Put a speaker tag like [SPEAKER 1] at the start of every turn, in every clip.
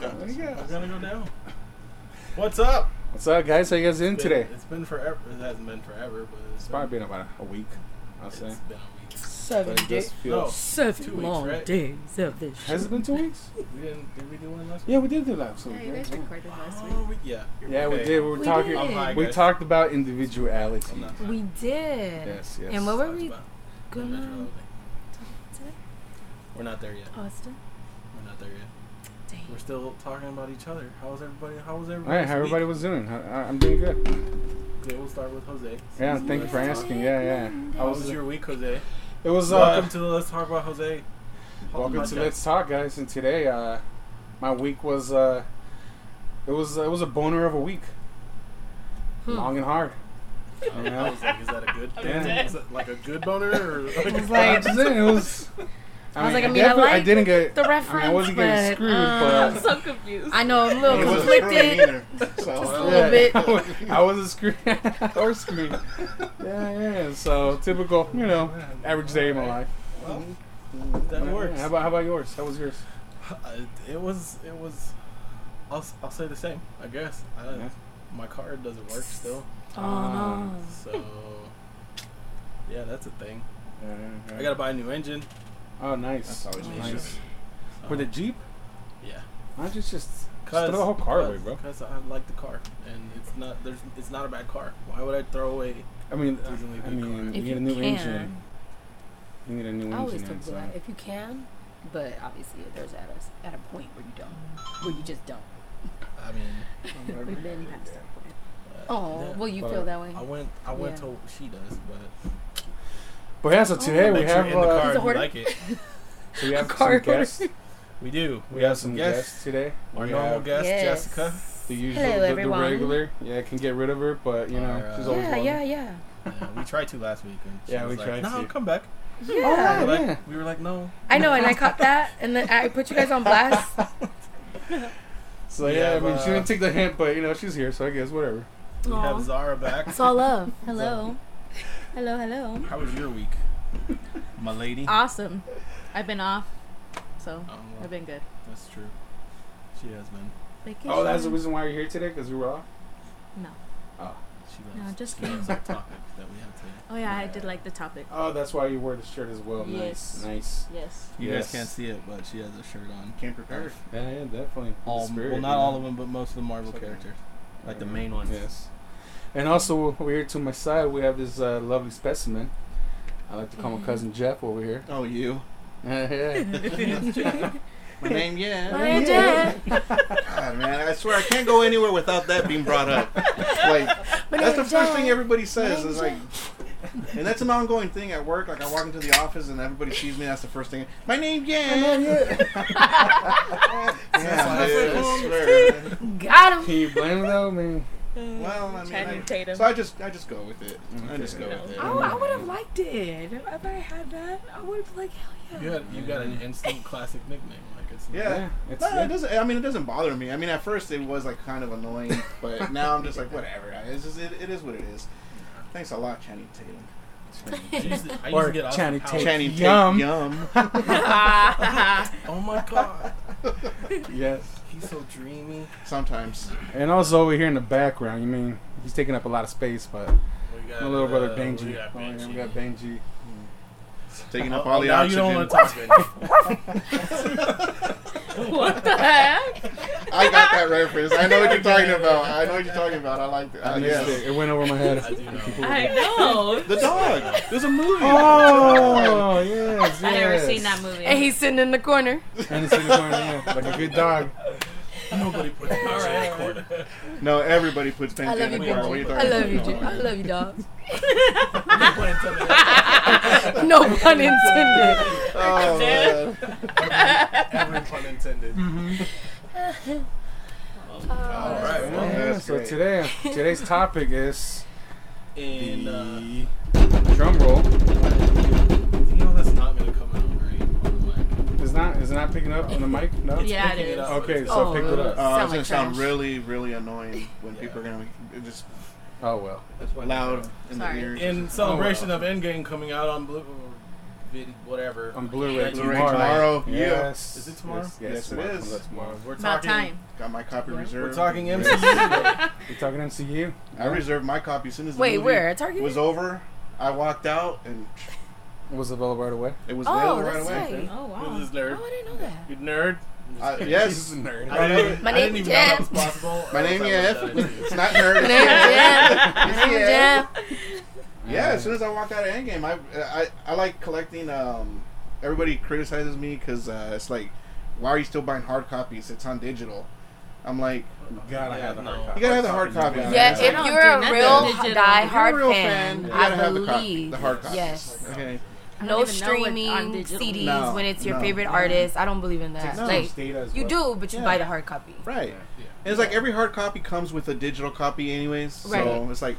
[SPEAKER 1] guys.
[SPEAKER 2] Yeah.
[SPEAKER 1] We're gonna go down. What's up?
[SPEAKER 2] What's up, guys? How you guys doing
[SPEAKER 1] It's been-
[SPEAKER 2] today?
[SPEAKER 1] It's been forever. It hasn't been forever, but it's
[SPEAKER 2] It's probably been about a week, I'll
[SPEAKER 1] it's
[SPEAKER 2] say.
[SPEAKER 1] been a week.
[SPEAKER 3] Seven
[SPEAKER 2] But it
[SPEAKER 3] days.
[SPEAKER 2] just feels.
[SPEAKER 3] Seven
[SPEAKER 1] two weeks,
[SPEAKER 3] long
[SPEAKER 1] right?
[SPEAKER 3] days of this shit.
[SPEAKER 2] Has it been two weeks?
[SPEAKER 1] We didn't. Did we do one last week?
[SPEAKER 2] Yeah, we did do last week.
[SPEAKER 4] Yeah, you guys
[SPEAKER 2] yeah.
[SPEAKER 4] recorded last
[SPEAKER 1] Oh,
[SPEAKER 4] week.
[SPEAKER 1] we, yeah. you're
[SPEAKER 2] Yeah, we
[SPEAKER 1] okay. Oh
[SPEAKER 2] did. We were
[SPEAKER 4] We
[SPEAKER 2] talking.
[SPEAKER 4] did.
[SPEAKER 1] I'm high,
[SPEAKER 2] We
[SPEAKER 1] guys.
[SPEAKER 2] talked about individuality.
[SPEAKER 1] I'm not high.
[SPEAKER 4] We did.
[SPEAKER 2] Yes, yes.
[SPEAKER 4] And what were we
[SPEAKER 1] Talked about
[SPEAKER 4] going
[SPEAKER 1] Metro
[SPEAKER 4] to
[SPEAKER 1] Loading. We're not there yet.
[SPEAKER 4] Austin?
[SPEAKER 1] We're not there yet.
[SPEAKER 4] Dang.
[SPEAKER 1] We're still talking about each other. How was everybody? How was
[SPEAKER 2] All
[SPEAKER 1] everybody?
[SPEAKER 2] right, how everybody was doing? How- I- I'm doing good.
[SPEAKER 1] Okay, we'll start with Jose.
[SPEAKER 2] Yeah,
[SPEAKER 1] Since
[SPEAKER 2] thank you
[SPEAKER 1] last
[SPEAKER 2] for
[SPEAKER 1] time.
[SPEAKER 2] asking. Yeah, yeah.
[SPEAKER 1] How was your week, Jose?
[SPEAKER 2] It was uh,
[SPEAKER 1] Welcome to the Let's Talk About Jose.
[SPEAKER 2] Welcome to
[SPEAKER 1] podcast.
[SPEAKER 2] Let's Talk, guys. And today, uh, my week was uh, it was it was a boner of a week,
[SPEAKER 3] Hmm.
[SPEAKER 2] long and hard.
[SPEAKER 1] I mean, I was like, is that a good
[SPEAKER 2] I'm
[SPEAKER 1] thing?
[SPEAKER 2] dead.
[SPEAKER 1] Is that like a good boner? Or like,
[SPEAKER 4] was
[SPEAKER 2] Like,
[SPEAKER 4] like-
[SPEAKER 2] it was.
[SPEAKER 4] I was like, I mean, I
[SPEAKER 2] definitely-
[SPEAKER 4] like
[SPEAKER 2] didn't get
[SPEAKER 4] the
[SPEAKER 2] I, mean, I
[SPEAKER 4] reference,
[SPEAKER 2] wasn't getting
[SPEAKER 4] but,
[SPEAKER 2] screwed,
[SPEAKER 4] uh,
[SPEAKER 2] but
[SPEAKER 4] so
[SPEAKER 5] confused.
[SPEAKER 4] I know, I'm a
[SPEAKER 2] It
[SPEAKER 4] little
[SPEAKER 2] wasn't
[SPEAKER 4] conflicted. a um, little
[SPEAKER 2] Yeah,
[SPEAKER 4] bit.
[SPEAKER 2] I wa- I wasn't screwed or screwed. Yeah, yeah. So typical, you know, average day in my life.
[SPEAKER 1] Well,
[SPEAKER 2] Yeah,
[SPEAKER 1] that
[SPEAKER 2] yeah.
[SPEAKER 1] works.
[SPEAKER 2] How about how about yours? How was yours?
[SPEAKER 1] Uh, it was. It was. I'll, s- I'll say the same. I guess. I,
[SPEAKER 2] Yeah.
[SPEAKER 1] My card doesn't work still,
[SPEAKER 3] Oh
[SPEAKER 2] Ah.
[SPEAKER 3] no.
[SPEAKER 1] so yeah, that's a thing.
[SPEAKER 2] Yeah, yeah, yeah.
[SPEAKER 1] I gotta buy a new engine.
[SPEAKER 2] Oh, nice.
[SPEAKER 5] That's always an
[SPEAKER 2] nice.
[SPEAKER 1] issue.
[SPEAKER 2] For the
[SPEAKER 1] Um,
[SPEAKER 2] Jeep,
[SPEAKER 1] yeah.
[SPEAKER 2] I just just, just throw the whole car away, bro.
[SPEAKER 1] Because Uh, I like the car, and it's not. There's. It's not a bad car. Why would I throw away?
[SPEAKER 2] I mean, uh,
[SPEAKER 1] Doesn't leave
[SPEAKER 2] I
[SPEAKER 1] good
[SPEAKER 2] mean,
[SPEAKER 1] cars.
[SPEAKER 2] you
[SPEAKER 4] If
[SPEAKER 2] need
[SPEAKER 4] you
[SPEAKER 2] a new
[SPEAKER 4] can,
[SPEAKER 2] engine. You need a new
[SPEAKER 4] I always
[SPEAKER 2] engine.
[SPEAKER 4] talk
[SPEAKER 2] so-
[SPEAKER 4] about if you can, but obviously there's at a, at a point where you don't, where you just don't.
[SPEAKER 1] I mean,
[SPEAKER 4] We've been past that point.
[SPEAKER 1] uh,
[SPEAKER 4] Oh,
[SPEAKER 1] yeah.
[SPEAKER 4] well, you
[SPEAKER 2] But
[SPEAKER 4] feel that way.
[SPEAKER 1] I went. I went
[SPEAKER 4] Yeah.
[SPEAKER 1] to. She does, but
[SPEAKER 2] But yeah, so today
[SPEAKER 1] I'll
[SPEAKER 2] we
[SPEAKER 1] let you
[SPEAKER 2] have
[SPEAKER 1] in the car
[SPEAKER 2] uh,
[SPEAKER 4] Is it
[SPEAKER 1] if you
[SPEAKER 4] order?
[SPEAKER 1] like it.
[SPEAKER 2] so we have
[SPEAKER 4] car
[SPEAKER 2] some guests.
[SPEAKER 1] We do.
[SPEAKER 2] We have some guests today.
[SPEAKER 1] Our
[SPEAKER 2] We
[SPEAKER 1] normal
[SPEAKER 2] have
[SPEAKER 1] guest,
[SPEAKER 4] Yes.
[SPEAKER 1] Jessica.
[SPEAKER 2] The usual,
[SPEAKER 4] Hello,
[SPEAKER 2] the, the
[SPEAKER 4] everyone.
[SPEAKER 2] regular. Yeah, can get rid of her, but you know
[SPEAKER 1] Our, uh,
[SPEAKER 2] she's always
[SPEAKER 4] Yeah,
[SPEAKER 2] welcome.
[SPEAKER 4] yeah, yeah.
[SPEAKER 1] Yeah, we tried to last week. And she
[SPEAKER 2] Yeah,
[SPEAKER 1] was
[SPEAKER 2] we
[SPEAKER 1] like,
[SPEAKER 2] tried
[SPEAKER 1] No,
[SPEAKER 2] to.
[SPEAKER 1] I'll come back.
[SPEAKER 2] Oh,
[SPEAKER 4] Yeah.
[SPEAKER 1] We were like-
[SPEAKER 2] yeah.
[SPEAKER 1] we were like, no.
[SPEAKER 4] I know, and I caught that, and then I put you guys on blast.
[SPEAKER 2] So
[SPEAKER 1] We
[SPEAKER 2] yeah,
[SPEAKER 1] have,
[SPEAKER 2] I mean, she
[SPEAKER 1] uh,
[SPEAKER 2] didn't take the hint, but you know she's here, so I guess whatever.
[SPEAKER 1] We have
[SPEAKER 4] Aw.
[SPEAKER 1] Zara back.
[SPEAKER 4] It's all love. Hello. hello, hello.
[SPEAKER 1] How was your week, my lady?
[SPEAKER 4] Uh,
[SPEAKER 5] Awesome. I've been off, so
[SPEAKER 1] Oh, well,
[SPEAKER 5] I've been good.
[SPEAKER 1] that's true. She has been.
[SPEAKER 5] Vacation.
[SPEAKER 2] Oh, that's the reason why you're here today, because we were off.
[SPEAKER 5] No.
[SPEAKER 1] She
[SPEAKER 5] No,
[SPEAKER 1] loves.
[SPEAKER 5] just
[SPEAKER 1] she loves
[SPEAKER 5] kidding.
[SPEAKER 1] our topic that we have today.
[SPEAKER 5] Oh yeah, I did like the topic.
[SPEAKER 2] Oh, that's why you wore the shirt as well.
[SPEAKER 5] Yes.
[SPEAKER 2] Nice,
[SPEAKER 5] Yes.
[SPEAKER 1] You
[SPEAKER 2] Yes.
[SPEAKER 1] guys can't see it, but she has a shirt on.
[SPEAKER 5] Came
[SPEAKER 1] prepared.
[SPEAKER 2] nice. Yeah, yeah, definitely. Um,
[SPEAKER 1] All
[SPEAKER 2] The spirit,
[SPEAKER 1] well,
[SPEAKER 2] you
[SPEAKER 1] not
[SPEAKER 2] know?
[SPEAKER 1] all of them, but most of the Marvel
[SPEAKER 2] Okay.
[SPEAKER 1] characters, like the
[SPEAKER 2] Yeah.
[SPEAKER 1] main ones.
[SPEAKER 2] Yes. And also over here to my side, we have this uh, lovely specimen. I like to call
[SPEAKER 4] Mm-hmm.
[SPEAKER 2] my cousin Jeff over here.
[SPEAKER 5] Oh, you.
[SPEAKER 2] yeah.
[SPEAKER 5] My name, Oh, yeah.
[SPEAKER 4] My name, Jeff.
[SPEAKER 5] God, Oh, man, I swear I can't go anywhere without that being brought up. Like, that's the first thing everybody says is like, and that's an ongoing thing at work. Like, I walk into the office and everybody sees me. That's the first thing. My name, yeah. Yeah, man, I swear. man.
[SPEAKER 4] Got him.
[SPEAKER 2] Can you blame him though, man?
[SPEAKER 5] Well, I mean,
[SPEAKER 6] Channing
[SPEAKER 5] I,
[SPEAKER 6] Tatum.
[SPEAKER 5] so I just, I just go with it. I
[SPEAKER 2] Okay.
[SPEAKER 5] just go with it.
[SPEAKER 4] Oh, I, would have liked it. If I had that, I would have like, hell
[SPEAKER 1] You
[SPEAKER 4] yeah.
[SPEAKER 1] had you got an instant classic nickname, like it's
[SPEAKER 6] Yeah.
[SPEAKER 2] it's
[SPEAKER 6] No,
[SPEAKER 2] yeah.
[SPEAKER 6] it doesn't. I mean, it doesn't bother me. I mean, at first it was like kind of annoying, but now I'm just like, whatever. It's just, it, it is what it is. Thanks a lot, Channing Tatum.
[SPEAKER 1] I used to, I used
[SPEAKER 2] Or
[SPEAKER 1] to get Austin
[SPEAKER 2] Channing
[SPEAKER 1] Powers.
[SPEAKER 2] Tatum.
[SPEAKER 6] Channing
[SPEAKER 2] Yum.
[SPEAKER 6] Tatum. Yum.
[SPEAKER 1] Oh my god,
[SPEAKER 2] Yes.
[SPEAKER 1] he's so dreamy.
[SPEAKER 6] Sometimes.
[SPEAKER 2] And also over here in the background, you mean he's taking up a lot of space, but
[SPEAKER 1] We got,
[SPEAKER 2] my little brother
[SPEAKER 1] uh,
[SPEAKER 2] Benji.
[SPEAKER 1] We got
[SPEAKER 2] Oh, yeah,
[SPEAKER 1] Benji.
[SPEAKER 2] we got Benji.
[SPEAKER 6] Taking up
[SPEAKER 1] Oh,
[SPEAKER 6] all the
[SPEAKER 1] now
[SPEAKER 6] oxygen.
[SPEAKER 1] you don't want to talk Benji.
[SPEAKER 5] What the heck?
[SPEAKER 6] I got that reference. I know what you're talking about. I know what you're talking about. I like that.
[SPEAKER 2] I
[SPEAKER 6] Uh,
[SPEAKER 2] missed
[SPEAKER 6] yes.
[SPEAKER 2] it. It went over my head.
[SPEAKER 1] I do know.
[SPEAKER 5] I know.
[SPEAKER 6] The dog. There's a movie.
[SPEAKER 2] Oh yes, yes.
[SPEAKER 5] I never seen that movie.
[SPEAKER 4] And he's sitting in the corner.
[SPEAKER 2] And it's in the corner, yeah, like a good dog.
[SPEAKER 1] Nobody put Benji in the corner.
[SPEAKER 6] No, everybody puts
[SPEAKER 4] I love
[SPEAKER 6] Benji
[SPEAKER 4] you,
[SPEAKER 6] in the corner. What are
[SPEAKER 4] Benji. I
[SPEAKER 6] talking
[SPEAKER 4] love you,
[SPEAKER 6] about?
[SPEAKER 4] Jeff. I love you, dog.
[SPEAKER 1] No pun intended.
[SPEAKER 4] No pun intended.
[SPEAKER 6] Oh, man.
[SPEAKER 1] Every pun intended.
[SPEAKER 5] Mm-hmm.
[SPEAKER 1] All right.
[SPEAKER 2] Yeah,
[SPEAKER 1] Well,
[SPEAKER 6] that's
[SPEAKER 2] so
[SPEAKER 6] great.
[SPEAKER 2] today, today's topic is
[SPEAKER 1] and uh,
[SPEAKER 2] drum roll.
[SPEAKER 1] you know that's not gonna come out right on
[SPEAKER 2] Is not is it not picking up on the mic? No.
[SPEAKER 1] the mic.
[SPEAKER 5] Yeah, it
[SPEAKER 1] Picking
[SPEAKER 5] is.
[SPEAKER 1] up,
[SPEAKER 2] Okay,
[SPEAKER 1] it's-
[SPEAKER 2] so
[SPEAKER 4] Oh,
[SPEAKER 2] pick it
[SPEAKER 6] Uh,
[SPEAKER 2] up.
[SPEAKER 4] Sound
[SPEAKER 6] it's gonna
[SPEAKER 4] like
[SPEAKER 6] sound
[SPEAKER 4] trash.
[SPEAKER 6] really, really annoying when
[SPEAKER 1] Yeah.
[SPEAKER 6] people are gonna be just
[SPEAKER 2] Oh well.
[SPEAKER 1] that's why-
[SPEAKER 6] loud in the
[SPEAKER 5] Sorry.
[SPEAKER 6] ears.
[SPEAKER 1] In
[SPEAKER 6] Oh.
[SPEAKER 1] celebration of Endgame coming out on Blue, vid- whatever.
[SPEAKER 2] On Blu-ray
[SPEAKER 1] That's
[SPEAKER 6] Blu-ray
[SPEAKER 2] tomorrow.
[SPEAKER 6] tomorrow. Yeah.
[SPEAKER 2] Yes.
[SPEAKER 1] Is it tomorrow?
[SPEAKER 2] Yes,
[SPEAKER 6] Yes, it
[SPEAKER 2] tomorrow
[SPEAKER 6] is.
[SPEAKER 2] comes out tomorrow.
[SPEAKER 1] We're
[SPEAKER 5] About
[SPEAKER 1] talking
[SPEAKER 5] time.
[SPEAKER 6] Got my copy
[SPEAKER 7] Yeah.
[SPEAKER 6] reserved.
[SPEAKER 1] We're talking MCU.
[SPEAKER 2] You're talking MCU.
[SPEAKER 6] I reserved my copy as soon as the
[SPEAKER 7] Wait,
[SPEAKER 6] movie
[SPEAKER 7] where? At Target?
[SPEAKER 6] was over. I walked out and
[SPEAKER 2] Was available right away.
[SPEAKER 6] it was
[SPEAKER 7] oh,
[SPEAKER 6] available right
[SPEAKER 7] that's
[SPEAKER 6] away.
[SPEAKER 7] right.
[SPEAKER 4] Oh
[SPEAKER 1] This is
[SPEAKER 4] wow.
[SPEAKER 1] nerd.
[SPEAKER 7] Oh, I didn't know that.
[SPEAKER 1] You nerd.
[SPEAKER 6] I- Uh, yes,
[SPEAKER 2] nerd.
[SPEAKER 1] I didn't,
[SPEAKER 7] My
[SPEAKER 1] I didn't
[SPEAKER 7] name's
[SPEAKER 1] even know that
[SPEAKER 7] Jeff.
[SPEAKER 1] was possible.
[SPEAKER 6] my name yeah, it's not
[SPEAKER 7] My
[SPEAKER 6] nerd.
[SPEAKER 7] name is Jeff. My name is
[SPEAKER 6] Yeah.
[SPEAKER 7] Jeff.
[SPEAKER 6] Yeah, as soon as I walked out of Endgame, I I, I like collecting. Um, everybody criticizes me because uh, it's like, why are you still buying hard copies? It's on digital. I'm like,
[SPEAKER 2] gotta
[SPEAKER 1] Yeah,
[SPEAKER 2] have the hard
[SPEAKER 1] no.
[SPEAKER 2] copy.
[SPEAKER 6] You gotta have the hard copy.
[SPEAKER 2] Yeah.
[SPEAKER 7] Yeah,
[SPEAKER 6] I
[SPEAKER 7] if
[SPEAKER 6] don't
[SPEAKER 7] you're
[SPEAKER 4] do
[SPEAKER 7] a
[SPEAKER 4] nothing
[SPEAKER 7] real
[SPEAKER 4] digital.
[SPEAKER 6] if
[SPEAKER 7] die-hard
[SPEAKER 6] you're a real
[SPEAKER 7] fan,
[SPEAKER 6] you
[SPEAKER 7] I
[SPEAKER 6] gotta have the, copy,
[SPEAKER 7] believe.
[SPEAKER 6] the hard copies.
[SPEAKER 7] Yes.
[SPEAKER 6] Okay.
[SPEAKER 4] I don't
[SPEAKER 7] No
[SPEAKER 4] even know what's on
[SPEAKER 7] streaming
[SPEAKER 4] digital.
[SPEAKER 7] CDs
[SPEAKER 6] No,
[SPEAKER 7] when it's your
[SPEAKER 6] no.
[SPEAKER 7] favorite artist. I don't believe in that.
[SPEAKER 6] No.
[SPEAKER 7] Like
[SPEAKER 2] data as
[SPEAKER 7] you
[SPEAKER 2] well.
[SPEAKER 7] do, but you
[SPEAKER 6] Yeah.
[SPEAKER 7] buy the hard copy.
[SPEAKER 6] Right.
[SPEAKER 2] Yeah.
[SPEAKER 6] And it's like every hard copy comes with a digital copy, anyways. So
[SPEAKER 7] Right.
[SPEAKER 6] it's like,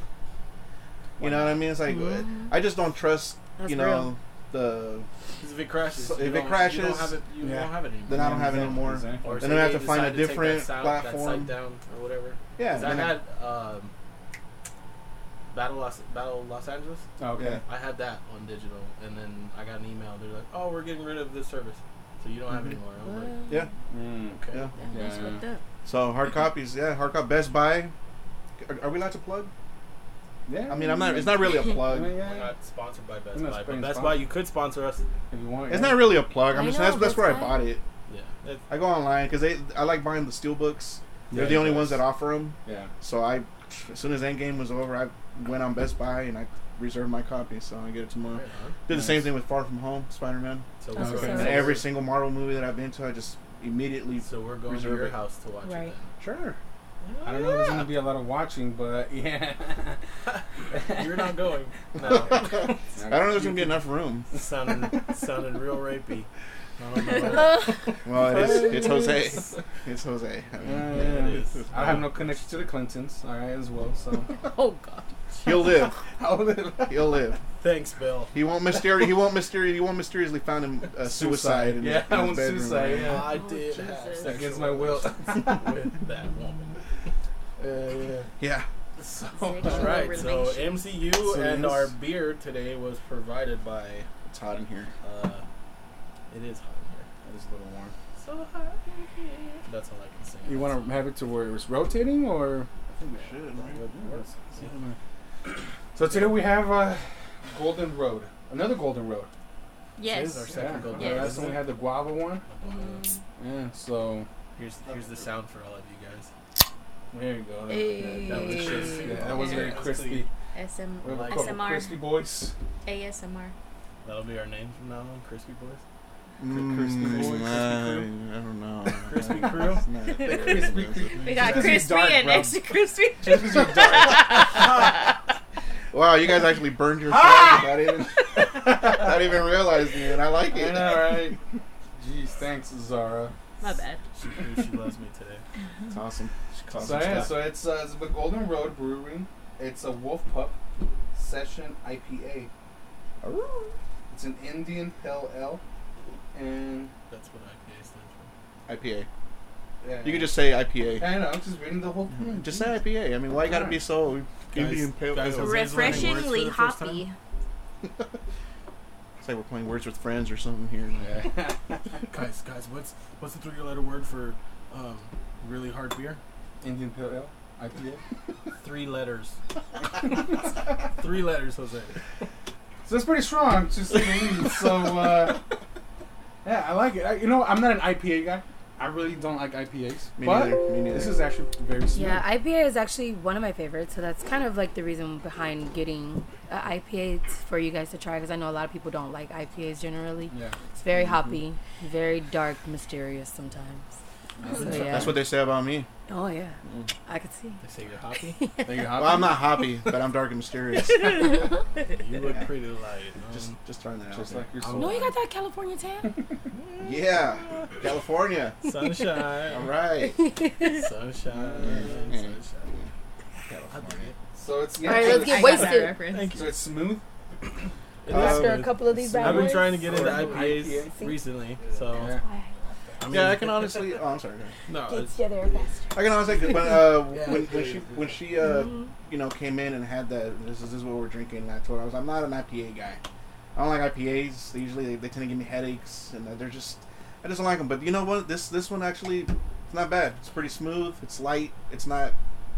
[SPEAKER 6] you know what I mean? It's like,
[SPEAKER 7] Mhm.
[SPEAKER 6] I just don't trust,
[SPEAKER 7] That's
[SPEAKER 6] you know, the.
[SPEAKER 1] If it crashes,
[SPEAKER 6] So
[SPEAKER 1] you
[SPEAKER 6] if it
[SPEAKER 1] don't- you
[SPEAKER 6] crashes,
[SPEAKER 1] don't have it, you
[SPEAKER 2] yeah.
[SPEAKER 1] don't have it anymore.
[SPEAKER 6] Then I don't have it anymore.
[SPEAKER 2] Exactly.
[SPEAKER 1] Or
[SPEAKER 6] Then
[SPEAKER 1] say
[SPEAKER 6] I have
[SPEAKER 1] they
[SPEAKER 6] to find a
[SPEAKER 1] decide take that
[SPEAKER 6] different
[SPEAKER 1] side- That
[SPEAKER 6] platform.
[SPEAKER 1] side down or whatever.
[SPEAKER 6] Yeah.
[SPEAKER 1] 'Cause I
[SPEAKER 6] then I-
[SPEAKER 1] had um, Battle Los Battle Los Angeles.
[SPEAKER 2] Okay.
[SPEAKER 6] Yeah.
[SPEAKER 1] I had that on digital, and then I got an email. They're like, "Oh, we're getting rid of this service, so you don't have it
[SPEAKER 6] Mhm.
[SPEAKER 1] anymore." I was like,
[SPEAKER 6] Yeah.
[SPEAKER 2] Mm.
[SPEAKER 1] "Okay."
[SPEAKER 6] Yeah.
[SPEAKER 7] Damn, that's
[SPEAKER 2] Yeah.
[SPEAKER 7] fucked up.
[SPEAKER 6] So hard copies, yeah, hard copy. Best Buy. Are, are we allowed to plug?
[SPEAKER 2] Yeah.
[SPEAKER 6] I mean, I'm not. It's not really a
[SPEAKER 2] I
[SPEAKER 6] plug.
[SPEAKER 2] mean,
[SPEAKER 1] We're
[SPEAKER 2] yeah.
[SPEAKER 1] not sponsored by Best
[SPEAKER 2] We're not
[SPEAKER 1] Buy, but
[SPEAKER 2] being
[SPEAKER 1] Best
[SPEAKER 2] sponsored.
[SPEAKER 1] Buy you could sponsor us.
[SPEAKER 2] If you want,
[SPEAKER 6] It's
[SPEAKER 2] yeah.
[SPEAKER 6] not really a plug. I'm
[SPEAKER 7] I
[SPEAKER 6] just
[SPEAKER 7] know,
[SPEAKER 6] that's, that's
[SPEAKER 7] Best
[SPEAKER 6] where I
[SPEAKER 7] Buy.
[SPEAKER 6] bought it.
[SPEAKER 1] Yeah, It-
[SPEAKER 6] I go online because they I like buying the steel books. They're
[SPEAKER 2] Yeah,
[SPEAKER 6] the only
[SPEAKER 2] it
[SPEAKER 6] ones
[SPEAKER 2] does.
[SPEAKER 6] that offer them.
[SPEAKER 2] Yeah.
[SPEAKER 6] So I, as soon as Endgame was over, I went on Best Buy and I reserved my copy, so I get it tomorrow.
[SPEAKER 1] right on.
[SPEAKER 6] Did the
[SPEAKER 2] Nice.
[SPEAKER 6] same thing with Far From Home, Spider Man,
[SPEAKER 1] So
[SPEAKER 7] That's
[SPEAKER 1] we're
[SPEAKER 2] what's
[SPEAKER 1] going
[SPEAKER 2] up.
[SPEAKER 6] and
[SPEAKER 1] to-
[SPEAKER 6] every single Marvel movie that I've been to, I just immediately
[SPEAKER 1] So we're going
[SPEAKER 6] Reserve
[SPEAKER 1] to your
[SPEAKER 6] it.
[SPEAKER 1] house to watch
[SPEAKER 7] Right.
[SPEAKER 1] it.
[SPEAKER 6] sure.
[SPEAKER 2] I don't know. if There's gonna be a lot of watching, but yeah.
[SPEAKER 1] Then. You're not going. No,
[SPEAKER 6] I don't know. if There's gonna be enough room.
[SPEAKER 1] sounding sounding real rapey. Not on my level.
[SPEAKER 6] Well, Oh, it is. It's Jose. It's Jose. I mean,
[SPEAKER 2] Yeah,
[SPEAKER 1] Yeah, it
[SPEAKER 2] yeah.
[SPEAKER 1] is.
[SPEAKER 2] I have no connection to the Clintons, all right, as well. So
[SPEAKER 7] oh god.
[SPEAKER 6] He'll live.
[SPEAKER 2] How little-
[SPEAKER 6] He'll live.
[SPEAKER 1] Thanks, Bill.
[SPEAKER 6] He won't mysteri- He won't mysteri- He won't mysteriously found him uh, suicide. in his-
[SPEAKER 2] Yeah,
[SPEAKER 6] in
[SPEAKER 2] I
[SPEAKER 6] his
[SPEAKER 2] want
[SPEAKER 6] bedroom.
[SPEAKER 2] suicide. Yeah,
[SPEAKER 1] I
[SPEAKER 7] Oh,
[SPEAKER 1] did
[SPEAKER 7] Jesus.
[SPEAKER 1] have sex
[SPEAKER 2] against my will.
[SPEAKER 1] with that woman.
[SPEAKER 2] yeah.
[SPEAKER 6] Yeah.
[SPEAKER 1] So,
[SPEAKER 7] Sexual
[SPEAKER 1] all right. So
[SPEAKER 7] relation.
[SPEAKER 1] MCU
[SPEAKER 6] So
[SPEAKER 1] and
[SPEAKER 6] yes.
[SPEAKER 1] our beer today was provided by.
[SPEAKER 6] It's hot in here.
[SPEAKER 1] Uh, it is hot in
[SPEAKER 6] It is a little warm.
[SPEAKER 1] here. So hot in here. That's all I can say.
[SPEAKER 2] You want to have it to where it's rotating, or
[SPEAKER 6] I think we should. right?
[SPEAKER 2] so today we have uh, Golden Road, another Golden Road.
[SPEAKER 1] This is our
[SPEAKER 7] Yes.
[SPEAKER 1] second
[SPEAKER 2] Yeah,
[SPEAKER 1] Golden
[SPEAKER 2] uh,
[SPEAKER 7] Road.
[SPEAKER 2] Last time we had the guava one.
[SPEAKER 7] Mhm.
[SPEAKER 2] Yeah, so
[SPEAKER 1] Uh, Here's here's the sound for all of you guys.
[SPEAKER 2] there you go.
[SPEAKER 7] Hey.
[SPEAKER 2] That, was just, yeah, that was very
[SPEAKER 1] Yeah.
[SPEAKER 2] crispy.
[SPEAKER 7] SM
[SPEAKER 2] We have a
[SPEAKER 1] Like-
[SPEAKER 2] couple
[SPEAKER 7] ASMR.
[SPEAKER 2] crispy boys.
[SPEAKER 7] ASMR.
[SPEAKER 1] That'll be our name from now on, Crispy Boys.
[SPEAKER 6] Mm,
[SPEAKER 2] Crispy boy, crispy
[SPEAKER 6] nah, I don't know.
[SPEAKER 1] Crispy
[SPEAKER 6] It's
[SPEAKER 1] crew?
[SPEAKER 6] not-
[SPEAKER 2] crispy
[SPEAKER 7] We
[SPEAKER 2] got
[SPEAKER 7] got
[SPEAKER 2] Crispy
[SPEAKER 7] crispy
[SPEAKER 2] dark,
[SPEAKER 7] and
[SPEAKER 2] bro.
[SPEAKER 7] extra crispy.
[SPEAKER 6] Wow, you guys actually burned your
[SPEAKER 2] Ah!
[SPEAKER 6] flag without even, without even realizing it. I like
[SPEAKER 2] I
[SPEAKER 6] it.
[SPEAKER 2] know, right? Jeez, thanks, Zara.
[SPEAKER 7] My bad.
[SPEAKER 1] She proves she loves me today.
[SPEAKER 6] It's awesome.
[SPEAKER 2] So yeah, so it's uh, it's the Golden Road Brewing. It's a Wolf Pup Session IPA. It's an Indian Pale Ale, and
[SPEAKER 1] That's what IPA stands for.
[SPEAKER 6] IPA.
[SPEAKER 2] yeah.
[SPEAKER 6] You can just say IPA.
[SPEAKER 2] I know. I'm just reading the whole thing.
[SPEAKER 6] Just say IPA. I mean, why you gotta be so Indian pale?
[SPEAKER 1] guys,
[SPEAKER 6] ale?
[SPEAKER 1] Jose's learning words for
[SPEAKER 7] Refreshingly
[SPEAKER 1] the first time.
[SPEAKER 7] hoppy.
[SPEAKER 6] It's like we're playing Words with Friends or something here.
[SPEAKER 2] Yeah.
[SPEAKER 1] Guys, guys, what's what's the three-letter word for um, really hard beer?
[SPEAKER 2] Indian Pale Ale IPA.
[SPEAKER 1] Three letters. Three letters, Jose.
[SPEAKER 2] So it's pretty strong, to say the least. So uh, yeah, I like it. I, you know, I'm not an IPA guy. I really don't like IPAs.
[SPEAKER 6] Me
[SPEAKER 2] but
[SPEAKER 6] neither. Me neither.
[SPEAKER 2] this is actually very smooth.
[SPEAKER 7] Yeah, IPA is actually one of my favorites, so that's kind of like the reason behind getting uh, IPA for you guys to try because I know a lot of people don't like IPAs generally.
[SPEAKER 2] yeah.
[SPEAKER 7] It's very
[SPEAKER 6] Mm-hmm.
[SPEAKER 7] hoppy, very dark, mysterious sometimes. So,
[SPEAKER 1] That's
[SPEAKER 7] yeah.
[SPEAKER 6] That's Mm. what they say about me.
[SPEAKER 7] Oh yeah, I could see.
[SPEAKER 1] They say you're hoppy.
[SPEAKER 2] There you
[SPEAKER 6] Well, I'm not hoppy, but I'm dark and mysterious.
[SPEAKER 1] You look pretty light. Um,
[SPEAKER 6] just, just throwing that
[SPEAKER 2] Just
[SPEAKER 6] out.
[SPEAKER 2] like yourself.
[SPEAKER 7] No, you got that California tan.
[SPEAKER 6] there. yeah, California. All
[SPEAKER 1] sunshine,
[SPEAKER 6] right.
[SPEAKER 1] sunshine,
[SPEAKER 6] Yeah.
[SPEAKER 1] sunshine. I dig it.
[SPEAKER 2] So it's
[SPEAKER 7] All right, let's get wasted.
[SPEAKER 1] Thank
[SPEAKER 2] So it's smooth.
[SPEAKER 1] It
[SPEAKER 6] Um,
[SPEAKER 1] is
[SPEAKER 7] After a
[SPEAKER 1] good.
[SPEAKER 7] couple of these bad
[SPEAKER 1] I've been
[SPEAKER 7] boys.
[SPEAKER 1] trying to get into
[SPEAKER 2] Sorry.
[SPEAKER 1] IPAs
[SPEAKER 7] IPA.
[SPEAKER 1] recently, so
[SPEAKER 2] Yeah.
[SPEAKER 1] I mean,
[SPEAKER 6] Yeah, I can honestly. Oh, I'm sorry. guys.
[SPEAKER 1] No,
[SPEAKER 7] Get
[SPEAKER 1] it's-
[SPEAKER 7] together faster.
[SPEAKER 6] I can honestly. When, uh,
[SPEAKER 1] Yeah.
[SPEAKER 6] when, when she when she uh, you know came in and had that this is, this is what we're drinking. I told her I was I'm not an IPA guy. I don't like IPAs. They usually they, they tend to give me headaches and they're just I just don't like them. But you know what? This this one actually It's not bad. It's pretty smooth. It's light. It's not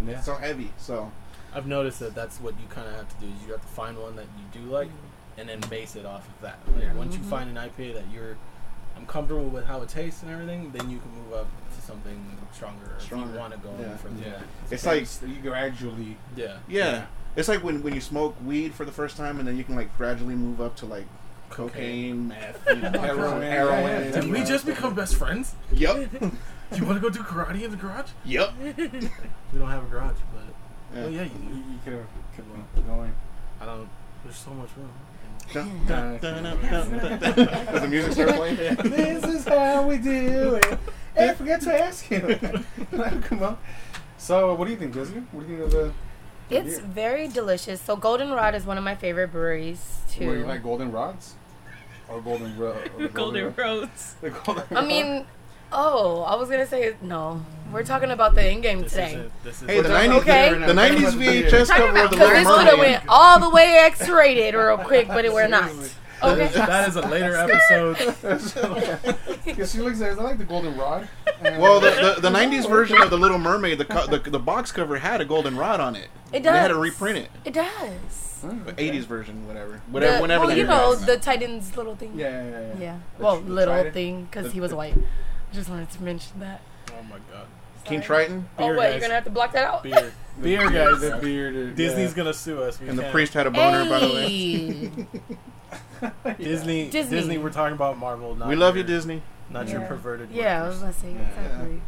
[SPEAKER 1] Yeah.
[SPEAKER 6] so heavy. So
[SPEAKER 1] I've noticed that that's what you kind of have to do. Is you have to find one that you do like, and then base it off of that. Like
[SPEAKER 6] Yeah.
[SPEAKER 1] once you find an IPA that you're, I'm comfortable with how it tastes and everything, then you can move up to something stronger. If
[SPEAKER 6] Stronger.
[SPEAKER 1] you want to go
[SPEAKER 6] Yeah.
[SPEAKER 1] in from
[SPEAKER 2] Yeah.
[SPEAKER 1] there.
[SPEAKER 6] it's like
[SPEAKER 2] you gradually.
[SPEAKER 1] Yeah.
[SPEAKER 6] yeah. It's like when, when you smoke weed for the first time and then you can like gradually move up to like cocaine, meth, you know,
[SPEAKER 2] Heroin.
[SPEAKER 6] heroin. heroin.
[SPEAKER 1] Did we just become best friends?
[SPEAKER 6] Yep.
[SPEAKER 1] Do you want to go do karate in the garage?
[SPEAKER 6] Yep.
[SPEAKER 1] We don't have a garage, but
[SPEAKER 6] Yeah.
[SPEAKER 1] well, yeah, you
[SPEAKER 2] You,
[SPEAKER 1] do.
[SPEAKER 2] you could have kept going.
[SPEAKER 1] I don't. There's so much room.
[SPEAKER 6] Dun,
[SPEAKER 2] dun,
[SPEAKER 6] Does the music start playing?
[SPEAKER 2] this is how we do it. Hey, I forgot to ask you. Come on. So, what do you think, Jessica? What do you think of the?
[SPEAKER 7] It's
[SPEAKER 2] beer?
[SPEAKER 7] very delicious. So Goldenrod is one of my favorite breweries too.
[SPEAKER 2] What do you like, golden rods, or golden ro- or
[SPEAKER 4] Golden Roads.
[SPEAKER 2] The golden
[SPEAKER 7] I mean, oh, I was gonna say no. We're talking about the in game
[SPEAKER 1] This
[SPEAKER 7] today.
[SPEAKER 1] is it. This is
[SPEAKER 6] Hey,
[SPEAKER 1] it.
[SPEAKER 6] the 90s,
[SPEAKER 7] Okay.
[SPEAKER 6] the 90s VHS
[SPEAKER 7] Talking
[SPEAKER 6] cover
[SPEAKER 7] about
[SPEAKER 6] of The
[SPEAKER 7] because
[SPEAKER 6] Little
[SPEAKER 7] this could have
[SPEAKER 6] Mermaid.
[SPEAKER 7] went all the way X-rated real quick, but it were not. Okay.
[SPEAKER 1] that is a later episode.
[SPEAKER 2] Because she looks at it, I like the golden rod. And
[SPEAKER 6] Well, the, the, the 90s version of The Little Mermaid, the, co- the the box cover had a golden rod on it.
[SPEAKER 7] It does.
[SPEAKER 6] They had to reprint it.
[SPEAKER 7] It does.
[SPEAKER 2] Hmm,
[SPEAKER 6] But
[SPEAKER 2] okay.
[SPEAKER 6] 80s version, whatever. Whatever,
[SPEAKER 7] The-
[SPEAKER 6] whenever
[SPEAKER 7] well,
[SPEAKER 6] they
[SPEAKER 7] you know,
[SPEAKER 6] released it.
[SPEAKER 7] the Titans little thing.
[SPEAKER 2] Yeah, yeah, yeah.
[SPEAKER 7] Yeah.
[SPEAKER 2] The
[SPEAKER 7] Well,
[SPEAKER 2] tr- the
[SPEAKER 7] little
[SPEAKER 2] trident?
[SPEAKER 7] thing because he was white. Just wanted to mention that.
[SPEAKER 1] Oh my god.
[SPEAKER 6] King
[SPEAKER 7] Sorry.
[SPEAKER 6] Triton
[SPEAKER 7] Oh,
[SPEAKER 1] Beer
[SPEAKER 7] what? You're
[SPEAKER 1] guys.
[SPEAKER 7] gonna have to block that out.
[SPEAKER 1] Beer. Beer, guys.
[SPEAKER 2] The bearded.
[SPEAKER 1] Disney's
[SPEAKER 2] yeah.
[SPEAKER 1] gonna sue us. We
[SPEAKER 6] and the
[SPEAKER 1] can't.
[SPEAKER 6] priest had a boner, by the way.
[SPEAKER 7] Hey.
[SPEAKER 1] Disney,
[SPEAKER 7] Disney.
[SPEAKER 1] Disney, We're talking about Marvel. Not
[SPEAKER 6] We love you,
[SPEAKER 1] your-
[SPEAKER 6] Disney.
[SPEAKER 1] Not
[SPEAKER 7] Yeah.
[SPEAKER 1] your perverted.
[SPEAKER 7] yeah, I was
[SPEAKER 1] workers.
[SPEAKER 7] gonna say
[SPEAKER 6] Yeah.
[SPEAKER 7] exactly.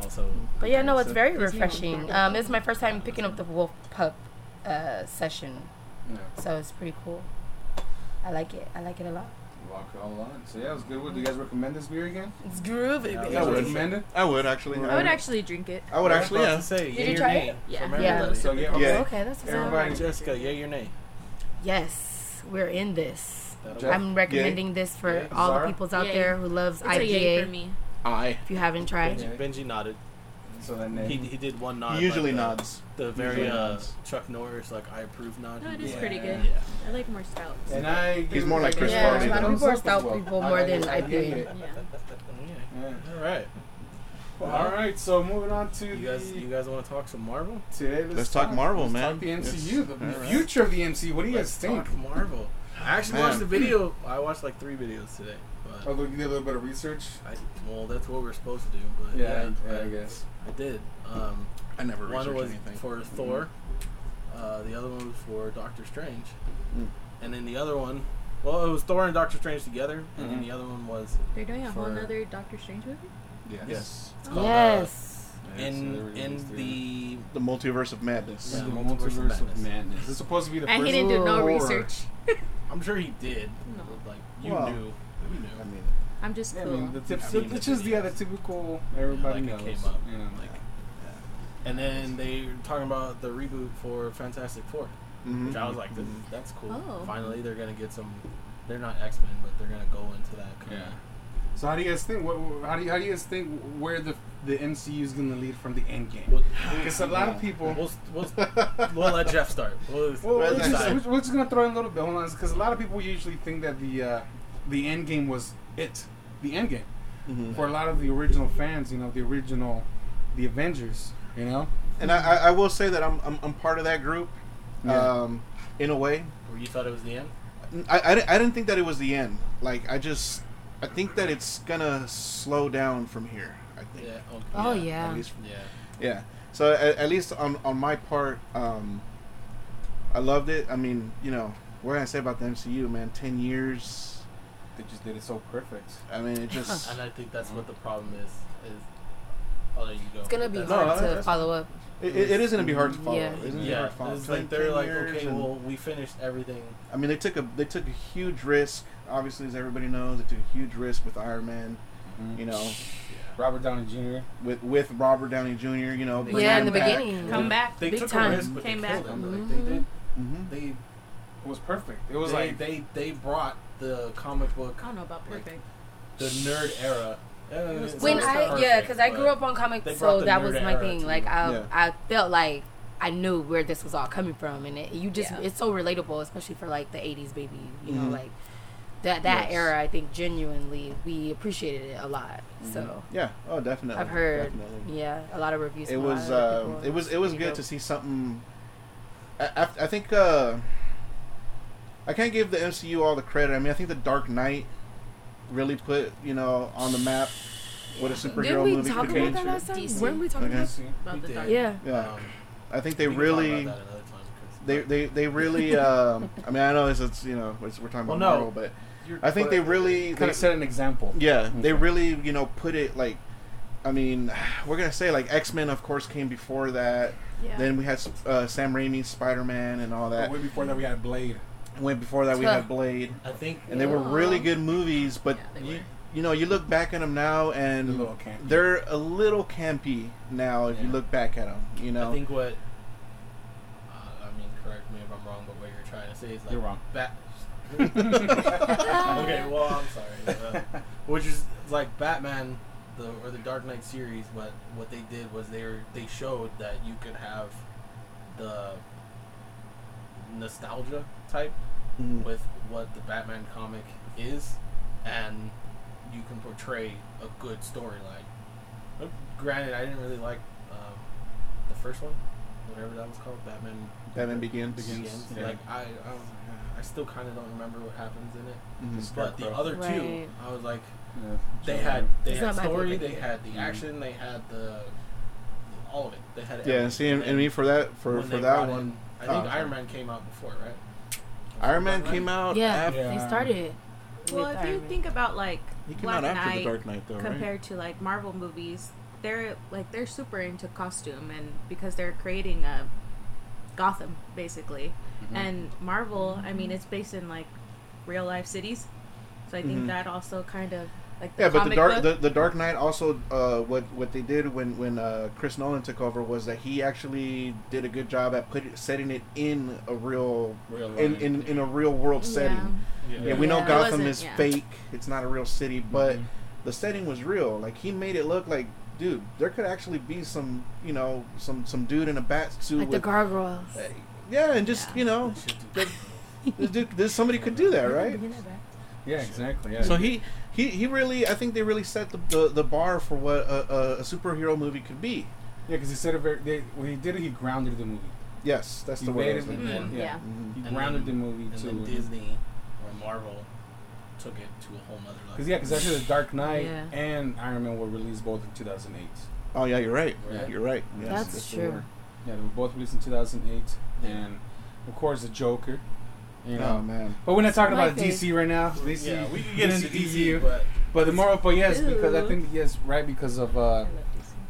[SPEAKER 1] Also,
[SPEAKER 7] But yeah, no, it's
[SPEAKER 1] So-
[SPEAKER 7] very refreshing. Um, it's my first time picking up the Wolf Pup uh, session,
[SPEAKER 2] Yeah.
[SPEAKER 7] so it's pretty cool. I like it. I like it a lot.
[SPEAKER 2] Walk all on. So yeah, it was good. Would you guys recommend this beer again?
[SPEAKER 7] It's groovy.
[SPEAKER 1] Yeah,
[SPEAKER 7] baby.
[SPEAKER 1] I would.
[SPEAKER 2] recommend it.
[SPEAKER 6] I would, actually.
[SPEAKER 2] I
[SPEAKER 4] I would actually drink it.
[SPEAKER 6] I would actually,
[SPEAKER 1] I
[SPEAKER 6] yeah.
[SPEAKER 1] was about to say,
[SPEAKER 7] Did
[SPEAKER 1] yay
[SPEAKER 7] you
[SPEAKER 1] or
[SPEAKER 7] try
[SPEAKER 1] nay
[SPEAKER 7] it? Yeah.
[SPEAKER 1] From
[SPEAKER 7] Yeah.
[SPEAKER 1] everybody.
[SPEAKER 2] So yeah,
[SPEAKER 6] Yeah.
[SPEAKER 7] Okay, that's what's
[SPEAKER 2] Everybody-
[SPEAKER 7] up.
[SPEAKER 1] Jessica, yay or nay?
[SPEAKER 7] Yes, we're in this.
[SPEAKER 1] That'll
[SPEAKER 2] Jeff?
[SPEAKER 1] work.
[SPEAKER 7] I'm recommending this for
[SPEAKER 1] Yeah.
[SPEAKER 7] all
[SPEAKER 2] Zara?
[SPEAKER 7] the peoples out
[SPEAKER 4] Yeah.
[SPEAKER 7] there who loves
[SPEAKER 4] It's a yay for
[SPEAKER 7] IPA.
[SPEAKER 4] me.
[SPEAKER 6] I.
[SPEAKER 7] If you haven't tried,
[SPEAKER 1] Benji, Benji nodded.
[SPEAKER 2] So that
[SPEAKER 1] He,
[SPEAKER 2] name.
[SPEAKER 1] he did one nod.
[SPEAKER 6] He usually
[SPEAKER 1] like the-
[SPEAKER 6] nods.
[SPEAKER 1] The very
[SPEAKER 6] Usually
[SPEAKER 1] uh,
[SPEAKER 6] nods.
[SPEAKER 1] Chuck Norris, like I approve nod.
[SPEAKER 4] No, it
[SPEAKER 1] He
[SPEAKER 4] is
[SPEAKER 1] did.
[SPEAKER 4] pretty
[SPEAKER 2] Yeah.
[SPEAKER 4] good.
[SPEAKER 1] Yeah.
[SPEAKER 4] I like more stouts.
[SPEAKER 2] And I.
[SPEAKER 6] He's more like Chris
[SPEAKER 7] Yeah,
[SPEAKER 6] Farley,
[SPEAKER 7] a lot of
[SPEAKER 6] though.
[SPEAKER 7] people are stout people more than
[SPEAKER 2] I get
[SPEAKER 7] IPA.
[SPEAKER 2] it.
[SPEAKER 4] Yeah.
[SPEAKER 1] Yeah.
[SPEAKER 2] Yeah.
[SPEAKER 1] All right.
[SPEAKER 2] All right. So moving on to
[SPEAKER 1] You guys,
[SPEAKER 2] the-
[SPEAKER 1] you guys want to talk some Marvel?
[SPEAKER 2] today. Let's,
[SPEAKER 6] Let's talk Marvel,
[SPEAKER 2] let's
[SPEAKER 6] man.
[SPEAKER 2] Talk the
[SPEAKER 6] Yes.
[SPEAKER 2] MCU, the
[SPEAKER 6] All right.
[SPEAKER 2] future of the MCU. What do you guys
[SPEAKER 1] Let's
[SPEAKER 2] think?
[SPEAKER 1] talk Marvel. I actually
[SPEAKER 6] Man.
[SPEAKER 1] watched a video. I watched like three videos today, but
[SPEAKER 2] Although Oh, you did a little bit of research.
[SPEAKER 1] I, well, that's what we're supposed to do. But
[SPEAKER 2] Yeah,
[SPEAKER 1] yeah,
[SPEAKER 2] yeah,
[SPEAKER 1] I,
[SPEAKER 2] I guess.
[SPEAKER 1] I did. Um,
[SPEAKER 6] I never
[SPEAKER 1] One
[SPEAKER 6] researched
[SPEAKER 1] was
[SPEAKER 6] anything.
[SPEAKER 1] for
[SPEAKER 2] Mm-hmm.
[SPEAKER 1] Thor. Uh, the other one was for Doctor Strange.
[SPEAKER 6] Mm.
[SPEAKER 1] And then the other one, well, it was Thor and Doctor Strange together. And then
[SPEAKER 2] Mhm.
[SPEAKER 1] the other one was
[SPEAKER 4] They're doing a whole
[SPEAKER 1] For-
[SPEAKER 4] nother Doctor Strange movie?
[SPEAKER 1] yes,
[SPEAKER 4] Oh.
[SPEAKER 1] it's called, uh,
[SPEAKER 7] yes,
[SPEAKER 2] so
[SPEAKER 1] in
[SPEAKER 2] there it is,
[SPEAKER 1] in
[SPEAKER 2] there.
[SPEAKER 1] the
[SPEAKER 6] The multiverse of madness.
[SPEAKER 2] This is
[SPEAKER 1] Yeah.
[SPEAKER 2] the
[SPEAKER 1] Multiverse of
[SPEAKER 2] multiverse of
[SPEAKER 1] Madness.
[SPEAKER 2] madness. It's supposed to be the
[SPEAKER 4] And
[SPEAKER 2] first
[SPEAKER 4] he didn't do no
[SPEAKER 2] horror.
[SPEAKER 4] research.
[SPEAKER 1] I'm sure he did.
[SPEAKER 4] No.
[SPEAKER 1] but, Like you
[SPEAKER 6] Well,
[SPEAKER 1] knew, you knew.
[SPEAKER 6] I mean,
[SPEAKER 4] I'm just
[SPEAKER 2] Yeah, I
[SPEAKER 4] cool.
[SPEAKER 2] mean, the tips,
[SPEAKER 1] I mean,
[SPEAKER 2] it's
[SPEAKER 1] the
[SPEAKER 2] just yeah, the
[SPEAKER 1] videos.
[SPEAKER 2] typical everybody
[SPEAKER 1] like, it
[SPEAKER 2] knows.
[SPEAKER 1] came up,
[SPEAKER 2] You know,
[SPEAKER 1] like- And then they were talking about the reboot for Fantastic Four, which I was like,
[SPEAKER 2] Mm-hmm.
[SPEAKER 1] "This- that's cool.
[SPEAKER 4] Oh.
[SPEAKER 1] Finally, they're gonna get some. They're not X Men, but they're gonna go into that. Kind
[SPEAKER 2] yeah. So how do you guys think? What, what- how do you, how do you guys think where the the MCU is going to lead from the end game?
[SPEAKER 1] We'll,
[SPEAKER 2] Because a lot of people.
[SPEAKER 1] we'll, we'll,
[SPEAKER 6] mm-hmm.
[SPEAKER 1] we'll, we'll let Jeff start. We'll,
[SPEAKER 2] Well, we're
[SPEAKER 6] Right next
[SPEAKER 2] just,
[SPEAKER 1] decide.
[SPEAKER 2] we're- we're just gonna throw in a little bit. Hold on, because a lot of people usually think that the uh, the end game was it, the end game
[SPEAKER 6] Mhm.
[SPEAKER 2] for a lot of the original fans. You know, the original, the Avengers. You know,
[SPEAKER 6] And I, I, I will say that I'm, I'm, I'm part of that group,
[SPEAKER 2] Yeah.
[SPEAKER 6] um, in a way.
[SPEAKER 1] Or you thought it was the end?
[SPEAKER 6] I, I, di- I didn't think that it was the end. Like I just, I think that it's gonna slow down from here. I think.
[SPEAKER 1] Yeah. Okay.
[SPEAKER 7] Oh,
[SPEAKER 6] At
[SPEAKER 7] yeah.
[SPEAKER 6] least,
[SPEAKER 1] Yeah.
[SPEAKER 6] yeah. So at, at least on on my part, um, I loved it. I mean, you know, what can I say about the MCU, man? Ten years.
[SPEAKER 2] they just did it so perfect.
[SPEAKER 6] I mean, it just.
[SPEAKER 1] And I think that's what the problem is. Is oh, there you go.
[SPEAKER 7] it's gonna be
[SPEAKER 1] That's-
[SPEAKER 6] No,
[SPEAKER 7] hard to
[SPEAKER 6] that's-
[SPEAKER 7] follow up.
[SPEAKER 6] it, it- it is gonna be hard to follow.
[SPEAKER 7] Yeah.
[SPEAKER 6] It's gonna be
[SPEAKER 1] Yeah,
[SPEAKER 6] hard to follow.
[SPEAKER 1] it's
[SPEAKER 6] Ten-
[SPEAKER 1] like they're
[SPEAKER 6] 10
[SPEAKER 1] like,
[SPEAKER 6] years
[SPEAKER 1] okay,
[SPEAKER 6] and-
[SPEAKER 1] well, we finished everything.
[SPEAKER 6] I mean, they took a they took a huge risk. Obviously, as everybody knows, they took a huge risk with Iron Man.
[SPEAKER 2] Mm-hmm.
[SPEAKER 6] You know,
[SPEAKER 2] Robert Downey Jr.
[SPEAKER 6] with with Robert Downey Jr. You know, bringing
[SPEAKER 7] Yeah, in the
[SPEAKER 6] him back.
[SPEAKER 7] beginning.
[SPEAKER 4] Come back.
[SPEAKER 1] They
[SPEAKER 7] Big
[SPEAKER 1] took
[SPEAKER 7] time.
[SPEAKER 1] a risk, but
[SPEAKER 4] Came
[SPEAKER 1] they
[SPEAKER 4] back.
[SPEAKER 1] killed him. Like,
[SPEAKER 7] Mhm.
[SPEAKER 1] they did.
[SPEAKER 6] Mhm.
[SPEAKER 1] They
[SPEAKER 2] It was perfect. It
[SPEAKER 1] it
[SPEAKER 2] was like
[SPEAKER 1] they they brought the comic book
[SPEAKER 4] I don't know about
[SPEAKER 1] Like,
[SPEAKER 4] perfect.
[SPEAKER 1] the nerd era. Yeah,
[SPEAKER 4] was
[SPEAKER 1] it's
[SPEAKER 7] When
[SPEAKER 1] not
[SPEAKER 7] I
[SPEAKER 1] perfect,
[SPEAKER 7] yeah, because I grew
[SPEAKER 1] but- um,
[SPEAKER 7] up on
[SPEAKER 1] they
[SPEAKER 7] comics,
[SPEAKER 1] brought
[SPEAKER 7] so
[SPEAKER 1] the
[SPEAKER 7] that
[SPEAKER 1] nerd
[SPEAKER 7] was my
[SPEAKER 1] era
[SPEAKER 7] thing.
[SPEAKER 1] to
[SPEAKER 7] Like
[SPEAKER 1] it.
[SPEAKER 7] I,
[SPEAKER 6] Yeah.
[SPEAKER 7] I felt like I knew where this was all coming from, and it, you just
[SPEAKER 4] Yeah.
[SPEAKER 7] it's so relatable, especially for like the '80s baby. You know,
[SPEAKER 6] Mhm.
[SPEAKER 7] like that that
[SPEAKER 6] Yes.
[SPEAKER 7] era, I think genuinely we appreciated it a lot. So
[SPEAKER 6] Yeah. Oh, definitely.
[SPEAKER 7] I've heard,
[SPEAKER 6] Definitely.
[SPEAKER 7] yeah, a lot of reviews.
[SPEAKER 6] it
[SPEAKER 7] from a lot
[SPEAKER 6] was um
[SPEAKER 7] of people.
[SPEAKER 6] it was it was
[SPEAKER 7] You know.
[SPEAKER 6] good to see something. I, I, I think uh, I can't give the MCU all the credit. I mean, I think the Dark Knight really put you know on the map what a superhero
[SPEAKER 7] Didn't we
[SPEAKER 6] movie
[SPEAKER 7] talk
[SPEAKER 6] could be.
[SPEAKER 7] about that last time?
[SPEAKER 4] DC.
[SPEAKER 7] Weren't we talking
[SPEAKER 6] Okay.
[SPEAKER 7] about?
[SPEAKER 4] About the
[SPEAKER 1] We
[SPEAKER 4] dark.
[SPEAKER 1] did.
[SPEAKER 7] Yeah.
[SPEAKER 6] Yeah,
[SPEAKER 1] Um,
[SPEAKER 6] I think they
[SPEAKER 1] we can talk
[SPEAKER 6] really
[SPEAKER 1] about that another time, 'cause-
[SPEAKER 6] they they they really. um I mean, I know it's, it's you know it's, we're talking
[SPEAKER 1] Well,
[SPEAKER 6] about
[SPEAKER 1] no.
[SPEAKER 6] Marvel, but I think
[SPEAKER 8] But
[SPEAKER 6] they really
[SPEAKER 8] kind
[SPEAKER 6] they-
[SPEAKER 8] of set an example.
[SPEAKER 6] Yeah,
[SPEAKER 8] Okay.
[SPEAKER 6] they really, you know, put it like I mean, we're going to say like X-Men of course came before that.
[SPEAKER 4] Yeah.
[SPEAKER 6] Then we had uh, Sam Raimi's Spider-Man and all that.
[SPEAKER 2] Way before that, we had Blade.
[SPEAKER 6] Went before that we
[SPEAKER 7] Huh.
[SPEAKER 6] had Blade.
[SPEAKER 1] I think
[SPEAKER 6] And they were
[SPEAKER 7] Yeah.
[SPEAKER 6] really good movies, but
[SPEAKER 4] Yeah, they
[SPEAKER 6] you,
[SPEAKER 4] were.
[SPEAKER 6] you know, you look back at them now
[SPEAKER 2] A
[SPEAKER 6] and
[SPEAKER 2] little camp.
[SPEAKER 6] they're a little campy now if you
[SPEAKER 1] Yeah.
[SPEAKER 6] look back at them, you know.
[SPEAKER 1] I think what uh, I mean, correct me if I'm wrong, but what you're trying to say is like
[SPEAKER 8] You're wrong.
[SPEAKER 1] Bat. okay, well I'm sorry, uh, which is like Batman, the or the Dark Knight series. What what they did was they were, they showed that you could have the nostalgia type
[SPEAKER 6] Mhm.
[SPEAKER 1] with what the Batman comic is, and you can portray a good storyline. Uh, Granted, I didn't really like um, the first one, whatever that was called, Batman
[SPEAKER 6] Batman Begins.
[SPEAKER 1] Begins.
[SPEAKER 8] yeah.
[SPEAKER 1] Like I, I, was, like, "Ah," I still kind of don't remember what happens in it.
[SPEAKER 6] Mhm.
[SPEAKER 1] But the other two,
[SPEAKER 7] Right.
[SPEAKER 1] I was like,
[SPEAKER 8] Yeah.
[SPEAKER 1] they had they
[SPEAKER 7] It's
[SPEAKER 1] had
[SPEAKER 7] not my
[SPEAKER 1] story,
[SPEAKER 7] favorite
[SPEAKER 1] they
[SPEAKER 7] either.
[SPEAKER 1] had the
[SPEAKER 6] Mm-hmm.
[SPEAKER 1] action, they had the all of it. They had
[SPEAKER 6] Yeah,
[SPEAKER 1] everything.
[SPEAKER 6] and see and, and me for that for
[SPEAKER 1] when
[SPEAKER 6] for
[SPEAKER 1] they
[SPEAKER 6] that
[SPEAKER 1] brought in-
[SPEAKER 6] one.
[SPEAKER 1] I think
[SPEAKER 6] oh.
[SPEAKER 1] Iron Man came out before, right?
[SPEAKER 6] Iron Man came out
[SPEAKER 7] Yeah.
[SPEAKER 6] after
[SPEAKER 2] Yeah.
[SPEAKER 7] They started.
[SPEAKER 4] Well,
[SPEAKER 7] with
[SPEAKER 4] if you
[SPEAKER 7] Iron Man.
[SPEAKER 4] think about like
[SPEAKER 6] he came
[SPEAKER 4] Black
[SPEAKER 6] out after
[SPEAKER 4] Knight
[SPEAKER 6] the Dark Knight though, right?
[SPEAKER 4] compared to like Marvel movies, they're like they're super into costume and because they're creating a Gotham basically, Mm-hmm.
[SPEAKER 6] Mm-hmm.
[SPEAKER 4] and Marvel. I mean, it's based in like real life cities, so I think
[SPEAKER 6] Mhm.
[SPEAKER 4] that also kind of like the
[SPEAKER 6] Yeah, but
[SPEAKER 4] comic
[SPEAKER 6] the dark the,
[SPEAKER 4] book.
[SPEAKER 6] the Dark Knight also uh, what what they did when when uh, Chris Nolan took over was that he actually did a good job at put setting it in a real
[SPEAKER 8] Real
[SPEAKER 6] in,
[SPEAKER 8] life.
[SPEAKER 6] in, in a real world setting. Yeah, we know
[SPEAKER 7] Yeah.
[SPEAKER 4] It
[SPEAKER 6] Gotham
[SPEAKER 4] wasn't-
[SPEAKER 6] is
[SPEAKER 4] yeah.
[SPEAKER 6] fake; it's not a real city,
[SPEAKER 1] Mm-hmm.
[SPEAKER 6] but the setting was real. Like he made it look like, dude, there could actually be some you know some some dude in a bat suit
[SPEAKER 7] like the
[SPEAKER 6] with
[SPEAKER 7] gargoyles.
[SPEAKER 6] yeah, and just
[SPEAKER 4] Yeah.
[SPEAKER 6] you know,
[SPEAKER 1] Yeah.
[SPEAKER 6] this dude, this somebody could do that, right?
[SPEAKER 8] Yeah, exactly. Yeah.
[SPEAKER 6] So he, he, he really, I think they really set the, the, the bar for what a, a, a superhero movie could be.
[SPEAKER 2] Yeah, because he said a very. They, when he did it, he grounded the movie.
[SPEAKER 6] Yes, that's
[SPEAKER 2] He
[SPEAKER 6] the word. I
[SPEAKER 2] made
[SPEAKER 6] was
[SPEAKER 2] it.
[SPEAKER 6] looking
[SPEAKER 4] Mm,
[SPEAKER 6] for.
[SPEAKER 2] yeah.
[SPEAKER 4] yeah.
[SPEAKER 6] Mhm.
[SPEAKER 2] He
[SPEAKER 1] And
[SPEAKER 2] grounded
[SPEAKER 1] then-
[SPEAKER 2] the movie
[SPEAKER 1] And
[SPEAKER 2] to.
[SPEAKER 1] then Disney or Marvel took it to a whole nother level.
[SPEAKER 2] Because yeah, because actually, The Dark Knight
[SPEAKER 7] Yeah.
[SPEAKER 2] and Iron Man were released both in 2008.
[SPEAKER 6] Oh yeah, you're right.
[SPEAKER 1] Yeah.
[SPEAKER 6] You're right. Yes,
[SPEAKER 7] That's
[SPEAKER 6] the
[SPEAKER 7] true.
[SPEAKER 6] word.
[SPEAKER 2] Yeah, they were both released in 2008, and of course, the Joker. You know.
[SPEAKER 6] Oh man.
[SPEAKER 2] But we're not talking
[SPEAKER 7] My
[SPEAKER 2] about DC right now. DC,
[SPEAKER 1] yeah, we could get into
[SPEAKER 2] DC,
[SPEAKER 1] DC, but
[SPEAKER 2] But the moral, but yes, because I
[SPEAKER 4] Ew.
[SPEAKER 2] think yes, right because of uh,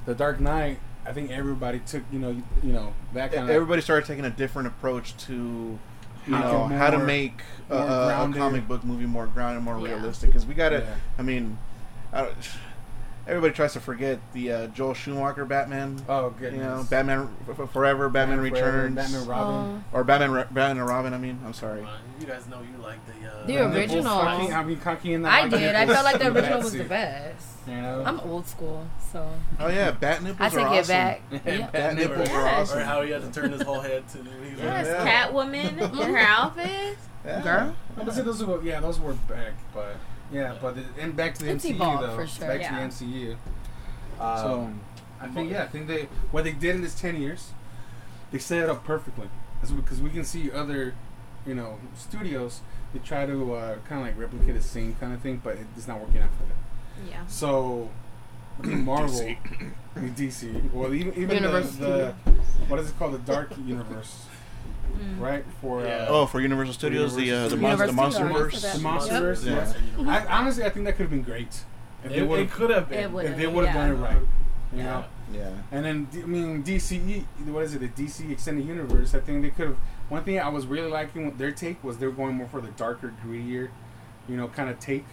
[SPEAKER 2] the Dark Knight. I think everybody took you know you, you know that kind of
[SPEAKER 6] E, Everybody started taking a different approach to you
[SPEAKER 2] Make it
[SPEAKER 6] know how to
[SPEAKER 2] more-
[SPEAKER 6] make a,
[SPEAKER 2] more
[SPEAKER 6] a- a
[SPEAKER 2] grounded.
[SPEAKER 6] comic book movie more grounded, more
[SPEAKER 4] Yeah.
[SPEAKER 6] realistic. Because we gotta.
[SPEAKER 2] Yeah.
[SPEAKER 6] I mean, I don't, everybody tries to forget the uh, Joel Schumacher Batman.
[SPEAKER 2] Oh goodness.
[SPEAKER 6] you know, Batman F- F- Forever, Batman,
[SPEAKER 2] Forever,
[SPEAKER 6] Returns,
[SPEAKER 2] Batman Robin.
[SPEAKER 6] or Batman, Re- Batman and Robin. I mean, I'm sorry.
[SPEAKER 1] come on, you guys know you like the uh,
[SPEAKER 7] The
[SPEAKER 2] Nipple
[SPEAKER 7] original.
[SPEAKER 2] fucking- I mean, cocky and
[SPEAKER 7] I did. I felt like the
[SPEAKER 2] nipples.
[SPEAKER 7] original was the
[SPEAKER 2] That's it.
[SPEAKER 7] best.
[SPEAKER 2] You know?
[SPEAKER 7] I'm old school, so
[SPEAKER 6] Oh yeah, bat nipples
[SPEAKER 7] I take
[SPEAKER 6] are
[SPEAKER 7] it
[SPEAKER 6] awesome.
[SPEAKER 7] back.
[SPEAKER 2] Yeah.
[SPEAKER 6] Bat
[SPEAKER 1] Batman
[SPEAKER 6] nipples are
[SPEAKER 1] or,
[SPEAKER 6] awesome.
[SPEAKER 1] or how he had to turn his whole head to the he was
[SPEAKER 4] Yes,
[SPEAKER 1] like,
[SPEAKER 6] Yeah.
[SPEAKER 4] Catwoman in her outfit.
[SPEAKER 6] Yeah.
[SPEAKER 7] Girl.
[SPEAKER 2] I would say those were yeah, those were back, but yeah, but it, and back to the
[SPEAKER 7] It's
[SPEAKER 2] MCU
[SPEAKER 7] evolved,
[SPEAKER 2] though.
[SPEAKER 7] for sure.
[SPEAKER 2] Back
[SPEAKER 4] Yeah.
[SPEAKER 2] to the MCU. so
[SPEAKER 8] Um,
[SPEAKER 2] I think yeah, I think they what they did in this ten years, they set it up perfectly. Because we can see other, you know, studios they try to uh, kind of like replicate the same kind of thing, but it- it's not working out for them.
[SPEAKER 4] Yeah.
[SPEAKER 2] So I think Marvel, DC, well even even the,
[SPEAKER 7] Universal
[SPEAKER 2] the what is it called the Dark Universe,
[SPEAKER 4] Mm.
[SPEAKER 2] right? For
[SPEAKER 1] Yeah.
[SPEAKER 2] uh,
[SPEAKER 6] Oh, for Universal Studios, the uh, the, mon- the
[SPEAKER 7] Universal
[SPEAKER 6] MonsterVerse.
[SPEAKER 7] Studios.
[SPEAKER 2] the
[SPEAKER 7] Yep.
[SPEAKER 2] Monsterverse.
[SPEAKER 6] Yep.
[SPEAKER 2] yes. I, honestly, I think that could have been great. If
[SPEAKER 1] it,
[SPEAKER 2] they would've-
[SPEAKER 1] it could have
[SPEAKER 4] It
[SPEAKER 1] been.
[SPEAKER 4] would.
[SPEAKER 2] if they would have
[SPEAKER 4] Yeah.
[SPEAKER 2] done it right, you know.
[SPEAKER 6] Yeah.
[SPEAKER 2] And then D- I mean DCE, what is it? The DC Extended Universe. I think they could have. One thing I was really liking with their take was they were going more for the darker, grittier, you know, kind of take.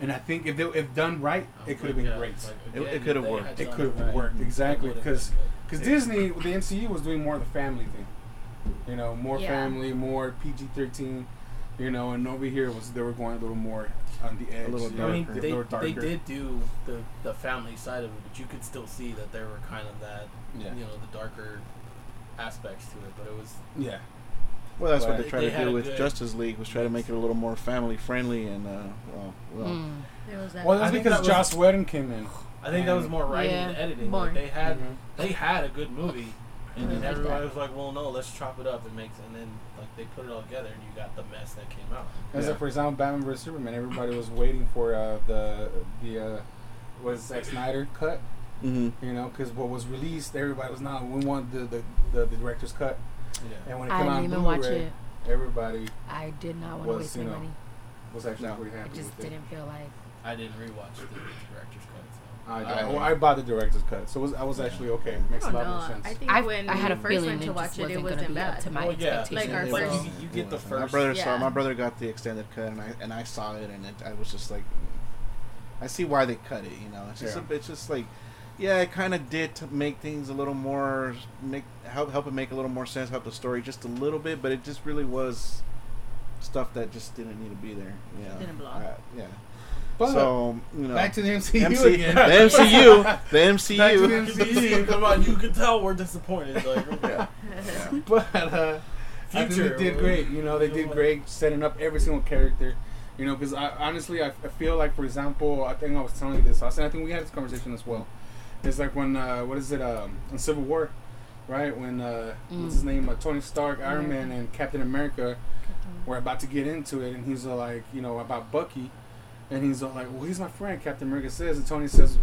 [SPEAKER 2] And I think if they, if done right, it could have been
[SPEAKER 1] Oh, Yeah,
[SPEAKER 2] great.
[SPEAKER 1] like,
[SPEAKER 6] It- it
[SPEAKER 1] again,
[SPEAKER 6] could have
[SPEAKER 1] they
[SPEAKER 6] worked.
[SPEAKER 1] had
[SPEAKER 2] It
[SPEAKER 1] done
[SPEAKER 2] could have
[SPEAKER 1] right. Mm-hmm.
[SPEAKER 2] worked exactly
[SPEAKER 1] It would've
[SPEAKER 2] because
[SPEAKER 1] been good.
[SPEAKER 2] because Disney, the MCU was doing more of the family thing, you know, more
[SPEAKER 4] Yeah.
[SPEAKER 2] family, more PG thirteen, you know. And over here was they were going a little more on the edge,
[SPEAKER 6] little
[SPEAKER 2] you know,
[SPEAKER 1] I mean,
[SPEAKER 2] a
[SPEAKER 1] they,
[SPEAKER 2] little
[SPEAKER 1] they
[SPEAKER 2] darker.
[SPEAKER 1] did do the, the family side of it, but you could still see that there were kind of that,
[SPEAKER 2] Yeah.
[SPEAKER 1] you know, the darker aspects to it. But it was
[SPEAKER 2] Yeah.
[SPEAKER 6] Well, that's what
[SPEAKER 2] But-
[SPEAKER 6] they tried
[SPEAKER 1] They
[SPEAKER 6] to
[SPEAKER 1] had
[SPEAKER 6] do
[SPEAKER 1] a
[SPEAKER 6] with
[SPEAKER 1] good-
[SPEAKER 6] Justice League was try to make it a little more family friendly and uh, well, well
[SPEAKER 7] Mm.
[SPEAKER 4] There was that.
[SPEAKER 2] Well, that's
[SPEAKER 1] I think
[SPEAKER 2] because
[SPEAKER 1] that
[SPEAKER 2] Joss Whedon came in.
[SPEAKER 1] I think that was more writing
[SPEAKER 7] Yeah,
[SPEAKER 1] and editing.
[SPEAKER 7] more.
[SPEAKER 1] Like they had
[SPEAKER 2] Mhm.
[SPEAKER 1] they had a good movie, and
[SPEAKER 7] Mhm.
[SPEAKER 1] then
[SPEAKER 7] Like
[SPEAKER 1] everybody
[SPEAKER 7] that.
[SPEAKER 1] was like, "Well, no, let's chop it up and make." And then like they put it all together, and you got the mess that came out.
[SPEAKER 2] As
[SPEAKER 6] Yeah.
[SPEAKER 2] like, for example, Batman vs Superman, everybody was waiting for uh, the the uh, was Zack Snyder cut,
[SPEAKER 6] hmm
[SPEAKER 2] you know, because what was released, everybody was not. We want the the, the, the director's cut,
[SPEAKER 1] Yeah.
[SPEAKER 2] and when it
[SPEAKER 7] I
[SPEAKER 2] came out
[SPEAKER 7] didn't
[SPEAKER 2] on
[SPEAKER 7] even watch
[SPEAKER 2] Blu-ray,
[SPEAKER 7] it.
[SPEAKER 2] everybody
[SPEAKER 7] I did not want to
[SPEAKER 2] Was,
[SPEAKER 7] waste
[SPEAKER 2] you
[SPEAKER 7] my
[SPEAKER 2] know,
[SPEAKER 7] money.
[SPEAKER 2] was actually
[SPEAKER 6] No.
[SPEAKER 2] pretty
[SPEAKER 7] I
[SPEAKER 2] happy
[SPEAKER 7] just
[SPEAKER 2] with it.
[SPEAKER 7] didn't feel like.
[SPEAKER 1] I didn't rewatch the director's cut.
[SPEAKER 2] I,
[SPEAKER 6] I-
[SPEAKER 2] I, well, I bought the director's cut, so was, I was actually okay. It
[SPEAKER 4] I
[SPEAKER 2] makes a
[SPEAKER 4] don't
[SPEAKER 2] lot more
[SPEAKER 4] know.
[SPEAKER 2] sense.
[SPEAKER 4] I think
[SPEAKER 7] Oh, I,
[SPEAKER 4] when
[SPEAKER 7] I had a
[SPEAKER 4] we first
[SPEAKER 7] feeling
[SPEAKER 4] went to watch it, it
[SPEAKER 7] wasn't going to
[SPEAKER 4] wasn't
[SPEAKER 7] be up
[SPEAKER 4] bad.
[SPEAKER 7] to my
[SPEAKER 1] Well, yeah, like
[SPEAKER 7] expectations.
[SPEAKER 4] our
[SPEAKER 7] at
[SPEAKER 4] first-
[SPEAKER 7] all.
[SPEAKER 2] um,
[SPEAKER 1] You- you get the
[SPEAKER 6] wasn't. My
[SPEAKER 1] first-
[SPEAKER 6] brother saw.
[SPEAKER 4] Yeah.
[SPEAKER 6] My brother got the extended cut, and I and I saw it, and it, I was just like, I see why they cut it. You know, it's just
[SPEAKER 2] Yeah.
[SPEAKER 6] a, it's just like, yeah, it kind of did to make things a little more make help help it make a little more sense, help the story just a little bit, but it just really was stuff that just didn't need to be there. Yeah,
[SPEAKER 4] Didn't belong.
[SPEAKER 6] I- yeah.
[SPEAKER 2] But
[SPEAKER 6] so you know,
[SPEAKER 8] Back to the MCU
[SPEAKER 6] MC, the
[SPEAKER 8] again.
[SPEAKER 6] MCU, the
[SPEAKER 2] Back to the
[SPEAKER 6] MCU.
[SPEAKER 2] MCU.
[SPEAKER 1] Come on, you can tell we're disappointed. Like
[SPEAKER 2] but uh, I think
[SPEAKER 1] Future
[SPEAKER 2] they did
[SPEAKER 1] was-
[SPEAKER 2] great. You know, they
[SPEAKER 1] you
[SPEAKER 2] did
[SPEAKER 1] know,
[SPEAKER 2] great setting up every single character. You know, because I honestly, I, I feel like, for example, I think I was telling you this, Austin. I think we had this conversation as well. It's like when uh, what is it? Um, in Civil War, right? When uh, what's his name? Uh, Tony Stark, Iron Man, and Captain America were about to get into it, and he's all like, you know, about Bucky, and he's all like, well, he's my friend. Captain America says, and Tony says,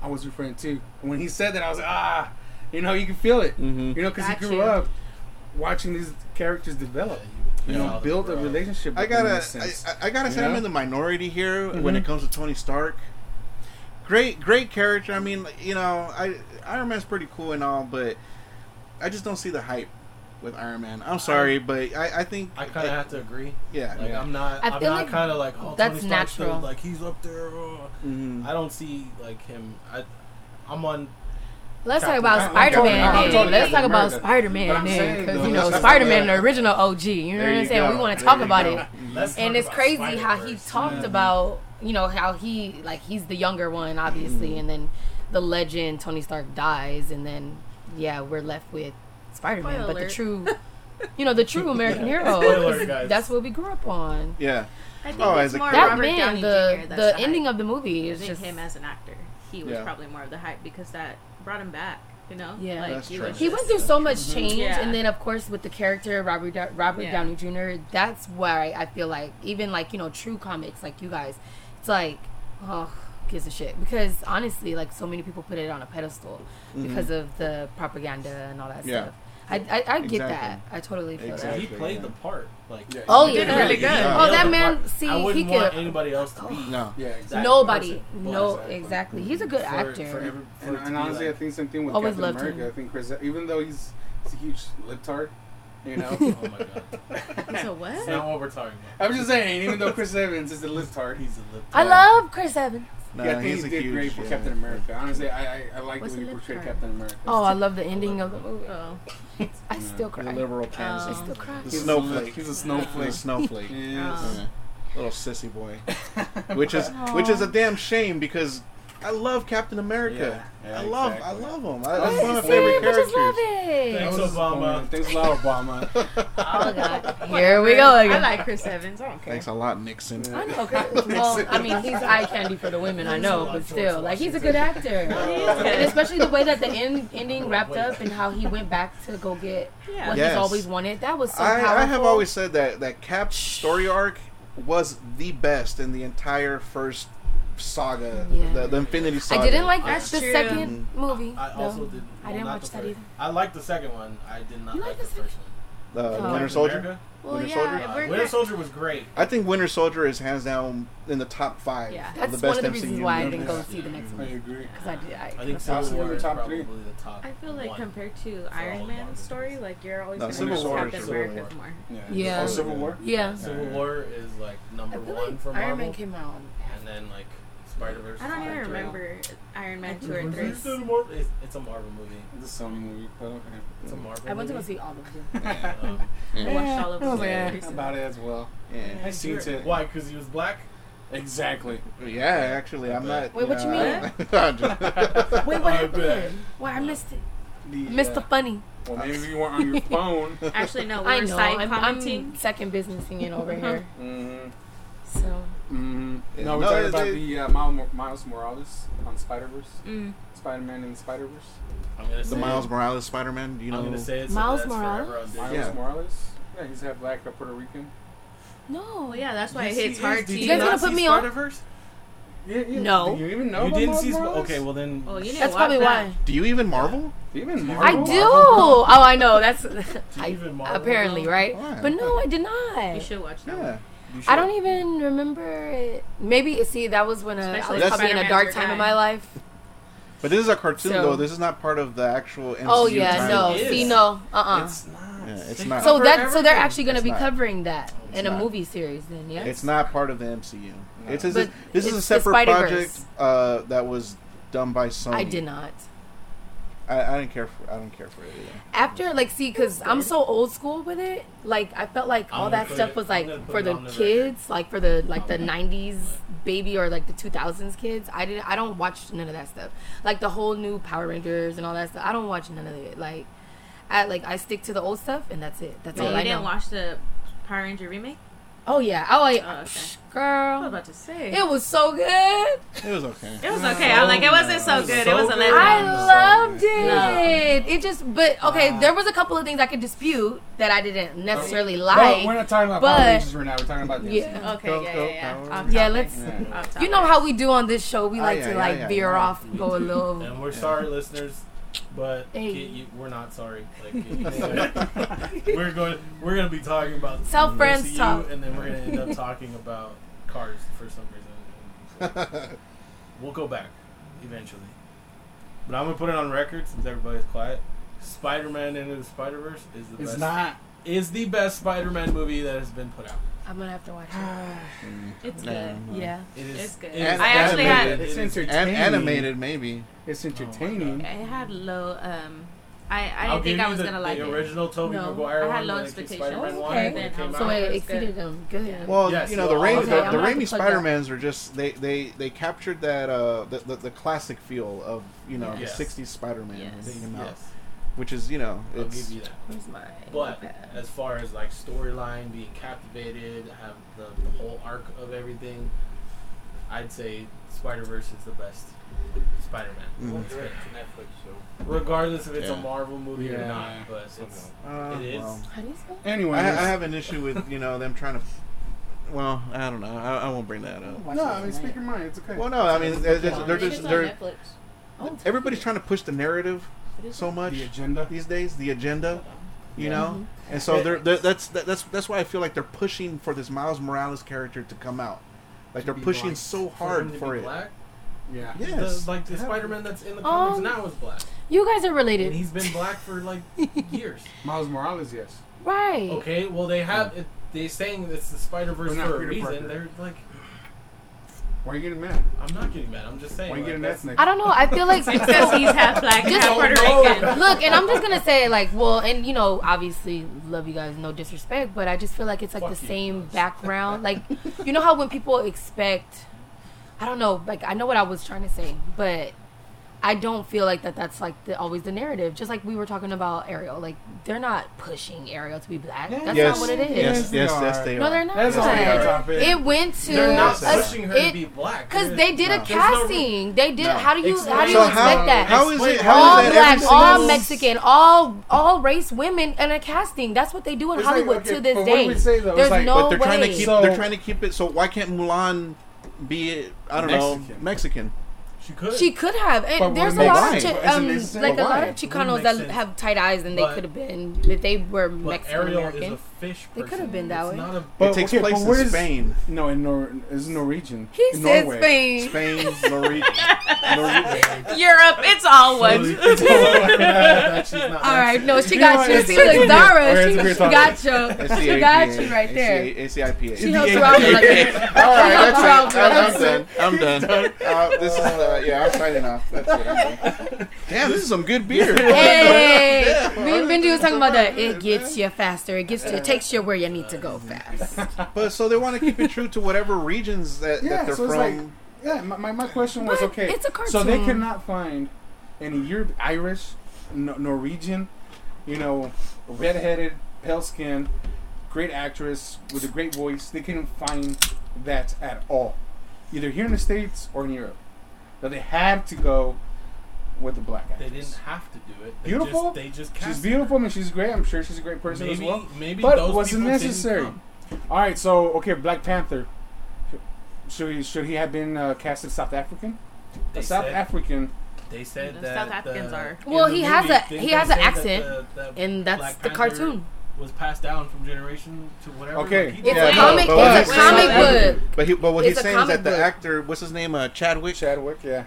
[SPEAKER 2] I was your friend too. And when he said that, I was like, ah, you know, you can feel it.
[SPEAKER 6] Mhm.
[SPEAKER 2] You know, because he
[SPEAKER 4] Got
[SPEAKER 2] grew
[SPEAKER 4] you.
[SPEAKER 2] up watching these characters develop. You know, build a relationship. With
[SPEAKER 6] I
[SPEAKER 2] them in
[SPEAKER 6] gotta,
[SPEAKER 2] a sense.
[SPEAKER 6] I, I- I gotta say,
[SPEAKER 2] You
[SPEAKER 6] I'm
[SPEAKER 2] know?
[SPEAKER 6] in the minority here
[SPEAKER 2] Mm-hmm.
[SPEAKER 6] when it comes to Tony Stark. Great, great character. I mean, you know, I Iron Man's pretty cool and all, but I just don't see the hype with Iron Man. I'm sorry, but I, I think
[SPEAKER 1] I kind of have to agree.
[SPEAKER 6] Yeah.
[SPEAKER 1] Like
[SPEAKER 2] Yeah.
[SPEAKER 1] I'm not.
[SPEAKER 7] I
[SPEAKER 1] I am
[SPEAKER 7] feel
[SPEAKER 1] not
[SPEAKER 7] like
[SPEAKER 1] kind of like. Oh,
[SPEAKER 7] that's
[SPEAKER 1] Tony Stark's the-
[SPEAKER 7] natural.
[SPEAKER 1] like he's up there. oh.
[SPEAKER 6] Mhm.
[SPEAKER 2] Mm-hmm.
[SPEAKER 1] I don't see like him. I, I'm on.
[SPEAKER 7] Let's talk
[SPEAKER 2] Captain America. I'm
[SPEAKER 7] about Spider
[SPEAKER 2] totally- I'm
[SPEAKER 7] Man.
[SPEAKER 2] totally
[SPEAKER 7] Let's talk
[SPEAKER 2] Captain
[SPEAKER 7] about
[SPEAKER 2] America.
[SPEAKER 7] Spider
[SPEAKER 2] But I'm
[SPEAKER 7] Man
[SPEAKER 2] saying,
[SPEAKER 7] because
[SPEAKER 2] though,
[SPEAKER 7] you know
[SPEAKER 2] that's-
[SPEAKER 7] Spider Man,
[SPEAKER 2] yeah.
[SPEAKER 7] the original OG. You know
[SPEAKER 6] There
[SPEAKER 7] what I'm
[SPEAKER 6] you
[SPEAKER 7] saying?
[SPEAKER 6] go.
[SPEAKER 7] We want to
[SPEAKER 6] There
[SPEAKER 7] talk
[SPEAKER 6] you
[SPEAKER 7] about
[SPEAKER 6] go.
[SPEAKER 7] it,
[SPEAKER 1] Let's talk
[SPEAKER 7] and it's
[SPEAKER 1] about
[SPEAKER 7] crazy how he
[SPEAKER 1] Spider-Verse. Mm-hmm.
[SPEAKER 7] talked about you know how he like he's the younger one, obviously,
[SPEAKER 1] Mm-hmm.
[SPEAKER 7] and then the legend Tony Stark dies, and then yeah, we're left with Spider Man,
[SPEAKER 4] Spoiler
[SPEAKER 7] but the
[SPEAKER 4] alert.
[SPEAKER 7] true. You know the true American hero.
[SPEAKER 1] Spoiler,
[SPEAKER 7] 'cause
[SPEAKER 1] guys.
[SPEAKER 7] That's what we grew up on.
[SPEAKER 6] Yeah.
[SPEAKER 4] I think
[SPEAKER 6] Oh,
[SPEAKER 4] it's
[SPEAKER 6] as a
[SPEAKER 4] more
[SPEAKER 6] character.
[SPEAKER 7] that
[SPEAKER 4] Robert
[SPEAKER 7] man,
[SPEAKER 4] Downey
[SPEAKER 7] the
[SPEAKER 4] Jr. that's
[SPEAKER 7] the
[SPEAKER 4] hype.
[SPEAKER 7] ending of the movie
[SPEAKER 4] I
[SPEAKER 7] is
[SPEAKER 4] think
[SPEAKER 7] just
[SPEAKER 4] him as an actor. He was
[SPEAKER 6] Yeah.
[SPEAKER 4] probably more of the hype because that brought him back. You know,
[SPEAKER 7] Yeah.
[SPEAKER 4] like
[SPEAKER 6] That's
[SPEAKER 4] he
[SPEAKER 6] true.
[SPEAKER 4] was
[SPEAKER 7] he
[SPEAKER 4] just-
[SPEAKER 7] went through so much change,
[SPEAKER 4] Yeah.
[SPEAKER 7] and then of course with the character Robert Dow- Robert
[SPEAKER 4] Yeah.
[SPEAKER 7] Downey Jr. That's why I feel like even like you know true comics like you guys, it's like oh gives a shit because honestly like so many people put it on a pedestal because of the propaganda and all that
[SPEAKER 6] Mm-hmm. Yeah.
[SPEAKER 7] stuff. I I, I get
[SPEAKER 6] Exactly.
[SPEAKER 7] that. I totally feel
[SPEAKER 1] And
[SPEAKER 6] Exactly.
[SPEAKER 7] that.
[SPEAKER 1] he played
[SPEAKER 6] yeah.
[SPEAKER 1] the part. Like
[SPEAKER 2] Yeah.
[SPEAKER 7] Oh
[SPEAKER 1] he
[SPEAKER 7] yeah,
[SPEAKER 4] did really good.
[SPEAKER 1] nailed
[SPEAKER 7] Oh that
[SPEAKER 1] the
[SPEAKER 7] man,
[SPEAKER 1] part.
[SPEAKER 7] see
[SPEAKER 1] I
[SPEAKER 7] he
[SPEAKER 1] wouldn't want
[SPEAKER 7] could. Oh.
[SPEAKER 1] anybody else to be.
[SPEAKER 6] No.
[SPEAKER 2] yeah, exactly.
[SPEAKER 1] that
[SPEAKER 7] Nobody,
[SPEAKER 1] person. oh
[SPEAKER 7] no,
[SPEAKER 2] Exactly.
[SPEAKER 7] exactly. He's a good
[SPEAKER 1] For-
[SPEAKER 7] actor.
[SPEAKER 1] for every- for
[SPEAKER 2] And,
[SPEAKER 1] it to
[SPEAKER 2] and
[SPEAKER 1] be
[SPEAKER 2] honestly, I
[SPEAKER 1] like,
[SPEAKER 2] think same thing with
[SPEAKER 7] Always
[SPEAKER 2] Captain
[SPEAKER 7] loved
[SPEAKER 2] America.
[SPEAKER 7] him.
[SPEAKER 2] I think Chris, even though he's, he's a huge libtard, you know.
[SPEAKER 1] Oh my god.
[SPEAKER 4] So what?
[SPEAKER 1] That's not what we're talking about.
[SPEAKER 2] I'm just saying, even though Chris Evans is a libtard, he's
[SPEAKER 1] He's a lip.
[SPEAKER 7] I love Chris Evans.
[SPEAKER 6] No,
[SPEAKER 2] yeah, I think
[SPEAKER 6] he's
[SPEAKER 2] he
[SPEAKER 6] a
[SPEAKER 2] did
[SPEAKER 6] huge-
[SPEAKER 2] great for
[SPEAKER 6] yeah.
[SPEAKER 2] Captain America. Honestly, I I, I like the
[SPEAKER 4] What's
[SPEAKER 2] way
[SPEAKER 4] a
[SPEAKER 2] he portrayed
[SPEAKER 4] libtard?
[SPEAKER 2] Captain America.
[SPEAKER 7] Oh, I love the ending of the movie.
[SPEAKER 4] Oh,
[SPEAKER 7] I still cry.
[SPEAKER 6] The liberal
[SPEAKER 4] Oh.
[SPEAKER 6] Kansas.
[SPEAKER 7] I still cry.
[SPEAKER 6] The
[SPEAKER 2] he's A,
[SPEAKER 6] snowflake.
[SPEAKER 2] sli- he's a
[SPEAKER 6] The
[SPEAKER 2] snowflake.
[SPEAKER 6] snowflake.
[SPEAKER 2] Yes.
[SPEAKER 6] Yeah. Little sissy boy. which is which is a damn shame because I love Captain America.
[SPEAKER 2] Yeah, yeah,
[SPEAKER 6] I love
[SPEAKER 2] exactly.
[SPEAKER 6] I love him. I, that's
[SPEAKER 2] Yes,
[SPEAKER 6] one of my
[SPEAKER 7] See,
[SPEAKER 6] favorite
[SPEAKER 7] we
[SPEAKER 6] characters.
[SPEAKER 7] just love it.
[SPEAKER 1] Thanks,
[SPEAKER 2] That was
[SPEAKER 1] Obama.
[SPEAKER 2] disappointing. Thanks a lot, Obama.
[SPEAKER 7] Oh god. Here we go
[SPEAKER 4] I
[SPEAKER 7] again.
[SPEAKER 4] like Chris Evans. I don't care.
[SPEAKER 6] Thanks a lot, Nixon.
[SPEAKER 7] I know, Chris. Well, I mean, he's eye candy for the women, I know, but still, like, he's a good actor. And especially the way that the end, ending wrapped up and how he went back to go get
[SPEAKER 4] Yeah.
[SPEAKER 7] what
[SPEAKER 6] Yes.
[SPEAKER 7] he's always wanted. That was so powerful.
[SPEAKER 6] I, I have always said that that Cap's story arc was the best in the entire first saga,
[SPEAKER 7] Yeah.
[SPEAKER 6] the, the Infinity Saga.
[SPEAKER 7] I didn't like
[SPEAKER 1] That's
[SPEAKER 7] the
[SPEAKER 4] true.
[SPEAKER 7] second movie.
[SPEAKER 1] I also
[SPEAKER 7] though.
[SPEAKER 1] didn't.
[SPEAKER 7] I didn't
[SPEAKER 1] not
[SPEAKER 7] watch
[SPEAKER 1] the
[SPEAKER 7] that
[SPEAKER 1] first-
[SPEAKER 7] either.
[SPEAKER 1] I liked the second one. I did not
[SPEAKER 7] You
[SPEAKER 1] like
[SPEAKER 7] like
[SPEAKER 1] the
[SPEAKER 7] the
[SPEAKER 1] first one.
[SPEAKER 6] the
[SPEAKER 7] Oh.
[SPEAKER 6] Winter
[SPEAKER 7] Captain
[SPEAKER 6] Soldier.
[SPEAKER 1] America?
[SPEAKER 4] Well,
[SPEAKER 6] Winter Soldier?
[SPEAKER 4] yeah,
[SPEAKER 1] Uh,
[SPEAKER 4] we're
[SPEAKER 1] Winter
[SPEAKER 4] gonna-
[SPEAKER 1] Soldier was great.
[SPEAKER 6] I think Winter Soldier is hands down in the top five.
[SPEAKER 4] Yeah.
[SPEAKER 6] of
[SPEAKER 7] That's
[SPEAKER 6] the best
[SPEAKER 7] one of the reasons
[SPEAKER 6] MCU
[SPEAKER 7] why I
[SPEAKER 6] movies.
[SPEAKER 7] didn't go see the next
[SPEAKER 2] I
[SPEAKER 7] one.
[SPEAKER 2] agree.
[SPEAKER 7] Because I did. I,
[SPEAKER 1] I think
[SPEAKER 2] That's
[SPEAKER 1] Civil War
[SPEAKER 2] your
[SPEAKER 1] is
[SPEAKER 2] top
[SPEAKER 1] probably
[SPEAKER 2] three.
[SPEAKER 1] the top.
[SPEAKER 4] I feel like
[SPEAKER 1] one.
[SPEAKER 4] compared to
[SPEAKER 1] all
[SPEAKER 4] Iron
[SPEAKER 1] of
[SPEAKER 4] Man's
[SPEAKER 1] Marvel.
[SPEAKER 4] story, like you're always
[SPEAKER 6] No,
[SPEAKER 4] going to
[SPEAKER 6] Civil War
[SPEAKER 4] Captain
[SPEAKER 6] is Civil
[SPEAKER 4] America more.
[SPEAKER 7] Yeah.
[SPEAKER 2] Oh, Civil War.
[SPEAKER 7] yeah.
[SPEAKER 1] Civil War is like
[SPEAKER 7] I
[SPEAKER 1] number
[SPEAKER 7] feel
[SPEAKER 1] one
[SPEAKER 7] like
[SPEAKER 1] for
[SPEAKER 7] Iron
[SPEAKER 1] Marvel,
[SPEAKER 7] Man came out.
[SPEAKER 1] and then like Spider Verse.
[SPEAKER 4] I don't even remember Iron Man two or three.
[SPEAKER 1] It's a Marvel it's- it's a Marvel movie.
[SPEAKER 2] It's a Sony movie, but okay.
[SPEAKER 1] It's a Marvel.
[SPEAKER 7] Mm. I went to go
[SPEAKER 1] movie.
[SPEAKER 7] see all of them.
[SPEAKER 1] Um,
[SPEAKER 4] I watched all of
[SPEAKER 2] I
[SPEAKER 6] Oh,
[SPEAKER 4] them.
[SPEAKER 2] was like, eh,
[SPEAKER 4] recently.
[SPEAKER 2] about it as well.
[SPEAKER 6] Yeah.
[SPEAKER 2] I seen it.
[SPEAKER 1] Why? Because he was black.
[SPEAKER 2] Exactly.
[SPEAKER 6] yeah, actually, I'm not.
[SPEAKER 7] Wait, what you
[SPEAKER 6] know, I- I'm just-
[SPEAKER 7] Wait,
[SPEAKER 1] I
[SPEAKER 7] what happened?
[SPEAKER 1] bet.
[SPEAKER 7] Why I missed it?
[SPEAKER 2] The,
[SPEAKER 7] Missed the
[SPEAKER 2] uh,
[SPEAKER 7] funny.
[SPEAKER 2] Well, maybe you weren't on your phone.
[SPEAKER 4] Actually, no, we
[SPEAKER 7] I
[SPEAKER 4] were
[SPEAKER 7] know.
[SPEAKER 4] side Uh-huh.
[SPEAKER 7] I'm,
[SPEAKER 4] commenting.
[SPEAKER 7] I'm second businessing it over here.
[SPEAKER 2] mm-hmm.
[SPEAKER 7] So
[SPEAKER 2] Mm,
[SPEAKER 6] Yeah,
[SPEAKER 2] no, we're
[SPEAKER 6] no,
[SPEAKER 2] talking
[SPEAKER 6] it-
[SPEAKER 2] about
[SPEAKER 6] it-
[SPEAKER 2] the uh, Miles Mor- Miles Morales on Spider Verse,
[SPEAKER 4] Mm.
[SPEAKER 2] Spider Man and Spider Verse.
[SPEAKER 1] I'm gonna
[SPEAKER 6] The
[SPEAKER 1] say
[SPEAKER 6] Miles
[SPEAKER 1] it.
[SPEAKER 6] Morales Spider Man, do you know?
[SPEAKER 1] I'm gonna say it. So
[SPEAKER 7] Miles
[SPEAKER 1] that's forever
[SPEAKER 7] Morales?
[SPEAKER 1] on
[SPEAKER 2] Miles
[SPEAKER 1] Disney.
[SPEAKER 6] Yeah.
[SPEAKER 2] Morales. Yeah, he's half black, half Puerto Rican.
[SPEAKER 7] no,
[SPEAKER 4] Well, Oh, yeah, that's why
[SPEAKER 1] Yes,
[SPEAKER 4] it
[SPEAKER 1] he
[SPEAKER 4] hits
[SPEAKER 1] is.
[SPEAKER 4] hard
[SPEAKER 1] Did
[SPEAKER 4] to
[SPEAKER 1] you
[SPEAKER 7] You guys
[SPEAKER 1] not
[SPEAKER 7] wanna put
[SPEAKER 1] see
[SPEAKER 7] me on?
[SPEAKER 1] Spider-Verse?
[SPEAKER 2] Yeah, yeah.
[SPEAKER 7] No.
[SPEAKER 2] Do you even know?
[SPEAKER 1] You
[SPEAKER 2] about
[SPEAKER 1] didn't
[SPEAKER 2] Miles
[SPEAKER 1] see. Sp-
[SPEAKER 2] Morales?
[SPEAKER 1] okay, well then.
[SPEAKER 4] Oh, you didn't
[SPEAKER 7] that's probably
[SPEAKER 4] watch
[SPEAKER 7] why.
[SPEAKER 4] that.
[SPEAKER 6] Do you even Marvel?
[SPEAKER 2] Do you even
[SPEAKER 7] I
[SPEAKER 2] Marvel?
[SPEAKER 7] do. Oh, I know. That's I-
[SPEAKER 1] even Marvel
[SPEAKER 7] apparently
[SPEAKER 1] know?
[SPEAKER 7] right.
[SPEAKER 6] Why?
[SPEAKER 7] But no, I did
[SPEAKER 4] You
[SPEAKER 7] not.
[SPEAKER 4] should watch that.
[SPEAKER 6] Yeah.
[SPEAKER 1] You
[SPEAKER 7] I
[SPEAKER 1] should.
[SPEAKER 7] don't even remember it. Maybe see that was when uh, I
[SPEAKER 4] Especially
[SPEAKER 7] was probably in a
[SPEAKER 4] Spider-Man's
[SPEAKER 7] dark
[SPEAKER 4] your
[SPEAKER 7] time in
[SPEAKER 4] guy.
[SPEAKER 7] my life.
[SPEAKER 6] But this is a cartoon,
[SPEAKER 7] So-
[SPEAKER 6] though. This is not part of the actual MCU.
[SPEAKER 7] Oh yeah,
[SPEAKER 6] timeline.
[SPEAKER 7] no.
[SPEAKER 1] It is.
[SPEAKER 7] See, no, uh, uh
[SPEAKER 1] It's not.
[SPEAKER 6] Yeah, it's
[SPEAKER 1] They
[SPEAKER 6] not.
[SPEAKER 7] So
[SPEAKER 1] cover
[SPEAKER 7] that so they're
[SPEAKER 1] everything.
[SPEAKER 7] actually going to
[SPEAKER 6] It's
[SPEAKER 7] be
[SPEAKER 6] not.
[SPEAKER 7] covering that
[SPEAKER 6] It's
[SPEAKER 7] in a
[SPEAKER 6] not.
[SPEAKER 7] movie series, then yeah.
[SPEAKER 6] It's not part of the MCU. It's, it's,
[SPEAKER 7] But
[SPEAKER 6] this is
[SPEAKER 7] it's
[SPEAKER 6] a
[SPEAKER 7] the
[SPEAKER 6] separate project
[SPEAKER 7] Spider-Verse.
[SPEAKER 6] uh, that was done by Sony.
[SPEAKER 7] I did not.
[SPEAKER 6] I, I didn't care for. I don't care for it either.
[SPEAKER 7] After like see, because I'm so old school with it. Like I felt like
[SPEAKER 1] I'm
[SPEAKER 7] all
[SPEAKER 1] gonna
[SPEAKER 7] that
[SPEAKER 1] put
[SPEAKER 7] stuff
[SPEAKER 1] it-
[SPEAKER 7] was
[SPEAKER 1] I'm gonna
[SPEAKER 7] like
[SPEAKER 1] put
[SPEAKER 7] for
[SPEAKER 1] it
[SPEAKER 7] the
[SPEAKER 1] on the
[SPEAKER 7] kids, like for the like the '90s baby or like the 2000s kids. I didn't. I don't watch none of that stuff. Like the whole new Power Rangers and all that stuff. I don't watch none of it. Like, I like I stick to the old stuff, and that's it. That's
[SPEAKER 4] So
[SPEAKER 7] all
[SPEAKER 4] you
[SPEAKER 7] I
[SPEAKER 4] didn't
[SPEAKER 7] know.
[SPEAKER 4] watch the Power Ranger remake?
[SPEAKER 7] oh yeah. Oh,
[SPEAKER 4] Oh,
[SPEAKER 7] I,
[SPEAKER 4] okay. I was
[SPEAKER 7] girl,
[SPEAKER 4] about to say.
[SPEAKER 7] it was so good.
[SPEAKER 6] It was okay.
[SPEAKER 4] It was okay. I'm like, it wasn't so
[SPEAKER 1] So
[SPEAKER 4] good. it was a
[SPEAKER 1] good.
[SPEAKER 7] I
[SPEAKER 4] letdown.
[SPEAKER 7] loved
[SPEAKER 4] No.
[SPEAKER 7] it. It just, but okay,
[SPEAKER 2] Nah.
[SPEAKER 7] there was a couple of things I could dispute that I didn't necessarily
[SPEAKER 2] No, we're
[SPEAKER 7] like.
[SPEAKER 2] not talking about
[SPEAKER 7] but-
[SPEAKER 2] Power Rangers right now. We're talking about this.
[SPEAKER 7] Yeah.
[SPEAKER 4] Okay,
[SPEAKER 6] Go-
[SPEAKER 4] yeah,
[SPEAKER 6] go
[SPEAKER 4] yeah,
[SPEAKER 6] Power
[SPEAKER 4] yeah. Off
[SPEAKER 6] Rangers.
[SPEAKER 7] Yeah,
[SPEAKER 4] topic.
[SPEAKER 7] let's.
[SPEAKER 2] Yeah.
[SPEAKER 4] Off topic.
[SPEAKER 7] You know how we do on this show. We
[SPEAKER 6] Ah,
[SPEAKER 7] like
[SPEAKER 6] yeah,
[SPEAKER 7] to
[SPEAKER 6] yeah,
[SPEAKER 7] like
[SPEAKER 6] yeah,
[SPEAKER 7] veer
[SPEAKER 6] yeah.
[SPEAKER 7] off, go a little.
[SPEAKER 1] And we're sorry, listeners, but
[SPEAKER 7] Hey.
[SPEAKER 1] get you, we're not sorry. Like, it- we're going, we're going to be talking about
[SPEAKER 7] Tell
[SPEAKER 1] the
[SPEAKER 7] friends
[SPEAKER 1] MCU,
[SPEAKER 7] talk.
[SPEAKER 1] and then we're going to end up talking about cars for some reason. We'll go back eventually, but I'm going to put it on record since everybody's quiet. Spider-Man Into the Spider-Verse is the
[SPEAKER 2] It's
[SPEAKER 1] best.
[SPEAKER 2] not.
[SPEAKER 1] is the best Spider-Man movie that has been put out.
[SPEAKER 7] I'm gonna have to watch
[SPEAKER 4] It's
[SPEAKER 6] No,
[SPEAKER 4] good.
[SPEAKER 6] no.
[SPEAKER 7] it. Yeah.
[SPEAKER 1] It is.
[SPEAKER 4] It's good.
[SPEAKER 1] it is
[SPEAKER 4] I actually had-
[SPEAKER 1] animated.
[SPEAKER 2] It's
[SPEAKER 1] It is-
[SPEAKER 2] entertaining.
[SPEAKER 6] And animated, maybe.
[SPEAKER 2] It's entertaining.
[SPEAKER 4] I had low. Um, I I
[SPEAKER 1] I'll
[SPEAKER 4] didn't think
[SPEAKER 1] give
[SPEAKER 4] I
[SPEAKER 1] you
[SPEAKER 4] was
[SPEAKER 1] the,
[SPEAKER 4] gonna like
[SPEAKER 1] the
[SPEAKER 4] it.
[SPEAKER 1] original Tobey
[SPEAKER 7] No,
[SPEAKER 1] Maguire
[SPEAKER 4] I had
[SPEAKER 1] one,
[SPEAKER 4] low
[SPEAKER 1] like,
[SPEAKER 4] expectations.
[SPEAKER 1] Spider-Man
[SPEAKER 7] Oh,
[SPEAKER 1] one,
[SPEAKER 7] okay.
[SPEAKER 1] when it came
[SPEAKER 4] So
[SPEAKER 1] out.
[SPEAKER 7] So it
[SPEAKER 4] it's
[SPEAKER 7] exceeded
[SPEAKER 4] good.
[SPEAKER 7] them. Good.
[SPEAKER 4] Yeah.
[SPEAKER 6] Well,
[SPEAKER 1] Yes,
[SPEAKER 6] you know the,
[SPEAKER 1] well,
[SPEAKER 6] Ra-
[SPEAKER 1] okay,
[SPEAKER 6] the,
[SPEAKER 7] I'm
[SPEAKER 6] the
[SPEAKER 7] gonna have
[SPEAKER 6] Raimi
[SPEAKER 7] to plug that.
[SPEAKER 6] Spider Mans are just they they they captured that uh the, the, the classic feel of you know
[SPEAKER 1] Yes.
[SPEAKER 6] the '60s Spider Man,
[SPEAKER 4] Yes.
[SPEAKER 1] Yes,
[SPEAKER 6] which is you know
[SPEAKER 1] I'll
[SPEAKER 6] it's
[SPEAKER 1] give you that.
[SPEAKER 7] Where's my-
[SPEAKER 1] But
[SPEAKER 7] okay.
[SPEAKER 1] as far as like storyline, being captivated, have the, the whole arc of everything, I'd say Spider Verse is the best Spider Man.
[SPEAKER 6] Mm.
[SPEAKER 1] Regardless if it's a
[SPEAKER 6] Yeah.
[SPEAKER 1] Marvel movie or
[SPEAKER 2] Yeah.
[SPEAKER 1] not, but it's
[SPEAKER 6] uh,
[SPEAKER 1] It is.
[SPEAKER 6] well.
[SPEAKER 7] How do you spell? it?
[SPEAKER 2] Anyway,
[SPEAKER 6] I, I have an issue with you know them trying to. Well, I don't know. I, I won't bring that up.
[SPEAKER 2] no, I mean, speak your mind. It's okay.
[SPEAKER 6] Well, no, I mean they're just, they're
[SPEAKER 9] It
[SPEAKER 6] just
[SPEAKER 9] is on
[SPEAKER 6] they're
[SPEAKER 9] Netflix.
[SPEAKER 7] Oh,
[SPEAKER 6] everybody's trying to push the narrative
[SPEAKER 9] It is
[SPEAKER 6] so much
[SPEAKER 2] the agenda.
[SPEAKER 6] these days, the agenda, you know, and so they're, they're that's that, that's that's why I feel like they're pushing for this Miles Morales character to come out. Like
[SPEAKER 2] To
[SPEAKER 6] they're
[SPEAKER 2] be
[SPEAKER 6] pushing
[SPEAKER 2] black.
[SPEAKER 6] so
[SPEAKER 1] for him
[SPEAKER 6] hard
[SPEAKER 1] to
[SPEAKER 6] for
[SPEAKER 1] be
[SPEAKER 6] it.
[SPEAKER 1] Black.
[SPEAKER 2] Yeah.
[SPEAKER 6] Yes,
[SPEAKER 1] The- like the
[SPEAKER 6] Yeah.
[SPEAKER 1] Spider Man that's in the
[SPEAKER 7] Um,
[SPEAKER 1] comics now is black,
[SPEAKER 7] you guys are
[SPEAKER 1] and
[SPEAKER 7] related,
[SPEAKER 1] he's been black for like years.
[SPEAKER 2] Miles Morales, yes.
[SPEAKER 7] right?
[SPEAKER 1] Okay, well they have it, they saying it's the Spider Verse
[SPEAKER 2] We're not
[SPEAKER 1] for a
[SPEAKER 2] Peter
[SPEAKER 1] reason.
[SPEAKER 2] Parker.
[SPEAKER 1] They're like,
[SPEAKER 2] Why are you getting mad?
[SPEAKER 1] I'm not getting mad. I'm just saying.
[SPEAKER 2] Why are you
[SPEAKER 1] like,
[SPEAKER 2] getting mad?
[SPEAKER 1] that's-
[SPEAKER 2] Nick?
[SPEAKER 7] I don't know. I feel like
[SPEAKER 4] Because he's half black,
[SPEAKER 7] Just-
[SPEAKER 4] half Puerto
[SPEAKER 1] Oh, no.
[SPEAKER 4] Rican.
[SPEAKER 7] Look, and I'm just gonna say, like, well, and you know, obviously, love you guys, no disrespect, but I just feel like it's like
[SPEAKER 1] Fuck
[SPEAKER 7] the
[SPEAKER 1] you.
[SPEAKER 7] same background. Like, you know how when people expect, I don't know, like, I know what I was trying to say, but I don't feel like that. That's like the, always the narrative. Just like we were talking about Ariel, like they're not pushing Ariel to be black. That's
[SPEAKER 6] yes,
[SPEAKER 7] not what it is.
[SPEAKER 2] Yes,
[SPEAKER 6] yes, yes,
[SPEAKER 2] they
[SPEAKER 6] yes,
[SPEAKER 2] are.
[SPEAKER 6] they
[SPEAKER 7] No, they're
[SPEAKER 6] are.
[SPEAKER 7] not.
[SPEAKER 2] That's all we are topic.
[SPEAKER 7] It went to
[SPEAKER 1] They're not
[SPEAKER 6] Yes.
[SPEAKER 1] pushing her to be black
[SPEAKER 7] because
[SPEAKER 1] They're-
[SPEAKER 7] they did
[SPEAKER 6] No.
[SPEAKER 7] a
[SPEAKER 1] There's no re-
[SPEAKER 7] casting. they did.
[SPEAKER 6] No.
[SPEAKER 7] How do you how do
[SPEAKER 1] Explain
[SPEAKER 7] you
[SPEAKER 6] So
[SPEAKER 7] expect
[SPEAKER 6] how
[SPEAKER 7] that?
[SPEAKER 6] how is it
[SPEAKER 1] Explain
[SPEAKER 6] how
[SPEAKER 7] all
[SPEAKER 6] is that
[SPEAKER 7] black,
[SPEAKER 6] every
[SPEAKER 7] all
[SPEAKER 6] single-
[SPEAKER 7] Mexican, all all race women in a casting. That's what they do in
[SPEAKER 2] It's like,
[SPEAKER 7] Hollywood
[SPEAKER 2] okay,
[SPEAKER 7] to
[SPEAKER 2] but
[SPEAKER 7] this
[SPEAKER 2] what do
[SPEAKER 7] day.
[SPEAKER 2] we say, though? It's
[SPEAKER 7] There's
[SPEAKER 2] like-
[SPEAKER 6] But
[SPEAKER 7] no
[SPEAKER 6] they're
[SPEAKER 7] way.
[SPEAKER 6] trying to keep
[SPEAKER 2] So-
[SPEAKER 6] they're trying to keep it. So why can't Mulan be I don't know
[SPEAKER 2] Mexican.
[SPEAKER 6] Mexican?
[SPEAKER 1] She could.
[SPEAKER 7] she could have. And
[SPEAKER 2] But
[SPEAKER 7] there's a
[SPEAKER 2] would it
[SPEAKER 7] lot
[SPEAKER 6] make
[SPEAKER 7] of
[SPEAKER 6] sense?
[SPEAKER 7] chi-
[SPEAKER 2] But isn't
[SPEAKER 7] um,
[SPEAKER 2] it sense?
[SPEAKER 7] like a
[SPEAKER 2] But
[SPEAKER 7] lot
[SPEAKER 2] why?
[SPEAKER 7] of
[SPEAKER 1] Wouldn't
[SPEAKER 7] Chicanos
[SPEAKER 1] make
[SPEAKER 7] that
[SPEAKER 1] sense.
[SPEAKER 7] have tight eyes, and they
[SPEAKER 1] But-
[SPEAKER 7] could have been if they were
[SPEAKER 1] but
[SPEAKER 7] Mexican
[SPEAKER 1] Ariel is a
[SPEAKER 7] American.
[SPEAKER 1] fish.
[SPEAKER 7] They could
[SPEAKER 1] person.
[SPEAKER 7] have been that
[SPEAKER 1] It's
[SPEAKER 7] way.
[SPEAKER 1] not a-
[SPEAKER 2] But,
[SPEAKER 6] it takes
[SPEAKER 2] okay,
[SPEAKER 6] place
[SPEAKER 2] but where
[SPEAKER 6] in
[SPEAKER 2] is-
[SPEAKER 6] Spain.
[SPEAKER 2] No, in Nor, it's Norwegian.
[SPEAKER 7] He
[SPEAKER 2] in
[SPEAKER 7] says
[SPEAKER 2] Norway.
[SPEAKER 7] Spain,
[SPEAKER 6] Spain, Norway, Norway.
[SPEAKER 4] Europe, it's all one.
[SPEAKER 1] That she's not
[SPEAKER 7] All right, no, she
[SPEAKER 2] You know
[SPEAKER 7] got
[SPEAKER 2] what?
[SPEAKER 7] you.
[SPEAKER 2] It's
[SPEAKER 7] See,
[SPEAKER 2] a
[SPEAKER 7] look,
[SPEAKER 2] good-
[SPEAKER 7] Zara,
[SPEAKER 2] or
[SPEAKER 7] she,
[SPEAKER 2] it's a good
[SPEAKER 7] she
[SPEAKER 2] topic.
[SPEAKER 7] got you.
[SPEAKER 6] It's the
[SPEAKER 7] She got
[SPEAKER 6] APA.
[SPEAKER 7] you right
[SPEAKER 6] It's
[SPEAKER 7] there.
[SPEAKER 6] the- It's the IPA.
[SPEAKER 7] She helps her out like that.
[SPEAKER 6] All right, that's
[SPEAKER 7] Helps
[SPEAKER 6] it.
[SPEAKER 7] her out
[SPEAKER 6] I'm,
[SPEAKER 7] like
[SPEAKER 6] I'm
[SPEAKER 7] that.
[SPEAKER 6] done. I'm done. Uh, this is uh, yeah. I'm signing off. That's it. I'm done. Damn, this is some good beer.
[SPEAKER 7] Hey,
[SPEAKER 6] Yeah.
[SPEAKER 7] we Mindy was talking about that.
[SPEAKER 6] Yeah.
[SPEAKER 7] It gets you faster. It gets you. It takes you where you need to go fast.
[SPEAKER 6] But so they want to keep it true to whatever regions that,
[SPEAKER 2] Yeah,
[SPEAKER 6] that they're
[SPEAKER 2] so it's
[SPEAKER 6] from.
[SPEAKER 2] like- Yeah, my, my, my question was
[SPEAKER 7] But
[SPEAKER 2] okay.
[SPEAKER 7] it's a
[SPEAKER 2] So they
[SPEAKER 7] cartoon.
[SPEAKER 2] could not find any Europe, Irish, no, Norwegian, you know, redheaded, pale skin, great actress with a great voice. They couldn't find that at all, either here in the states or in Europe. That they had to go with the black
[SPEAKER 1] They
[SPEAKER 2] actress.
[SPEAKER 1] didn't have to do it. They
[SPEAKER 2] Beautiful?
[SPEAKER 1] Just, they just cast
[SPEAKER 2] She's
[SPEAKER 1] her.
[SPEAKER 2] beautiful and she's great. I'm sure she's a great person
[SPEAKER 1] Maybe,
[SPEAKER 2] as well.
[SPEAKER 1] maybe
[SPEAKER 2] but
[SPEAKER 1] those
[SPEAKER 2] wasn't
[SPEAKER 1] people didn't
[SPEAKER 2] necessary.
[SPEAKER 1] come.
[SPEAKER 2] All right, so okay, Black Panther. Should he should he have been uh, casted South African?
[SPEAKER 1] They
[SPEAKER 2] A South
[SPEAKER 1] said-
[SPEAKER 2] African.
[SPEAKER 1] They said
[SPEAKER 4] The
[SPEAKER 1] that
[SPEAKER 4] South Africans
[SPEAKER 1] the-
[SPEAKER 4] are.
[SPEAKER 1] in
[SPEAKER 7] Well,
[SPEAKER 1] the
[SPEAKER 7] he has
[SPEAKER 1] movie,
[SPEAKER 7] a-
[SPEAKER 1] they-
[SPEAKER 7] he
[SPEAKER 1] they
[SPEAKER 7] has an
[SPEAKER 1] said that
[SPEAKER 7] accent,
[SPEAKER 1] the- the
[SPEAKER 7] and that's
[SPEAKER 1] Black
[SPEAKER 7] the
[SPEAKER 1] Panther
[SPEAKER 7] cartoon.
[SPEAKER 1] was passed down from generation to whatever.
[SPEAKER 2] Okay.
[SPEAKER 1] like, he
[SPEAKER 7] It's
[SPEAKER 1] did.
[SPEAKER 7] a comic.
[SPEAKER 6] but
[SPEAKER 7] it's a
[SPEAKER 6] what
[SPEAKER 7] comic
[SPEAKER 2] he's saying-
[SPEAKER 7] book.
[SPEAKER 6] But he, but what
[SPEAKER 7] It's
[SPEAKER 6] he's
[SPEAKER 7] a
[SPEAKER 6] saying is
[SPEAKER 7] comic
[SPEAKER 6] that the
[SPEAKER 7] book.
[SPEAKER 6] actor, what's his name, uh, Chadwick.
[SPEAKER 2] Chadwick, yeah,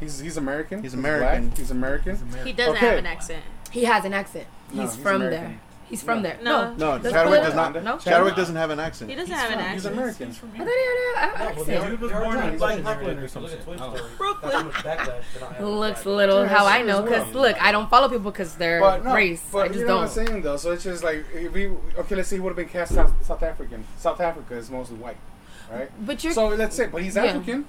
[SPEAKER 2] he's he's American.
[SPEAKER 6] He's American.
[SPEAKER 2] black, He's American.
[SPEAKER 1] He's American.
[SPEAKER 4] He doesn't
[SPEAKER 2] Okay.
[SPEAKER 4] have an accent.
[SPEAKER 7] He has an accent. He's,
[SPEAKER 2] No, he's
[SPEAKER 7] from
[SPEAKER 2] American.
[SPEAKER 7] there. He's from there.
[SPEAKER 4] No.
[SPEAKER 7] No,
[SPEAKER 6] No,
[SPEAKER 7] That's
[SPEAKER 6] Chadwick
[SPEAKER 7] what-
[SPEAKER 6] does not.
[SPEAKER 7] No,
[SPEAKER 6] Chadwick doesn't have an accent.
[SPEAKER 4] He doesn't
[SPEAKER 1] He's
[SPEAKER 4] have an
[SPEAKER 1] from-
[SPEAKER 2] He's
[SPEAKER 4] accent.
[SPEAKER 2] American.
[SPEAKER 1] He's from
[SPEAKER 7] I thought
[SPEAKER 1] Europe.
[SPEAKER 7] he had an
[SPEAKER 1] No, well, the
[SPEAKER 7] accent.
[SPEAKER 1] dude was born
[SPEAKER 2] He's
[SPEAKER 1] in Black
[SPEAKER 2] American.
[SPEAKER 1] Brooklyn or Oh.
[SPEAKER 10] Look
[SPEAKER 1] something.
[SPEAKER 10] at Toy
[SPEAKER 1] I don't know.
[SPEAKER 10] Story.
[SPEAKER 4] Brooklyn.
[SPEAKER 10] That's how much backlash that I had on
[SPEAKER 7] Looks
[SPEAKER 10] Black-
[SPEAKER 7] little
[SPEAKER 2] Yeah,
[SPEAKER 7] how I
[SPEAKER 2] so
[SPEAKER 7] know
[SPEAKER 2] as
[SPEAKER 7] because
[SPEAKER 2] well.
[SPEAKER 7] look, I don't follow people because they're
[SPEAKER 2] But no,
[SPEAKER 7] race.
[SPEAKER 2] but
[SPEAKER 7] I just
[SPEAKER 2] you know
[SPEAKER 7] don't.
[SPEAKER 2] what I'm saying though. So it's just like if we okay. Let's say he would have been cast South, South African. South Africa is mostly white, right?
[SPEAKER 7] But you're
[SPEAKER 2] so let's say, but he's
[SPEAKER 7] yeah.
[SPEAKER 2] African.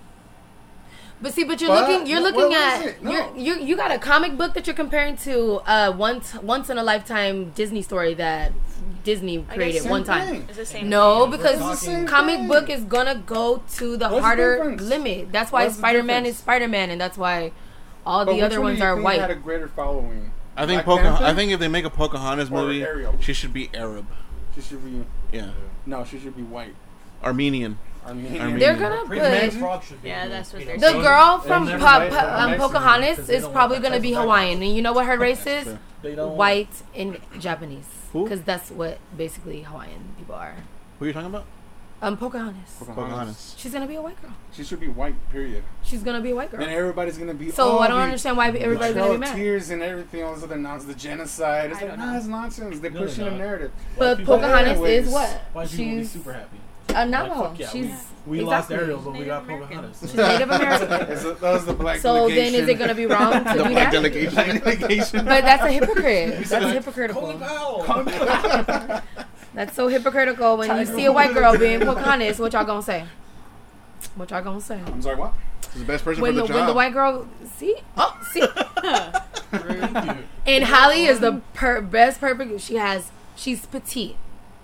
[SPEAKER 7] But see, but you're
[SPEAKER 2] But
[SPEAKER 7] looking, you're
[SPEAKER 2] wh-
[SPEAKER 7] looking
[SPEAKER 2] what was
[SPEAKER 7] at
[SPEAKER 2] it? No.
[SPEAKER 7] you're, you you got a comic book that you're comparing to uh once once in a lifetime Disney story that Disney
[SPEAKER 4] guess
[SPEAKER 7] created
[SPEAKER 4] same
[SPEAKER 7] one time.
[SPEAKER 2] thing.
[SPEAKER 4] It's the same.
[SPEAKER 7] No,
[SPEAKER 2] It's the
[SPEAKER 7] because
[SPEAKER 2] same
[SPEAKER 7] comic
[SPEAKER 2] thing.
[SPEAKER 7] book is gonna go to the
[SPEAKER 2] What's the
[SPEAKER 7] harder
[SPEAKER 2] difference?
[SPEAKER 7] limit. That's why
[SPEAKER 2] What's the
[SPEAKER 7] Spider Man is
[SPEAKER 2] difference?
[SPEAKER 7] Spider Man, and that's why all
[SPEAKER 2] But
[SPEAKER 7] the
[SPEAKER 2] which
[SPEAKER 7] other
[SPEAKER 2] one do
[SPEAKER 7] ones
[SPEAKER 2] you
[SPEAKER 7] are
[SPEAKER 2] think
[SPEAKER 7] white.
[SPEAKER 2] Had a greater following.
[SPEAKER 6] I think
[SPEAKER 2] Black
[SPEAKER 6] Pocahontas.
[SPEAKER 2] Panther?
[SPEAKER 6] I think if they make a Pocahontas
[SPEAKER 2] Or
[SPEAKER 6] movie,
[SPEAKER 2] Ariel.
[SPEAKER 6] she should be Arab.
[SPEAKER 2] She should be
[SPEAKER 6] Yeah,
[SPEAKER 2] no. She should be white.
[SPEAKER 6] Armenian.
[SPEAKER 2] Armenian.
[SPEAKER 6] Armenian.
[SPEAKER 7] They're gonna
[SPEAKER 10] Pretty
[SPEAKER 7] put
[SPEAKER 10] Man's Frog should be.
[SPEAKER 4] Yeah, that's what
[SPEAKER 10] You
[SPEAKER 4] they're
[SPEAKER 10] know,
[SPEAKER 7] the
[SPEAKER 4] saying.
[SPEAKER 7] girl
[SPEAKER 1] They'll
[SPEAKER 7] from
[SPEAKER 1] never
[SPEAKER 7] pa-
[SPEAKER 1] make
[SPEAKER 7] Pa-
[SPEAKER 1] that
[SPEAKER 7] um,
[SPEAKER 1] Mexican
[SPEAKER 7] Pocahontas
[SPEAKER 1] because they
[SPEAKER 7] is
[SPEAKER 1] don't
[SPEAKER 7] probably
[SPEAKER 1] want
[SPEAKER 7] gonna
[SPEAKER 1] that
[SPEAKER 7] be
[SPEAKER 1] type of
[SPEAKER 7] Hawaiian, and you know what her race is?
[SPEAKER 6] true.
[SPEAKER 1] They don't.
[SPEAKER 7] White and Japanese,
[SPEAKER 6] Who?
[SPEAKER 7] because that's what basically Hawaiian people are.
[SPEAKER 6] Who are you talking about?
[SPEAKER 7] Um, Pocahontas.
[SPEAKER 6] Pocahontas.
[SPEAKER 7] She's gonna be a white girl.
[SPEAKER 2] She should be white. Period.
[SPEAKER 7] She's gonna be a white girl.
[SPEAKER 2] And everybody's gonna be.
[SPEAKER 7] So
[SPEAKER 2] oh,
[SPEAKER 7] I don't
[SPEAKER 2] the-
[SPEAKER 7] understand why everybody's
[SPEAKER 2] the
[SPEAKER 7] gonna be
[SPEAKER 2] Trail of
[SPEAKER 7] mad.
[SPEAKER 2] Tears and everything, all this other nonsense, the genocide. It's
[SPEAKER 4] I
[SPEAKER 2] like,
[SPEAKER 4] don't know.
[SPEAKER 2] nah, it's nonsense. They're
[SPEAKER 1] No, they're
[SPEAKER 2] pushing a
[SPEAKER 1] not.
[SPEAKER 2] narrative.
[SPEAKER 7] But
[SPEAKER 1] people-
[SPEAKER 7] Pocahontas
[SPEAKER 2] anyways,
[SPEAKER 7] is what?
[SPEAKER 1] White people would be
[SPEAKER 7] She's
[SPEAKER 1] super happy.
[SPEAKER 7] a Navajo.
[SPEAKER 1] Like, fuck yeah,
[SPEAKER 7] Uh, She's
[SPEAKER 1] We
[SPEAKER 7] exactly.
[SPEAKER 1] lost Ariel, but we
[SPEAKER 4] Native
[SPEAKER 1] got
[SPEAKER 4] American.
[SPEAKER 1] Pocahontas.
[SPEAKER 7] She's Native American.
[SPEAKER 2] It's a- that was the black
[SPEAKER 7] so then,
[SPEAKER 2] delegation.
[SPEAKER 7] is it gonna be wrong to
[SPEAKER 6] The
[SPEAKER 7] do
[SPEAKER 6] black
[SPEAKER 7] that?
[SPEAKER 6] delegation.
[SPEAKER 7] But that's a hypocrite. That's hypocritical. That's so hypocritical when you see a white girl being Pocahontas. What y'all gonna say? What y'all gonna say?
[SPEAKER 2] I'm sorry, what?
[SPEAKER 6] She's the best person
[SPEAKER 7] When
[SPEAKER 6] for
[SPEAKER 7] the,
[SPEAKER 6] the, job.
[SPEAKER 7] when the white girl see oh see
[SPEAKER 1] Thank you.
[SPEAKER 7] and Holly is the per- best perfect. She has she's petite,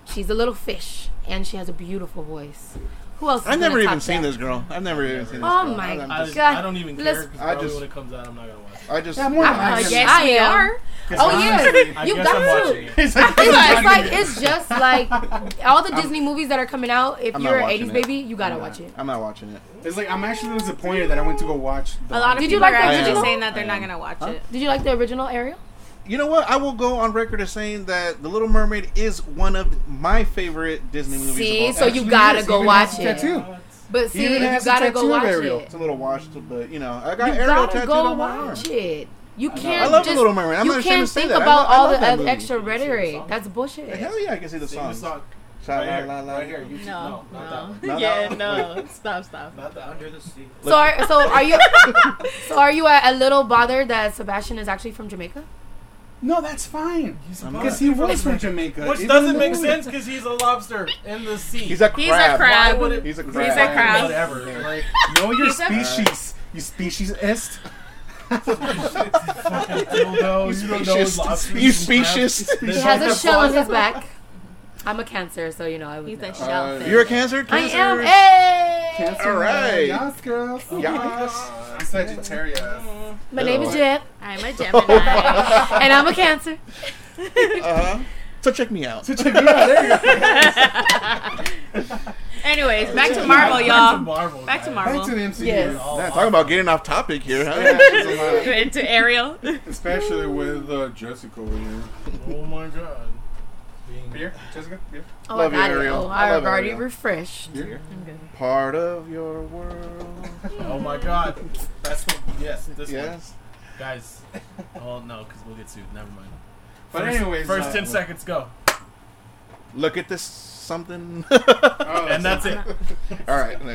[SPEAKER 7] she's a little fish, and she has a beautiful voice. Who else? is
[SPEAKER 6] I've
[SPEAKER 7] gonna
[SPEAKER 6] never even
[SPEAKER 7] top
[SPEAKER 6] seen
[SPEAKER 7] that?
[SPEAKER 6] this girl. I've never even seen this
[SPEAKER 7] Oh
[SPEAKER 6] girl.
[SPEAKER 7] my
[SPEAKER 6] I'm
[SPEAKER 1] I,
[SPEAKER 6] just,
[SPEAKER 7] God,
[SPEAKER 1] I don't even
[SPEAKER 7] let's-
[SPEAKER 1] care because
[SPEAKER 6] I
[SPEAKER 1] probably
[SPEAKER 6] just-
[SPEAKER 1] when it comes out, I'm not gonna watch it.
[SPEAKER 6] I just.
[SPEAKER 2] Yeah, more
[SPEAKER 7] Uh,
[SPEAKER 2] I
[SPEAKER 7] yes, I
[SPEAKER 4] we
[SPEAKER 7] am.
[SPEAKER 4] are.
[SPEAKER 7] Oh yeah,
[SPEAKER 1] I
[SPEAKER 7] you
[SPEAKER 1] guess
[SPEAKER 7] got
[SPEAKER 1] I'm
[SPEAKER 7] to.
[SPEAKER 1] watching it.
[SPEAKER 2] It's
[SPEAKER 7] It's, it's like it's just like all the Disney movies that are coming out. If
[SPEAKER 6] I'm not
[SPEAKER 7] you're an
[SPEAKER 6] watching
[SPEAKER 7] '80s
[SPEAKER 6] it.
[SPEAKER 7] baby, you gotta
[SPEAKER 6] I'm not-
[SPEAKER 7] watch it.
[SPEAKER 6] I'm not watching it.
[SPEAKER 2] It's like I'm actually disappointed that I went to go watch. The
[SPEAKER 4] A lot of
[SPEAKER 7] Did you
[SPEAKER 4] people
[SPEAKER 7] like
[SPEAKER 4] are
[SPEAKER 7] that
[SPEAKER 6] original?
[SPEAKER 4] actually saying that they're
[SPEAKER 6] I
[SPEAKER 4] not
[SPEAKER 6] am.
[SPEAKER 4] gonna watch
[SPEAKER 6] Huh?
[SPEAKER 4] it.
[SPEAKER 7] Did you like the original Ariel?
[SPEAKER 6] You know what? I will go on record as saying that The Little Mermaid is one of my favorite Disney movies. of
[SPEAKER 7] See,
[SPEAKER 6] all
[SPEAKER 7] so
[SPEAKER 6] time.
[SPEAKER 7] you
[SPEAKER 2] Actually,
[SPEAKER 7] gotta
[SPEAKER 2] yes,
[SPEAKER 7] go
[SPEAKER 2] even
[SPEAKER 7] watch
[SPEAKER 2] has a
[SPEAKER 7] it.
[SPEAKER 2] tattoo.
[SPEAKER 7] But see,
[SPEAKER 2] even
[SPEAKER 7] you
[SPEAKER 2] has a
[SPEAKER 7] gotta go
[SPEAKER 2] tattoo of
[SPEAKER 7] watch
[SPEAKER 2] Ariel.
[SPEAKER 7] it.
[SPEAKER 6] It's a little washed, but you know, I got
[SPEAKER 7] You
[SPEAKER 6] Ariel
[SPEAKER 7] gotta
[SPEAKER 6] tattooed
[SPEAKER 7] go
[SPEAKER 6] on my arm.
[SPEAKER 7] watch it. You can't.
[SPEAKER 6] I love
[SPEAKER 7] just,
[SPEAKER 6] The Little Mermaid. I'm
[SPEAKER 7] you
[SPEAKER 6] not ashamed
[SPEAKER 7] can't
[SPEAKER 6] to say
[SPEAKER 7] think
[SPEAKER 6] that. I
[SPEAKER 7] about
[SPEAKER 6] lo- I
[SPEAKER 7] all
[SPEAKER 6] love
[SPEAKER 7] the
[SPEAKER 6] that
[SPEAKER 7] uh,
[SPEAKER 6] movie.
[SPEAKER 7] extra rhetoric.
[SPEAKER 1] song?
[SPEAKER 7] That's bullshit.
[SPEAKER 6] Hell yeah, I can see the
[SPEAKER 1] Sing the
[SPEAKER 6] songs.
[SPEAKER 1] song.
[SPEAKER 6] Sha-
[SPEAKER 1] Right here,
[SPEAKER 6] la- la- la-
[SPEAKER 1] right here. You just-
[SPEAKER 4] No,
[SPEAKER 1] no, not that one.
[SPEAKER 6] No,
[SPEAKER 4] yeah,
[SPEAKER 6] that-
[SPEAKER 4] no. Stop, stop.
[SPEAKER 1] Not that one.
[SPEAKER 10] Under the sea.
[SPEAKER 7] So are, so are you? so are you a, a little bothered that Sebastian is actually from Jamaica?
[SPEAKER 2] No, that's fine.
[SPEAKER 6] I'm
[SPEAKER 2] Because
[SPEAKER 6] not.
[SPEAKER 2] he was from Jamaica.
[SPEAKER 1] Which
[SPEAKER 2] Even
[SPEAKER 1] doesn't
[SPEAKER 2] though-
[SPEAKER 1] make sense because he's a lobster in the sea.
[SPEAKER 6] He's a crab.
[SPEAKER 4] He's a
[SPEAKER 1] Why
[SPEAKER 4] crab.
[SPEAKER 1] would it-
[SPEAKER 6] He's a crab.
[SPEAKER 4] He's a crab.
[SPEAKER 1] Whatever. Like,
[SPEAKER 2] Know your
[SPEAKER 4] He's a-
[SPEAKER 2] species. You speciesist.
[SPEAKER 1] fucking dildo. You don't know
[SPEAKER 6] Specious.
[SPEAKER 1] lobsters
[SPEAKER 6] You
[SPEAKER 1] and crabs.
[SPEAKER 6] specious.
[SPEAKER 7] He
[SPEAKER 1] They
[SPEAKER 7] has
[SPEAKER 1] don't
[SPEAKER 7] a
[SPEAKER 1] have
[SPEAKER 7] shell on
[SPEAKER 1] flies.
[SPEAKER 7] his back. I'm a Cancer, so you know I would.
[SPEAKER 4] He's
[SPEAKER 7] know.
[SPEAKER 4] a shellfish.
[SPEAKER 6] You're a cancer.
[SPEAKER 7] I
[SPEAKER 6] cancer.
[SPEAKER 7] am. Hey.
[SPEAKER 6] All right.
[SPEAKER 2] Yes, girls.
[SPEAKER 6] Yas.
[SPEAKER 2] I'm Sagittarius.
[SPEAKER 7] My name is
[SPEAKER 6] Oh.
[SPEAKER 7] Jeff,
[SPEAKER 4] I'm a Gemini.
[SPEAKER 7] and I'm a Cancer.
[SPEAKER 6] Uh huh. So check me out.
[SPEAKER 4] Anyways, back to
[SPEAKER 1] Back
[SPEAKER 4] Marvel, y'all.
[SPEAKER 1] Marvel.
[SPEAKER 4] Back to
[SPEAKER 1] guys.
[SPEAKER 4] Marvel.
[SPEAKER 2] Back to the MCU.
[SPEAKER 7] Yes.
[SPEAKER 6] Man, talking about getting off topic here,
[SPEAKER 2] Yeah,
[SPEAKER 6] huh?
[SPEAKER 2] it's a lot.
[SPEAKER 4] Into Ariel.
[SPEAKER 2] Especially with uh, Jessica over here.
[SPEAKER 1] Oh my god. Being
[SPEAKER 2] Beer? Jessica? Beer?
[SPEAKER 7] Oh,
[SPEAKER 6] Love
[SPEAKER 7] I
[SPEAKER 6] you,
[SPEAKER 7] got it.
[SPEAKER 6] Ariel.
[SPEAKER 7] Oh,
[SPEAKER 6] I
[SPEAKER 7] I've
[SPEAKER 6] love
[SPEAKER 7] already
[SPEAKER 6] Ariel.
[SPEAKER 7] refreshed.
[SPEAKER 2] Beer?
[SPEAKER 6] Part of your world.
[SPEAKER 1] Oh my god. That's what. Yes, this one.
[SPEAKER 6] Yes.
[SPEAKER 1] Guys. Oh no, because we'll get sued. Never mind.
[SPEAKER 2] But
[SPEAKER 1] first,
[SPEAKER 2] anyways,
[SPEAKER 1] First
[SPEAKER 2] uh,
[SPEAKER 1] 10 seconds go.
[SPEAKER 6] Look at this something.
[SPEAKER 2] Oh,
[SPEAKER 1] And that's it.
[SPEAKER 6] All right.
[SPEAKER 1] So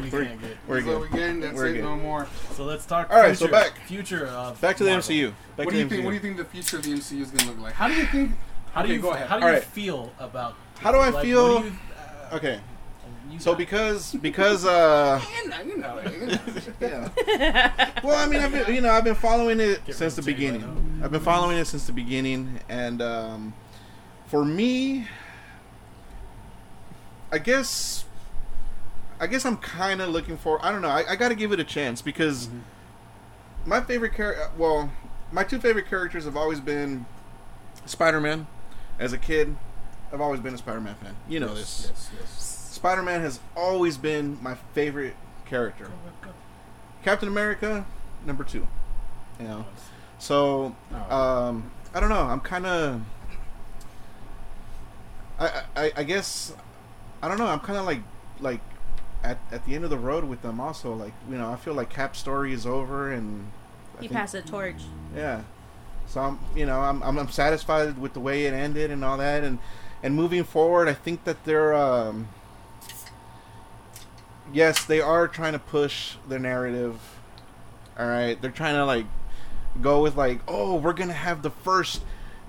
[SPEAKER 1] we
[SPEAKER 6] we're,
[SPEAKER 1] can't get-
[SPEAKER 6] we're
[SPEAKER 2] So we
[SPEAKER 6] good.
[SPEAKER 2] getting that's
[SPEAKER 6] We're
[SPEAKER 2] it.
[SPEAKER 6] good.
[SPEAKER 2] No more.
[SPEAKER 1] So let's talk.
[SPEAKER 6] All right,
[SPEAKER 1] future,
[SPEAKER 6] so back.
[SPEAKER 1] Future of
[SPEAKER 6] Back to the
[SPEAKER 1] Marvel.
[SPEAKER 6] MCU.
[SPEAKER 2] what
[SPEAKER 6] Back to
[SPEAKER 2] do you
[SPEAKER 6] the
[SPEAKER 2] think?
[SPEAKER 6] MCU.
[SPEAKER 2] What do you think the future of the MCU is going to look like? How do you think?
[SPEAKER 1] How do
[SPEAKER 2] Okay,
[SPEAKER 1] you
[SPEAKER 2] go ahead.
[SPEAKER 1] How do
[SPEAKER 6] All
[SPEAKER 1] you
[SPEAKER 6] right.
[SPEAKER 1] feel about?
[SPEAKER 6] How do I
[SPEAKER 1] like,
[SPEAKER 6] feel?
[SPEAKER 1] what do you, uh,
[SPEAKER 6] Okay.
[SPEAKER 1] You
[SPEAKER 6] So
[SPEAKER 1] got it.
[SPEAKER 6] because because uh
[SPEAKER 2] You know, you know, you know.
[SPEAKER 6] yeah. Well, I mean, I've been, you know, I've been following it
[SPEAKER 1] Get
[SPEAKER 6] since the
[SPEAKER 1] rid of the tape right
[SPEAKER 6] beginning. I've been following it since the beginning, and um, for me, I guess, I guess I'm kind of looking for. I don't know. I, I got to give it a chance because
[SPEAKER 1] Mm-hmm.
[SPEAKER 6] my favorite character. Well, my two favorite characters have always been Spider-Man. As a kid, I've always been a Spider-Man fan. You know this.
[SPEAKER 1] Yes, yes.
[SPEAKER 6] Spider-Man has always been my favorite character. Captain America, number two. You know, so um, I don't know. I'm kind of. I, I I guess I don't know. I'm kind of like like at, at the end of the road with them. Also, like you know, I feel like Cap's story is over, and I
[SPEAKER 4] He
[SPEAKER 6] think-
[SPEAKER 4] passed the torch.
[SPEAKER 6] yeah. So I'm, you know, I'm, I'm, I'm satisfied with the way it ended and all that, and and moving forward, I think that they're, um, yes, they are trying to push the narrative. All right, they're trying to like go with like, oh, we're gonna have the first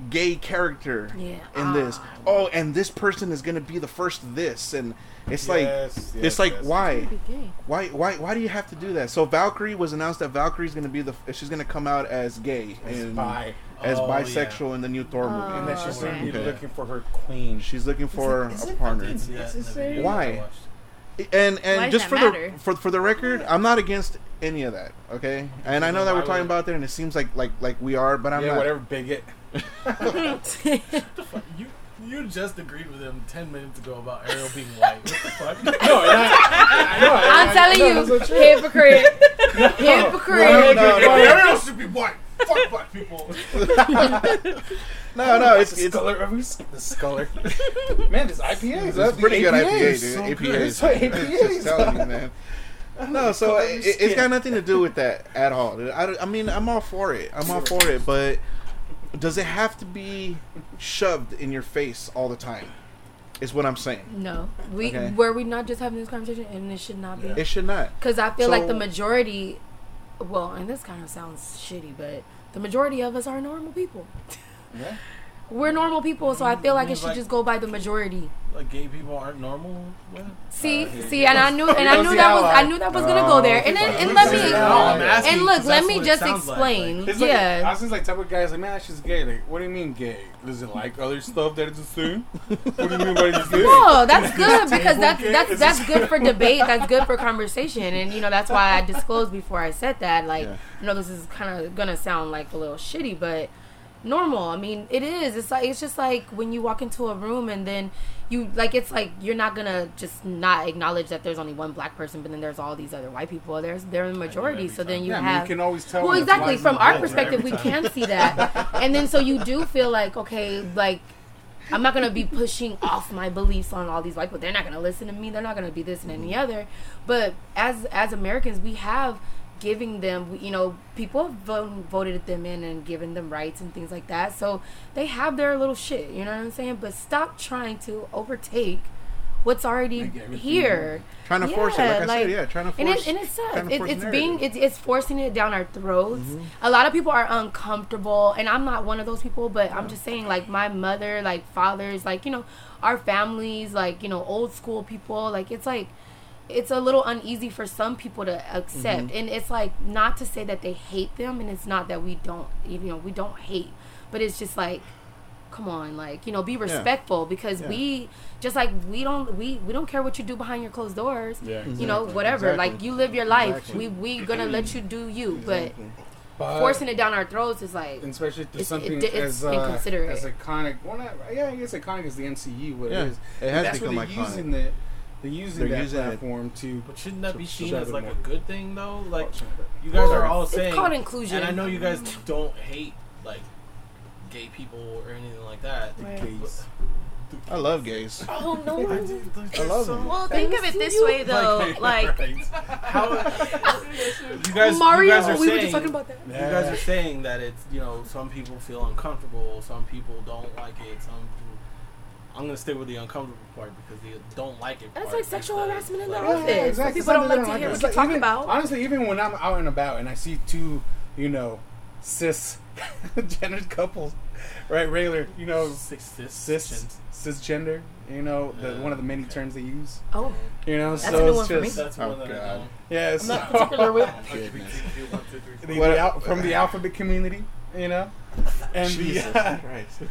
[SPEAKER 6] gay character
[SPEAKER 7] Yeah.
[SPEAKER 6] in this. Oh, and this person is gonna be the first this, and it's like,
[SPEAKER 2] Yes, yes,
[SPEAKER 6] it's like
[SPEAKER 2] yes.
[SPEAKER 6] why?
[SPEAKER 7] Be gay.
[SPEAKER 6] Why, why, why do you have to do that? So Valkyrie was announced that Valkyrie's gonna be the she's gonna come out as gay and
[SPEAKER 2] Spy.
[SPEAKER 6] as
[SPEAKER 1] Oh,
[SPEAKER 6] bisexual in the new Thor movie.
[SPEAKER 7] Oh,
[SPEAKER 2] And that she's
[SPEAKER 7] okay.
[SPEAKER 2] gonna be
[SPEAKER 6] Okay.
[SPEAKER 2] looking for her queen.
[SPEAKER 6] She's looking for
[SPEAKER 2] Is
[SPEAKER 6] a
[SPEAKER 2] it- is it-
[SPEAKER 6] partner.
[SPEAKER 2] it's-
[SPEAKER 1] Yeah,
[SPEAKER 2] it's
[SPEAKER 1] in
[SPEAKER 2] the
[SPEAKER 1] the
[SPEAKER 2] same-
[SPEAKER 1] video
[SPEAKER 6] Why?
[SPEAKER 1] that I watched.
[SPEAKER 6] And
[SPEAKER 4] Why does
[SPEAKER 6] and
[SPEAKER 4] that
[SPEAKER 6] just for the
[SPEAKER 4] matter?
[SPEAKER 6] for for the record, I'm not against any of that. Okay, and I know that
[SPEAKER 1] Why
[SPEAKER 6] we're
[SPEAKER 1] would
[SPEAKER 6] talking
[SPEAKER 1] it?
[SPEAKER 6] about there, and it seems like like like we are, but I'm
[SPEAKER 2] yeah,
[SPEAKER 6] not.
[SPEAKER 2] whatever, bigot.
[SPEAKER 1] What the fuck? You you just agreed with him ten minutes ago about Ariel being white. What the fuck?
[SPEAKER 2] No, and I, I know, I-
[SPEAKER 7] I'm
[SPEAKER 2] I-
[SPEAKER 7] telling
[SPEAKER 2] no,
[SPEAKER 7] you,
[SPEAKER 2] that's not true.
[SPEAKER 7] hypocrite. hypocrite.
[SPEAKER 6] No, no, no,
[SPEAKER 2] Ariel
[SPEAKER 1] should be white. Fuck black people.
[SPEAKER 6] no, no, it's
[SPEAKER 2] the
[SPEAKER 6] it's,
[SPEAKER 2] sculler. Are we sc- the sculler? Man, this IPA is
[SPEAKER 6] it's pretty good IPA, dude.
[SPEAKER 2] So
[SPEAKER 6] APA
[SPEAKER 2] good.
[SPEAKER 6] is
[SPEAKER 2] It's like
[SPEAKER 6] it's just
[SPEAKER 2] APAs.
[SPEAKER 6] telling you, man. No, so
[SPEAKER 2] color of
[SPEAKER 6] it,
[SPEAKER 2] your
[SPEAKER 6] it's got
[SPEAKER 2] skin.
[SPEAKER 6] nothing to do with that at all. dude. I, don't- I mean, I'm all for it. I'm all for it, but does it have to be shoved in your face all the time? Is what I'm saying.
[SPEAKER 7] No, we
[SPEAKER 6] Okay.
[SPEAKER 7] were we not just having this conversation, and it should not be.
[SPEAKER 6] It should not.
[SPEAKER 7] Because I feel like the
[SPEAKER 6] So-
[SPEAKER 7] majority, well, and this kind of sounds shitty, but the majority of us are normal people.
[SPEAKER 2] Yeah.
[SPEAKER 7] We're normal people, so I feel like it
[SPEAKER 1] Means
[SPEAKER 7] should
[SPEAKER 1] like-
[SPEAKER 7] just go by the majority.
[SPEAKER 1] Like gay people aren't normal. What? Uh,
[SPEAKER 7] See,
[SPEAKER 2] here
[SPEAKER 7] see, and I knew, and I
[SPEAKER 2] goes
[SPEAKER 7] knew
[SPEAKER 2] the
[SPEAKER 7] that was, I
[SPEAKER 2] ally.
[SPEAKER 7] knew that was gonna go there, and then, and let
[SPEAKER 2] Here's the
[SPEAKER 7] me,
[SPEAKER 2] ally.
[SPEAKER 7] and look, let me just explain.
[SPEAKER 2] It's like, yeah.
[SPEAKER 7] Yeah,
[SPEAKER 2] Austin's like type of guy is like, man, she's gay. Like, what do you mean gay? Does it like other stuff that it's the same? what do you mean by it's gay?
[SPEAKER 7] no, that's good because that's
[SPEAKER 2] Okay,
[SPEAKER 7] that's
[SPEAKER 2] it's
[SPEAKER 7] that's good for debate. That's good for conversation, and you know that's why I disclosed before I said that. Like,
[SPEAKER 6] Yeah.
[SPEAKER 7] you know, this is kind of gonna sound like a little shitty, but normal. I mean, it is. It's like it's just like when you walk into a room and then you like it's like you're not gonna just not acknowledge that there's only one black person, but then there's all these other white people. There's they're the majority, so then you
[SPEAKER 2] yeah, I mean,
[SPEAKER 7] have
[SPEAKER 2] you can always tell.
[SPEAKER 7] well,
[SPEAKER 2] when it's
[SPEAKER 7] exactly.
[SPEAKER 2] lies
[SPEAKER 7] From
[SPEAKER 2] and
[SPEAKER 7] our
[SPEAKER 2] bull, right?
[SPEAKER 7] perspective, we can see that, and then so you do feel like okay, like I'm not gonna be pushing off my beliefs on all these white people. They're not gonna listen to me. They're not gonna be this and any other. But as as Americans, we have giving them you know people vote, voted them in and given them rights and things like that so they have their little shit you know what i'm saying but stop trying to overtake what's already
[SPEAKER 2] Make everything
[SPEAKER 7] here
[SPEAKER 6] Trying to force it,
[SPEAKER 7] Yeah,
[SPEAKER 6] like I
[SPEAKER 7] like-
[SPEAKER 6] said, yeah, trying to
[SPEAKER 7] and
[SPEAKER 6] force.
[SPEAKER 7] it, and it sucks.
[SPEAKER 6] kind of
[SPEAKER 7] It,
[SPEAKER 6] forced
[SPEAKER 7] it's being
[SPEAKER 6] narrative. Mm-hmm.
[SPEAKER 7] it's, it's forcing it down our throats. A lot of people are uncomfortable, and I'm not one of those people. But I'm just saying, like my mother, like fathers, like you know, our families, like you know, old school people. Like it's like it's a little uneasy for some people to accept,
[SPEAKER 1] Mm-hmm.
[SPEAKER 7] and it's like not to say that they hate them, and it's not that we don't, you know, we don't hate, but it's just like come on like you know be respectful because
[SPEAKER 6] Yeah.
[SPEAKER 7] we just like we don't we we don't care what you do behind your closed doors
[SPEAKER 2] Yeah,
[SPEAKER 7] you know whatever
[SPEAKER 6] Exactly.
[SPEAKER 7] like you live your life
[SPEAKER 6] Exactly.
[SPEAKER 7] we we gonna let you do you but
[SPEAKER 1] Uh,
[SPEAKER 2] But-
[SPEAKER 7] forcing it down our throats is like
[SPEAKER 2] and especially through
[SPEAKER 7] It's-
[SPEAKER 2] something
[SPEAKER 7] it- it's
[SPEAKER 2] as uh,
[SPEAKER 7] inconsiderate.
[SPEAKER 2] as iconic. Well, not, yeah, I guess iconic is the MCU. What
[SPEAKER 6] Yeah,
[SPEAKER 2] it is.
[SPEAKER 6] it has
[SPEAKER 2] that's
[SPEAKER 6] become
[SPEAKER 2] what they're
[SPEAKER 6] iconic.
[SPEAKER 2] using the they're using
[SPEAKER 6] They're
[SPEAKER 2] that
[SPEAKER 6] using it.
[SPEAKER 2] platform to.
[SPEAKER 1] But shouldn't that
[SPEAKER 2] So-
[SPEAKER 1] be
[SPEAKER 2] so
[SPEAKER 1] seen
[SPEAKER 2] that
[SPEAKER 1] as
[SPEAKER 2] would
[SPEAKER 1] like a
[SPEAKER 2] work.
[SPEAKER 1] good thing though? Like
[SPEAKER 2] Sorry.
[SPEAKER 1] you guys are
[SPEAKER 7] course.
[SPEAKER 1] all
[SPEAKER 7] It's
[SPEAKER 1] saying
[SPEAKER 7] called inclusion.
[SPEAKER 1] And I know you guys don't hate like gay people or anything like that.
[SPEAKER 2] Gays.
[SPEAKER 6] I love gays.
[SPEAKER 7] oh no
[SPEAKER 1] I
[SPEAKER 6] love them.
[SPEAKER 4] Well, think of it this way though, like
[SPEAKER 1] How you guys? you guys
[SPEAKER 7] mario
[SPEAKER 1] are
[SPEAKER 7] we were
[SPEAKER 1] saying,
[SPEAKER 7] just talking about that
[SPEAKER 1] You guys are saying that it's you know some people feel uncomfortable, some people don't like it, some. people- I'm gonna stick with the uncomfortable part because the don't like it.
[SPEAKER 7] that's
[SPEAKER 1] part
[SPEAKER 7] like
[SPEAKER 1] is
[SPEAKER 7] sexual
[SPEAKER 1] the-
[SPEAKER 7] harassment in the
[SPEAKER 1] like-
[SPEAKER 7] office
[SPEAKER 2] Yeah, exactly.
[SPEAKER 7] people don't
[SPEAKER 2] Something
[SPEAKER 7] like to
[SPEAKER 2] they
[SPEAKER 7] hear
[SPEAKER 2] don't
[SPEAKER 7] what
[SPEAKER 2] It's
[SPEAKER 7] you
[SPEAKER 2] like
[SPEAKER 7] talk
[SPEAKER 2] even-
[SPEAKER 7] about
[SPEAKER 2] Honestly, even when I'm out and about and I see two, you know, cis gendered couples, right? Regular, you know,
[SPEAKER 1] Six cis.
[SPEAKER 2] cis cisgender. You know, the,
[SPEAKER 1] Yeah,
[SPEAKER 2] one of the many
[SPEAKER 1] okay.
[SPEAKER 2] terms they use.
[SPEAKER 7] Oh,
[SPEAKER 2] You know,
[SPEAKER 7] That's a
[SPEAKER 2] so
[SPEAKER 7] new
[SPEAKER 2] it's
[SPEAKER 7] one for me.
[SPEAKER 2] just
[SPEAKER 1] That's
[SPEAKER 6] Oh,
[SPEAKER 1] one that I
[SPEAKER 6] God.
[SPEAKER 1] know.
[SPEAKER 2] yeah.
[SPEAKER 11] I'm
[SPEAKER 2] So,
[SPEAKER 11] not particular with.
[SPEAKER 6] Goodness.
[SPEAKER 2] the,
[SPEAKER 6] What-
[SPEAKER 2] the al- from the alphabet community, you know, and
[SPEAKER 6] Jesus
[SPEAKER 2] the,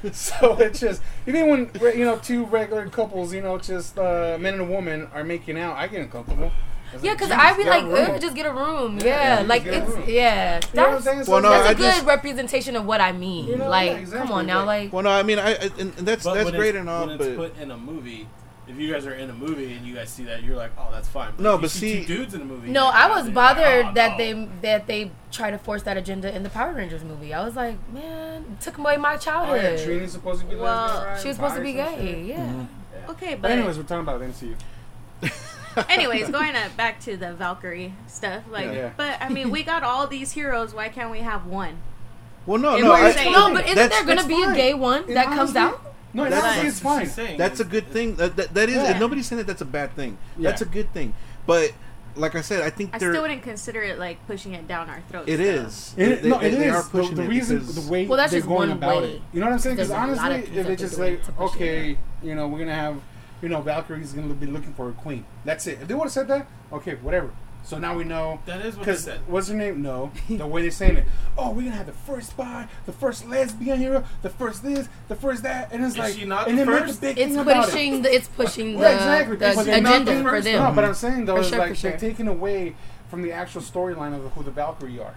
[SPEAKER 6] Christ.
[SPEAKER 2] so it's just even when re- you know two regular couples, you know, just uh, man and a woman are making out, I get uncomfortable. It's
[SPEAKER 7] yeah, because
[SPEAKER 2] Jesus,
[SPEAKER 7] I'd be
[SPEAKER 2] get
[SPEAKER 7] like,
[SPEAKER 2] a room.
[SPEAKER 7] Ugh, just get a room.
[SPEAKER 2] Yeah,
[SPEAKER 7] Yeah,
[SPEAKER 2] just
[SPEAKER 7] like
[SPEAKER 2] get a
[SPEAKER 7] it's
[SPEAKER 2] room.
[SPEAKER 7] yeah.
[SPEAKER 2] You know what I'm
[SPEAKER 7] That's,
[SPEAKER 2] saying? So
[SPEAKER 6] Well, Oh, no,
[SPEAKER 7] that's a
[SPEAKER 6] I
[SPEAKER 7] good
[SPEAKER 6] just-
[SPEAKER 7] representation of what I mean.
[SPEAKER 2] You know,
[SPEAKER 7] like,
[SPEAKER 2] yeah, exactly,
[SPEAKER 7] come on now,
[SPEAKER 2] like-
[SPEAKER 7] like,
[SPEAKER 6] Well, no, I mean, I, I and and that's
[SPEAKER 1] But
[SPEAKER 6] that's
[SPEAKER 1] when
[SPEAKER 6] great
[SPEAKER 1] it's,
[SPEAKER 6] and all,
[SPEAKER 1] when
[SPEAKER 6] but
[SPEAKER 1] it's put in a movie, if you guys are in a movie and you guys see that, you're like, oh, that's fine.
[SPEAKER 6] No,
[SPEAKER 1] if you
[SPEAKER 6] but see-
[SPEAKER 1] two dudes in a movie.
[SPEAKER 7] no,
[SPEAKER 1] making
[SPEAKER 7] I
[SPEAKER 1] out,
[SPEAKER 7] was
[SPEAKER 1] then you're like,
[SPEAKER 7] bothered
[SPEAKER 1] "Oh,
[SPEAKER 7] that
[SPEAKER 1] no."
[SPEAKER 7] they that they try to force that agenda in the Power Rangers movie. I was like, man, it took away my
[SPEAKER 2] Oh, yeah,
[SPEAKER 7] childhood. Uh,
[SPEAKER 2] Trini's supposed to be
[SPEAKER 4] Well,
[SPEAKER 2] lesbian, right?
[SPEAKER 7] she was supposed to
[SPEAKER 2] Bi
[SPEAKER 7] be
[SPEAKER 2] or some shit. Mm-hmm.
[SPEAKER 7] gay. Yeah.
[SPEAKER 4] Okay,
[SPEAKER 2] But
[SPEAKER 4] but
[SPEAKER 2] anyways, we're talking about the MCU.
[SPEAKER 4] anyways, going uh back to the Valkyrie stuff, like,
[SPEAKER 2] Yeah.
[SPEAKER 4] but I mean, we got all these heroes. Why can't we have one?
[SPEAKER 6] well, no,
[SPEAKER 4] It
[SPEAKER 6] no,
[SPEAKER 4] was
[SPEAKER 6] I,
[SPEAKER 4] saying-
[SPEAKER 7] No, but isn't
[SPEAKER 6] That's-
[SPEAKER 7] there gonna
[SPEAKER 6] that's
[SPEAKER 7] be a
[SPEAKER 6] fine.
[SPEAKER 7] gay one
[SPEAKER 2] And
[SPEAKER 7] that comes
[SPEAKER 2] honestly-
[SPEAKER 7] out?
[SPEAKER 2] No,
[SPEAKER 6] That's
[SPEAKER 2] that's,
[SPEAKER 6] fine.
[SPEAKER 2] it's fine.
[SPEAKER 1] She's saying
[SPEAKER 6] That's a good thing. That that, that is.
[SPEAKER 2] Yeah.
[SPEAKER 6] Nobody's saying that that's a bad thing. That's a
[SPEAKER 2] Yeah.
[SPEAKER 6] good thing. But like I said, I think
[SPEAKER 4] I
[SPEAKER 6] they're.
[SPEAKER 4] still wouldn't consider it like pushing it down our throats.
[SPEAKER 6] it
[SPEAKER 4] though.
[SPEAKER 6] is.
[SPEAKER 2] It,
[SPEAKER 6] They-
[SPEAKER 2] no,
[SPEAKER 6] they-
[SPEAKER 2] it is
[SPEAKER 6] they are
[SPEAKER 2] The-
[SPEAKER 6] pushing
[SPEAKER 2] the,
[SPEAKER 6] it
[SPEAKER 2] reason,
[SPEAKER 6] because-
[SPEAKER 2] the way
[SPEAKER 7] Well, that's
[SPEAKER 2] they're
[SPEAKER 7] just
[SPEAKER 2] going
[SPEAKER 7] one
[SPEAKER 2] about
[SPEAKER 7] way.
[SPEAKER 2] it. You know what I'm saying? Because
[SPEAKER 7] There's a lot of
[SPEAKER 2] honestly,
[SPEAKER 7] things
[SPEAKER 2] if
[SPEAKER 7] that
[SPEAKER 2] it's
[SPEAKER 7] they're
[SPEAKER 2] just
[SPEAKER 7] doing
[SPEAKER 2] like,
[SPEAKER 7] to push it,
[SPEAKER 2] okay, you know, we're gonna have, you know, Valkyrie's gonna be looking for a queen. That's it. If they would have said that, okay, whatever. So now we know.
[SPEAKER 1] That is what they
[SPEAKER 2] Because
[SPEAKER 1] said.
[SPEAKER 2] what's her name? No, the way they're saying it. Oh, we're gonna have the first bi, the first lesbian hero, the first this, the first that, and it's
[SPEAKER 1] Is
[SPEAKER 2] like,
[SPEAKER 1] she not
[SPEAKER 2] and
[SPEAKER 1] the
[SPEAKER 2] they make a
[SPEAKER 1] first?
[SPEAKER 2] big
[SPEAKER 7] It's
[SPEAKER 2] thing about it.
[SPEAKER 7] pushing. The, it's pushing the,
[SPEAKER 2] Yeah, exactly.
[SPEAKER 7] the
[SPEAKER 2] But they're not
[SPEAKER 7] agenda
[SPEAKER 2] the
[SPEAKER 7] for
[SPEAKER 2] first-
[SPEAKER 7] them.
[SPEAKER 2] No, but I'm saying though,
[SPEAKER 7] For
[SPEAKER 2] is
[SPEAKER 7] sure,
[SPEAKER 2] like
[SPEAKER 7] for
[SPEAKER 2] they're
[SPEAKER 7] sure.
[SPEAKER 2] taken away from the actual storyline of who the Valkyrie are.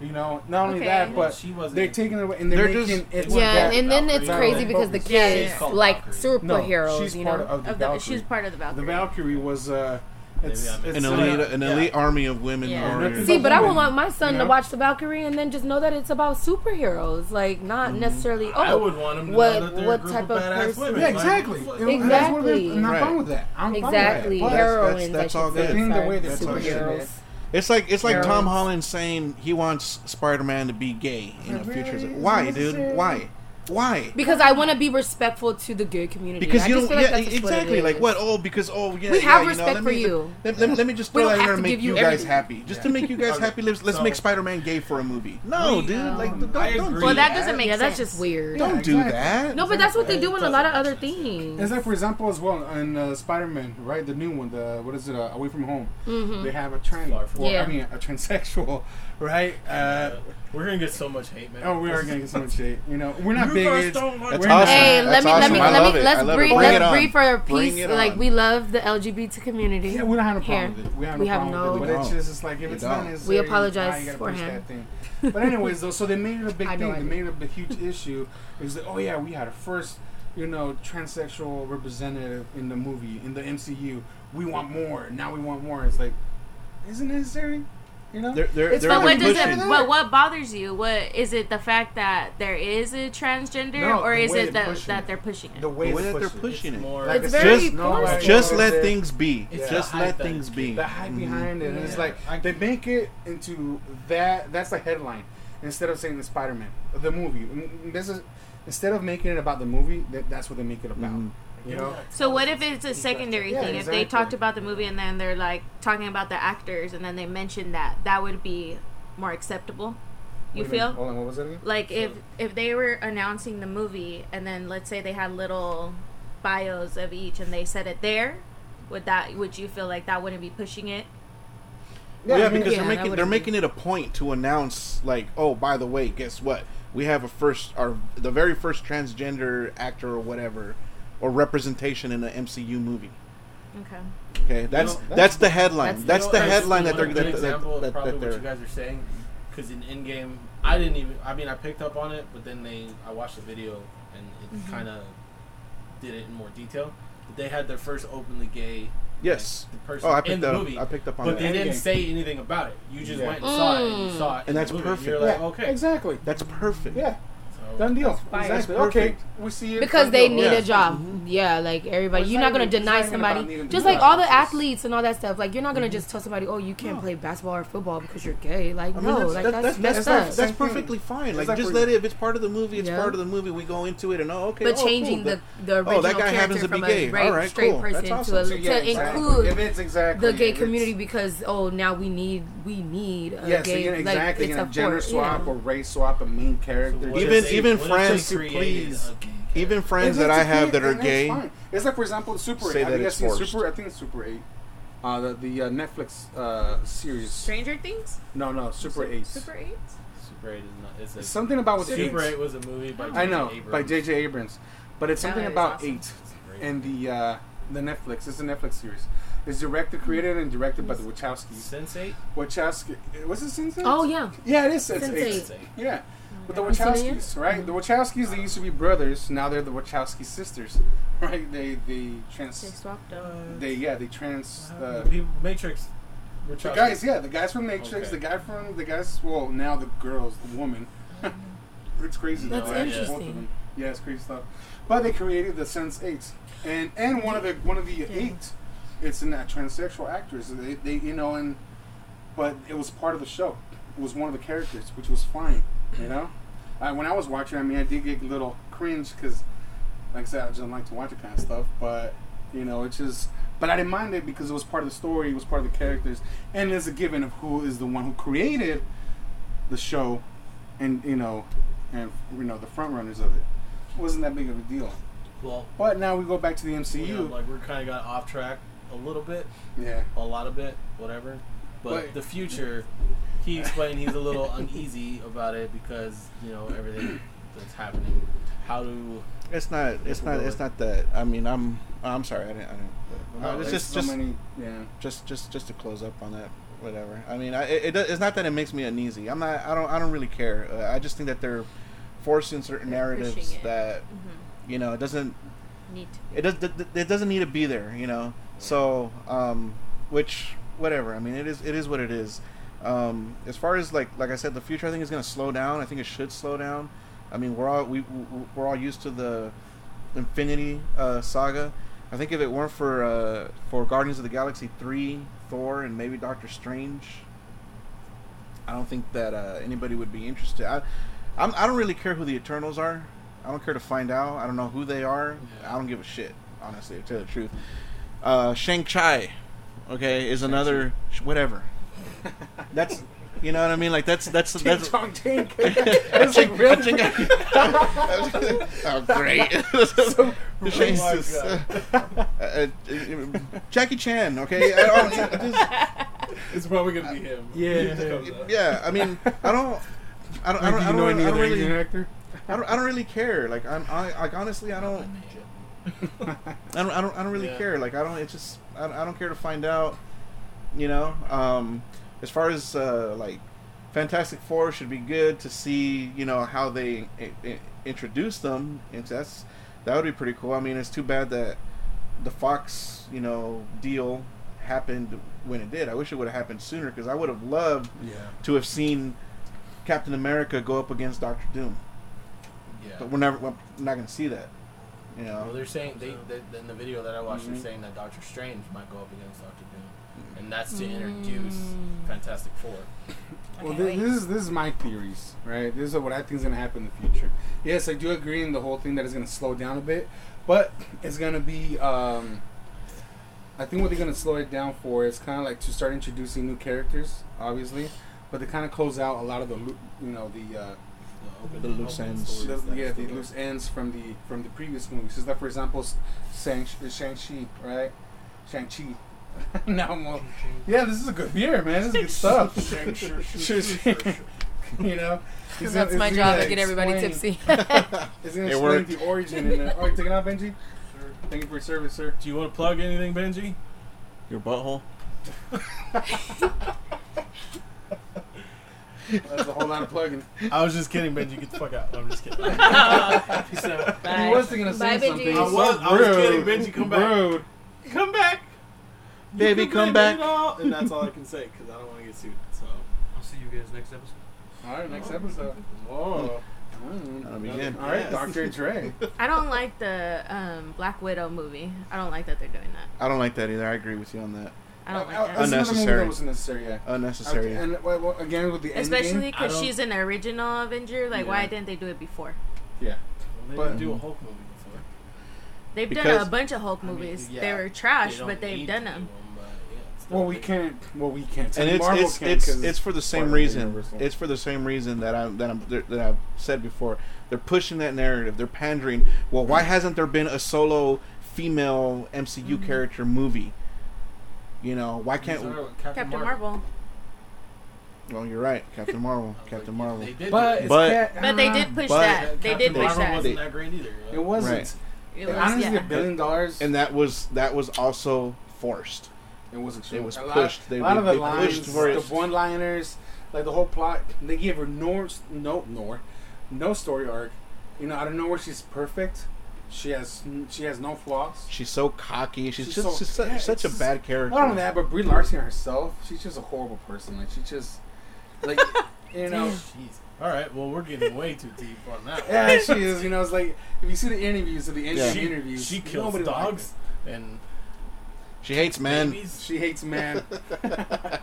[SPEAKER 2] You know, not only
[SPEAKER 4] Okay.
[SPEAKER 2] that,
[SPEAKER 1] Well,
[SPEAKER 2] but
[SPEAKER 1] she wasn't
[SPEAKER 2] they're
[SPEAKER 1] even-
[SPEAKER 2] taking away and they're,
[SPEAKER 6] They're
[SPEAKER 2] making
[SPEAKER 1] just-
[SPEAKER 2] it.
[SPEAKER 1] Well,
[SPEAKER 7] Yeah,
[SPEAKER 1] that-
[SPEAKER 7] and then it's
[SPEAKER 1] Valkyrie.
[SPEAKER 7] crazy because the
[SPEAKER 1] Yeah,
[SPEAKER 7] kids
[SPEAKER 4] she's
[SPEAKER 1] called
[SPEAKER 7] like
[SPEAKER 1] Valkyrie.
[SPEAKER 2] no,
[SPEAKER 7] superheroes,
[SPEAKER 2] she's
[SPEAKER 7] you
[SPEAKER 2] part
[SPEAKER 7] know.
[SPEAKER 2] of the
[SPEAKER 4] Of the,
[SPEAKER 2] Valkyrie.
[SPEAKER 4] she was part of the
[SPEAKER 2] the
[SPEAKER 4] Valkyrie.
[SPEAKER 2] Valkyrie was uh, it's,
[SPEAKER 1] Maybe I
[SPEAKER 2] it's
[SPEAKER 6] an
[SPEAKER 2] uh,
[SPEAKER 6] elite, an
[SPEAKER 1] yeah.
[SPEAKER 6] elite army of women
[SPEAKER 4] Yeah.
[SPEAKER 6] warriors.
[SPEAKER 7] See, but I would
[SPEAKER 2] woman,
[SPEAKER 7] want my son
[SPEAKER 2] you
[SPEAKER 7] to
[SPEAKER 2] know?
[SPEAKER 7] watch the Valkyrie and then just know that it's about superheroes, like not necessarily. Oh,
[SPEAKER 1] I would want them to
[SPEAKER 7] what-
[SPEAKER 1] know that they're
[SPEAKER 7] what
[SPEAKER 1] a group
[SPEAKER 7] type
[SPEAKER 1] of
[SPEAKER 7] of
[SPEAKER 1] badass
[SPEAKER 7] person-
[SPEAKER 1] women.
[SPEAKER 2] Yeah,
[SPEAKER 1] Like,
[SPEAKER 2] exactly.
[SPEAKER 1] fuck-
[SPEAKER 2] And that's what it is.
[SPEAKER 7] Exactly.
[SPEAKER 2] And I'm fine
[SPEAKER 6] Right.
[SPEAKER 2] with that. I'm
[SPEAKER 7] exactly,
[SPEAKER 2] Fine with that. But-
[SPEAKER 7] heroines.
[SPEAKER 6] that's- that's
[SPEAKER 7] I should
[SPEAKER 6] all
[SPEAKER 7] say,
[SPEAKER 6] good.
[SPEAKER 2] I think the
[SPEAKER 7] sorry,
[SPEAKER 2] way they
[SPEAKER 7] the
[SPEAKER 2] push it
[SPEAKER 7] superheroes.
[SPEAKER 2] is-
[SPEAKER 6] It's like it's like Tom
[SPEAKER 7] Heroines.
[SPEAKER 6] Holland saying he wants Spider-Man to be gay in the
[SPEAKER 2] It
[SPEAKER 6] future.
[SPEAKER 2] really is
[SPEAKER 6] Why, dude?
[SPEAKER 2] necessary.
[SPEAKER 6] Why? Why?
[SPEAKER 7] Because I want to be respectful to the gay community.
[SPEAKER 6] Because
[SPEAKER 7] I
[SPEAKER 6] you don't,
[SPEAKER 7] just feel like
[SPEAKER 6] yeah,
[SPEAKER 7] that's just what it
[SPEAKER 6] exactly. like
[SPEAKER 7] is.
[SPEAKER 6] what? Oh, because oh, yeah.
[SPEAKER 7] We
[SPEAKER 6] yeah,
[SPEAKER 7] have
[SPEAKER 6] you know,
[SPEAKER 7] respect
[SPEAKER 6] let
[SPEAKER 7] for
[SPEAKER 6] me-
[SPEAKER 7] you.
[SPEAKER 6] Let, let- let me just
[SPEAKER 7] We
[SPEAKER 6] throw
[SPEAKER 7] don't
[SPEAKER 6] that in there
[SPEAKER 7] have to
[SPEAKER 6] and make
[SPEAKER 7] give you
[SPEAKER 6] you guys
[SPEAKER 7] everything.
[SPEAKER 6] happy. Just to make you guys
[SPEAKER 1] Okay,
[SPEAKER 6] happy, let's let's
[SPEAKER 1] so-
[SPEAKER 6] make Spider-Man gay for a movie. No,
[SPEAKER 1] We-
[SPEAKER 6] dude. Like, don't,
[SPEAKER 1] I
[SPEAKER 6] don't,
[SPEAKER 1] agree.
[SPEAKER 4] Well, that
[SPEAKER 6] do
[SPEAKER 4] doesn't make
[SPEAKER 7] Yeah,
[SPEAKER 4] sense.
[SPEAKER 7] that's just weird.
[SPEAKER 6] Don't
[SPEAKER 2] Yeah,
[SPEAKER 6] do
[SPEAKER 2] exactly.
[SPEAKER 6] that.
[SPEAKER 7] No, but that's what they
[SPEAKER 1] It
[SPEAKER 7] do in a lot of
[SPEAKER 1] doesn't
[SPEAKER 7] other
[SPEAKER 1] make sense.
[SPEAKER 7] things.
[SPEAKER 2] It's like, for example, as well in uh, Spider-Man, right? The new one, the what is it? Uh, Away from Home. They have a trans,
[SPEAKER 1] Far from
[SPEAKER 2] well, I
[SPEAKER 7] Mm-hmm. Yeah.
[SPEAKER 2] mean, a transsexual, right? Uh,
[SPEAKER 1] We're gonna get so much hate, man.
[SPEAKER 2] oh, we are getting some shit. You know, we're not
[SPEAKER 1] You guys
[SPEAKER 2] bigots.
[SPEAKER 1] don't like
[SPEAKER 6] That's
[SPEAKER 2] We're not-
[SPEAKER 6] awesome.
[SPEAKER 7] Hey, let
[SPEAKER 6] That's
[SPEAKER 7] me let
[SPEAKER 6] awesome.
[SPEAKER 7] me
[SPEAKER 6] I love
[SPEAKER 7] let me
[SPEAKER 6] it.
[SPEAKER 7] let's
[SPEAKER 6] I love it.
[SPEAKER 7] breathe
[SPEAKER 6] Bring it
[SPEAKER 7] let's
[SPEAKER 6] on.
[SPEAKER 7] breathe for our
[SPEAKER 6] Bring
[SPEAKER 7] peace.
[SPEAKER 6] it
[SPEAKER 7] Like
[SPEAKER 6] on.
[SPEAKER 7] we love the LGBT community.
[SPEAKER 2] Yeah, we don't have a problem
[SPEAKER 7] Here.
[SPEAKER 2] with it. We have
[SPEAKER 7] We
[SPEAKER 2] no
[SPEAKER 7] have
[SPEAKER 2] problem
[SPEAKER 7] no-
[SPEAKER 2] with it. But it's
[SPEAKER 6] We
[SPEAKER 2] just it's like if
[SPEAKER 6] We
[SPEAKER 2] it's not
[SPEAKER 6] don't.
[SPEAKER 2] necessary,
[SPEAKER 7] We apologize
[SPEAKER 2] nah, you gotta push
[SPEAKER 7] beforehand.
[SPEAKER 2] that thing. But anyways, though, so they made it a big
[SPEAKER 7] I know
[SPEAKER 2] thing.
[SPEAKER 7] I
[SPEAKER 2] They
[SPEAKER 7] did.
[SPEAKER 2] made it a big, huge issue. It was like, oh yeah, we had a first, you know, transsexual representative in the movie in the MCU. We want more. Now we want more. It's like, isn't it necessary? You know.
[SPEAKER 6] They're, they're,
[SPEAKER 2] It's
[SPEAKER 6] they're
[SPEAKER 4] But what does
[SPEAKER 6] pushing.
[SPEAKER 4] it? What what bothers you? What is it? The fact that there is a transgender,
[SPEAKER 2] No,
[SPEAKER 4] or
[SPEAKER 2] the
[SPEAKER 4] is
[SPEAKER 2] way
[SPEAKER 4] it
[SPEAKER 2] they're
[SPEAKER 4] the,
[SPEAKER 2] pushing
[SPEAKER 4] that
[SPEAKER 2] it.
[SPEAKER 4] they're pushing it?
[SPEAKER 2] the way,
[SPEAKER 6] The way that they're
[SPEAKER 2] pushing it.
[SPEAKER 6] pushing
[SPEAKER 1] It's
[SPEAKER 6] it.
[SPEAKER 1] more.
[SPEAKER 2] Like
[SPEAKER 7] It's
[SPEAKER 2] I said,
[SPEAKER 7] very
[SPEAKER 2] just- no,
[SPEAKER 7] forced.
[SPEAKER 2] like-
[SPEAKER 6] Just
[SPEAKER 2] Yeah.
[SPEAKER 6] let things be.
[SPEAKER 1] It's
[SPEAKER 6] Just
[SPEAKER 1] the
[SPEAKER 6] let
[SPEAKER 1] hype
[SPEAKER 6] things
[SPEAKER 1] that-
[SPEAKER 6] be. Mm-hmm.
[SPEAKER 2] the hype behind it. And it's
[SPEAKER 1] Yeah.
[SPEAKER 2] like they make it into that. That's the headline instead of saying the Spider-Man, the movie. Mm, This is instead of making it about the movie. That, that's what they make it about.
[SPEAKER 6] Mhm.
[SPEAKER 2] You know,
[SPEAKER 4] So what if it's a secondary
[SPEAKER 2] Yeah,
[SPEAKER 4] thing? If they
[SPEAKER 2] exactly.
[SPEAKER 4] talked about the movie and then they're like talking about the actors and then they mentioned that, that would be more acceptable. You
[SPEAKER 2] Wait a minute, Oh,
[SPEAKER 4] feel?
[SPEAKER 2] Hold on, what was that again?
[SPEAKER 4] Like if if they were announcing the movie and then let's say they had little bios of each and they said it there, would that would you feel like that wouldn't be pushing it?
[SPEAKER 6] Yeah,
[SPEAKER 2] I mean,
[SPEAKER 6] because
[SPEAKER 7] yeah, that
[SPEAKER 6] they're making
[SPEAKER 7] would
[SPEAKER 6] they're
[SPEAKER 7] be-
[SPEAKER 6] making it a point to announce like, oh, by the way, guess what? We have a first our the very first transgender actor or whatever or representation in an MCU movie.
[SPEAKER 4] Okay.
[SPEAKER 6] Okay, that's
[SPEAKER 1] know,
[SPEAKER 6] that's, the headline. That's,
[SPEAKER 1] You
[SPEAKER 6] the
[SPEAKER 1] know, that's
[SPEAKER 6] headline that
[SPEAKER 1] one
[SPEAKER 6] they're
[SPEAKER 1] good
[SPEAKER 6] that, that,
[SPEAKER 1] example of
[SPEAKER 6] that,
[SPEAKER 1] probably
[SPEAKER 6] that
[SPEAKER 1] what you
[SPEAKER 6] they're.
[SPEAKER 1] guys are saying because in Endgame, I didn't even. I mean, I picked up on it, but then they I watched the video and it
[SPEAKER 7] Mm-hmm.
[SPEAKER 1] kind of did it in more detail. But they had their first openly gay.
[SPEAKER 6] Yes.
[SPEAKER 1] like, the person
[SPEAKER 6] Oh, I
[SPEAKER 1] in
[SPEAKER 6] picked
[SPEAKER 1] the
[SPEAKER 6] up.
[SPEAKER 1] movie.
[SPEAKER 6] I picked up on
[SPEAKER 1] but they
[SPEAKER 6] that.
[SPEAKER 1] didn't
[SPEAKER 2] Endgame.
[SPEAKER 1] say anything about it. You just
[SPEAKER 2] Yeah.
[SPEAKER 1] went and saw it, and you
[SPEAKER 6] Mm.
[SPEAKER 1] saw it, in
[SPEAKER 6] And that's
[SPEAKER 1] the movie,
[SPEAKER 6] perfect.
[SPEAKER 1] You're like,
[SPEAKER 2] Yeah,
[SPEAKER 1] okay,
[SPEAKER 2] exactly.
[SPEAKER 6] That's perfect.
[SPEAKER 2] Yeah,
[SPEAKER 1] So
[SPEAKER 2] Done deal.
[SPEAKER 7] That's fire.
[SPEAKER 2] Exactly.
[SPEAKER 6] That's
[SPEAKER 2] Okay.
[SPEAKER 6] perfect.
[SPEAKER 2] We see it.
[SPEAKER 7] because
[SPEAKER 2] Done
[SPEAKER 7] they
[SPEAKER 2] deal.
[SPEAKER 7] need
[SPEAKER 6] Yeah.
[SPEAKER 7] a job. Yeah, like
[SPEAKER 2] Well,
[SPEAKER 7] everybody, you're
[SPEAKER 2] it's
[SPEAKER 7] not
[SPEAKER 2] not even-
[SPEAKER 7] gonna
[SPEAKER 2] it's not
[SPEAKER 7] deny
[SPEAKER 2] even about
[SPEAKER 7] somebody.
[SPEAKER 2] needing
[SPEAKER 7] Just
[SPEAKER 2] to
[SPEAKER 7] like
[SPEAKER 2] do
[SPEAKER 7] all the
[SPEAKER 2] that. It's-
[SPEAKER 7] athletes and all that stuff. Like you're not gonna just tell somebody, oh, you can't play basketball or football because you're gay. Like
[SPEAKER 6] I mean,
[SPEAKER 7] no,
[SPEAKER 6] that's,
[SPEAKER 7] like
[SPEAKER 6] that-
[SPEAKER 7] that's
[SPEAKER 6] that's, that's,
[SPEAKER 7] messed
[SPEAKER 6] that's,
[SPEAKER 7] up.
[SPEAKER 6] that's
[SPEAKER 2] Same thing.
[SPEAKER 6] perfectly fine. Like,
[SPEAKER 2] It's like
[SPEAKER 6] just
[SPEAKER 2] we're-
[SPEAKER 6] let it. If it's part of the movie, it's
[SPEAKER 7] Yeah.
[SPEAKER 6] part of the movie. We go into it and oh, okay.
[SPEAKER 7] but
[SPEAKER 6] oh,
[SPEAKER 7] changing
[SPEAKER 6] cool.
[SPEAKER 7] the the original
[SPEAKER 6] that guy happens
[SPEAKER 7] character
[SPEAKER 6] to be
[SPEAKER 7] from
[SPEAKER 6] gay.
[SPEAKER 7] a right,
[SPEAKER 6] All right,
[SPEAKER 7] straight
[SPEAKER 6] cool.
[SPEAKER 7] person
[SPEAKER 6] That's awesome.
[SPEAKER 7] to, a,
[SPEAKER 6] So,
[SPEAKER 7] to
[SPEAKER 6] yeah,
[SPEAKER 2] exactly. If
[SPEAKER 7] include
[SPEAKER 2] it's exactly
[SPEAKER 7] the gay
[SPEAKER 2] if it's-
[SPEAKER 7] community because oh now we need we need a
[SPEAKER 2] Yeah, so
[SPEAKER 7] gay
[SPEAKER 2] you're
[SPEAKER 7] like,
[SPEAKER 2] exactly
[SPEAKER 7] it's
[SPEAKER 2] gonna
[SPEAKER 7] a
[SPEAKER 2] gender
[SPEAKER 7] force,
[SPEAKER 2] swap
[SPEAKER 7] yeah.
[SPEAKER 2] or race swap a main character.
[SPEAKER 6] what
[SPEAKER 2] just-
[SPEAKER 6] Even-
[SPEAKER 1] if they-
[SPEAKER 6] even
[SPEAKER 1] what if
[SPEAKER 6] friends
[SPEAKER 1] they
[SPEAKER 6] who
[SPEAKER 1] created
[SPEAKER 6] please-
[SPEAKER 1] a gay
[SPEAKER 6] even
[SPEAKER 2] If
[SPEAKER 6] friends that
[SPEAKER 2] it's
[SPEAKER 6] I
[SPEAKER 2] a
[SPEAKER 6] have
[SPEAKER 2] gay-
[SPEAKER 6] that are
[SPEAKER 2] then that's
[SPEAKER 6] gay.
[SPEAKER 2] fine. It's like for example, Super
[SPEAKER 6] say
[SPEAKER 2] Eight. Have
[SPEAKER 6] that
[SPEAKER 2] you guys
[SPEAKER 6] it's
[SPEAKER 2] seen
[SPEAKER 6] forced.
[SPEAKER 2] Super? I think it's Super Eight. Uh, the the uh, Netflix uh, series.
[SPEAKER 4] Stranger Things.
[SPEAKER 2] No, no, Super
[SPEAKER 4] Su-
[SPEAKER 2] Eight.
[SPEAKER 4] Super Eight.
[SPEAKER 1] Super 8 is not. It's a,
[SPEAKER 2] Something about with
[SPEAKER 1] Super
[SPEAKER 2] eight.
[SPEAKER 1] 8 was a movie by
[SPEAKER 2] I know
[SPEAKER 1] J.J.
[SPEAKER 2] by
[SPEAKER 1] Abrams.
[SPEAKER 2] J.J. Abrams, but it's
[SPEAKER 4] That
[SPEAKER 2] something
[SPEAKER 4] one is
[SPEAKER 2] about
[SPEAKER 4] awesome.
[SPEAKER 2] eight
[SPEAKER 1] It's great.
[SPEAKER 2] and the uh, the Netflix. It's a Netflix series. It's directed, created, and directed by the Wachowskis.
[SPEAKER 1] Sense 8?
[SPEAKER 2] Wachowski. Was it Sense8?
[SPEAKER 7] Oh yeah,
[SPEAKER 2] Yeah, it is Sense8.
[SPEAKER 7] Sense8.
[SPEAKER 1] Sense 8.
[SPEAKER 2] Yeah. With the
[SPEAKER 7] You seen it yet?
[SPEAKER 2] Wachowskis, right? The Wachowskis, they used to be brothers. Now they're the Wachowski sisters, right? They they
[SPEAKER 4] They
[SPEAKER 2] trans.
[SPEAKER 4] swapped
[SPEAKER 1] Uh,
[SPEAKER 4] out.
[SPEAKER 2] They yeah they trans. Uh,
[SPEAKER 1] the people- Matrix. Which
[SPEAKER 2] the guys, yeah, the guys from Matrix,
[SPEAKER 1] Okay.
[SPEAKER 2] the guy from the guys. Well, now the girls, the woman. it's crazy.
[SPEAKER 7] That's
[SPEAKER 2] though, right?
[SPEAKER 1] interesting.
[SPEAKER 2] Both of them. Yeah, it's crazy stuff. But they created the Sense Eight, and and one of the one of the eight, it's in that transsexual actors. They, they you know and, but it was part of the show. It was one of the characters, which was fine. You know, I, when I was watching, I mean, I did get a little cringe because, like I said, I just don't like to watch that kind of stuff. But you know, it's just. But I didn't mind it because it was part of the story. It was part of the characters, and it's a given of who is the one who created the show, and you know, and you know the front runners of it. It wasn't that big of a deal.
[SPEAKER 1] Well,
[SPEAKER 2] But now we go back to the
[SPEAKER 1] you know,
[SPEAKER 2] MCU.
[SPEAKER 1] like we kind of got off track a little bit,
[SPEAKER 2] Yeah.
[SPEAKER 1] a lot of bit, whatever. But
[SPEAKER 2] But-
[SPEAKER 1] the future, he explained he's a little uneasy about it because you know everything that's happening. How to?
[SPEAKER 6] It's not. It's not. It's not that. I mean, I'm. I'm sorry. I didn't. I didn't
[SPEAKER 2] Uh,
[SPEAKER 6] no, it's
[SPEAKER 2] there's
[SPEAKER 6] just
[SPEAKER 2] so
[SPEAKER 6] just
[SPEAKER 2] many- yeah.
[SPEAKER 6] just just just to close up on that whatever i mean I, it, it, does- it's not that it makes me uneasy i'm not i don't i don't really care uh, i just think that they're forcing certain
[SPEAKER 4] They're pushing
[SPEAKER 6] narratives
[SPEAKER 4] it.
[SPEAKER 6] that
[SPEAKER 4] Mhm.
[SPEAKER 6] you know it doesn't
[SPEAKER 4] Neat.
[SPEAKER 6] it does th- th- it doesn't need to be there you know so um which whatever i mean it is it is what it is um as far as like like i said the future i think is going to slow down i think it should slow down i mean we're all we we- we're all used to the infinity uh saga i think if it weren't for uh for guardians of the galaxy 3 thor and maybe doctor strange i don't think that uh anybody would be interested i I'm, i don't really care who the eternals are i don't care to find out i don't know who they are i don't give a shit honestly to tell the truth uh shang chi okay is another sh- whatever that's you know what i mean like that's that's that's
[SPEAKER 2] Chong Ching. It's like really
[SPEAKER 6] oh, great. Jesus.
[SPEAKER 1] Oh,
[SPEAKER 6] Uh, uh, uh, Jackie Chan, okay? I don't, it just-
[SPEAKER 1] It's probably gonna be him.
[SPEAKER 2] Yeah.
[SPEAKER 6] yeah, I mean, I don't. I don't, I don't,
[SPEAKER 2] Do
[SPEAKER 6] I
[SPEAKER 2] you
[SPEAKER 6] don't,
[SPEAKER 2] know
[SPEAKER 6] really,
[SPEAKER 2] any
[SPEAKER 6] I don't
[SPEAKER 2] other Asian
[SPEAKER 6] really,
[SPEAKER 2] actor?
[SPEAKER 6] I don't, I don't really care. Like I'm, I, like honestly, I don't, I don't, I don't, I don't really
[SPEAKER 1] Yeah.
[SPEAKER 6] care. Like I don't, it's just, I, don't- I don't care to find out. You know, um, as far as uh, like Fantastic Four should be good to see. You know how they i i introduce them, and that's that would be pretty cool. I mean, it's too bad that the Fox, you know, deal happened when it did. I wish it would have happened sooner because I would have loved
[SPEAKER 2] Yeah.
[SPEAKER 6] to have seen Captain America go up against Doctor Doom.
[SPEAKER 1] Yeah.
[SPEAKER 6] But we're never, we're not going to see that. You
[SPEAKER 1] Well,
[SPEAKER 6] know,
[SPEAKER 1] they're saying they, they in the video that I watched,
[SPEAKER 2] Mhm.
[SPEAKER 1] they're saying that Doctor Strange might go up against Doctor Doom, and that's to introduce Fantastic Four.
[SPEAKER 2] Well, thi- this is this is my theories, right? This is what I think is going to happen in the future. Yes, I do agree in the whole thing that it's going to slow down a bit, but it's going to be. Um, I think what they're going to slow it down for is kind of like to start introducing new characters, obviously, but to kind of close out a lot of the, loo- you know, the. Uh,
[SPEAKER 1] open-
[SPEAKER 6] The loose
[SPEAKER 1] open
[SPEAKER 6] ends.
[SPEAKER 1] stories
[SPEAKER 2] the,
[SPEAKER 1] that-
[SPEAKER 2] yeah, the loose ends from the from the previous movies. Is that, for example, S- Shang Shang Chi, right? Shang Chi. now I'm all, yeah, this is a good beer, man. This is good stuff. Sure, sure. you know, It's
[SPEAKER 7] that's
[SPEAKER 2] gonna-
[SPEAKER 7] my
[SPEAKER 2] it's
[SPEAKER 7] job
[SPEAKER 2] gonna
[SPEAKER 7] to get everybody
[SPEAKER 2] explain-
[SPEAKER 7] tipsy.
[SPEAKER 2] It's gonna
[SPEAKER 6] It
[SPEAKER 2] explain
[SPEAKER 6] worked.
[SPEAKER 2] the origin. And the, oh, you taking out Benji? Thank you for your service, sir.
[SPEAKER 1] Do you want to plug anything, Benji?
[SPEAKER 6] your butthole.
[SPEAKER 2] That's a whole lot of plugging.
[SPEAKER 1] I was just kidding, Benji. Get the fuck out. I'm just kidding. Peace out.
[SPEAKER 2] He was thinking of
[SPEAKER 7] Bye,
[SPEAKER 2] saying
[SPEAKER 7] Benji.
[SPEAKER 2] something.
[SPEAKER 7] I
[SPEAKER 1] was- I was kidding, Benji, come back.
[SPEAKER 2] Rude.
[SPEAKER 1] Come back. You
[SPEAKER 6] Baby,
[SPEAKER 1] can
[SPEAKER 6] come
[SPEAKER 1] blame
[SPEAKER 6] back.
[SPEAKER 1] it all. And that's all I can say because I don't want to get sued. So.
[SPEAKER 12] I'll see you guys next episode.
[SPEAKER 2] All right, next episode. Mm.
[SPEAKER 1] Whoa.
[SPEAKER 6] I don't begin.
[SPEAKER 2] All right, Doctor Dre.
[SPEAKER 4] I don't like the um, Black Widow movie. I don't like that they're doing that.
[SPEAKER 6] I don't like that either. I agree with you on that.
[SPEAKER 4] I don't
[SPEAKER 2] Uh,
[SPEAKER 6] Oh,
[SPEAKER 4] like
[SPEAKER 2] that's
[SPEAKER 4] that.
[SPEAKER 2] another movie
[SPEAKER 6] Unnecessary.
[SPEAKER 2] that was necessary. Yeah.
[SPEAKER 6] Unnecessary.
[SPEAKER 2] Okay, and well, well, again with the ending.
[SPEAKER 4] Especially because
[SPEAKER 13] I don't-
[SPEAKER 4] she's an original Avenger. Like,
[SPEAKER 2] Yeah.
[SPEAKER 4] why didn't they do it before?
[SPEAKER 1] They
[SPEAKER 2] But-
[SPEAKER 1] didn't do a Hulk movie before.
[SPEAKER 4] They've done
[SPEAKER 6] Because-
[SPEAKER 4] a bunch of Hulk
[SPEAKER 1] I mean,
[SPEAKER 4] movies.
[SPEAKER 1] yeah,
[SPEAKER 4] they were trash,
[SPEAKER 1] They don't
[SPEAKER 4] but they've
[SPEAKER 1] need
[SPEAKER 4] done
[SPEAKER 1] to do
[SPEAKER 4] them.
[SPEAKER 1] but yeah, it's
[SPEAKER 2] Well,
[SPEAKER 1] not
[SPEAKER 2] we
[SPEAKER 1] big.
[SPEAKER 2] can't. Well, we can't.
[SPEAKER 6] and it's
[SPEAKER 2] Marvel
[SPEAKER 6] it's
[SPEAKER 2] can't
[SPEAKER 6] it's,
[SPEAKER 2] 'cause
[SPEAKER 6] it's for the
[SPEAKER 2] part
[SPEAKER 6] same
[SPEAKER 2] of
[SPEAKER 6] reason.
[SPEAKER 2] Universal.
[SPEAKER 6] It's for the same reason that I'm that I'm that I've said before. They're pushing that narrative. They're pandering. Well, why hasn't there been a solo female MCU character movie? You know, why can't?
[SPEAKER 1] Sorry, with Captain,
[SPEAKER 4] Captain Marvel.
[SPEAKER 6] Well, you're right, Captain Marvel,
[SPEAKER 1] I was
[SPEAKER 6] Captain
[SPEAKER 1] like,
[SPEAKER 6] Marvel.
[SPEAKER 1] They did
[SPEAKER 2] But
[SPEAKER 1] do
[SPEAKER 2] it's
[SPEAKER 1] it.
[SPEAKER 6] But-
[SPEAKER 2] cat- I
[SPEAKER 4] But
[SPEAKER 2] don't
[SPEAKER 4] they
[SPEAKER 2] know.
[SPEAKER 4] did push
[SPEAKER 6] But-
[SPEAKER 4] that. They
[SPEAKER 1] Captain
[SPEAKER 4] did push
[SPEAKER 1] Marvel
[SPEAKER 4] that.
[SPEAKER 1] wasn't
[SPEAKER 6] They-
[SPEAKER 1] that great either.
[SPEAKER 2] It wasn't.
[SPEAKER 6] Right.
[SPEAKER 4] It
[SPEAKER 2] It-
[SPEAKER 4] was,
[SPEAKER 2] honestly,
[SPEAKER 4] yeah.
[SPEAKER 2] a billion dollars.
[SPEAKER 6] And that was that was also forced.
[SPEAKER 2] it was extreme.
[SPEAKER 6] It was
[SPEAKER 2] a lot,
[SPEAKER 6] pushed. They,
[SPEAKER 2] a lot
[SPEAKER 6] were-
[SPEAKER 2] of the
[SPEAKER 6] they
[SPEAKER 2] lines,
[SPEAKER 6] pushed for
[SPEAKER 2] the
[SPEAKER 6] it.
[SPEAKER 2] one-liners, like the whole plot. They gave her no, no, nor, no story arc. You know, I don't know where she's perfect. She has, she has no flaws.
[SPEAKER 6] She's so cocky. She's,
[SPEAKER 2] She's
[SPEAKER 6] just
[SPEAKER 2] so-
[SPEAKER 6] she's such,
[SPEAKER 2] yeah,
[SPEAKER 6] such a
[SPEAKER 2] it's-
[SPEAKER 6] bad character.
[SPEAKER 2] Not only that, but Brie Larson herself, she's just a horrible person. Like she just, like you know,
[SPEAKER 1] Jeez. All right. Well, we're getting way too deep on that. one.
[SPEAKER 2] yeah, she is. You know, it's like if you see the interviews of the end
[SPEAKER 6] Yeah.
[SPEAKER 2] of the
[SPEAKER 1] She,
[SPEAKER 2] interviews,
[SPEAKER 1] she kills
[SPEAKER 2] nobody liked
[SPEAKER 1] dogs and
[SPEAKER 6] She hates men.
[SPEAKER 2] it.
[SPEAKER 1] babies.
[SPEAKER 2] She hates man,
[SPEAKER 1] I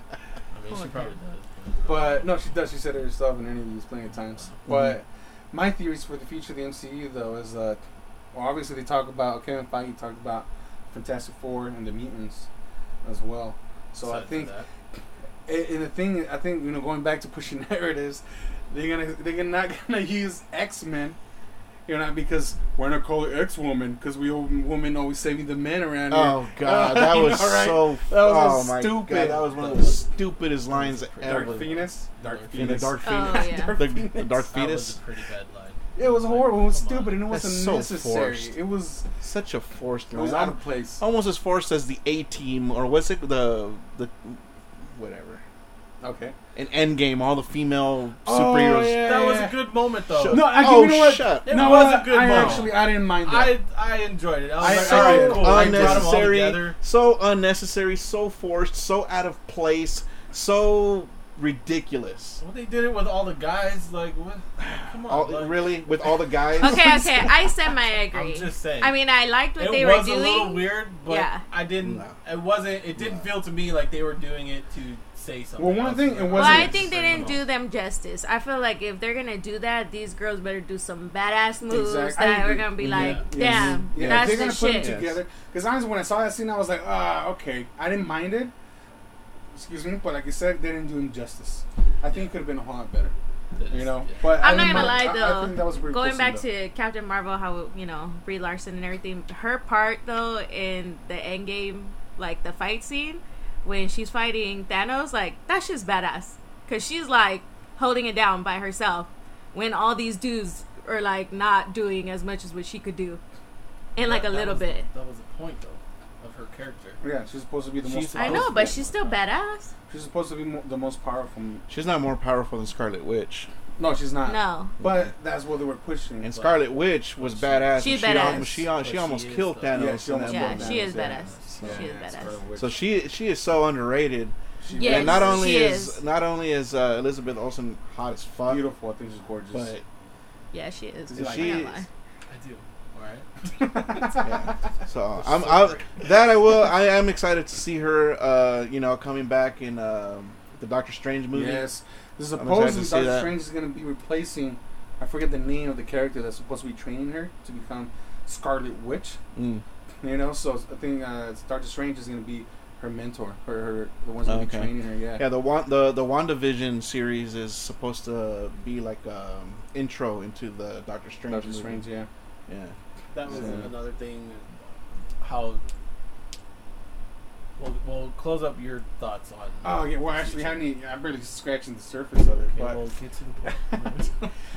[SPEAKER 1] mean, she probably does.
[SPEAKER 2] but no, she does. She said it herself in interviews plenty of times.
[SPEAKER 6] Mm-hmm.
[SPEAKER 2] But my theories for the future of the MCU though is that, well, obviously they talk about Kevin Feige talked about Fantastic Four and the mutants as well. So I
[SPEAKER 1] Aside from
[SPEAKER 2] think
[SPEAKER 1] that.
[SPEAKER 2] And, and the thing, I think you know, going back to pushing narratives, they're gonna they're not gonna use X Men, you know, because we're not calling X Woman because we all- women always saving the men around here.
[SPEAKER 6] Oh god, that
[SPEAKER 2] You know,
[SPEAKER 6] was
[SPEAKER 2] right?
[SPEAKER 6] so.
[SPEAKER 2] That was
[SPEAKER 6] oh, my
[SPEAKER 2] stupid.
[SPEAKER 6] God, that was one of the stupidest lines
[SPEAKER 2] Dark
[SPEAKER 6] ever.
[SPEAKER 2] Phoenix,
[SPEAKER 1] Dark
[SPEAKER 2] Dark
[SPEAKER 6] In the
[SPEAKER 2] Phoenix.
[SPEAKER 6] Dark
[SPEAKER 4] Oh,
[SPEAKER 6] Phoenix.
[SPEAKER 4] yeah.
[SPEAKER 6] The, the Dark
[SPEAKER 1] That was
[SPEAKER 6] Fetus.
[SPEAKER 1] a pretty bad line.
[SPEAKER 2] It was
[SPEAKER 1] Like,
[SPEAKER 2] horrible. It was
[SPEAKER 1] come on.
[SPEAKER 2] stupid, and it
[SPEAKER 6] That's
[SPEAKER 2] wasn't
[SPEAKER 6] so
[SPEAKER 2] necessary.
[SPEAKER 6] forced.
[SPEAKER 2] It was
[SPEAKER 6] Such a forced
[SPEAKER 2] it
[SPEAKER 6] line.
[SPEAKER 2] was Oh. out of place.
[SPEAKER 6] Almost as forced as the A team, or what's it? The the whatever.
[SPEAKER 2] Okay.
[SPEAKER 6] In Endgame, all the female superheroes.
[SPEAKER 1] That was a good moment though.
[SPEAKER 6] Shut-
[SPEAKER 2] Oh, No, I-
[SPEAKER 6] oh,
[SPEAKER 2] you know what?
[SPEAKER 6] shut.
[SPEAKER 1] It
[SPEAKER 2] No,
[SPEAKER 1] was a
[SPEAKER 2] I-
[SPEAKER 1] good
[SPEAKER 2] I
[SPEAKER 1] moment.
[SPEAKER 2] actually I didn't mind that.
[SPEAKER 1] I I enjoyed it. I was
[SPEAKER 2] I-
[SPEAKER 1] like,
[SPEAKER 2] I-
[SPEAKER 1] all right,
[SPEAKER 6] so
[SPEAKER 1] cool. I brought 'em all
[SPEAKER 6] unnecessary,
[SPEAKER 1] together.
[SPEAKER 6] so unnecessary, so forced, so out of place, so ridiculous.
[SPEAKER 1] Well, they did it with all the guys. Like, what? Come on.
[SPEAKER 6] All,
[SPEAKER 1] like,
[SPEAKER 6] really, with all the guys.
[SPEAKER 4] Okay, okay. I semi
[SPEAKER 1] I'm
[SPEAKER 4] agree.
[SPEAKER 1] just saying.
[SPEAKER 4] I mean, I liked what
[SPEAKER 1] it
[SPEAKER 4] they were
[SPEAKER 1] was
[SPEAKER 4] doing.
[SPEAKER 1] a little weird, but
[SPEAKER 4] Yeah.
[SPEAKER 1] I didn't.
[SPEAKER 6] No.
[SPEAKER 1] It wasn't. It didn't feel to me like they were doing it to say something.
[SPEAKER 2] Well, one
[SPEAKER 1] else.
[SPEAKER 2] thing, it
[SPEAKER 1] Like,
[SPEAKER 2] wasn't-
[SPEAKER 4] Well, I think they didn't do them justice. I feel like if they're gonna do that, these girls better do some badass moves
[SPEAKER 2] Exactly. I
[SPEAKER 4] that we're
[SPEAKER 2] agree.
[SPEAKER 4] gonna be
[SPEAKER 6] Yeah.
[SPEAKER 4] like,
[SPEAKER 2] Yes.
[SPEAKER 4] damn,
[SPEAKER 2] Yeah,
[SPEAKER 4] that's
[SPEAKER 2] they're gonna
[SPEAKER 4] the
[SPEAKER 2] put
[SPEAKER 4] shit.
[SPEAKER 2] them together. Because honestly, when I saw that scene, I was like, ah, okay. I didn't mind it. Excuse me, but like you said, they didn't do him justice. I think it could have been a whole lot better.
[SPEAKER 1] that
[SPEAKER 2] You
[SPEAKER 1] is-
[SPEAKER 2] know,
[SPEAKER 1] yeah.
[SPEAKER 2] but I
[SPEAKER 4] I'm not
[SPEAKER 2] didn't mind-
[SPEAKER 4] gonna lie,
[SPEAKER 2] I- I
[SPEAKER 4] though,
[SPEAKER 2] think that was pretty
[SPEAKER 4] Going
[SPEAKER 2] cool
[SPEAKER 4] back
[SPEAKER 2] scene,
[SPEAKER 4] to Captain Marvel, how you know Brie Larson and everything, her part though in the Endgame, like the fight scene when she's fighting Thanos, like that's just badass because she's like holding it down by herself when all these dudes are like not doing as much as what she could do in like
[SPEAKER 1] That-
[SPEAKER 4] a
[SPEAKER 1] that
[SPEAKER 4] little
[SPEAKER 1] was the-
[SPEAKER 4] bit.
[SPEAKER 1] that was the point though of her character.
[SPEAKER 2] though. Yeah, she's supposed to be the
[SPEAKER 1] She's
[SPEAKER 2] most.
[SPEAKER 1] supposed
[SPEAKER 4] I know, but she's still badass.
[SPEAKER 2] She's supposed to be mo- the most powerful.
[SPEAKER 6] She's not more powerful than Scarlet Witch.
[SPEAKER 2] No, she's not.
[SPEAKER 4] No,
[SPEAKER 2] But that's what they were pushing.
[SPEAKER 6] And Scarlet Witch was badass.
[SPEAKER 4] She's
[SPEAKER 6] and she,
[SPEAKER 4] badass.
[SPEAKER 6] al- she, al-
[SPEAKER 1] But
[SPEAKER 6] she
[SPEAKER 1] she
[SPEAKER 6] almost
[SPEAKER 1] is,
[SPEAKER 6] killed
[SPEAKER 1] though.
[SPEAKER 6] Thanos.
[SPEAKER 2] Yeah, she
[SPEAKER 6] in
[SPEAKER 2] almost
[SPEAKER 6] that
[SPEAKER 4] yeah,
[SPEAKER 6] movie.
[SPEAKER 2] badass,
[SPEAKER 4] she is
[SPEAKER 2] yeah.
[SPEAKER 4] badass.
[SPEAKER 2] Yeah,
[SPEAKER 4] She is
[SPEAKER 2] yeah,
[SPEAKER 4] badass.
[SPEAKER 2] Scarlet Witch.
[SPEAKER 6] So she she is so underrated.
[SPEAKER 2] She-
[SPEAKER 4] Yes,
[SPEAKER 6] and not only
[SPEAKER 4] she
[SPEAKER 6] is,
[SPEAKER 4] is.
[SPEAKER 6] not only is uh, Elizabeth Olsen hot as fuck,
[SPEAKER 2] beautiful. I think she's gorgeous.
[SPEAKER 6] but
[SPEAKER 4] Yeah, she is.
[SPEAKER 6] She
[SPEAKER 4] I can't
[SPEAKER 6] is.
[SPEAKER 4] lie.
[SPEAKER 1] I do. All right.
[SPEAKER 6] yeah. so
[SPEAKER 1] That's
[SPEAKER 6] I'm
[SPEAKER 1] so
[SPEAKER 6] I,
[SPEAKER 1] great.
[SPEAKER 6] that I will I am excited to see her. Uh, you know, coming back in um, the Doctor Strange movie.
[SPEAKER 2] Yes. This is
[SPEAKER 6] I'm excited to
[SPEAKER 2] supposedly
[SPEAKER 6] see
[SPEAKER 2] Doctor
[SPEAKER 6] that.
[SPEAKER 2] Strange is going to be replacing. I forget the name of the character that's supposed to be training her to become Scarlet Witch.
[SPEAKER 6] Mm.
[SPEAKER 2] You know, so I think uh, Doctor Strange is going to be her mentor, her, her the ones that
[SPEAKER 6] Okay.
[SPEAKER 2] be training her. Yeah.
[SPEAKER 6] Yeah, the Wan- the the WandaVision series is supposed to be like um intro into the Doctor Strange.
[SPEAKER 2] Doctor
[SPEAKER 6] movie.
[SPEAKER 2] Strange. Yeah.
[SPEAKER 6] Yeah.
[SPEAKER 1] That was
[SPEAKER 2] Yeah.
[SPEAKER 1] another thing. How? We'll, we'll close up your thoughts on.
[SPEAKER 2] Oh yeah. Well, actually, I haven't. even- I'm barely scratching the surface of it.
[SPEAKER 1] Okay,
[SPEAKER 2] But
[SPEAKER 1] we'll get to the point.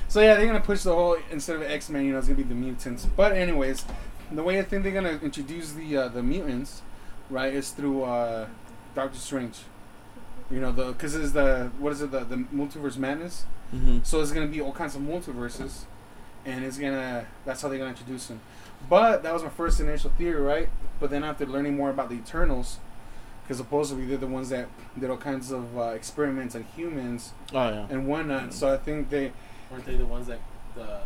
[SPEAKER 2] so yeah, they're gonna push the whole instead of X Men, you know, it's gonna be the mutants. But anyways, the way I think they're gonna introduce the uh, the mutants, right, is through uh, Doctor Strange. You know, the because it's the what is it the the multiverse madness.
[SPEAKER 6] Mm-hmm.
[SPEAKER 2] So it's gonna be all kinds of multiverses, and it's gonna that's how they're gonna introduce him. But that was my first initial theory, right? But then after learning more about the Eternals, because supposedly they're the ones that did all kinds of uh, experiments on humans
[SPEAKER 6] Oh yeah.
[SPEAKER 2] and whatnot. So I think they
[SPEAKER 1] Weren't they the ones that the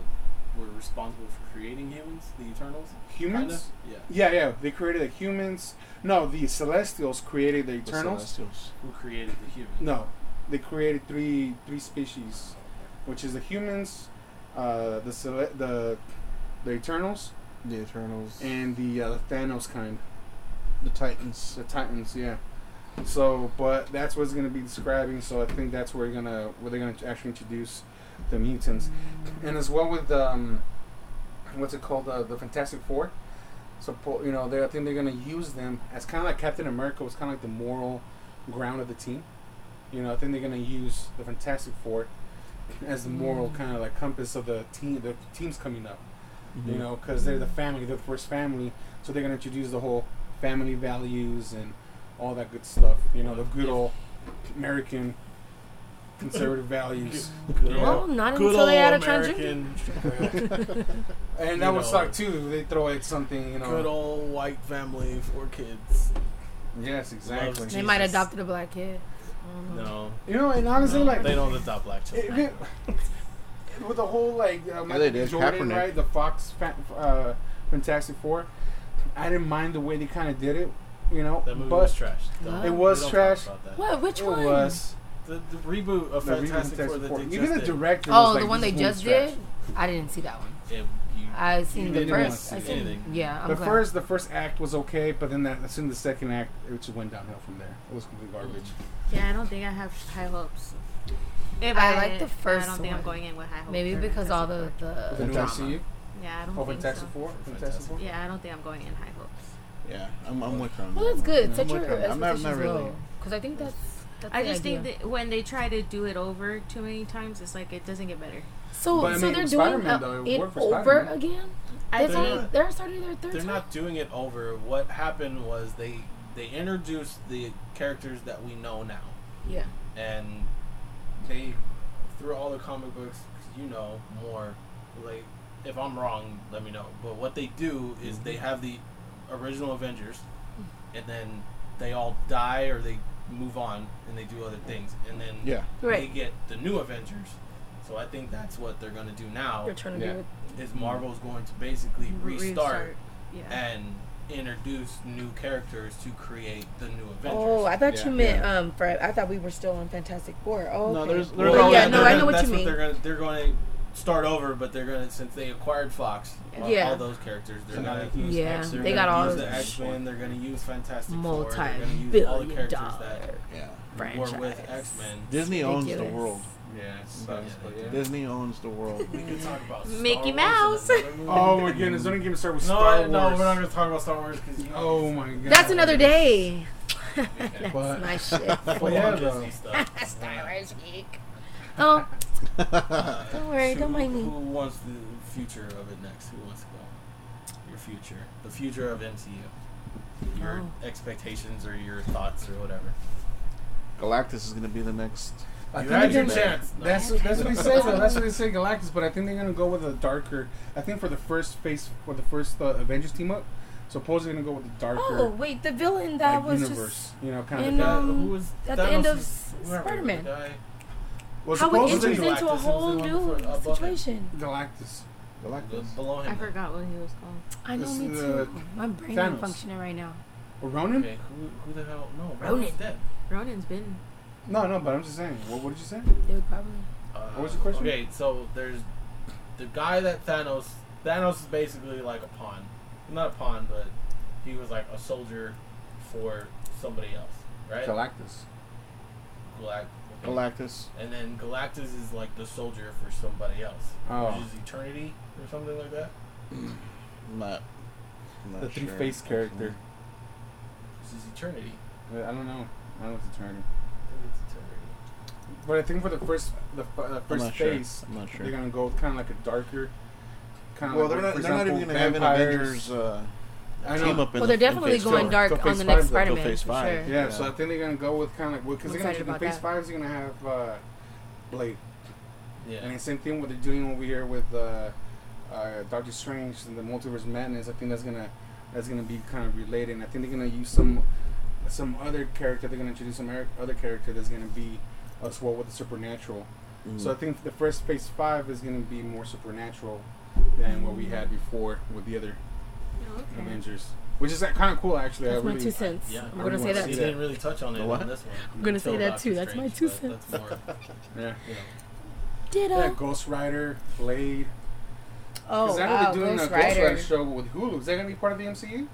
[SPEAKER 1] were responsible for creating humans, the Eternals.
[SPEAKER 2] Humans?
[SPEAKER 1] Kinda? Yeah,
[SPEAKER 2] Yeah, yeah. They created the humans. No, the Celestials created the Eternals.
[SPEAKER 1] who created the humans?
[SPEAKER 2] no, they created three three species, which is the humans, uh, the Cele- the the Eternals,
[SPEAKER 5] The Eternals.
[SPEAKER 2] and the uh, Thanos kind,
[SPEAKER 5] the Titans.
[SPEAKER 2] the Titans. Yeah. So, but that's what it's gonna be describing. So I think that's where you're gonna where they're gonna actually introduce the mutants, and as well with um, what's it called uh, the Fantastic Four. So po- you know, they I think they're gonna use them as kind of like Captain America was kind of like the moral ground of the team. You know, I think they're gonna use the Fantastic Four as the moral kind of like compass of the team. The team's coming up. You know, because they're the family, they're the first family, so they're gonna introduce the whole family values and all that good stuff. You know, the good old American conservative values.
[SPEAKER 1] Good
[SPEAKER 2] Yeah.
[SPEAKER 7] Well, not until they add a transgender.
[SPEAKER 2] And
[SPEAKER 1] You
[SPEAKER 2] that would
[SPEAKER 1] know.
[SPEAKER 2] suck too. They throw like something, you know.
[SPEAKER 1] good old white family, four kids.
[SPEAKER 2] Yes, exactly.
[SPEAKER 1] Loves
[SPEAKER 7] They might have
[SPEAKER 1] Jesus.
[SPEAKER 7] adopted a black kid. I don't know.
[SPEAKER 1] No,
[SPEAKER 2] You know, and honestly,
[SPEAKER 1] no,
[SPEAKER 2] like
[SPEAKER 1] they don't adopt black children.
[SPEAKER 2] if it- with the whole like uh, Michael
[SPEAKER 5] they did.
[SPEAKER 2] Jordan,
[SPEAKER 5] Kaepernick.
[SPEAKER 2] right? The Fox fa- uh, Fantastic Four. I didn't mind the way they kind of did it, you know.
[SPEAKER 1] That movie
[SPEAKER 2] but
[SPEAKER 1] was trash.
[SPEAKER 7] What?
[SPEAKER 2] It was trash.
[SPEAKER 7] What? Which
[SPEAKER 2] it
[SPEAKER 7] one?
[SPEAKER 2] was
[SPEAKER 1] The, the reboot of
[SPEAKER 2] the
[SPEAKER 1] Fantastic Four that they
[SPEAKER 2] Even
[SPEAKER 1] just
[SPEAKER 2] the
[SPEAKER 1] did.
[SPEAKER 2] director.
[SPEAKER 7] oh,
[SPEAKER 2] was
[SPEAKER 7] the
[SPEAKER 2] like,
[SPEAKER 7] one they
[SPEAKER 2] this movie's
[SPEAKER 7] just
[SPEAKER 2] trash.
[SPEAKER 7] did. I didn't see that one.
[SPEAKER 1] It- you-
[SPEAKER 7] I seen the
[SPEAKER 2] didn't wanna
[SPEAKER 7] first. I
[SPEAKER 2] see
[SPEAKER 7] seen.
[SPEAKER 1] anything.
[SPEAKER 7] Yeah, I'm
[SPEAKER 2] the
[SPEAKER 7] glad.
[SPEAKER 2] first, the first act was okay, but then that, as soon as the second act, it just went downhill from there. It was complete garbage.
[SPEAKER 4] Yeah, I don't think I have high hopes. If
[SPEAKER 7] I like the
[SPEAKER 4] I
[SPEAKER 7] first
[SPEAKER 4] don't think I'm
[SPEAKER 7] one.
[SPEAKER 4] going in with high hopes.
[SPEAKER 7] Maybe
[SPEAKER 4] for
[SPEAKER 7] because all the
[SPEAKER 4] Fantastic
[SPEAKER 7] the
[SPEAKER 2] The new
[SPEAKER 7] drama.
[SPEAKER 2] MCU,
[SPEAKER 4] Four. Yeah, I don't
[SPEAKER 2] oh,
[SPEAKER 4] think
[SPEAKER 2] Fantastic
[SPEAKER 4] so.
[SPEAKER 2] Four, Fantastic
[SPEAKER 1] Fantastic
[SPEAKER 2] Four.
[SPEAKER 4] Yeah, I don't think I'm going in high hopes.
[SPEAKER 5] Yeah, I'm, I'm with them.
[SPEAKER 7] Well, that's good. Set
[SPEAKER 5] I'm
[SPEAKER 7] your
[SPEAKER 5] with them. I'm not-
[SPEAKER 7] expectations
[SPEAKER 5] not really.
[SPEAKER 7] low. Because I think that's. that's
[SPEAKER 4] I
[SPEAKER 7] the
[SPEAKER 4] just
[SPEAKER 7] idea.
[SPEAKER 4] think that when they try to do it over too many times, it's like it doesn't get better.
[SPEAKER 7] So,
[SPEAKER 2] But, I
[SPEAKER 7] so
[SPEAKER 2] mean,
[SPEAKER 7] they're doing
[SPEAKER 2] Spider-Man,
[SPEAKER 7] uh,
[SPEAKER 2] though, it
[SPEAKER 7] it
[SPEAKER 2] worked for
[SPEAKER 7] over
[SPEAKER 2] Spider-Man.
[SPEAKER 7] again.
[SPEAKER 4] I
[SPEAKER 7] They're,
[SPEAKER 1] think-
[SPEAKER 7] only, they're starting their third
[SPEAKER 1] They're
[SPEAKER 7] time.
[SPEAKER 1] not doing it over. What happened was they they introduced the characters that we know now,
[SPEAKER 7] Yeah.
[SPEAKER 1] and they through all the comic books, you know more. Like, if I'm wrong, let me know. But what they do is they have the original Avengers, and then they all die or they move on and they do other things, and then
[SPEAKER 5] Yeah.
[SPEAKER 1] they get the new Avengers. So I think that's what they're gonna do now.
[SPEAKER 7] They're trying to
[SPEAKER 2] Yeah.
[SPEAKER 7] do it.
[SPEAKER 1] Is Marvel's going to basically restart
[SPEAKER 4] Yeah.
[SPEAKER 1] and introduce new characters to create the new Avengers.
[SPEAKER 7] Oh, I thought
[SPEAKER 2] Yeah.
[SPEAKER 7] you meant um. For I thought we were still on Fantastic Four. Oh,
[SPEAKER 5] No,
[SPEAKER 7] okay.
[SPEAKER 5] there's-
[SPEAKER 1] Well,
[SPEAKER 5] there's always-
[SPEAKER 7] yeah, no,
[SPEAKER 1] they're
[SPEAKER 7] I
[SPEAKER 1] gonna-
[SPEAKER 7] know what
[SPEAKER 1] that's
[SPEAKER 7] you mean.
[SPEAKER 1] they're going to they're going to start over, but they're going to since they acquired Fox, all-
[SPEAKER 7] Yeah.
[SPEAKER 1] all those characters, they're
[SPEAKER 2] So now
[SPEAKER 1] going to
[SPEAKER 2] they can
[SPEAKER 1] use
[SPEAKER 7] use
[SPEAKER 1] X,
[SPEAKER 7] Yeah,
[SPEAKER 1] they're
[SPEAKER 7] they
[SPEAKER 1] gonna
[SPEAKER 7] got all
[SPEAKER 1] use
[SPEAKER 7] of
[SPEAKER 1] the
[SPEAKER 7] them.
[SPEAKER 1] X Men, they're going to use Fantastic Four, they're going to use all the
[SPEAKER 7] multi-billion
[SPEAKER 1] characters
[SPEAKER 7] dollar
[SPEAKER 5] Yeah.
[SPEAKER 1] that
[SPEAKER 7] franchise.
[SPEAKER 1] were with X Men.
[SPEAKER 5] Disney owns the
[SPEAKER 7] Ridiculous.
[SPEAKER 5] world.
[SPEAKER 2] Yeah, it sucks, but yeah.
[SPEAKER 5] Disney owns the world.
[SPEAKER 1] We could talk about Star
[SPEAKER 4] Mickey
[SPEAKER 1] Wars in
[SPEAKER 4] Mouse.
[SPEAKER 1] another movie.
[SPEAKER 2] Oh my goodness! Don't even get me started with
[SPEAKER 1] no,
[SPEAKER 2] Star Wars.
[SPEAKER 1] no, we're not going to talk about Star Wars because
[SPEAKER 2] Oh my god!
[SPEAKER 7] That's another day. That's
[SPEAKER 2] But-
[SPEAKER 7] my shit.
[SPEAKER 2] But yeah, though.
[SPEAKER 1] Disney stuff.
[SPEAKER 7] Star Wars geek. Oh, don't worry,
[SPEAKER 1] So who-
[SPEAKER 7] don't mind me.
[SPEAKER 1] Who wants the future of it next? Who wants to go? Your future. The future of MCU. Your
[SPEAKER 7] Oh.
[SPEAKER 1] expectations or your thoughts or whatever.
[SPEAKER 5] Galactus is gonna be the next.
[SPEAKER 2] I
[SPEAKER 1] You
[SPEAKER 2] think
[SPEAKER 1] had
[SPEAKER 2] they're
[SPEAKER 1] your
[SPEAKER 2] gonna-
[SPEAKER 1] chance. No.
[SPEAKER 2] That's that's what they say. Though. That's what they say. Galactus, but I think they're gonna go with a darker. I think for the first face for the first uh, Avengers team up, supposedly gonna go with the darker
[SPEAKER 7] Oh wait, the villain that
[SPEAKER 2] like,
[SPEAKER 7] was
[SPEAKER 2] universe.
[SPEAKER 7] just
[SPEAKER 2] you know, kind
[SPEAKER 7] in,
[SPEAKER 2] of. guy.
[SPEAKER 7] um,
[SPEAKER 1] Who was
[SPEAKER 7] at the end of
[SPEAKER 1] Thanos' whoever,
[SPEAKER 7] Spider-Man.
[SPEAKER 1] the guy-
[SPEAKER 2] well,
[SPEAKER 7] how it
[SPEAKER 1] supposedly
[SPEAKER 7] enters into a
[SPEAKER 1] Galactus
[SPEAKER 7] whole
[SPEAKER 1] was the one
[SPEAKER 7] new
[SPEAKER 1] before- above it.
[SPEAKER 7] situation.
[SPEAKER 2] Galactus.
[SPEAKER 5] Galactus.
[SPEAKER 1] Below him.
[SPEAKER 4] I forgot what he was called.
[SPEAKER 7] I know
[SPEAKER 2] This
[SPEAKER 7] me
[SPEAKER 2] is,
[SPEAKER 7] too.
[SPEAKER 2] uh,
[SPEAKER 7] My brain
[SPEAKER 2] Thanos.
[SPEAKER 7] ain't functioning right now.
[SPEAKER 2] Or Ronan?
[SPEAKER 1] Okay, who, who the hell? No,
[SPEAKER 7] Ronan.
[SPEAKER 1] Ronan's dead.
[SPEAKER 4] Ronan's been.
[SPEAKER 2] No, no. But I'm just saying. What, what did you say?
[SPEAKER 7] They would probably.
[SPEAKER 1] Uh,
[SPEAKER 2] What was the question?
[SPEAKER 1] Okay, so there's the guy that Thanos. Thanos is basically like a pawn, not a pawn, but he was like a soldier for somebody else, right?
[SPEAKER 2] Galactus.
[SPEAKER 1] Galact- okay.
[SPEAKER 5] Galactus.
[SPEAKER 1] and then Galactus is like the soldier for somebody else,
[SPEAKER 2] Oh.
[SPEAKER 1] which is Eternity or something like that.
[SPEAKER 5] I'm not. I'm not
[SPEAKER 2] The three
[SPEAKER 5] sure.
[SPEAKER 2] faced character.
[SPEAKER 1] This is Eternity.
[SPEAKER 2] I don't know. I don't know what's turn.
[SPEAKER 1] I think it's Eternity.
[SPEAKER 2] But I think for the first the, f- uh,
[SPEAKER 5] I'm
[SPEAKER 2] first
[SPEAKER 5] not sure.
[SPEAKER 2] phase,
[SPEAKER 5] I'm not sure.
[SPEAKER 2] they're gonna go with kind of like a darker. Kind
[SPEAKER 5] Well, they're not. They're not even gonna have an Avengers uh,
[SPEAKER 2] I know.
[SPEAKER 5] team up. In
[SPEAKER 7] Well,
[SPEAKER 5] the,
[SPEAKER 7] they're definitely
[SPEAKER 5] in phase
[SPEAKER 7] going
[SPEAKER 5] four.
[SPEAKER 7] dark
[SPEAKER 2] So
[SPEAKER 7] on
[SPEAKER 2] Phase
[SPEAKER 7] the
[SPEAKER 2] Five,
[SPEAKER 7] next
[SPEAKER 2] though.
[SPEAKER 7] Spider
[SPEAKER 5] So
[SPEAKER 7] Man.
[SPEAKER 5] Phase
[SPEAKER 7] for
[SPEAKER 5] Five.
[SPEAKER 7] sure.
[SPEAKER 2] Yeah, so
[SPEAKER 5] Yeah.
[SPEAKER 2] I think they're gonna go with kind of like because
[SPEAKER 7] I'm
[SPEAKER 2] they're gonna
[SPEAKER 7] excited
[SPEAKER 2] in
[SPEAKER 7] about
[SPEAKER 2] phase
[SPEAKER 7] that.
[SPEAKER 2] five is gonna have uh, Blade,
[SPEAKER 1] Yeah.
[SPEAKER 2] and the same thing what they're doing over here with uh, uh, Doctor Strange and the Multiverse of Madness. I think that's gonna that's gonna be kind of related. And I think they're gonna use some some other character. They're gonna introduce some er- other character that's gonna be as well with the supernatural. So I think the first Phase Five is going to be more supernatural than what we had before with the other
[SPEAKER 7] Okay.
[SPEAKER 2] Avengers, which is kind of cool actually. I
[SPEAKER 7] That's my
[SPEAKER 2] really-
[SPEAKER 7] two cents.
[SPEAKER 1] Yeah.
[SPEAKER 7] I'm gonna say
[SPEAKER 2] Everyone
[SPEAKER 7] that
[SPEAKER 1] You
[SPEAKER 2] see
[SPEAKER 7] too.
[SPEAKER 1] didn't really touch on it
[SPEAKER 6] what?
[SPEAKER 1] on this one.
[SPEAKER 7] I'm gonna say
[SPEAKER 1] Until
[SPEAKER 7] that too. That's my
[SPEAKER 1] Doctor
[SPEAKER 7] two
[SPEAKER 1] Strange,
[SPEAKER 7] cents.
[SPEAKER 1] but That's more,
[SPEAKER 2] Yeah.
[SPEAKER 1] you know,
[SPEAKER 2] yeah,
[SPEAKER 7] Ditto.
[SPEAKER 2] Ghost Rider, Blade.
[SPEAKER 7] Oh
[SPEAKER 2] Because they're gonna
[SPEAKER 7] wow,
[SPEAKER 2] be doing a
[SPEAKER 7] Ghost
[SPEAKER 2] Ghost Rider
[SPEAKER 7] Rider.
[SPEAKER 2] show with Hulu. Is that going to be part of the MCU?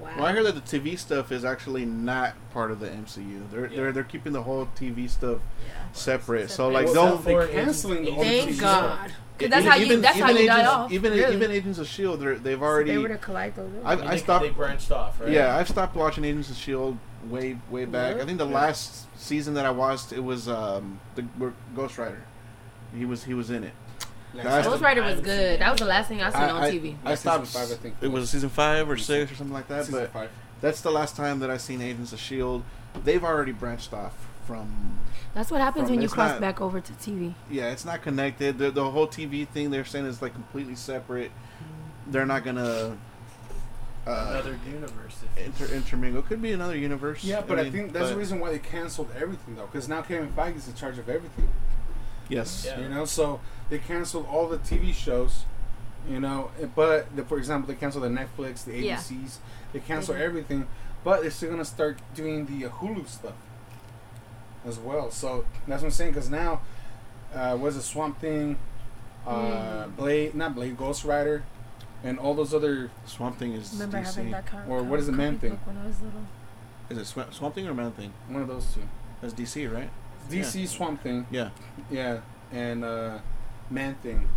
[SPEAKER 7] Wow.
[SPEAKER 6] Well, I heard that the TV stuff is actually not part of the MCU. They're
[SPEAKER 1] Yeah.
[SPEAKER 6] they're they're keeping the whole TV stuff
[SPEAKER 7] Yeah.
[SPEAKER 6] separate. So
[SPEAKER 7] Separate.
[SPEAKER 6] like
[SPEAKER 1] Well,
[SPEAKER 6] don't.
[SPEAKER 1] except
[SPEAKER 2] they're
[SPEAKER 1] for Agents-
[SPEAKER 2] canceling all the
[SPEAKER 1] Agents
[SPEAKER 2] TV
[SPEAKER 1] of
[SPEAKER 7] Thank
[SPEAKER 2] shows.
[SPEAKER 1] S.H.I.E.L.D.
[SPEAKER 7] God. 'Cause that's how you- that's how you got
[SPEAKER 6] Agents,
[SPEAKER 7] off,
[SPEAKER 6] Even
[SPEAKER 7] really.
[SPEAKER 6] even Agents of Shield, E they're- they've already.
[SPEAKER 7] they were to collide those.
[SPEAKER 6] I,
[SPEAKER 1] They-
[SPEAKER 6] I
[SPEAKER 1] they
[SPEAKER 6] stopped.
[SPEAKER 1] branched off, right?
[SPEAKER 6] Yeah, I've stopped watching Agents of Shield E way way back.
[SPEAKER 7] Yeah.
[SPEAKER 6] I think the last season that I watched it was um the Ghost Rider. He was he was in it.
[SPEAKER 2] Last
[SPEAKER 6] Ghost
[SPEAKER 7] Ghost
[SPEAKER 2] season.
[SPEAKER 7] Rider
[SPEAKER 1] I
[SPEAKER 7] was
[SPEAKER 1] haven't seen
[SPEAKER 7] good.
[SPEAKER 1] it.
[SPEAKER 7] That was the last thing I seen on
[SPEAKER 6] I-
[SPEAKER 7] TV.
[SPEAKER 6] I
[SPEAKER 2] Season
[SPEAKER 6] stopped.
[SPEAKER 2] five, I think.
[SPEAKER 6] It was season five or six or something like that.
[SPEAKER 2] Season
[SPEAKER 6] But
[SPEAKER 2] five.
[SPEAKER 6] that's the last time that I seen Agents of Shield. They've already branched off from.
[SPEAKER 7] That's what happens
[SPEAKER 6] From-
[SPEAKER 7] when you
[SPEAKER 6] it's
[SPEAKER 7] cross
[SPEAKER 6] not-
[SPEAKER 7] back over to TV.
[SPEAKER 6] Yeah, it's not connected. The, the whole TV thing they're saying is like completely separate. They're not gonna uh,
[SPEAKER 1] Another universe. If
[SPEAKER 6] inter intermingle. Could be another universe.
[SPEAKER 2] Yeah, but I,
[SPEAKER 6] mean,
[SPEAKER 2] think that's the
[SPEAKER 6] but-
[SPEAKER 2] reason why they canceled everything though, because now Kevin Feige is in charge of everything.
[SPEAKER 6] Yes.
[SPEAKER 1] Yeah.
[SPEAKER 2] You know, so they canceled all the TV shows. You know, Eh, but the, for example, they canceled the Netflix, the ABCs,
[SPEAKER 4] Yeah.
[SPEAKER 2] they cancel
[SPEAKER 7] Mhm.
[SPEAKER 2] everything. But they're still gonna start doing the uh, Hulu stuff as well. So that's what I'm saying. Because now, uh, was a Swamp Thing, uh, Blade, not Blade, Ghost Rider, and all those other
[SPEAKER 6] Swamp Thing is
[SPEAKER 7] Remember having
[SPEAKER 6] DC.
[SPEAKER 7] that con-
[SPEAKER 2] Or what is the
[SPEAKER 7] comic
[SPEAKER 2] man thing?
[SPEAKER 7] book When I was little.
[SPEAKER 6] Is it Swamp, Swamp Thing or Man Thing?
[SPEAKER 2] one of those two,
[SPEAKER 6] That's DC, right?
[SPEAKER 2] DC Swamp Thing,
[SPEAKER 6] Yeah.
[SPEAKER 2] yeah, and uh, Man Thing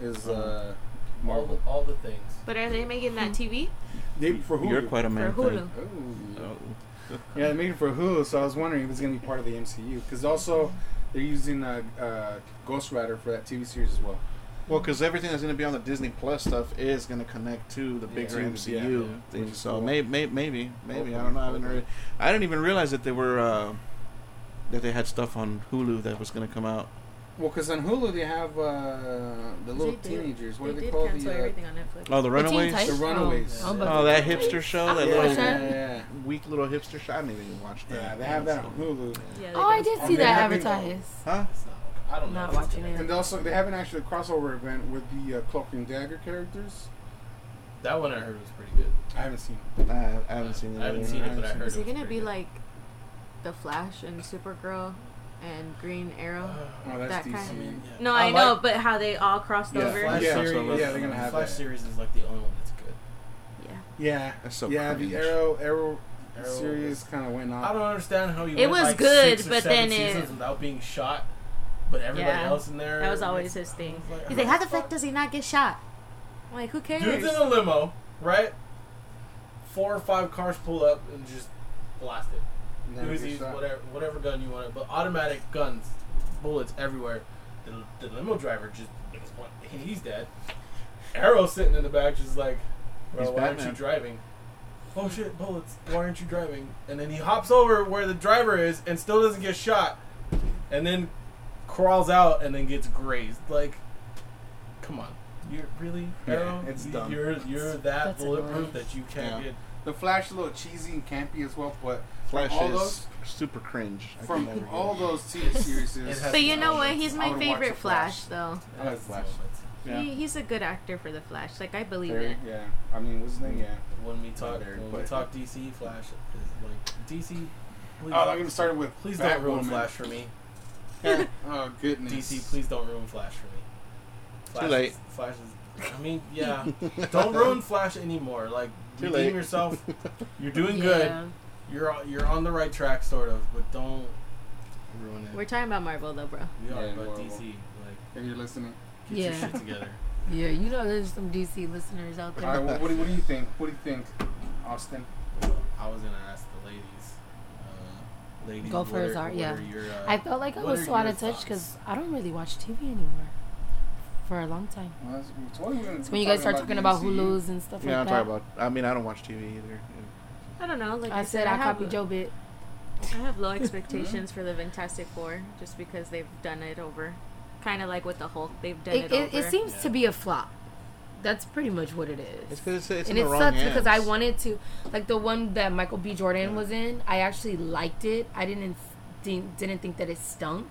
[SPEAKER 2] is uh,
[SPEAKER 1] all,
[SPEAKER 2] Marvel.
[SPEAKER 1] the, all the things.
[SPEAKER 4] But are they making that TV
[SPEAKER 2] They for Hulu.
[SPEAKER 6] You're quite a
[SPEAKER 4] Hmm. for
[SPEAKER 6] Man
[SPEAKER 4] Hulu?
[SPEAKER 2] Oh.
[SPEAKER 6] Thing.
[SPEAKER 2] Yeah, they made it for Hulu, so I was wondering if it's gonna be part of the MCU. Because also, they're using uh, uh, Ghost Rider for that TV series as well.
[SPEAKER 6] Well, because everything that's going to be on the Disney Plus stuff is going to connect to the bigger
[SPEAKER 2] Yeah.
[SPEAKER 6] MCU
[SPEAKER 2] Yeah.
[SPEAKER 6] thing.
[SPEAKER 2] Which is
[SPEAKER 6] So
[SPEAKER 2] cool.
[SPEAKER 6] maybe, maybe, maybe, maybe.
[SPEAKER 2] Hopefully.
[SPEAKER 6] I don't know. I haven't heard. I didn't even realize that they were uh, that they had stuff on Hulu that was going to come out.
[SPEAKER 2] Well, because on Hulu they have uh, the little
[SPEAKER 4] They did-
[SPEAKER 2] teenagers. What
[SPEAKER 4] they
[SPEAKER 2] are they
[SPEAKER 4] did
[SPEAKER 2] called?
[SPEAKER 4] cancel
[SPEAKER 2] The, uh,
[SPEAKER 4] everything on Netflix.
[SPEAKER 6] Oh, the
[SPEAKER 7] The Teen
[SPEAKER 6] Runaways.
[SPEAKER 7] Titans?
[SPEAKER 2] The Runaways.
[SPEAKER 7] Oh, I'm about
[SPEAKER 6] Oh,
[SPEAKER 7] to-
[SPEAKER 6] that hipster show. That
[SPEAKER 2] yeah,
[SPEAKER 6] little
[SPEAKER 7] Watch that?
[SPEAKER 2] yeah, yeah.
[SPEAKER 6] weak little hipster show. I didn't even watch that.
[SPEAKER 2] Yeah, they have that on Hulu.
[SPEAKER 4] Yeah, they
[SPEAKER 7] Oh, I
[SPEAKER 4] did.
[SPEAKER 7] did
[SPEAKER 2] Oh,
[SPEAKER 7] see
[SPEAKER 2] they're
[SPEAKER 7] that
[SPEAKER 2] having-
[SPEAKER 7] advertised.
[SPEAKER 6] Huh?
[SPEAKER 1] It's not. I don't know.
[SPEAKER 7] Not watching it.
[SPEAKER 2] And they also they have an actually crossover event with the uh, Cloak and Dagger characters.
[SPEAKER 1] That one I heard was pretty good.
[SPEAKER 2] I haven't seen.
[SPEAKER 6] I, I haven't seen it.
[SPEAKER 1] I haven't
[SPEAKER 6] either.
[SPEAKER 1] seen it, but I
[SPEAKER 6] haven't
[SPEAKER 1] heard
[SPEAKER 4] Is it
[SPEAKER 1] was
[SPEAKER 4] gonna
[SPEAKER 1] pretty
[SPEAKER 4] be
[SPEAKER 1] good.
[SPEAKER 4] like the Flash and Supergirl and Green Arrow?
[SPEAKER 2] Oh,
[SPEAKER 4] That
[SPEAKER 2] that's
[SPEAKER 4] kind
[SPEAKER 2] DC.
[SPEAKER 4] of-
[SPEAKER 1] Yeah.
[SPEAKER 4] No,
[SPEAKER 1] Uh, I
[SPEAKER 4] I, know, but how they all crossed
[SPEAKER 6] Yeah.
[SPEAKER 4] over.
[SPEAKER 1] Flash
[SPEAKER 2] Yeah.
[SPEAKER 1] series,
[SPEAKER 6] Yeah,
[SPEAKER 2] they're gonna have
[SPEAKER 1] Flash
[SPEAKER 2] that.
[SPEAKER 1] series is like the only one that's good.
[SPEAKER 4] Yeah.
[SPEAKER 2] Yeah,
[SPEAKER 6] That's so
[SPEAKER 2] yeah.
[SPEAKER 6] cringe.
[SPEAKER 2] The Arrow Arrow,
[SPEAKER 1] Arrow
[SPEAKER 2] series kind of went off.
[SPEAKER 1] I don't understand how you. went,
[SPEAKER 4] It was
[SPEAKER 1] like,
[SPEAKER 4] good,
[SPEAKER 1] six or
[SPEAKER 4] but
[SPEAKER 1] seven
[SPEAKER 4] then it-
[SPEAKER 1] seasons without being shot. But everybody
[SPEAKER 4] Yeah.
[SPEAKER 1] else in there.
[SPEAKER 4] That was always his thing.
[SPEAKER 1] I was
[SPEAKER 4] He's like, how the fuck
[SPEAKER 1] fuck-
[SPEAKER 4] does he not get shot? I'm like, who
[SPEAKER 1] Dude's
[SPEAKER 4] cares?
[SPEAKER 1] in a limo, right? Four or five cars pull up and just blast it.
[SPEAKER 2] Never get
[SPEAKER 1] Uzis,
[SPEAKER 2] shot.
[SPEAKER 1] whatever, whatever gun you want, but automatic guns, bullets everywhere. The, the limo driver just, he's dead. Arrow sitting in the back, just like, bro,
[SPEAKER 6] He's
[SPEAKER 1] why aren't you
[SPEAKER 6] Batman.
[SPEAKER 1] driving? Oh shit, bullets! Why aren't you driving? And then he hops over where the driver is and still doesn't get shot, and then crawls out and then gets grazed. Like, come on, you're really
[SPEAKER 2] Yeah,
[SPEAKER 1] Arrow?
[SPEAKER 2] it's
[SPEAKER 1] You-
[SPEAKER 2] dumb.
[SPEAKER 1] You're you're that
[SPEAKER 7] That's annoying.
[SPEAKER 1] bulletproof that you can't
[SPEAKER 6] Yeah.
[SPEAKER 1] get.
[SPEAKER 2] The Flash a little cheesy and campy as well, but
[SPEAKER 6] Flash
[SPEAKER 2] all
[SPEAKER 6] is
[SPEAKER 2] those-
[SPEAKER 6] super cringe. I
[SPEAKER 2] from
[SPEAKER 6] can never get
[SPEAKER 2] all
[SPEAKER 6] it.
[SPEAKER 2] those TV series,
[SPEAKER 1] It has-
[SPEAKER 4] But you know what? He's
[SPEAKER 2] I
[SPEAKER 4] my
[SPEAKER 2] would watch
[SPEAKER 4] favorite
[SPEAKER 2] the Flash.
[SPEAKER 4] Flash, though.
[SPEAKER 2] I like Flash.
[SPEAKER 6] Yeah.
[SPEAKER 4] He, he's a good actor for the Flash. Like, I believe
[SPEAKER 2] Very-
[SPEAKER 4] it.
[SPEAKER 2] yeah. I mean, what's his name? Yeah.
[SPEAKER 1] when we talk
[SPEAKER 2] Very
[SPEAKER 1] when we
[SPEAKER 2] quick.
[SPEAKER 1] talk DC Flash is like DC. Please,
[SPEAKER 2] Oh, I'm gonna start with
[SPEAKER 1] please don't ruin
[SPEAKER 2] Batwoman.
[SPEAKER 1] Flash for me.
[SPEAKER 2] oh goodness.
[SPEAKER 1] DC, please don't ruin Flash for me. Flash
[SPEAKER 6] late.
[SPEAKER 1] Is, Flash is. I mean, yeah. don't ruin Flash anymore. Like
[SPEAKER 6] Too
[SPEAKER 1] redeem
[SPEAKER 6] late.
[SPEAKER 1] yourself. You're doing
[SPEAKER 7] Yeah.
[SPEAKER 1] good. You're on- you're on the right track, sort of, but don't ruin it.
[SPEAKER 4] We're talking about Marvel, though, bro.
[SPEAKER 1] we are,
[SPEAKER 2] Yeah,
[SPEAKER 1] but
[SPEAKER 2] horrible.
[SPEAKER 1] DC, like,
[SPEAKER 2] If you're listening.
[SPEAKER 1] get your
[SPEAKER 7] Yeah.
[SPEAKER 1] shit together.
[SPEAKER 7] Yeah, you know there's some DC listeners out
[SPEAKER 2] All right.
[SPEAKER 7] there.
[SPEAKER 2] What, what, do, what do you think? What do you think, Austin?
[SPEAKER 1] I was gonna ask the ladies. Uh, ladies,
[SPEAKER 7] Go for
[SPEAKER 1] what
[SPEAKER 7] it,
[SPEAKER 1] are-
[SPEAKER 7] Zara,
[SPEAKER 1] what
[SPEAKER 7] yeah.
[SPEAKER 1] are your, uh,
[SPEAKER 7] I felt like I
[SPEAKER 1] what
[SPEAKER 7] was
[SPEAKER 1] are
[SPEAKER 7] so out
[SPEAKER 1] your
[SPEAKER 7] of touch
[SPEAKER 1] thoughts?
[SPEAKER 7] because I don't really watch TV anymore for a long time.
[SPEAKER 2] Well, that's- we told you we were
[SPEAKER 7] So when you guys start talking about
[SPEAKER 2] the MCU.
[SPEAKER 7] Hulu's and stuff
[SPEAKER 6] Yeah,
[SPEAKER 7] like
[SPEAKER 6] I'm
[SPEAKER 7] that,
[SPEAKER 6] talking about. I mean, I don't watch TV either.
[SPEAKER 4] I don't know. Like
[SPEAKER 7] I said I
[SPEAKER 4] have-
[SPEAKER 7] copied Joe bit.
[SPEAKER 4] I have low expectations for the Fantastic Four just because they've done it over. Kind of like with the Hulk, they've done it,
[SPEAKER 7] It, it,
[SPEAKER 4] over.
[SPEAKER 7] it seems
[SPEAKER 1] Yeah.
[SPEAKER 7] to be a flop. That's pretty much what it is.
[SPEAKER 6] It's because it's, it's in
[SPEAKER 7] and
[SPEAKER 6] the
[SPEAKER 7] it
[SPEAKER 6] wrong
[SPEAKER 7] sucks
[SPEAKER 6] hands.
[SPEAKER 7] because I wanted to, like the one that Michael B. Jordan was in. I actually liked it. I didn't didn't didn't think that it stunk,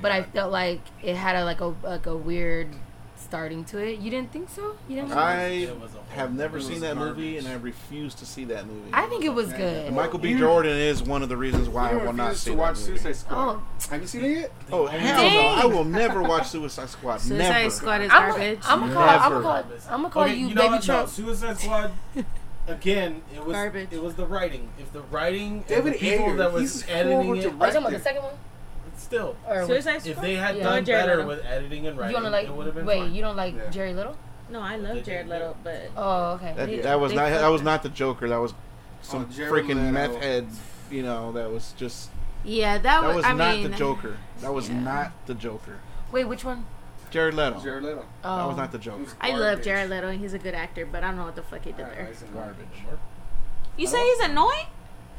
[SPEAKER 7] but I
[SPEAKER 6] Oh, God.
[SPEAKER 7] felt like it had a like a like a weird starting to it. You didn't think so? You didn't?
[SPEAKER 6] I
[SPEAKER 1] It was a horrible-
[SPEAKER 6] have never
[SPEAKER 1] it was
[SPEAKER 6] seen that movie,
[SPEAKER 1] garbage.
[SPEAKER 6] and I refuse to see that movie.
[SPEAKER 7] I think it was good.
[SPEAKER 6] And Michael B.
[SPEAKER 2] You-
[SPEAKER 6] Jordan is one of the reasons why I
[SPEAKER 2] You
[SPEAKER 6] will not
[SPEAKER 2] refuse
[SPEAKER 6] see
[SPEAKER 2] to
[SPEAKER 6] that
[SPEAKER 2] watch
[SPEAKER 6] movie.
[SPEAKER 2] Suicide Squad.
[SPEAKER 7] Oh,
[SPEAKER 2] Have you seen it yet?
[SPEAKER 6] Oh hell
[SPEAKER 7] Dang.
[SPEAKER 6] no! I will never watch Suicide Squad.
[SPEAKER 4] Suicide
[SPEAKER 6] never.
[SPEAKER 4] Squad is
[SPEAKER 7] I'm
[SPEAKER 4] garbage.
[SPEAKER 7] gonna call. I'm gonna
[SPEAKER 6] Never.
[SPEAKER 7] call. I'm gonna call
[SPEAKER 1] Okay, know
[SPEAKER 7] you, baby Oh,
[SPEAKER 1] what? No,
[SPEAKER 7] Trump.
[SPEAKER 1] Suicide Squad. Again, it was
[SPEAKER 4] Garbage.
[SPEAKER 1] it was the writing. If the writing, and
[SPEAKER 2] David
[SPEAKER 1] the people
[SPEAKER 2] Ayer,
[SPEAKER 1] that was
[SPEAKER 2] he's
[SPEAKER 1] editing
[SPEAKER 2] horrible
[SPEAKER 1] it,
[SPEAKER 7] Are you talking about the
[SPEAKER 2] Right.
[SPEAKER 7] second one?
[SPEAKER 1] still,
[SPEAKER 7] Or
[SPEAKER 4] Suicide
[SPEAKER 1] if
[SPEAKER 4] Squad?
[SPEAKER 1] they had
[SPEAKER 7] Yeah.
[SPEAKER 1] done
[SPEAKER 4] Jared
[SPEAKER 1] better
[SPEAKER 4] Leto.
[SPEAKER 1] with editing and
[SPEAKER 7] you
[SPEAKER 1] writing,
[SPEAKER 7] wanna
[SPEAKER 1] it would have
[SPEAKER 7] like?
[SPEAKER 1] been
[SPEAKER 7] Wait,
[SPEAKER 1] fine.
[SPEAKER 7] you don't like
[SPEAKER 2] Yeah.
[SPEAKER 7] Jerry Little?
[SPEAKER 4] No, I love Jared Leto, but
[SPEAKER 7] Oh, okay.
[SPEAKER 6] That,
[SPEAKER 4] They-
[SPEAKER 6] that was
[SPEAKER 4] they
[SPEAKER 6] not. That
[SPEAKER 4] fucked
[SPEAKER 6] was
[SPEAKER 4] it.
[SPEAKER 6] not the Joker. That was some
[SPEAKER 14] Oh, Jared
[SPEAKER 6] freaking
[SPEAKER 14] Leto.
[SPEAKER 6] meth head. You know, that was just.
[SPEAKER 4] yeah, that,
[SPEAKER 6] That
[SPEAKER 4] was,
[SPEAKER 6] was
[SPEAKER 4] I
[SPEAKER 6] not
[SPEAKER 4] mean,
[SPEAKER 6] the Joker. That was
[SPEAKER 4] yeah.
[SPEAKER 6] not the Joker.
[SPEAKER 7] Wait, which one?
[SPEAKER 6] Jared Leto.
[SPEAKER 14] Jared Leto.
[SPEAKER 7] Oh,
[SPEAKER 6] That was not the Joker.
[SPEAKER 4] I love
[SPEAKER 14] Garbage.
[SPEAKER 4] Jared Leto. and He's a good actor, but I don't know what the fuck he did
[SPEAKER 14] Alright,
[SPEAKER 4] there.
[SPEAKER 14] nice and
[SPEAKER 6] Garbage.
[SPEAKER 4] You say he's annoying?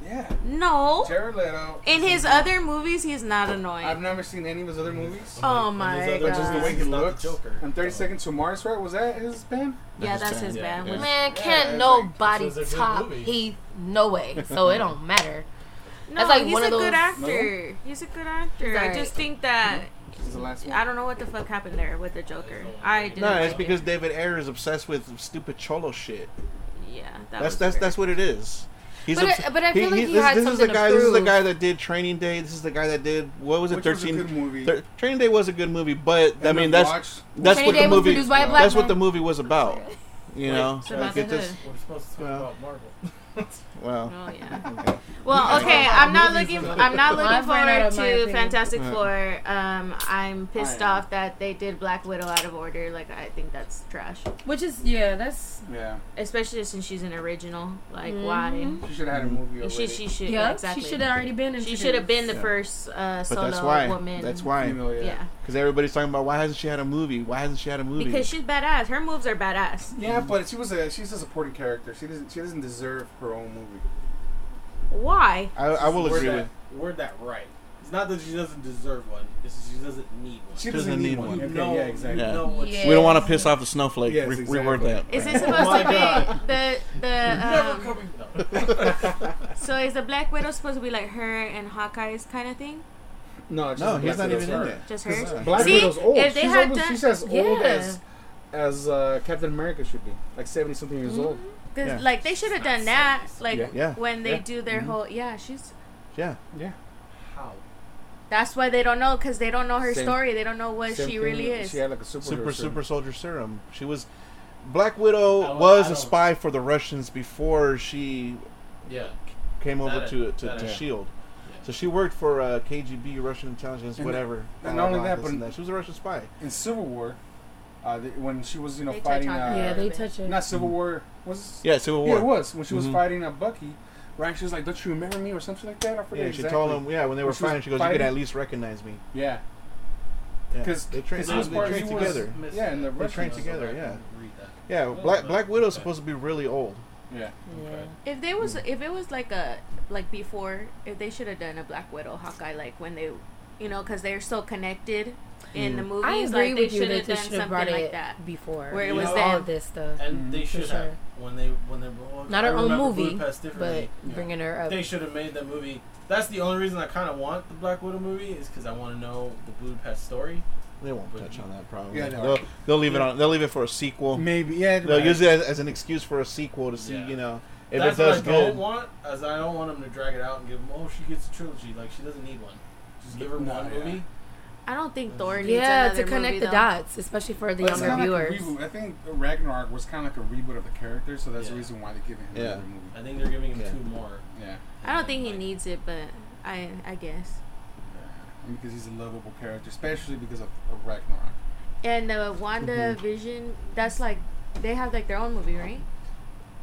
[SPEAKER 14] Yeah.
[SPEAKER 4] No.
[SPEAKER 14] Jared Leto.
[SPEAKER 4] In his other movies, he's not
[SPEAKER 14] I've
[SPEAKER 4] annoying.
[SPEAKER 14] never seen any of his other movies.
[SPEAKER 4] Oh
[SPEAKER 1] And
[SPEAKER 4] my
[SPEAKER 1] his other
[SPEAKER 4] God.
[SPEAKER 14] But just the way he
[SPEAKER 1] movies, not the
[SPEAKER 14] looks.
[SPEAKER 1] Joker.
[SPEAKER 2] And 30
[SPEAKER 1] So,
[SPEAKER 2] Seconds to Mars, right? Was that his band?
[SPEAKER 4] Yeah,
[SPEAKER 6] That's
[SPEAKER 4] that's his
[SPEAKER 6] his
[SPEAKER 4] band.
[SPEAKER 6] band,
[SPEAKER 1] Oh.
[SPEAKER 4] which-
[SPEAKER 7] Man,
[SPEAKER 14] it's
[SPEAKER 7] can't
[SPEAKER 14] like-
[SPEAKER 7] nobody
[SPEAKER 1] This was a good
[SPEAKER 7] top
[SPEAKER 1] movie.
[SPEAKER 7] Heath no way. So it don't matter.
[SPEAKER 4] No,
[SPEAKER 7] That's like
[SPEAKER 4] he's
[SPEAKER 7] one
[SPEAKER 4] a
[SPEAKER 7] of those-
[SPEAKER 4] good actor. He's a good actor.
[SPEAKER 7] He's
[SPEAKER 4] I
[SPEAKER 7] alright.
[SPEAKER 4] just think that
[SPEAKER 2] Is the last one?
[SPEAKER 4] I don't know what the fuck happened there with the Joker. I didn't.
[SPEAKER 6] No, it's
[SPEAKER 4] like it.
[SPEAKER 6] because David Ayer is obsessed with stupid cholo shit.
[SPEAKER 4] yeah, that
[SPEAKER 6] That's
[SPEAKER 4] was
[SPEAKER 6] that's
[SPEAKER 4] weird.
[SPEAKER 6] that's what it is. He's
[SPEAKER 7] But I-
[SPEAKER 6] obs-
[SPEAKER 7] but I feel like he
[SPEAKER 6] this,
[SPEAKER 7] had
[SPEAKER 6] this is the
[SPEAKER 7] something to
[SPEAKER 6] guy. This is the
[SPEAKER 7] prove.
[SPEAKER 6] guy that did Training Day. This is the guy that did what was it?
[SPEAKER 2] Which was a
[SPEAKER 6] Thirteen.
[SPEAKER 2] good movie.
[SPEAKER 6] thir- Training Day was a good movie, but I
[SPEAKER 2] And
[SPEAKER 6] mean
[SPEAKER 2] the
[SPEAKER 6] that's
[SPEAKER 2] Watch-
[SPEAKER 6] that's
[SPEAKER 7] Training
[SPEAKER 6] what
[SPEAKER 7] Day
[SPEAKER 6] the
[SPEAKER 7] was
[SPEAKER 6] movie.
[SPEAKER 7] produced by a black
[SPEAKER 6] That's what
[SPEAKER 7] man.
[SPEAKER 6] the movie was about. You know,
[SPEAKER 4] So about
[SPEAKER 6] Like,
[SPEAKER 4] the
[SPEAKER 6] it just-
[SPEAKER 1] We're supposed to talk
[SPEAKER 6] Well.
[SPEAKER 1] about Marvel.
[SPEAKER 6] well,
[SPEAKER 4] Oh yeah. Well, okay. I'm not looking. I'm not
[SPEAKER 7] I
[SPEAKER 4] looking
[SPEAKER 7] find out
[SPEAKER 4] forward
[SPEAKER 7] of my
[SPEAKER 4] to
[SPEAKER 7] opinion.
[SPEAKER 4] Fantastic
[SPEAKER 6] Right.
[SPEAKER 4] Four. Um, I'm pissed
[SPEAKER 2] I am.
[SPEAKER 4] off that they did Black Widow out of order. Like, I think that's trash.
[SPEAKER 7] Which is yeah, that's
[SPEAKER 2] Yeah.
[SPEAKER 4] Especially since she's an original. Like,
[SPEAKER 7] Mhm.
[SPEAKER 2] She should
[SPEAKER 6] Mm.
[SPEAKER 2] have had a movie
[SPEAKER 4] why?
[SPEAKER 2] already.
[SPEAKER 4] She she should
[SPEAKER 7] yeah.
[SPEAKER 4] exactly.
[SPEAKER 7] She should have already been.
[SPEAKER 4] She
[SPEAKER 7] introduced.
[SPEAKER 4] should have been the
[SPEAKER 6] Yeah.
[SPEAKER 4] first uh,
[SPEAKER 6] but
[SPEAKER 4] solo
[SPEAKER 6] that's why.
[SPEAKER 4] woman.
[SPEAKER 6] That's why.
[SPEAKER 2] Female, yeah.
[SPEAKER 4] Yeah.
[SPEAKER 6] Because everybody's talking about why hasn't she had a movie? Why hasn't she had a movie?
[SPEAKER 4] Because she's badass. Her moves are badass.
[SPEAKER 2] Yeah, but she was a she's a supporting character. She doesn't she doesn't deserve her own movie.
[SPEAKER 4] Why?
[SPEAKER 6] I, I will
[SPEAKER 1] Word
[SPEAKER 6] agree
[SPEAKER 1] that,
[SPEAKER 6] with.
[SPEAKER 1] Word that right. It's not that she doesn't deserve one. It's that she doesn't need one.
[SPEAKER 2] She doesn't, need one.
[SPEAKER 1] You
[SPEAKER 2] Okay,
[SPEAKER 1] know,
[SPEAKER 2] yeah, exactly.
[SPEAKER 1] You
[SPEAKER 6] Yeah.
[SPEAKER 1] know what
[SPEAKER 7] Yeah.
[SPEAKER 1] she-
[SPEAKER 6] We don't want to piss off the snowflake.
[SPEAKER 2] Yes,
[SPEAKER 6] Re-
[SPEAKER 2] exactly.
[SPEAKER 6] Reword that.
[SPEAKER 4] Is it supposed
[SPEAKER 1] my
[SPEAKER 4] to be the the?
[SPEAKER 1] Never
[SPEAKER 4] Um,
[SPEAKER 1] coming. No.
[SPEAKER 4] so is the Black Widow supposed to be like her and Hawkeye's kind of thing?
[SPEAKER 2] No, it's
[SPEAKER 6] No,
[SPEAKER 2] just
[SPEAKER 6] he's
[SPEAKER 2] Black
[SPEAKER 6] not
[SPEAKER 2] Widow's
[SPEAKER 6] even in
[SPEAKER 2] her.
[SPEAKER 6] there.
[SPEAKER 4] Just
[SPEAKER 2] Because
[SPEAKER 4] her?
[SPEAKER 2] Black
[SPEAKER 4] See,
[SPEAKER 2] Widow's old.
[SPEAKER 4] if they
[SPEAKER 2] she's,
[SPEAKER 4] had
[SPEAKER 2] almost,
[SPEAKER 4] done-
[SPEAKER 2] she's as old
[SPEAKER 7] Yeah.
[SPEAKER 2] as as uh, Captain America should be, like seventy something years
[SPEAKER 4] Mm-hmm.
[SPEAKER 2] old.
[SPEAKER 4] Cause
[SPEAKER 6] Yeah.
[SPEAKER 4] like they should have done that, like
[SPEAKER 2] Yeah.
[SPEAKER 6] Yeah.
[SPEAKER 4] when they
[SPEAKER 2] Yeah. Mm-hmm.
[SPEAKER 4] do their whole yeah. She's
[SPEAKER 6] Yeah.
[SPEAKER 1] How?
[SPEAKER 4] that's why they don't know because they don't know her
[SPEAKER 2] Same-
[SPEAKER 4] story. They don't know what
[SPEAKER 2] Same
[SPEAKER 4] she
[SPEAKER 2] thing,
[SPEAKER 4] really is.
[SPEAKER 2] She had like a super
[SPEAKER 6] Super super soldier serum. She was Black Widow
[SPEAKER 1] don't- I
[SPEAKER 6] was a
[SPEAKER 1] don't-
[SPEAKER 6] spy for the Russians before she
[SPEAKER 1] Yeah.
[SPEAKER 6] came over
[SPEAKER 1] That I-
[SPEAKER 6] to to,
[SPEAKER 1] that I-
[SPEAKER 6] to
[SPEAKER 1] yeah.
[SPEAKER 6] Shield.
[SPEAKER 1] Yeah.
[SPEAKER 6] E So she worked for uh, KGB, Russian intelligence,
[SPEAKER 2] And-
[SPEAKER 6] whatever.
[SPEAKER 2] and
[SPEAKER 6] blah,
[SPEAKER 2] not only
[SPEAKER 6] blah,
[SPEAKER 2] that,
[SPEAKER 6] this
[SPEAKER 2] but-
[SPEAKER 6] and that. she was a Russian spy.
[SPEAKER 2] in Civil War. Uh, the, when she was you know
[SPEAKER 4] They touch
[SPEAKER 2] fighting,
[SPEAKER 4] on
[SPEAKER 2] uh,
[SPEAKER 4] her.
[SPEAKER 7] Yeah, they touch it.
[SPEAKER 2] not Civil War was
[SPEAKER 6] Yeah, Civil
[SPEAKER 2] yeah
[SPEAKER 6] War.
[SPEAKER 2] it was when she was
[SPEAKER 6] Mhm.
[SPEAKER 2] fighting uh, Bucky. Right, she was like, "Don't you remember me?" or something like that. I forget.
[SPEAKER 6] Yeah, she
[SPEAKER 2] exactly.
[SPEAKER 6] told him. Yeah, when they were
[SPEAKER 2] When she was
[SPEAKER 6] fighting, she goes, "You
[SPEAKER 2] fighting-
[SPEAKER 6] could at least recognize me."
[SPEAKER 2] Yeah,
[SPEAKER 6] Yeah.
[SPEAKER 2] 'Cause-
[SPEAKER 6] they trained,
[SPEAKER 2] 'cause
[SPEAKER 6] they,
[SPEAKER 2] he was
[SPEAKER 6] they
[SPEAKER 2] part-
[SPEAKER 6] trained
[SPEAKER 2] he was-
[SPEAKER 6] together.
[SPEAKER 1] Miss-
[SPEAKER 2] yeah, and the
[SPEAKER 6] They trained
[SPEAKER 2] Russians.
[SPEAKER 6] together.
[SPEAKER 1] I
[SPEAKER 6] Yeah,
[SPEAKER 1] can read that.
[SPEAKER 6] yeah.
[SPEAKER 1] Oh,
[SPEAKER 6] Black
[SPEAKER 2] uh,
[SPEAKER 1] but-
[SPEAKER 6] Black Widow's
[SPEAKER 1] okay.
[SPEAKER 6] supposed to be really old.
[SPEAKER 2] Yeah,
[SPEAKER 7] Yeah.
[SPEAKER 4] If they was
[SPEAKER 2] Mm.
[SPEAKER 4] if it was like a like before, if they should have done a Black Widow Hawkeye like when they, you know, because they're so connected in
[SPEAKER 2] Mm.
[SPEAKER 4] the movies.
[SPEAKER 7] I agree
[SPEAKER 4] like, they
[SPEAKER 7] with you.
[SPEAKER 4] should
[SPEAKER 7] They
[SPEAKER 4] have done
[SPEAKER 7] just should
[SPEAKER 4] something
[SPEAKER 7] have brought
[SPEAKER 4] like
[SPEAKER 7] it
[SPEAKER 4] that.
[SPEAKER 7] before.
[SPEAKER 4] Where it
[SPEAKER 7] you
[SPEAKER 1] was
[SPEAKER 7] know,
[SPEAKER 4] them.
[SPEAKER 7] all this
[SPEAKER 1] And
[SPEAKER 7] stuff.
[SPEAKER 6] Mm-hmm.
[SPEAKER 2] Mhm,
[SPEAKER 1] they
[SPEAKER 7] for
[SPEAKER 1] should have
[SPEAKER 7] sure.
[SPEAKER 1] when they when they well,
[SPEAKER 7] Not
[SPEAKER 1] I
[SPEAKER 7] her own
[SPEAKER 1] remember
[SPEAKER 7] movie,
[SPEAKER 1] Budapest
[SPEAKER 7] But
[SPEAKER 1] differently.
[SPEAKER 7] bringing her up.
[SPEAKER 1] they should have made that movie. That's the only reason I kind of want the Black Widow movie is because I want to know the Budapest story.
[SPEAKER 6] They won't touch on that probably.
[SPEAKER 2] Yeah, no.
[SPEAKER 6] they'll, they'll leave it on. They'll leave it for a sequel.
[SPEAKER 2] maybe. Yeah,
[SPEAKER 6] They'll
[SPEAKER 2] right.
[SPEAKER 6] use it as, as an excuse for a sequel to see,
[SPEAKER 1] Yeah.
[SPEAKER 6] you know, if
[SPEAKER 1] That's
[SPEAKER 6] it does
[SPEAKER 1] what I
[SPEAKER 6] good.
[SPEAKER 1] don't want, as I don't want them to drag it out and give them. Oh, she gets a trilogy. Like she doesn't need one. Just give her
[SPEAKER 2] No,
[SPEAKER 1] one
[SPEAKER 2] yeah.
[SPEAKER 1] movie.
[SPEAKER 4] I don't think Thor needs
[SPEAKER 7] Mm. yeah,
[SPEAKER 4] another
[SPEAKER 7] to connect
[SPEAKER 4] movie,
[SPEAKER 7] the
[SPEAKER 4] though.
[SPEAKER 7] dots, especially for the
[SPEAKER 2] But it's
[SPEAKER 7] younger
[SPEAKER 2] kinda like a
[SPEAKER 7] viewers.
[SPEAKER 2] reboot. I think Ragnarok was kind of like a reboot of the character, so that's the
[SPEAKER 1] Yeah.
[SPEAKER 2] reason why they're giving him
[SPEAKER 6] Yeah.
[SPEAKER 2] another movie.
[SPEAKER 1] I think they're giving him
[SPEAKER 6] Yeah.
[SPEAKER 1] two more.
[SPEAKER 2] Yeah,
[SPEAKER 4] I don't think he needs it, but I I guess.
[SPEAKER 2] because he's a lovable character, especially because of, of Ragnarok.
[SPEAKER 4] And the
[SPEAKER 2] Mm-hmm.
[SPEAKER 4] Wanda Vision, that's like they have like their own movie, right?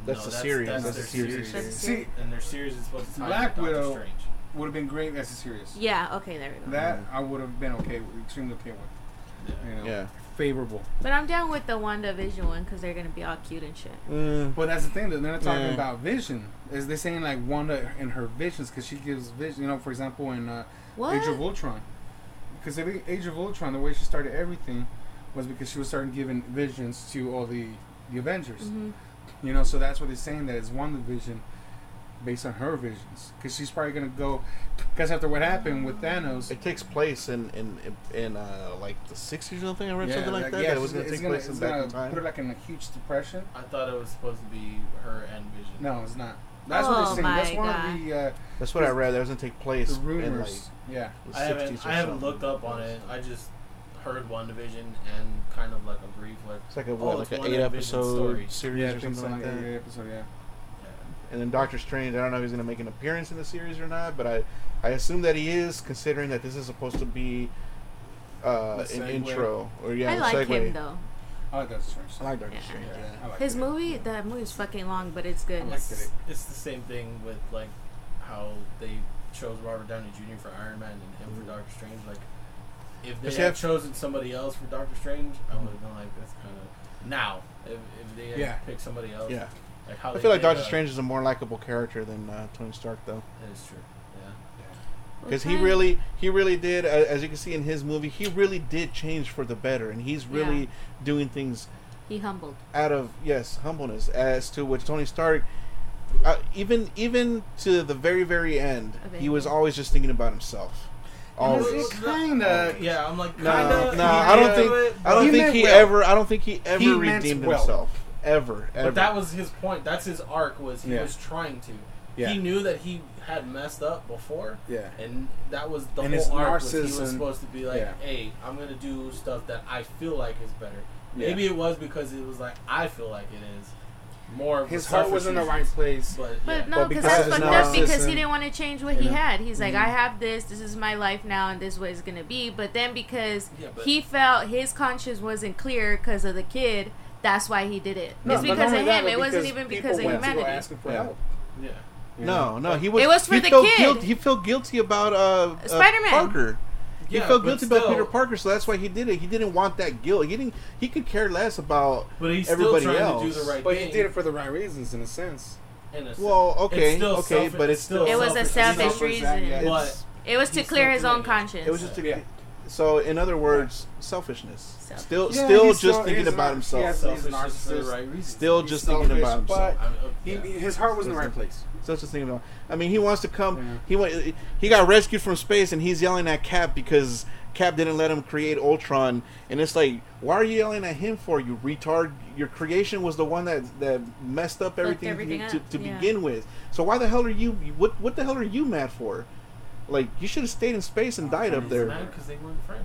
[SPEAKER 6] That's
[SPEAKER 1] No,
[SPEAKER 6] the
[SPEAKER 1] that's-
[SPEAKER 6] series.
[SPEAKER 1] that's
[SPEAKER 6] That's,
[SPEAKER 1] their
[SPEAKER 6] the series.
[SPEAKER 1] series. That's-
[SPEAKER 2] See,
[SPEAKER 1] and their series is supposed to tie
[SPEAKER 2] Black
[SPEAKER 1] into
[SPEAKER 2] Widow.
[SPEAKER 1] Doctor Strange.
[SPEAKER 2] would have been great as a series.
[SPEAKER 4] Yeah. Okay, there we go.
[SPEAKER 2] That I would have been okay with, extremely okay with. You know,
[SPEAKER 6] Mm-hmm. Yeah.
[SPEAKER 2] favorable.
[SPEAKER 4] But I'm down with the Wanda Vision one because they're gonna be all cute and shit.
[SPEAKER 6] Mm,
[SPEAKER 2] But that's the thing that they're not talking
[SPEAKER 6] Yeah.
[SPEAKER 2] about Vision. Is they saying like Wanda and her visions because she gives vision. You know, for example, in uh,
[SPEAKER 4] What?
[SPEAKER 2] Age of Ultron. Because in Age of Ultron, the way she started everything was because she was starting giving visions to all the the Avengers.
[SPEAKER 4] Mhm.
[SPEAKER 2] You know, so that's what they're saying that it's one division based on her visions because she's probably gonna go because after what happened with Thanos,
[SPEAKER 6] It takes place in in in uh, like the sixties or something. I read something like that.
[SPEAKER 2] yeah,
[SPEAKER 6] that it was going to
[SPEAKER 2] it's
[SPEAKER 6] take
[SPEAKER 2] gonna-
[SPEAKER 6] place in
[SPEAKER 2] it's
[SPEAKER 6] back in
[SPEAKER 2] gonna
[SPEAKER 6] time.
[SPEAKER 2] Put her like in a huge depression.
[SPEAKER 1] I thought it was supposed to be her and Vision.
[SPEAKER 2] No, it's not. That's what
[SPEAKER 4] Oh
[SPEAKER 2] they're saying. That's
[SPEAKER 4] my
[SPEAKER 2] one
[SPEAKER 4] God.
[SPEAKER 2] of the, uh,
[SPEAKER 6] That's what I read. That was going to take place
[SPEAKER 2] the
[SPEAKER 6] in like
[SPEAKER 2] rumors. yeah,
[SPEAKER 6] the
[SPEAKER 1] I haven't,
[SPEAKER 6] sixties or
[SPEAKER 1] I haven't
[SPEAKER 6] something.
[SPEAKER 1] looked up on it. I just heard WandaVision and kind of like a brief like.
[SPEAKER 6] It's like a what,
[SPEAKER 1] Oh,
[SPEAKER 6] like
[SPEAKER 1] it's
[SPEAKER 6] an
[SPEAKER 1] one
[SPEAKER 6] eight
[SPEAKER 1] Vision story.
[SPEAKER 6] episode series
[SPEAKER 2] yeah,
[SPEAKER 6] or
[SPEAKER 2] I think so,
[SPEAKER 6] something like
[SPEAKER 2] like
[SPEAKER 6] that.
[SPEAKER 2] every episode. Yeah,
[SPEAKER 6] And then Doctor Strange. I don't know if he's going to make an appearance in the series or not, but I I assume that he is, considering that this is supposed to be
[SPEAKER 2] The
[SPEAKER 6] uh, an
[SPEAKER 2] segue.
[SPEAKER 6] intro or yeah,
[SPEAKER 4] I
[SPEAKER 6] the
[SPEAKER 4] like
[SPEAKER 6] segue.
[SPEAKER 4] him though.
[SPEAKER 2] I like that strange.
[SPEAKER 6] I like Doctor
[SPEAKER 4] Yeah.
[SPEAKER 6] Strange. Yeah.
[SPEAKER 2] I like
[SPEAKER 4] His
[SPEAKER 2] it.
[SPEAKER 4] movie, that movie's fucking long, but it's good.
[SPEAKER 2] I liked
[SPEAKER 1] It's,
[SPEAKER 2] it.
[SPEAKER 1] it's the same thing with like how they chose Robert Downey Jr. for Iron Man and
[SPEAKER 6] Mm-hmm.
[SPEAKER 1] him for Doctor Strange. Like, if they
[SPEAKER 6] Does he
[SPEAKER 1] had
[SPEAKER 6] have-
[SPEAKER 1] chosen somebody else for Doctor Strange, I would have been like, that's kind of now. If, if they had
[SPEAKER 2] Yeah.
[SPEAKER 1] picked somebody else,
[SPEAKER 6] Yeah.
[SPEAKER 1] Like how
[SPEAKER 6] I
[SPEAKER 1] they
[SPEAKER 6] feel like
[SPEAKER 1] did,
[SPEAKER 6] Doctor
[SPEAKER 1] uh,
[SPEAKER 6] Strange is a more likable character than uh, Tony Stark, though,
[SPEAKER 1] That is true. Yeah.
[SPEAKER 6] because he really, he really did, uh, as you can see in his movie, he really did change for the better, and he's really
[SPEAKER 4] Yeah.
[SPEAKER 6] doing things
[SPEAKER 4] He humbled.
[SPEAKER 6] out of yes humbleness. As to which Tony Stark, uh, even even to the very very end, he was
[SPEAKER 4] Available.
[SPEAKER 6] always just thinking about himself. Always.
[SPEAKER 1] was-
[SPEAKER 2] kinda.
[SPEAKER 1] Oh, Yeah, I'm like
[SPEAKER 6] No,
[SPEAKER 1] kinda.
[SPEAKER 6] no, I don't think- I don't
[SPEAKER 2] He
[SPEAKER 6] think
[SPEAKER 2] meant
[SPEAKER 6] he
[SPEAKER 2] well.
[SPEAKER 6] ever. I don't think he ever
[SPEAKER 2] He meant
[SPEAKER 6] redeemed
[SPEAKER 2] well.
[SPEAKER 6] himself. Ever, ever.
[SPEAKER 1] But that was his point. That's his arc. Was he
[SPEAKER 6] Yeah.
[SPEAKER 1] was trying to.
[SPEAKER 6] Yeah.
[SPEAKER 1] He knew that he had messed up before,
[SPEAKER 6] yeah.
[SPEAKER 1] and that was the
[SPEAKER 2] And his
[SPEAKER 1] whole arc. Was he was
[SPEAKER 2] narcissism-
[SPEAKER 1] supposed to be like,
[SPEAKER 2] yeah.
[SPEAKER 1] "Hey, I'm gonna do stuff that I feel like is better."
[SPEAKER 2] Yeah.
[SPEAKER 1] Maybe it was because it was like I feel like it is more. of
[SPEAKER 2] His
[SPEAKER 1] a
[SPEAKER 2] heart
[SPEAKER 1] selfish
[SPEAKER 2] was in the
[SPEAKER 1] reason.
[SPEAKER 2] right place.
[SPEAKER 1] But yeah.
[SPEAKER 4] But no,
[SPEAKER 2] because
[SPEAKER 4] because that's
[SPEAKER 2] it's
[SPEAKER 4] fucked
[SPEAKER 2] not
[SPEAKER 4] up because
[SPEAKER 2] system,
[SPEAKER 4] he didn't want to change what
[SPEAKER 2] you
[SPEAKER 4] he
[SPEAKER 2] know?
[SPEAKER 4] had. He's like,
[SPEAKER 2] Mhm.
[SPEAKER 4] I have this. This is my life now, and this is what it's gonna be. But then because
[SPEAKER 1] Yeah, but-
[SPEAKER 4] he felt his conscience wasn't clear because of the kid, that's why he did it.
[SPEAKER 2] No,
[SPEAKER 4] it's
[SPEAKER 2] but
[SPEAKER 4] because
[SPEAKER 2] not
[SPEAKER 4] of
[SPEAKER 2] only
[SPEAKER 4] him.
[SPEAKER 2] that, but
[SPEAKER 4] it wasn't
[SPEAKER 2] because
[SPEAKER 4] even
[SPEAKER 2] people
[SPEAKER 4] because of
[SPEAKER 2] went to go
[SPEAKER 4] humanity.
[SPEAKER 2] asking for
[SPEAKER 6] Yeah.
[SPEAKER 2] help.
[SPEAKER 1] yeah.
[SPEAKER 6] No, no, he was.
[SPEAKER 4] It was for
[SPEAKER 6] he
[SPEAKER 4] the
[SPEAKER 6] felt
[SPEAKER 4] kid.
[SPEAKER 6] Guilty, he felt guilty about uh, uh
[SPEAKER 4] Spider-Man.
[SPEAKER 6] Parker. He
[SPEAKER 1] Yeah,
[SPEAKER 6] felt
[SPEAKER 1] but
[SPEAKER 6] guilty about
[SPEAKER 1] still-
[SPEAKER 6] Peter Parker, so that's why he did it. He didn't want that guilt. He didn't. He could care less about.
[SPEAKER 1] But he's
[SPEAKER 6] everybody
[SPEAKER 1] still trying to
[SPEAKER 6] else.
[SPEAKER 1] do the right
[SPEAKER 2] But
[SPEAKER 1] thing.
[SPEAKER 2] he did it for the right reasons, in a sense.
[SPEAKER 1] in a sense.
[SPEAKER 6] Well, okay,
[SPEAKER 1] It's still
[SPEAKER 6] okay,
[SPEAKER 1] selfish-
[SPEAKER 6] but it's still
[SPEAKER 4] It was a selfish
[SPEAKER 2] Selfish act,
[SPEAKER 4] reason.
[SPEAKER 2] yeah.
[SPEAKER 6] It's-
[SPEAKER 4] It was to
[SPEAKER 1] He's
[SPEAKER 4] clear
[SPEAKER 1] still
[SPEAKER 4] his own
[SPEAKER 1] doing it.
[SPEAKER 4] conscience.
[SPEAKER 6] It was just a,
[SPEAKER 1] Yeah.
[SPEAKER 6] so. In other words, selfishness.
[SPEAKER 4] Selfish.
[SPEAKER 6] Still,
[SPEAKER 2] Yeah,
[SPEAKER 6] still
[SPEAKER 2] he's
[SPEAKER 6] just
[SPEAKER 2] so-
[SPEAKER 6] thinking
[SPEAKER 2] he's
[SPEAKER 6] about
[SPEAKER 2] not-
[SPEAKER 6] himself.
[SPEAKER 2] yes.
[SPEAKER 1] selfish
[SPEAKER 2] He's a
[SPEAKER 1] just for the
[SPEAKER 2] narcissist.
[SPEAKER 1] right reason.
[SPEAKER 6] Still just thinking
[SPEAKER 2] selfish,
[SPEAKER 6] about himself.
[SPEAKER 1] I'm, uh,
[SPEAKER 2] He,
[SPEAKER 1] yeah.
[SPEAKER 2] His heart was in the right place.
[SPEAKER 6] So it's just thinking about. I mean, he wants to come.
[SPEAKER 2] Yeah.
[SPEAKER 6] He went. He got rescued from space, and he's yelling at Cap because Cap didn't let him create Ultron. And it's like, why are you yelling at him for? You retard! Your creation was the one that that messed up everything,
[SPEAKER 4] everything
[SPEAKER 6] to,
[SPEAKER 4] up,
[SPEAKER 6] to
[SPEAKER 4] yeah.
[SPEAKER 6] begin with. So why the hell are you? What what the hell are you mad for? Like you should have stayed in space and died up
[SPEAKER 1] He's
[SPEAKER 6] there.
[SPEAKER 1] mad because they weren't friends.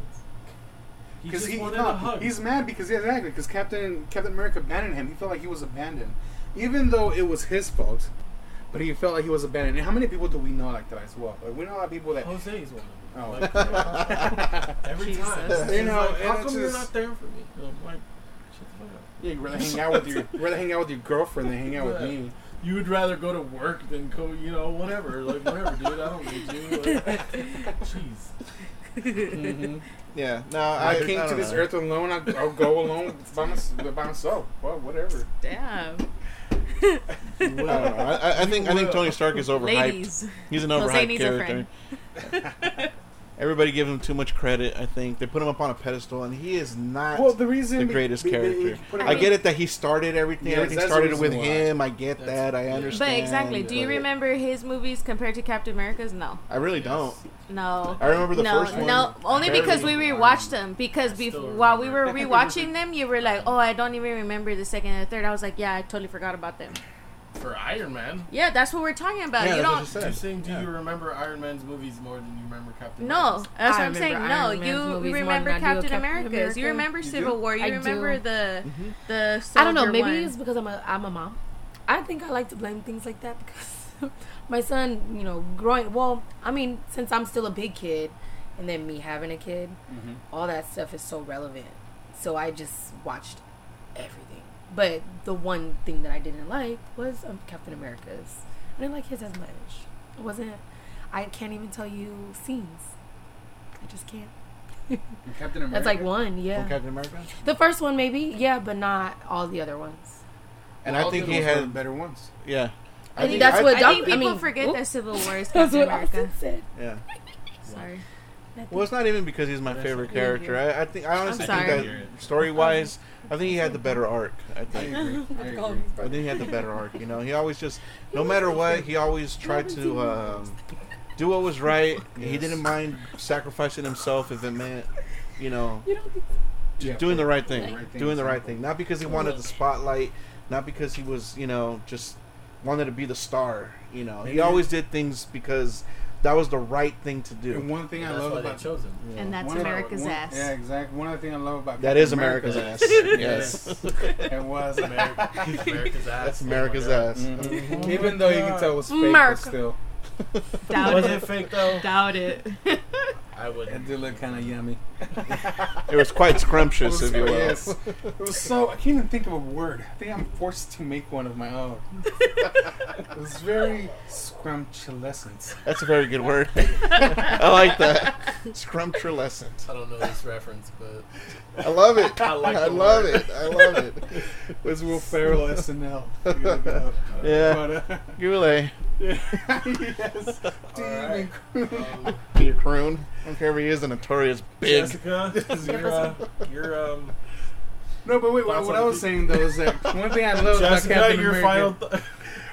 [SPEAKER 1] He
[SPEAKER 2] Because
[SPEAKER 1] just
[SPEAKER 2] he,
[SPEAKER 1] wanted
[SPEAKER 2] no,
[SPEAKER 1] a hug.
[SPEAKER 2] he's mad because yeah, exactly because Captain Captain America abandoned him. He felt like he was abandoned, even though it was his fault. But he felt like he was abandoned. And how many people do we know like that as well? Like, we know a lot of people that
[SPEAKER 1] Jose's one of them. Like,
[SPEAKER 2] oh,
[SPEAKER 1] every
[SPEAKER 4] Jesus.
[SPEAKER 1] time.
[SPEAKER 4] You
[SPEAKER 1] He's
[SPEAKER 2] know,
[SPEAKER 1] like,
[SPEAKER 2] and
[SPEAKER 1] how
[SPEAKER 2] it's
[SPEAKER 1] come you're
[SPEAKER 2] just-
[SPEAKER 1] not there for me? And I'm like, shut the fuck up.
[SPEAKER 2] yeah, you rather hang out with your rather hang out with your girlfriend than hang out with me.
[SPEAKER 1] You would rather go to work than go, you know, whatever. Like, whatever, dude. I don't need you. Like, jeez.
[SPEAKER 2] Mm-hmm.
[SPEAKER 6] Yeah. No,
[SPEAKER 2] I,
[SPEAKER 6] I,
[SPEAKER 2] came
[SPEAKER 6] I
[SPEAKER 2] to
[SPEAKER 6] don't
[SPEAKER 2] this
[SPEAKER 6] know.
[SPEAKER 2] earth alone. I, I'll go alone by, my, by myself. Well, whatever.
[SPEAKER 4] Damn.
[SPEAKER 6] I, don't know. I, I- I think I think Tony Stark is overhyped.
[SPEAKER 4] Ladies.
[SPEAKER 6] He's an
[SPEAKER 4] Jose
[SPEAKER 6] overhyped
[SPEAKER 4] needs a
[SPEAKER 6] character. Everybody gives him too much credit. I think they put him up on a pedestal, and he is not
[SPEAKER 2] Well, the reason
[SPEAKER 6] the
[SPEAKER 2] be-
[SPEAKER 6] greatest
[SPEAKER 2] be- be-
[SPEAKER 6] character.
[SPEAKER 2] put it
[SPEAKER 6] I
[SPEAKER 2] like-
[SPEAKER 6] get it that he started everything.
[SPEAKER 2] Yes,
[SPEAKER 6] everything
[SPEAKER 2] that's the
[SPEAKER 6] started
[SPEAKER 2] reason
[SPEAKER 6] with
[SPEAKER 2] why.
[SPEAKER 6] him. I get
[SPEAKER 1] That's-
[SPEAKER 6] that. I
[SPEAKER 1] yeah. But
[SPEAKER 6] understand.
[SPEAKER 4] But exactly, do you
[SPEAKER 6] but
[SPEAKER 4] remember his movies compared to Captain America's? No.
[SPEAKER 6] I really don't.
[SPEAKER 4] No.
[SPEAKER 6] I remember the
[SPEAKER 4] no,
[SPEAKER 6] first one.
[SPEAKER 4] no, only
[SPEAKER 6] barely.
[SPEAKER 4] because we rewatched them. Because
[SPEAKER 1] I still
[SPEAKER 4] before, while we were
[SPEAKER 1] remember.
[SPEAKER 4] rewatching them, you were like, "Oh, I don't even remember the second and the third. I was like, "Yeah, I totally forgot about them."
[SPEAKER 1] For Iron Man.
[SPEAKER 4] Yeah, that's what we're talking about.
[SPEAKER 6] Yeah,
[SPEAKER 4] you
[SPEAKER 6] that's what I
[SPEAKER 1] You're
[SPEAKER 4] don't.
[SPEAKER 6] said.
[SPEAKER 1] saying, do
[SPEAKER 6] Yeah.
[SPEAKER 1] you remember Iron Man's movies more than you remember Captain
[SPEAKER 4] No,
[SPEAKER 1] America's?
[SPEAKER 4] that's
[SPEAKER 7] I
[SPEAKER 4] what I'm saying.
[SPEAKER 7] remember
[SPEAKER 4] No,
[SPEAKER 7] Iron Man's
[SPEAKER 4] you
[SPEAKER 7] movies
[SPEAKER 4] you
[SPEAKER 7] more
[SPEAKER 4] remember
[SPEAKER 7] than I do
[SPEAKER 4] Captain
[SPEAKER 7] Captain
[SPEAKER 4] America's. You
[SPEAKER 7] America.
[SPEAKER 4] remember
[SPEAKER 2] do?
[SPEAKER 4] Civil War. You
[SPEAKER 7] I
[SPEAKER 4] remember
[SPEAKER 7] do.
[SPEAKER 4] the
[SPEAKER 6] Mm-hmm.
[SPEAKER 4] the.
[SPEAKER 7] I don't know.
[SPEAKER 4] soldier
[SPEAKER 7] Maybe
[SPEAKER 4] one.
[SPEAKER 7] it's because I'm a I'm a mom. I think I like to blame things like that because my son, you know, growing. Well, I mean, since I'm still a big kid, and then me having a kid, all that stuff is so relevant. So I just watched everything. But the one thing that I didn't like was um, Captain America's. I didn't like his as much. It wasn't. I can't even tell you scenes. I just can't.
[SPEAKER 2] Captain America.
[SPEAKER 7] That's like one,
[SPEAKER 6] From
[SPEAKER 7] yeah.
[SPEAKER 6] Captain America.
[SPEAKER 7] The first one, maybe, yeah, but not all the other ones.
[SPEAKER 6] And
[SPEAKER 2] All
[SPEAKER 6] I think
[SPEAKER 2] the
[SPEAKER 6] he
[SPEAKER 2] ones were the
[SPEAKER 6] had.
[SPEAKER 2] better ones.
[SPEAKER 6] Yeah.
[SPEAKER 7] I think that's what
[SPEAKER 4] I think
[SPEAKER 7] Doc- I
[SPEAKER 4] people
[SPEAKER 7] mean,
[SPEAKER 4] forget
[SPEAKER 7] whoop.
[SPEAKER 4] that Civil War is
[SPEAKER 7] That's
[SPEAKER 4] Captain
[SPEAKER 7] what
[SPEAKER 4] America.
[SPEAKER 7] Austin said.
[SPEAKER 6] Yeah.
[SPEAKER 4] Sorry.
[SPEAKER 6] Well, it's not even because he's my
[SPEAKER 1] That's
[SPEAKER 6] favorite
[SPEAKER 1] okay.
[SPEAKER 6] character. I, I think I honestly think
[SPEAKER 4] sorry.
[SPEAKER 6] that story wise, I think he had the better arc. I think.
[SPEAKER 15] I agree.
[SPEAKER 6] I think he had the better arc. You know, he always just, no matter what, he always tried to um, do what was right. He
[SPEAKER 1] Yes.
[SPEAKER 6] didn't mind sacrificing himself if it meant, you know,
[SPEAKER 7] You don't think
[SPEAKER 15] Yeah,
[SPEAKER 6] doing the right
[SPEAKER 15] the
[SPEAKER 6] thing,
[SPEAKER 15] right thing
[SPEAKER 6] doing
[SPEAKER 15] is
[SPEAKER 6] the right
[SPEAKER 15] simple.
[SPEAKER 6] thing. Not because he wanted the spotlight, not because he was, you know, just wanted to be the star. You know, he
[SPEAKER 2] Maybe-
[SPEAKER 6] always did things because that was the right thing to
[SPEAKER 2] And
[SPEAKER 6] do.
[SPEAKER 2] one thing I
[SPEAKER 1] That's
[SPEAKER 2] love
[SPEAKER 1] why
[SPEAKER 2] about
[SPEAKER 1] they chose him.
[SPEAKER 6] Yeah.
[SPEAKER 4] And that's
[SPEAKER 2] one of-
[SPEAKER 4] America's
[SPEAKER 2] one-
[SPEAKER 4] ass.
[SPEAKER 2] Yeah, exactly. One other thing I love about
[SPEAKER 6] That
[SPEAKER 2] Captain
[SPEAKER 6] is America's
[SPEAKER 2] America-
[SPEAKER 6] ass. yes.
[SPEAKER 2] It was
[SPEAKER 1] America- America's ass.
[SPEAKER 6] That's America's
[SPEAKER 1] Oh my God.
[SPEAKER 6] ass.
[SPEAKER 15] Mm-hmm.
[SPEAKER 6] Mm-hmm.
[SPEAKER 2] Mhm. Even though you can tell it was fake,
[SPEAKER 4] America.
[SPEAKER 2] but still,
[SPEAKER 4] Doubt
[SPEAKER 1] Was
[SPEAKER 4] it.
[SPEAKER 1] it fake though?
[SPEAKER 4] Doubt it.
[SPEAKER 1] I
[SPEAKER 2] it
[SPEAKER 1] wouldn't.
[SPEAKER 2] did look kind of yummy.
[SPEAKER 6] It was quite scrumptious,
[SPEAKER 2] It was-
[SPEAKER 6] if you will.
[SPEAKER 2] Yes. It was so. I can't even think of a word. I think I'm forced to make one of my own. it was very scrumptious.
[SPEAKER 6] That's a very good word. I like that. Scrumptious.
[SPEAKER 1] I don't know this reference, but
[SPEAKER 6] I love it.
[SPEAKER 1] I like the
[SPEAKER 6] love
[SPEAKER 1] word.
[SPEAKER 6] it. I love it.
[SPEAKER 2] It's Will Ferrell SNL. You gotta go.
[SPEAKER 6] Yeah.
[SPEAKER 2] But, uh,
[SPEAKER 6] Give it a
[SPEAKER 2] yes. Demon
[SPEAKER 1] right.
[SPEAKER 2] Crew.
[SPEAKER 1] um,
[SPEAKER 6] your croon. I don't care if he is a notorious big.
[SPEAKER 1] Jessica, you're, uh, you're um,
[SPEAKER 2] No, but wait. What,
[SPEAKER 1] Thoughts
[SPEAKER 2] what
[SPEAKER 1] on
[SPEAKER 2] I
[SPEAKER 1] the
[SPEAKER 2] was
[SPEAKER 1] pe-
[SPEAKER 2] saying though is that one thing I love about
[SPEAKER 1] Jessica,
[SPEAKER 2] Captain
[SPEAKER 1] your final.
[SPEAKER 2] America.
[SPEAKER 1] Th-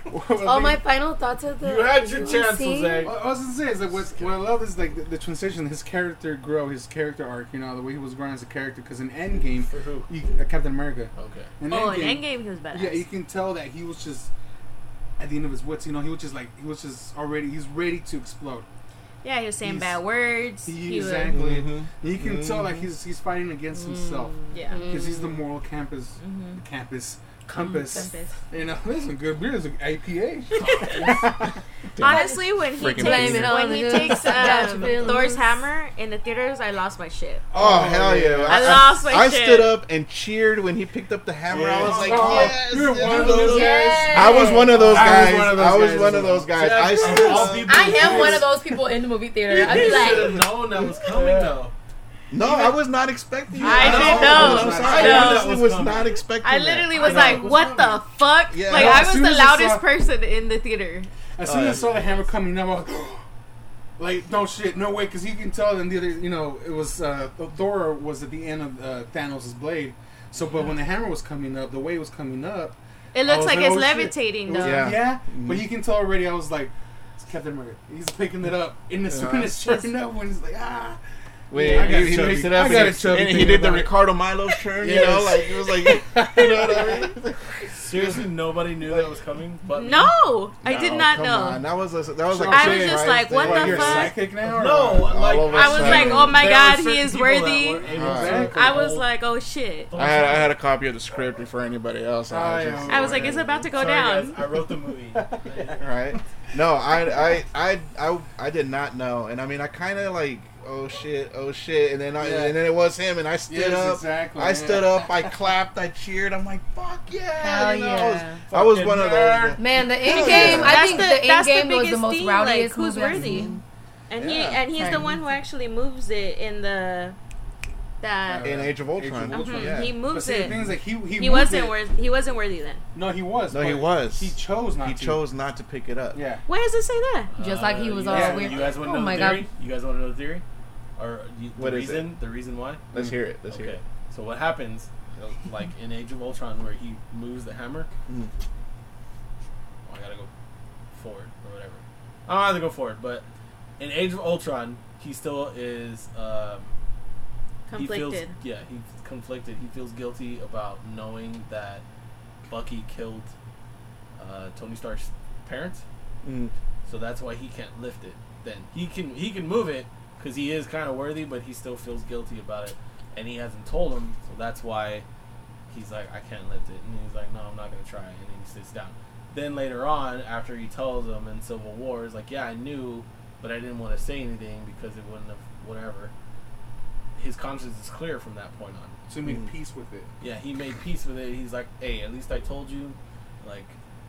[SPEAKER 7] All my final thoughts of the.
[SPEAKER 1] you had your
[SPEAKER 7] movie
[SPEAKER 1] chance,
[SPEAKER 7] scene?
[SPEAKER 1] Jose.
[SPEAKER 2] What I was gonna say is that what, what I love is like the, the transition, his character grow, his character arc. You know the way he was growing as a character. Because in Endgame,
[SPEAKER 1] For who?
[SPEAKER 2] you, uh, Captain America.
[SPEAKER 1] Okay.
[SPEAKER 2] In
[SPEAKER 4] Oh, in
[SPEAKER 2] Endgame-
[SPEAKER 4] Endgame, he was badass.
[SPEAKER 2] Yeah, you can tell that he was just at the end of his wits. You know, he was just like he was just already. He's ready to explode.
[SPEAKER 4] Yeah, he was saying
[SPEAKER 2] He's-
[SPEAKER 4] bad words.
[SPEAKER 2] he-
[SPEAKER 4] He was,
[SPEAKER 2] exactly.
[SPEAKER 6] Mm-hmm.
[SPEAKER 2] You can tell like he's he's fighting against himself
[SPEAKER 4] Mm. yeah.
[SPEAKER 2] because he's the moral campus,
[SPEAKER 4] Mm-hmm.
[SPEAKER 2] Mm. campus, compass.
[SPEAKER 4] Compass.
[SPEAKER 2] You know, this is some good beer. This is IPA.
[SPEAKER 4] Honestly, when he
[SPEAKER 6] Freaking
[SPEAKER 4] takes
[SPEAKER 6] beer.
[SPEAKER 4] when he takes
[SPEAKER 7] Got
[SPEAKER 4] um,
[SPEAKER 7] your feelings.
[SPEAKER 4] Thor's hammer in the theaters, I lost my shit.
[SPEAKER 6] Oh, hell yeah.
[SPEAKER 4] I lost my
[SPEAKER 6] I
[SPEAKER 4] shit.
[SPEAKER 6] stood up and cheered when he picked up the hammer. I was like,
[SPEAKER 2] Oh,
[SPEAKER 6] yes.
[SPEAKER 2] you're
[SPEAKER 6] yes.
[SPEAKER 2] one of those
[SPEAKER 7] Yes.
[SPEAKER 6] I was one of those
[SPEAKER 2] I was
[SPEAKER 6] guys.
[SPEAKER 2] one of those
[SPEAKER 6] I was
[SPEAKER 2] guys.
[SPEAKER 6] one of those guys. I
[SPEAKER 1] Jessica, all
[SPEAKER 6] stood up.
[SPEAKER 1] people
[SPEAKER 7] I am
[SPEAKER 1] knew.
[SPEAKER 7] one of those people in the movie theater.
[SPEAKER 1] You
[SPEAKER 7] I'd be
[SPEAKER 1] should
[SPEAKER 7] like,
[SPEAKER 1] have known that was coming though.
[SPEAKER 6] No, I was not expecting you.
[SPEAKER 4] I
[SPEAKER 6] honestly.
[SPEAKER 4] didn't know.
[SPEAKER 6] I'm sorry.
[SPEAKER 4] No.
[SPEAKER 6] I honestly was
[SPEAKER 1] coming.
[SPEAKER 6] not expecting
[SPEAKER 4] I
[SPEAKER 6] that.
[SPEAKER 4] literally was
[SPEAKER 2] know.
[SPEAKER 4] like, "What the fuck?"
[SPEAKER 6] Yeah.
[SPEAKER 4] Like
[SPEAKER 6] No,
[SPEAKER 2] as
[SPEAKER 4] I was
[SPEAKER 2] soon
[SPEAKER 4] the
[SPEAKER 2] as I saw-
[SPEAKER 4] loudest person in the theater.
[SPEAKER 2] As soon as I saw the hammer coming, I was like, like, no shit, no way, because you can tell. And the other, you know, it was uh, Thor was at the end of uh, Thanos' blade. So, but when the hammer was coming up, the way it was coming up,
[SPEAKER 4] It looks
[SPEAKER 2] was
[SPEAKER 4] like
[SPEAKER 2] like,
[SPEAKER 4] it's
[SPEAKER 2] "Oh, shit."
[SPEAKER 4] levitating
[SPEAKER 2] it was-
[SPEAKER 4] though.
[SPEAKER 6] Yeah.
[SPEAKER 2] yeah. But
[SPEAKER 6] Mm-hmm.
[SPEAKER 2] you can tell already. I was like, it's Captain America. He's picking it up, and as soon as it's turning up, when he's like, ah,
[SPEAKER 6] Wait,
[SPEAKER 2] I got
[SPEAKER 6] he, he
[SPEAKER 2] chubby.
[SPEAKER 6] picked it
[SPEAKER 2] I
[SPEAKER 6] up
[SPEAKER 2] got
[SPEAKER 6] and,
[SPEAKER 2] a
[SPEAKER 6] he,
[SPEAKER 2] chubby
[SPEAKER 6] and he
[SPEAKER 2] thing
[SPEAKER 6] did the
[SPEAKER 2] about it.
[SPEAKER 6] Ricardo Milo turn, you know,
[SPEAKER 2] Yes.
[SPEAKER 6] like it was like, you know what I mean?
[SPEAKER 1] Seriously, nobody knew that was coming. But me.
[SPEAKER 4] No, I did
[SPEAKER 6] No,
[SPEAKER 4] not
[SPEAKER 6] Oh, come
[SPEAKER 4] know.
[SPEAKER 6] on, That was a, that was like
[SPEAKER 4] I
[SPEAKER 6] a
[SPEAKER 4] was
[SPEAKER 6] big
[SPEAKER 4] just
[SPEAKER 6] surprise
[SPEAKER 4] like,
[SPEAKER 6] thing.
[SPEAKER 4] what
[SPEAKER 2] "What,
[SPEAKER 4] the
[SPEAKER 2] you're
[SPEAKER 4] fuck?"
[SPEAKER 2] psychic now?" or
[SPEAKER 1] No,
[SPEAKER 2] what?
[SPEAKER 1] like
[SPEAKER 6] all of a
[SPEAKER 4] I was like,
[SPEAKER 6] sudden.
[SPEAKER 4] "Oh my
[SPEAKER 1] there
[SPEAKER 4] god,
[SPEAKER 1] were
[SPEAKER 4] he
[SPEAKER 1] certain
[SPEAKER 4] is
[SPEAKER 1] people that
[SPEAKER 4] worthy."
[SPEAKER 1] were able
[SPEAKER 6] Alright.
[SPEAKER 1] to
[SPEAKER 2] Exactly.
[SPEAKER 4] I was like, "Oh shit."
[SPEAKER 6] I had I had a copy of the script before anybody else. and I
[SPEAKER 2] Oh,
[SPEAKER 6] was just-
[SPEAKER 2] yeah.
[SPEAKER 4] I was like, "It's about to go
[SPEAKER 1] Sorry,
[SPEAKER 4] down."
[SPEAKER 1] guys, I wrote the movie.
[SPEAKER 6] right? No, I, I, I, I, I did not know, and I mean, I kind of like, oh shit, oh shit, and then I,
[SPEAKER 2] Yeah.
[SPEAKER 6] and then it was him, and I stood
[SPEAKER 2] Yes,
[SPEAKER 6] up,
[SPEAKER 2] exactly.
[SPEAKER 6] I stood up, I clapped, I cheered, I'm like, fuck yeah,
[SPEAKER 7] Hell
[SPEAKER 6] you know, I was-
[SPEAKER 7] yeah.
[SPEAKER 6] I was,
[SPEAKER 1] Fucking
[SPEAKER 6] one of
[SPEAKER 1] nerd.
[SPEAKER 6] those.
[SPEAKER 7] man, the
[SPEAKER 6] Hell
[SPEAKER 7] end
[SPEAKER 6] yeah.
[SPEAKER 7] game. I
[SPEAKER 4] That's
[SPEAKER 7] think
[SPEAKER 4] the-
[SPEAKER 7] the end
[SPEAKER 4] that's the
[SPEAKER 7] game was the
[SPEAKER 4] biggest
[SPEAKER 7] most
[SPEAKER 4] thing,
[SPEAKER 7] rowdiest
[SPEAKER 4] like, who's
[SPEAKER 7] movie I've
[SPEAKER 4] worthy?
[SPEAKER 7] seen.
[SPEAKER 4] And he
[SPEAKER 6] Yeah.
[SPEAKER 4] and he's the
[SPEAKER 7] Sorry.
[SPEAKER 4] one who actually moves it in the that.
[SPEAKER 6] In Age of Ultron,
[SPEAKER 2] Ultron,
[SPEAKER 4] Mhm,
[SPEAKER 6] yeah.
[SPEAKER 4] He
[SPEAKER 2] But
[SPEAKER 4] moves
[SPEAKER 2] see, the thing
[SPEAKER 4] it.
[SPEAKER 2] is, like, he he,
[SPEAKER 4] He
[SPEAKER 2] moved
[SPEAKER 4] wasn't
[SPEAKER 2] it.
[SPEAKER 4] worth. He wasn't worthy then.
[SPEAKER 2] No, he was.
[SPEAKER 6] No, he
[SPEAKER 2] but
[SPEAKER 6] was.
[SPEAKER 2] He chose not
[SPEAKER 6] he
[SPEAKER 2] to.
[SPEAKER 6] chose not to pick it up.
[SPEAKER 2] Yeah.
[SPEAKER 4] Why does it say that?
[SPEAKER 7] Just like he was
[SPEAKER 1] Uh, you
[SPEAKER 7] all
[SPEAKER 1] guys-
[SPEAKER 7] weird.
[SPEAKER 1] You guys want to
[SPEAKER 7] Oh
[SPEAKER 1] know
[SPEAKER 7] my
[SPEAKER 1] the
[SPEAKER 7] God.
[SPEAKER 1] theory? You guys want to know the theory? Or you, the
[SPEAKER 6] What is
[SPEAKER 1] reason? The reason why?
[SPEAKER 6] Let's hear it. Let's hear
[SPEAKER 1] Okay.
[SPEAKER 6] it.
[SPEAKER 1] So what happens, you know, like in Age of Ultron, where he moves the hammer?
[SPEAKER 6] Mm.
[SPEAKER 1] Oh, I gotta go forward or whatever. I don't have to go forward, but in Age of Ultron, he still is. Um, He
[SPEAKER 4] Conflicted.
[SPEAKER 1] feels, yeah, he's conflicted. He feels guilty about knowing that Bucky killed uh, Tony Stark's parents,
[SPEAKER 6] Mm.
[SPEAKER 1] so that's why he can't lift it. Then he can he can move it because he is kind of worthy, but he still feels guilty about it, and he hasn't told him, so that's why he's like, I can't lift it, and he's like, No, I'm not gonna try, and then he sits down. Then later on, after he tells him in Civil War, is like, Yeah, I knew, but I didn't want to say anything because it wouldn't have whatever. His conscience is clear from that point on
[SPEAKER 6] Mm.
[SPEAKER 2] to make peace with it.
[SPEAKER 1] yeah, he made peace with it. He's like, hey, at least I told you. Like,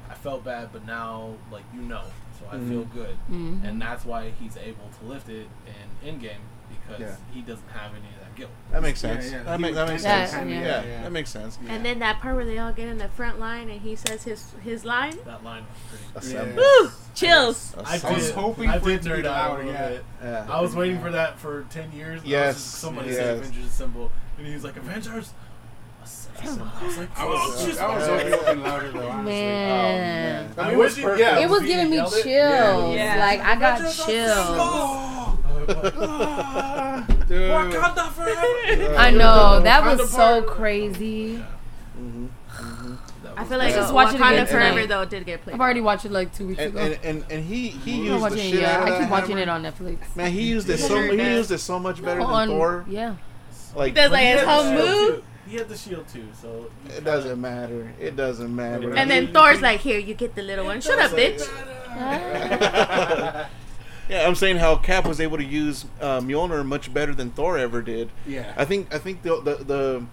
[SPEAKER 1] I I felt bad, but now like you know, so I
[SPEAKER 6] Mhm.
[SPEAKER 1] feel good,
[SPEAKER 7] Mhm.
[SPEAKER 1] and that's why he's able to lift it in in game because
[SPEAKER 6] Yeah.
[SPEAKER 1] he doesn't have any of that guilt.
[SPEAKER 6] That makes sense.
[SPEAKER 2] Yeah, yeah.
[SPEAKER 6] That, make, that makes
[SPEAKER 7] Yeah,
[SPEAKER 6] sense.
[SPEAKER 7] yeah.
[SPEAKER 6] Yeah,
[SPEAKER 2] Yeah.
[SPEAKER 6] that makes sense.
[SPEAKER 4] And then that part where they all get in the front line and he says his his line.
[SPEAKER 1] That line was pretty.
[SPEAKER 6] Assemble.
[SPEAKER 4] Woo! Chills.
[SPEAKER 1] I,
[SPEAKER 6] Assemble.
[SPEAKER 1] was hoping I for did it to be louder.
[SPEAKER 2] yeah.
[SPEAKER 6] Yeah.
[SPEAKER 1] I was waiting for that for ten years. and I was
[SPEAKER 6] Yes,
[SPEAKER 1] just- somebody said
[SPEAKER 6] yes.
[SPEAKER 1] Avengers Assemble, and he was like Avengers. Assemble." I was like,
[SPEAKER 2] I was, uh,
[SPEAKER 1] "Oh, shit."
[SPEAKER 2] I was
[SPEAKER 6] Yeah.
[SPEAKER 2] hoping it would be louder though. Honestly.
[SPEAKER 7] Man.
[SPEAKER 8] I mean,
[SPEAKER 1] I
[SPEAKER 8] it was
[SPEAKER 1] wish it-
[SPEAKER 8] perfect.
[SPEAKER 1] yeah.
[SPEAKER 7] It was giving me chills.
[SPEAKER 4] Yeah.
[SPEAKER 7] Like I got chills.
[SPEAKER 1] Oh,
[SPEAKER 2] Dude.
[SPEAKER 1] Wakanda forever.
[SPEAKER 7] I know that
[SPEAKER 2] Wakanda
[SPEAKER 7] was so
[SPEAKER 2] Park.
[SPEAKER 7] crazy.
[SPEAKER 6] Mhm.
[SPEAKER 1] That
[SPEAKER 4] I
[SPEAKER 1] was-
[SPEAKER 4] feel like
[SPEAKER 7] just
[SPEAKER 4] uh,
[SPEAKER 7] watch it
[SPEAKER 4] Wakanda
[SPEAKER 7] again
[SPEAKER 4] Forever
[SPEAKER 7] tonight.
[SPEAKER 4] though did get played.
[SPEAKER 7] I've already watched it like two weeks
[SPEAKER 6] And,
[SPEAKER 7] ago.
[SPEAKER 6] and, and, and he, he
[SPEAKER 7] I'm
[SPEAKER 6] used the
[SPEAKER 7] watching it.
[SPEAKER 6] shit
[SPEAKER 7] Yeah,
[SPEAKER 6] out
[SPEAKER 7] I
[SPEAKER 6] of
[SPEAKER 7] keep
[SPEAKER 6] that
[SPEAKER 7] watching
[SPEAKER 6] hammer.
[SPEAKER 7] it on Netflix.
[SPEAKER 6] Man, he used it so
[SPEAKER 4] Sure
[SPEAKER 6] he
[SPEAKER 4] does.
[SPEAKER 6] used it so much better
[SPEAKER 7] on,
[SPEAKER 6] than Thor.
[SPEAKER 7] Yeah.
[SPEAKER 6] Like
[SPEAKER 4] Does like
[SPEAKER 1] He had
[SPEAKER 4] his
[SPEAKER 1] the
[SPEAKER 4] whole
[SPEAKER 1] shield
[SPEAKER 4] move,
[SPEAKER 1] too. He had the shield too, so
[SPEAKER 6] it doesn't matter. It doesn't matter.
[SPEAKER 4] and then Thor's like, "Here, you get the little one. Shut up, bitch."
[SPEAKER 6] yeah, I'm saying how Cap was able to use uh, Mjolnir much better than Thor ever did.
[SPEAKER 2] Yeah.
[SPEAKER 6] I think I think the the,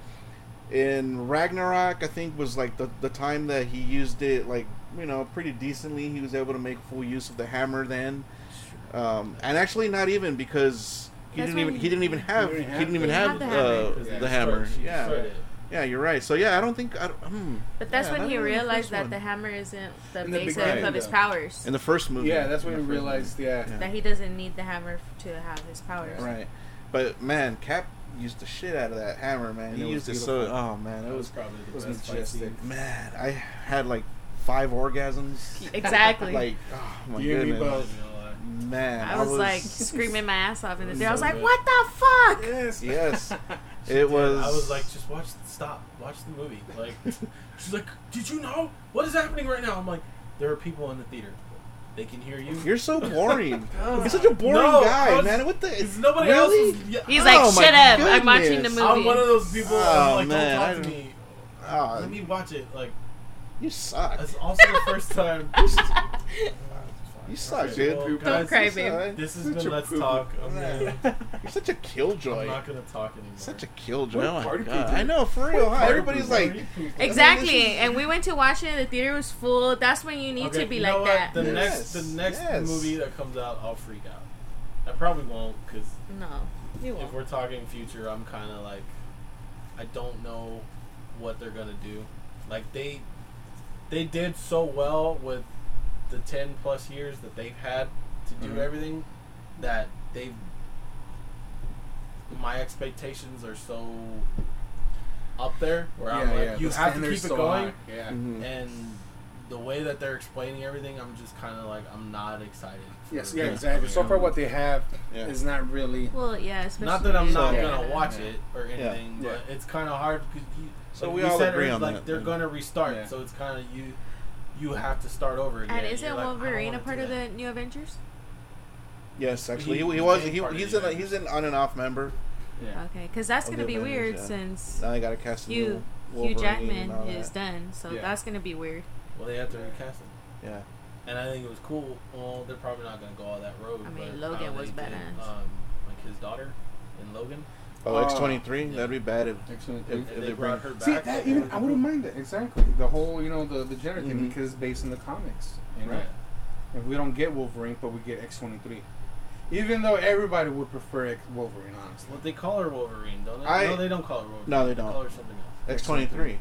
[SPEAKER 6] the in Ragnarok I think was like the the time that he used it like you know pretty decently. He was able to make full use of the hammer then, um, and actually not even because. He
[SPEAKER 4] That's
[SPEAKER 6] didn't even
[SPEAKER 4] when
[SPEAKER 6] he didn't even have he
[SPEAKER 2] didn't have
[SPEAKER 6] didn't even
[SPEAKER 4] the-
[SPEAKER 6] have
[SPEAKER 4] Not the
[SPEAKER 6] uh,
[SPEAKER 1] Because they
[SPEAKER 6] the
[SPEAKER 1] destroyed-
[SPEAKER 6] hammer
[SPEAKER 1] she destroyed
[SPEAKER 6] yeah
[SPEAKER 1] it.
[SPEAKER 6] yeah you're right so yeah I don't think I don't, hmm.
[SPEAKER 4] But that's
[SPEAKER 6] Yeah,
[SPEAKER 4] when
[SPEAKER 6] that
[SPEAKER 4] he
[SPEAKER 6] was the
[SPEAKER 4] realized
[SPEAKER 6] first
[SPEAKER 4] that
[SPEAKER 6] one.
[SPEAKER 4] the hammer isn't the
[SPEAKER 2] In the
[SPEAKER 4] basis
[SPEAKER 6] beginning,
[SPEAKER 4] of his
[SPEAKER 2] though.
[SPEAKER 4] powers.
[SPEAKER 6] in the first movie
[SPEAKER 2] Yeah, that's when
[SPEAKER 6] in
[SPEAKER 2] you
[SPEAKER 6] the first movie.
[SPEAKER 2] realized. Yeah.
[SPEAKER 6] Yeah.
[SPEAKER 4] That he doesn't need the hammer f- to have his powers.
[SPEAKER 6] Right. But man, Cap used the shit out of that hammer, man.
[SPEAKER 2] And
[SPEAKER 6] he
[SPEAKER 2] it was
[SPEAKER 6] used it so
[SPEAKER 2] beautiful.
[SPEAKER 6] oh man,
[SPEAKER 1] That
[SPEAKER 6] it
[SPEAKER 1] was
[SPEAKER 6] was
[SPEAKER 1] probably the
[SPEAKER 2] was
[SPEAKER 1] best fight
[SPEAKER 2] majestic.
[SPEAKER 1] scene.
[SPEAKER 6] man, I had like five orgasms.
[SPEAKER 4] Exactly.
[SPEAKER 6] Like oh my
[SPEAKER 2] You and me
[SPEAKER 6] goodness.
[SPEAKER 2] both.
[SPEAKER 1] You know, uh, like,
[SPEAKER 6] Man,
[SPEAKER 4] I was, like screaming my ass off in the
[SPEAKER 1] It was
[SPEAKER 4] day. I was
[SPEAKER 1] so
[SPEAKER 4] like,
[SPEAKER 1] good.
[SPEAKER 4] "What the fuck?"
[SPEAKER 2] Yes.
[SPEAKER 6] Yes. It was
[SPEAKER 1] I was like, just watch, stop, watch the movie. Like, she's like, did you know what is happening right now? I'm like, there are people in the theater. They can hear you.
[SPEAKER 6] You're so boring. You're such a boring
[SPEAKER 1] Oh. No, I
[SPEAKER 6] guy,
[SPEAKER 1] was-
[SPEAKER 6] man. What the
[SPEAKER 1] It's nobody
[SPEAKER 6] really?
[SPEAKER 1] else. Is, yeah,
[SPEAKER 4] He's
[SPEAKER 6] Oh
[SPEAKER 4] like,
[SPEAKER 6] my
[SPEAKER 4] "Shut up! I'm watching the
[SPEAKER 6] goodness.
[SPEAKER 4] movie."
[SPEAKER 1] I'm one of those people.
[SPEAKER 6] Oh,
[SPEAKER 1] I'm like,
[SPEAKER 6] man,
[SPEAKER 1] don't
[SPEAKER 6] I
[SPEAKER 1] talk to
[SPEAKER 6] don't-
[SPEAKER 1] me.
[SPEAKER 6] Oh,
[SPEAKER 1] Let me watch it. Like,
[SPEAKER 6] you suck.
[SPEAKER 1] it's also the first time.
[SPEAKER 6] You suck,
[SPEAKER 1] Okay,
[SPEAKER 6] dude.
[SPEAKER 1] well,
[SPEAKER 6] You're
[SPEAKER 1] guys,
[SPEAKER 4] Don't cry,
[SPEAKER 6] such
[SPEAKER 4] babe.
[SPEAKER 6] a-
[SPEAKER 1] This has
[SPEAKER 6] such
[SPEAKER 1] been
[SPEAKER 6] a
[SPEAKER 1] Let's
[SPEAKER 6] poop-
[SPEAKER 1] Talk. I'm,
[SPEAKER 6] Man,
[SPEAKER 1] gonna,
[SPEAKER 6] You're such a
[SPEAKER 1] I'm
[SPEAKER 6] killjoy.
[SPEAKER 1] not gonna talk anymore.
[SPEAKER 6] Such a killjoy.
[SPEAKER 2] What a
[SPEAKER 6] Oh my
[SPEAKER 2] party
[SPEAKER 6] God.
[SPEAKER 2] pooper.
[SPEAKER 6] I know, for real.
[SPEAKER 2] a
[SPEAKER 6] huh?
[SPEAKER 2] party
[SPEAKER 6] Everybody's like, I
[SPEAKER 4] Exactly.
[SPEAKER 6] mean, this is-
[SPEAKER 4] and we went to watch it. The theater was full. That's when you need
[SPEAKER 1] Okay,
[SPEAKER 4] to be
[SPEAKER 1] you
[SPEAKER 4] like
[SPEAKER 1] know what?
[SPEAKER 4] that.
[SPEAKER 1] The
[SPEAKER 6] Yes.
[SPEAKER 1] next, the next
[SPEAKER 6] Yes.
[SPEAKER 1] movie that comes out, I'll freak out. I probably won't because
[SPEAKER 4] no, you
[SPEAKER 1] if
[SPEAKER 4] won't.
[SPEAKER 1] we're talking future, I'm kind of like, I don't know what they're gonna do. Like they, they did so well with the ten plus years that they've had to do
[SPEAKER 2] Mm-hmm.
[SPEAKER 6] Mhm.
[SPEAKER 1] everything that they. My expectations are so up there where I'm
[SPEAKER 2] Yeah,
[SPEAKER 1] like,
[SPEAKER 2] yeah,
[SPEAKER 1] you
[SPEAKER 2] the
[SPEAKER 1] have to
[SPEAKER 2] standard's
[SPEAKER 1] keep it
[SPEAKER 2] so
[SPEAKER 1] going
[SPEAKER 2] high. Yeah.
[SPEAKER 6] Mhm.
[SPEAKER 1] and the way that they're explaining everything, I'm just kind of like I'm not excited. for-
[SPEAKER 2] Yes. Yeah. Exactly. So far, what they have
[SPEAKER 6] Yeah.
[SPEAKER 2] is not really.
[SPEAKER 4] Well, yeah. Especially
[SPEAKER 1] Not that I'm not
[SPEAKER 6] So-
[SPEAKER 1] gonna watch
[SPEAKER 2] Yeah.
[SPEAKER 1] it or anything,
[SPEAKER 2] Yeah.
[SPEAKER 1] but it's kind of hard because you.
[SPEAKER 6] So
[SPEAKER 1] like
[SPEAKER 6] we all
[SPEAKER 1] said,
[SPEAKER 6] agree
[SPEAKER 1] it's
[SPEAKER 6] on
[SPEAKER 1] like
[SPEAKER 6] that,
[SPEAKER 1] They're
[SPEAKER 6] then.
[SPEAKER 1] gonna restart,
[SPEAKER 2] Yeah.
[SPEAKER 1] so it's kind of you. You have to start over again.
[SPEAKER 4] And
[SPEAKER 1] You're
[SPEAKER 4] isn't
[SPEAKER 1] like, I don't
[SPEAKER 4] Wolverine a
[SPEAKER 1] wanna
[SPEAKER 4] part
[SPEAKER 1] do
[SPEAKER 4] of
[SPEAKER 1] that.
[SPEAKER 4] the New Avengers?
[SPEAKER 6] Yes, actually, he,
[SPEAKER 1] He-
[SPEAKER 6] he was.
[SPEAKER 1] he
[SPEAKER 6] He,
[SPEAKER 1] part of
[SPEAKER 6] he's
[SPEAKER 1] the
[SPEAKER 6] in. A, he's an on and off member.
[SPEAKER 2] Yeah.
[SPEAKER 4] Okay, because that's
[SPEAKER 1] Oh,
[SPEAKER 6] Of
[SPEAKER 4] gonna
[SPEAKER 6] the
[SPEAKER 4] be
[SPEAKER 6] Avengers,
[SPEAKER 4] weird
[SPEAKER 6] yeah.
[SPEAKER 4] since
[SPEAKER 6] Now they got to cast a
[SPEAKER 4] Hugh
[SPEAKER 6] new
[SPEAKER 4] Hugh
[SPEAKER 6] Wolverine
[SPEAKER 4] Jackman
[SPEAKER 6] and all
[SPEAKER 4] is
[SPEAKER 6] that.
[SPEAKER 4] done. So
[SPEAKER 2] Yeah.
[SPEAKER 4] that's gonna be weird.
[SPEAKER 1] Well, they have to recast it,
[SPEAKER 6] Yeah,
[SPEAKER 1] and I think it was cool. Well, they're probably not gonna go all that road.
[SPEAKER 4] I mean,
[SPEAKER 1] but
[SPEAKER 4] Logan
[SPEAKER 1] how they
[SPEAKER 4] was
[SPEAKER 1] did,
[SPEAKER 4] badass.
[SPEAKER 1] Um, like his daughter in Logan,
[SPEAKER 6] oh
[SPEAKER 2] Oh.
[SPEAKER 6] X twenty three.
[SPEAKER 1] Yeah.
[SPEAKER 6] That'd be bad if.
[SPEAKER 2] Excellent.
[SPEAKER 6] If-
[SPEAKER 1] and
[SPEAKER 6] they
[SPEAKER 1] they,
[SPEAKER 6] bring-
[SPEAKER 1] brought her back.
[SPEAKER 2] See that even I wouldn't mind that exactly the whole you know the the gender
[SPEAKER 6] Mhm.
[SPEAKER 2] thing because it's based in the comics. You know?
[SPEAKER 1] Right.
[SPEAKER 2] If we don't get Wolverine, but we get X twenty three, even though everybody would prefer X- Wolverine, honestly.
[SPEAKER 1] Well, they call her Wolverine, don't they?
[SPEAKER 6] I-
[SPEAKER 1] no, they don't call her Wolverine.
[SPEAKER 6] No, they
[SPEAKER 1] They call
[SPEAKER 6] don't.
[SPEAKER 1] her something else.
[SPEAKER 6] X twenty three.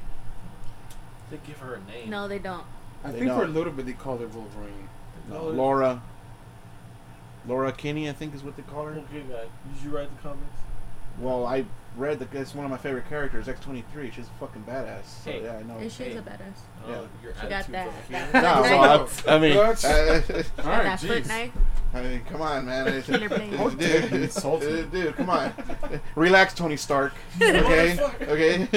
[SPEAKER 1] They give her a name.
[SPEAKER 4] No, they don't.
[SPEAKER 2] I
[SPEAKER 6] They
[SPEAKER 2] think for a
[SPEAKER 6] don't.
[SPEAKER 2] little bit they called her Wolverine.
[SPEAKER 1] They
[SPEAKER 6] Oh,
[SPEAKER 1] call her-
[SPEAKER 6] Laura. Laura Kinney, I think, is what they call her.
[SPEAKER 1] Okay, guy. Did you write the comics?
[SPEAKER 6] Well, I read that. That's one of my favorite characters. X twenty three. She's fucking badass. So,
[SPEAKER 1] Hey.
[SPEAKER 6] yeah, I know.
[SPEAKER 4] And she's
[SPEAKER 1] hey.
[SPEAKER 4] a badass.
[SPEAKER 1] Oh,
[SPEAKER 6] Yeah.
[SPEAKER 1] your
[SPEAKER 4] She got
[SPEAKER 1] attitude's
[SPEAKER 4] that.
[SPEAKER 1] over here.
[SPEAKER 6] No, well, I, I mean,
[SPEAKER 2] That's-
[SPEAKER 6] uh,
[SPEAKER 2] All
[SPEAKER 4] And
[SPEAKER 2] right,
[SPEAKER 4] that foot
[SPEAKER 2] jeez.
[SPEAKER 4] knife.
[SPEAKER 6] I mean, come on, man.
[SPEAKER 4] Killer blade.
[SPEAKER 2] How dare you
[SPEAKER 6] dude,
[SPEAKER 2] insult me.
[SPEAKER 6] dude, dude, come on. Relax, Tony Stark. Okay, okay.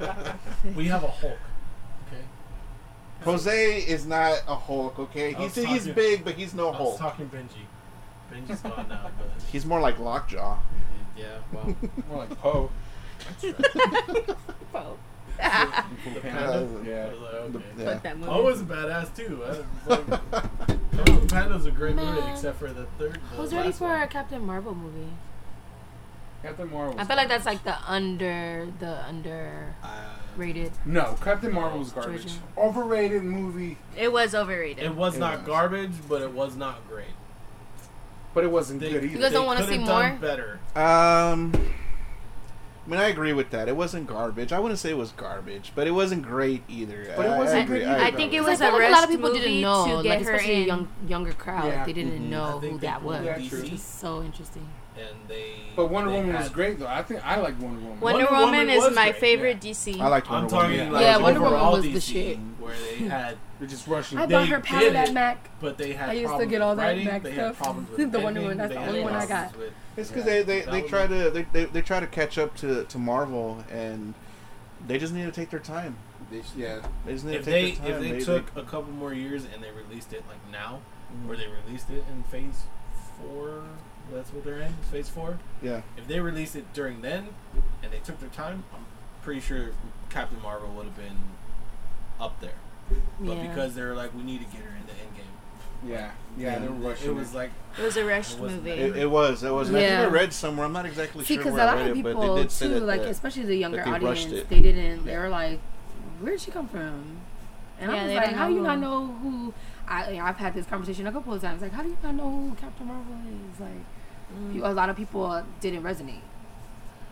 [SPEAKER 1] We have a Hulk. Okay.
[SPEAKER 6] Jose is not a Hulk. Okay,
[SPEAKER 1] I
[SPEAKER 6] he's
[SPEAKER 1] was
[SPEAKER 6] he's
[SPEAKER 1] talking-
[SPEAKER 6] big, but he's no
[SPEAKER 1] I was
[SPEAKER 6] Hulk.
[SPEAKER 1] talking Benji. Benji's gone now, but
[SPEAKER 6] He's more like Lockjaw.
[SPEAKER 1] yeah, well,
[SPEAKER 2] More like Poe.
[SPEAKER 1] the
[SPEAKER 6] Uh,
[SPEAKER 1] panda. I
[SPEAKER 2] Yeah.
[SPEAKER 1] was like, okay.
[SPEAKER 6] The-
[SPEAKER 4] Fuck that movie.
[SPEAKER 1] Poe was a badass too. I was like, Poe and Panda's a great movie
[SPEAKER 7] Man.
[SPEAKER 1] except for the third.
[SPEAKER 7] I
[SPEAKER 1] the
[SPEAKER 7] was ready
[SPEAKER 1] last
[SPEAKER 7] for
[SPEAKER 1] one.
[SPEAKER 7] a Captain Marvel movie.
[SPEAKER 2] Captain Marvel.
[SPEAKER 7] I feel like that's like the under the underrated.
[SPEAKER 2] no Captain Marvel was garbage.
[SPEAKER 7] Georgia.
[SPEAKER 2] Overrated movie,
[SPEAKER 4] It was overrated.
[SPEAKER 1] It was
[SPEAKER 2] It
[SPEAKER 1] not
[SPEAKER 2] was.
[SPEAKER 1] garbage, but it was not great.
[SPEAKER 2] but it wasn't
[SPEAKER 1] They-
[SPEAKER 2] good
[SPEAKER 1] they
[SPEAKER 2] either.
[SPEAKER 7] guys don't wanna
[SPEAKER 1] could've
[SPEAKER 7] see
[SPEAKER 1] done
[SPEAKER 7] more?
[SPEAKER 1] Better.
[SPEAKER 6] Um, I mean, I agree with that. It wasn't garbage. I wouldn't say it was garbage, but it wasn't great either.
[SPEAKER 2] But it
[SPEAKER 6] I-
[SPEAKER 2] wasn't
[SPEAKER 6] I, agree.
[SPEAKER 2] good
[SPEAKER 6] I,
[SPEAKER 4] I
[SPEAKER 6] agree.
[SPEAKER 4] think it
[SPEAKER 7] It
[SPEAKER 4] was
[SPEAKER 7] was
[SPEAKER 4] a
[SPEAKER 7] like a lot
[SPEAKER 4] rest
[SPEAKER 7] of people didn't
[SPEAKER 4] movie
[SPEAKER 7] know,
[SPEAKER 4] to
[SPEAKER 7] like
[SPEAKER 4] get her
[SPEAKER 7] especially
[SPEAKER 4] in.
[SPEAKER 7] young younger crowd.
[SPEAKER 2] Yeah.
[SPEAKER 7] Like, they didn't
[SPEAKER 6] Mhm.
[SPEAKER 1] Mm-hmm. I
[SPEAKER 7] know
[SPEAKER 1] think
[SPEAKER 7] who
[SPEAKER 1] they
[SPEAKER 7] that
[SPEAKER 1] pulled
[SPEAKER 7] was.
[SPEAKER 2] Yeah,
[SPEAKER 1] DC,
[SPEAKER 2] true.
[SPEAKER 7] It's so interesting.
[SPEAKER 1] And they.
[SPEAKER 2] But Wonder
[SPEAKER 1] they
[SPEAKER 2] Woman was
[SPEAKER 1] had-
[SPEAKER 2] great though. I think I like Wonder Woman.
[SPEAKER 1] Wonder
[SPEAKER 4] Wonder,
[SPEAKER 1] Woman
[SPEAKER 4] Woman,
[SPEAKER 1] was
[SPEAKER 4] is my
[SPEAKER 1] great,
[SPEAKER 4] favorite DC.
[SPEAKER 6] I liked
[SPEAKER 1] I'm
[SPEAKER 6] Wonder
[SPEAKER 1] talking
[SPEAKER 6] Woman. Hmm.
[SPEAKER 1] like
[SPEAKER 7] Yeah, Wonder Woman
[SPEAKER 1] overall
[SPEAKER 7] was the
[SPEAKER 1] DC,
[SPEAKER 7] shit.
[SPEAKER 1] where they had,
[SPEAKER 2] They're just rushing.
[SPEAKER 7] I
[SPEAKER 1] They
[SPEAKER 7] bought her pound
[SPEAKER 1] did
[SPEAKER 7] of that
[SPEAKER 1] it.
[SPEAKER 7] Mac.
[SPEAKER 1] but they had.
[SPEAKER 7] I used to
[SPEAKER 1] problems
[SPEAKER 7] get all
[SPEAKER 1] with
[SPEAKER 7] that
[SPEAKER 1] writing,
[SPEAKER 7] Mac
[SPEAKER 1] they Had
[SPEAKER 7] stuff.
[SPEAKER 1] problems with
[SPEAKER 7] The Wonder
[SPEAKER 1] editing,
[SPEAKER 7] Woman, that's
[SPEAKER 1] they
[SPEAKER 7] the
[SPEAKER 1] had
[SPEAKER 7] only one I
[SPEAKER 1] problems
[SPEAKER 7] got.
[SPEAKER 1] with-
[SPEAKER 6] It's because they, they,
[SPEAKER 1] That
[SPEAKER 6] they
[SPEAKER 1] was-
[SPEAKER 6] try to they, they, they try to catch up to, to Marvel, and they just need to take their time.
[SPEAKER 8] They, yeah.
[SPEAKER 6] They just need
[SPEAKER 1] If
[SPEAKER 6] to
[SPEAKER 1] they
[SPEAKER 6] take
[SPEAKER 1] if
[SPEAKER 6] their time.
[SPEAKER 1] they took a couple more years and they released it like now, or they released it in Phase Four, that's what they're in, Phase Four.
[SPEAKER 6] yeah.
[SPEAKER 1] If they released it during then, and they took their time, I'm pretty sure Captain Marvel would have been up there. But
[SPEAKER 7] Yeah.
[SPEAKER 1] because they were like, we need to get her in the end game.
[SPEAKER 2] Yeah, yeah, they're rushing.
[SPEAKER 1] It was like
[SPEAKER 4] It was a rushed
[SPEAKER 1] It wasn't
[SPEAKER 4] movie.
[SPEAKER 1] that
[SPEAKER 6] It, it was. It was. and I
[SPEAKER 7] Yeah.
[SPEAKER 6] think I read somewhere. I'm not exactly
[SPEAKER 7] See,
[SPEAKER 6] sure
[SPEAKER 7] because
[SPEAKER 6] where
[SPEAKER 7] a
[SPEAKER 6] I
[SPEAKER 7] lot
[SPEAKER 6] read
[SPEAKER 7] of
[SPEAKER 6] it, but they
[SPEAKER 7] people
[SPEAKER 6] did say
[SPEAKER 7] too,
[SPEAKER 6] that
[SPEAKER 7] like
[SPEAKER 6] the-
[SPEAKER 7] especially the younger
[SPEAKER 6] they rushed
[SPEAKER 7] audience,
[SPEAKER 6] it.
[SPEAKER 7] they didn't. They were like, "Where did she come from?" And
[SPEAKER 4] Yeah,
[SPEAKER 7] I was
[SPEAKER 4] they
[SPEAKER 7] like,
[SPEAKER 4] don't
[SPEAKER 7] "How
[SPEAKER 4] know
[SPEAKER 7] do you not
[SPEAKER 4] who-
[SPEAKER 7] know who?" I, I've had this conversation a couple of times. Like, how do you not know who Captain Marvel is? Like, you- a lot of people didn't resonate,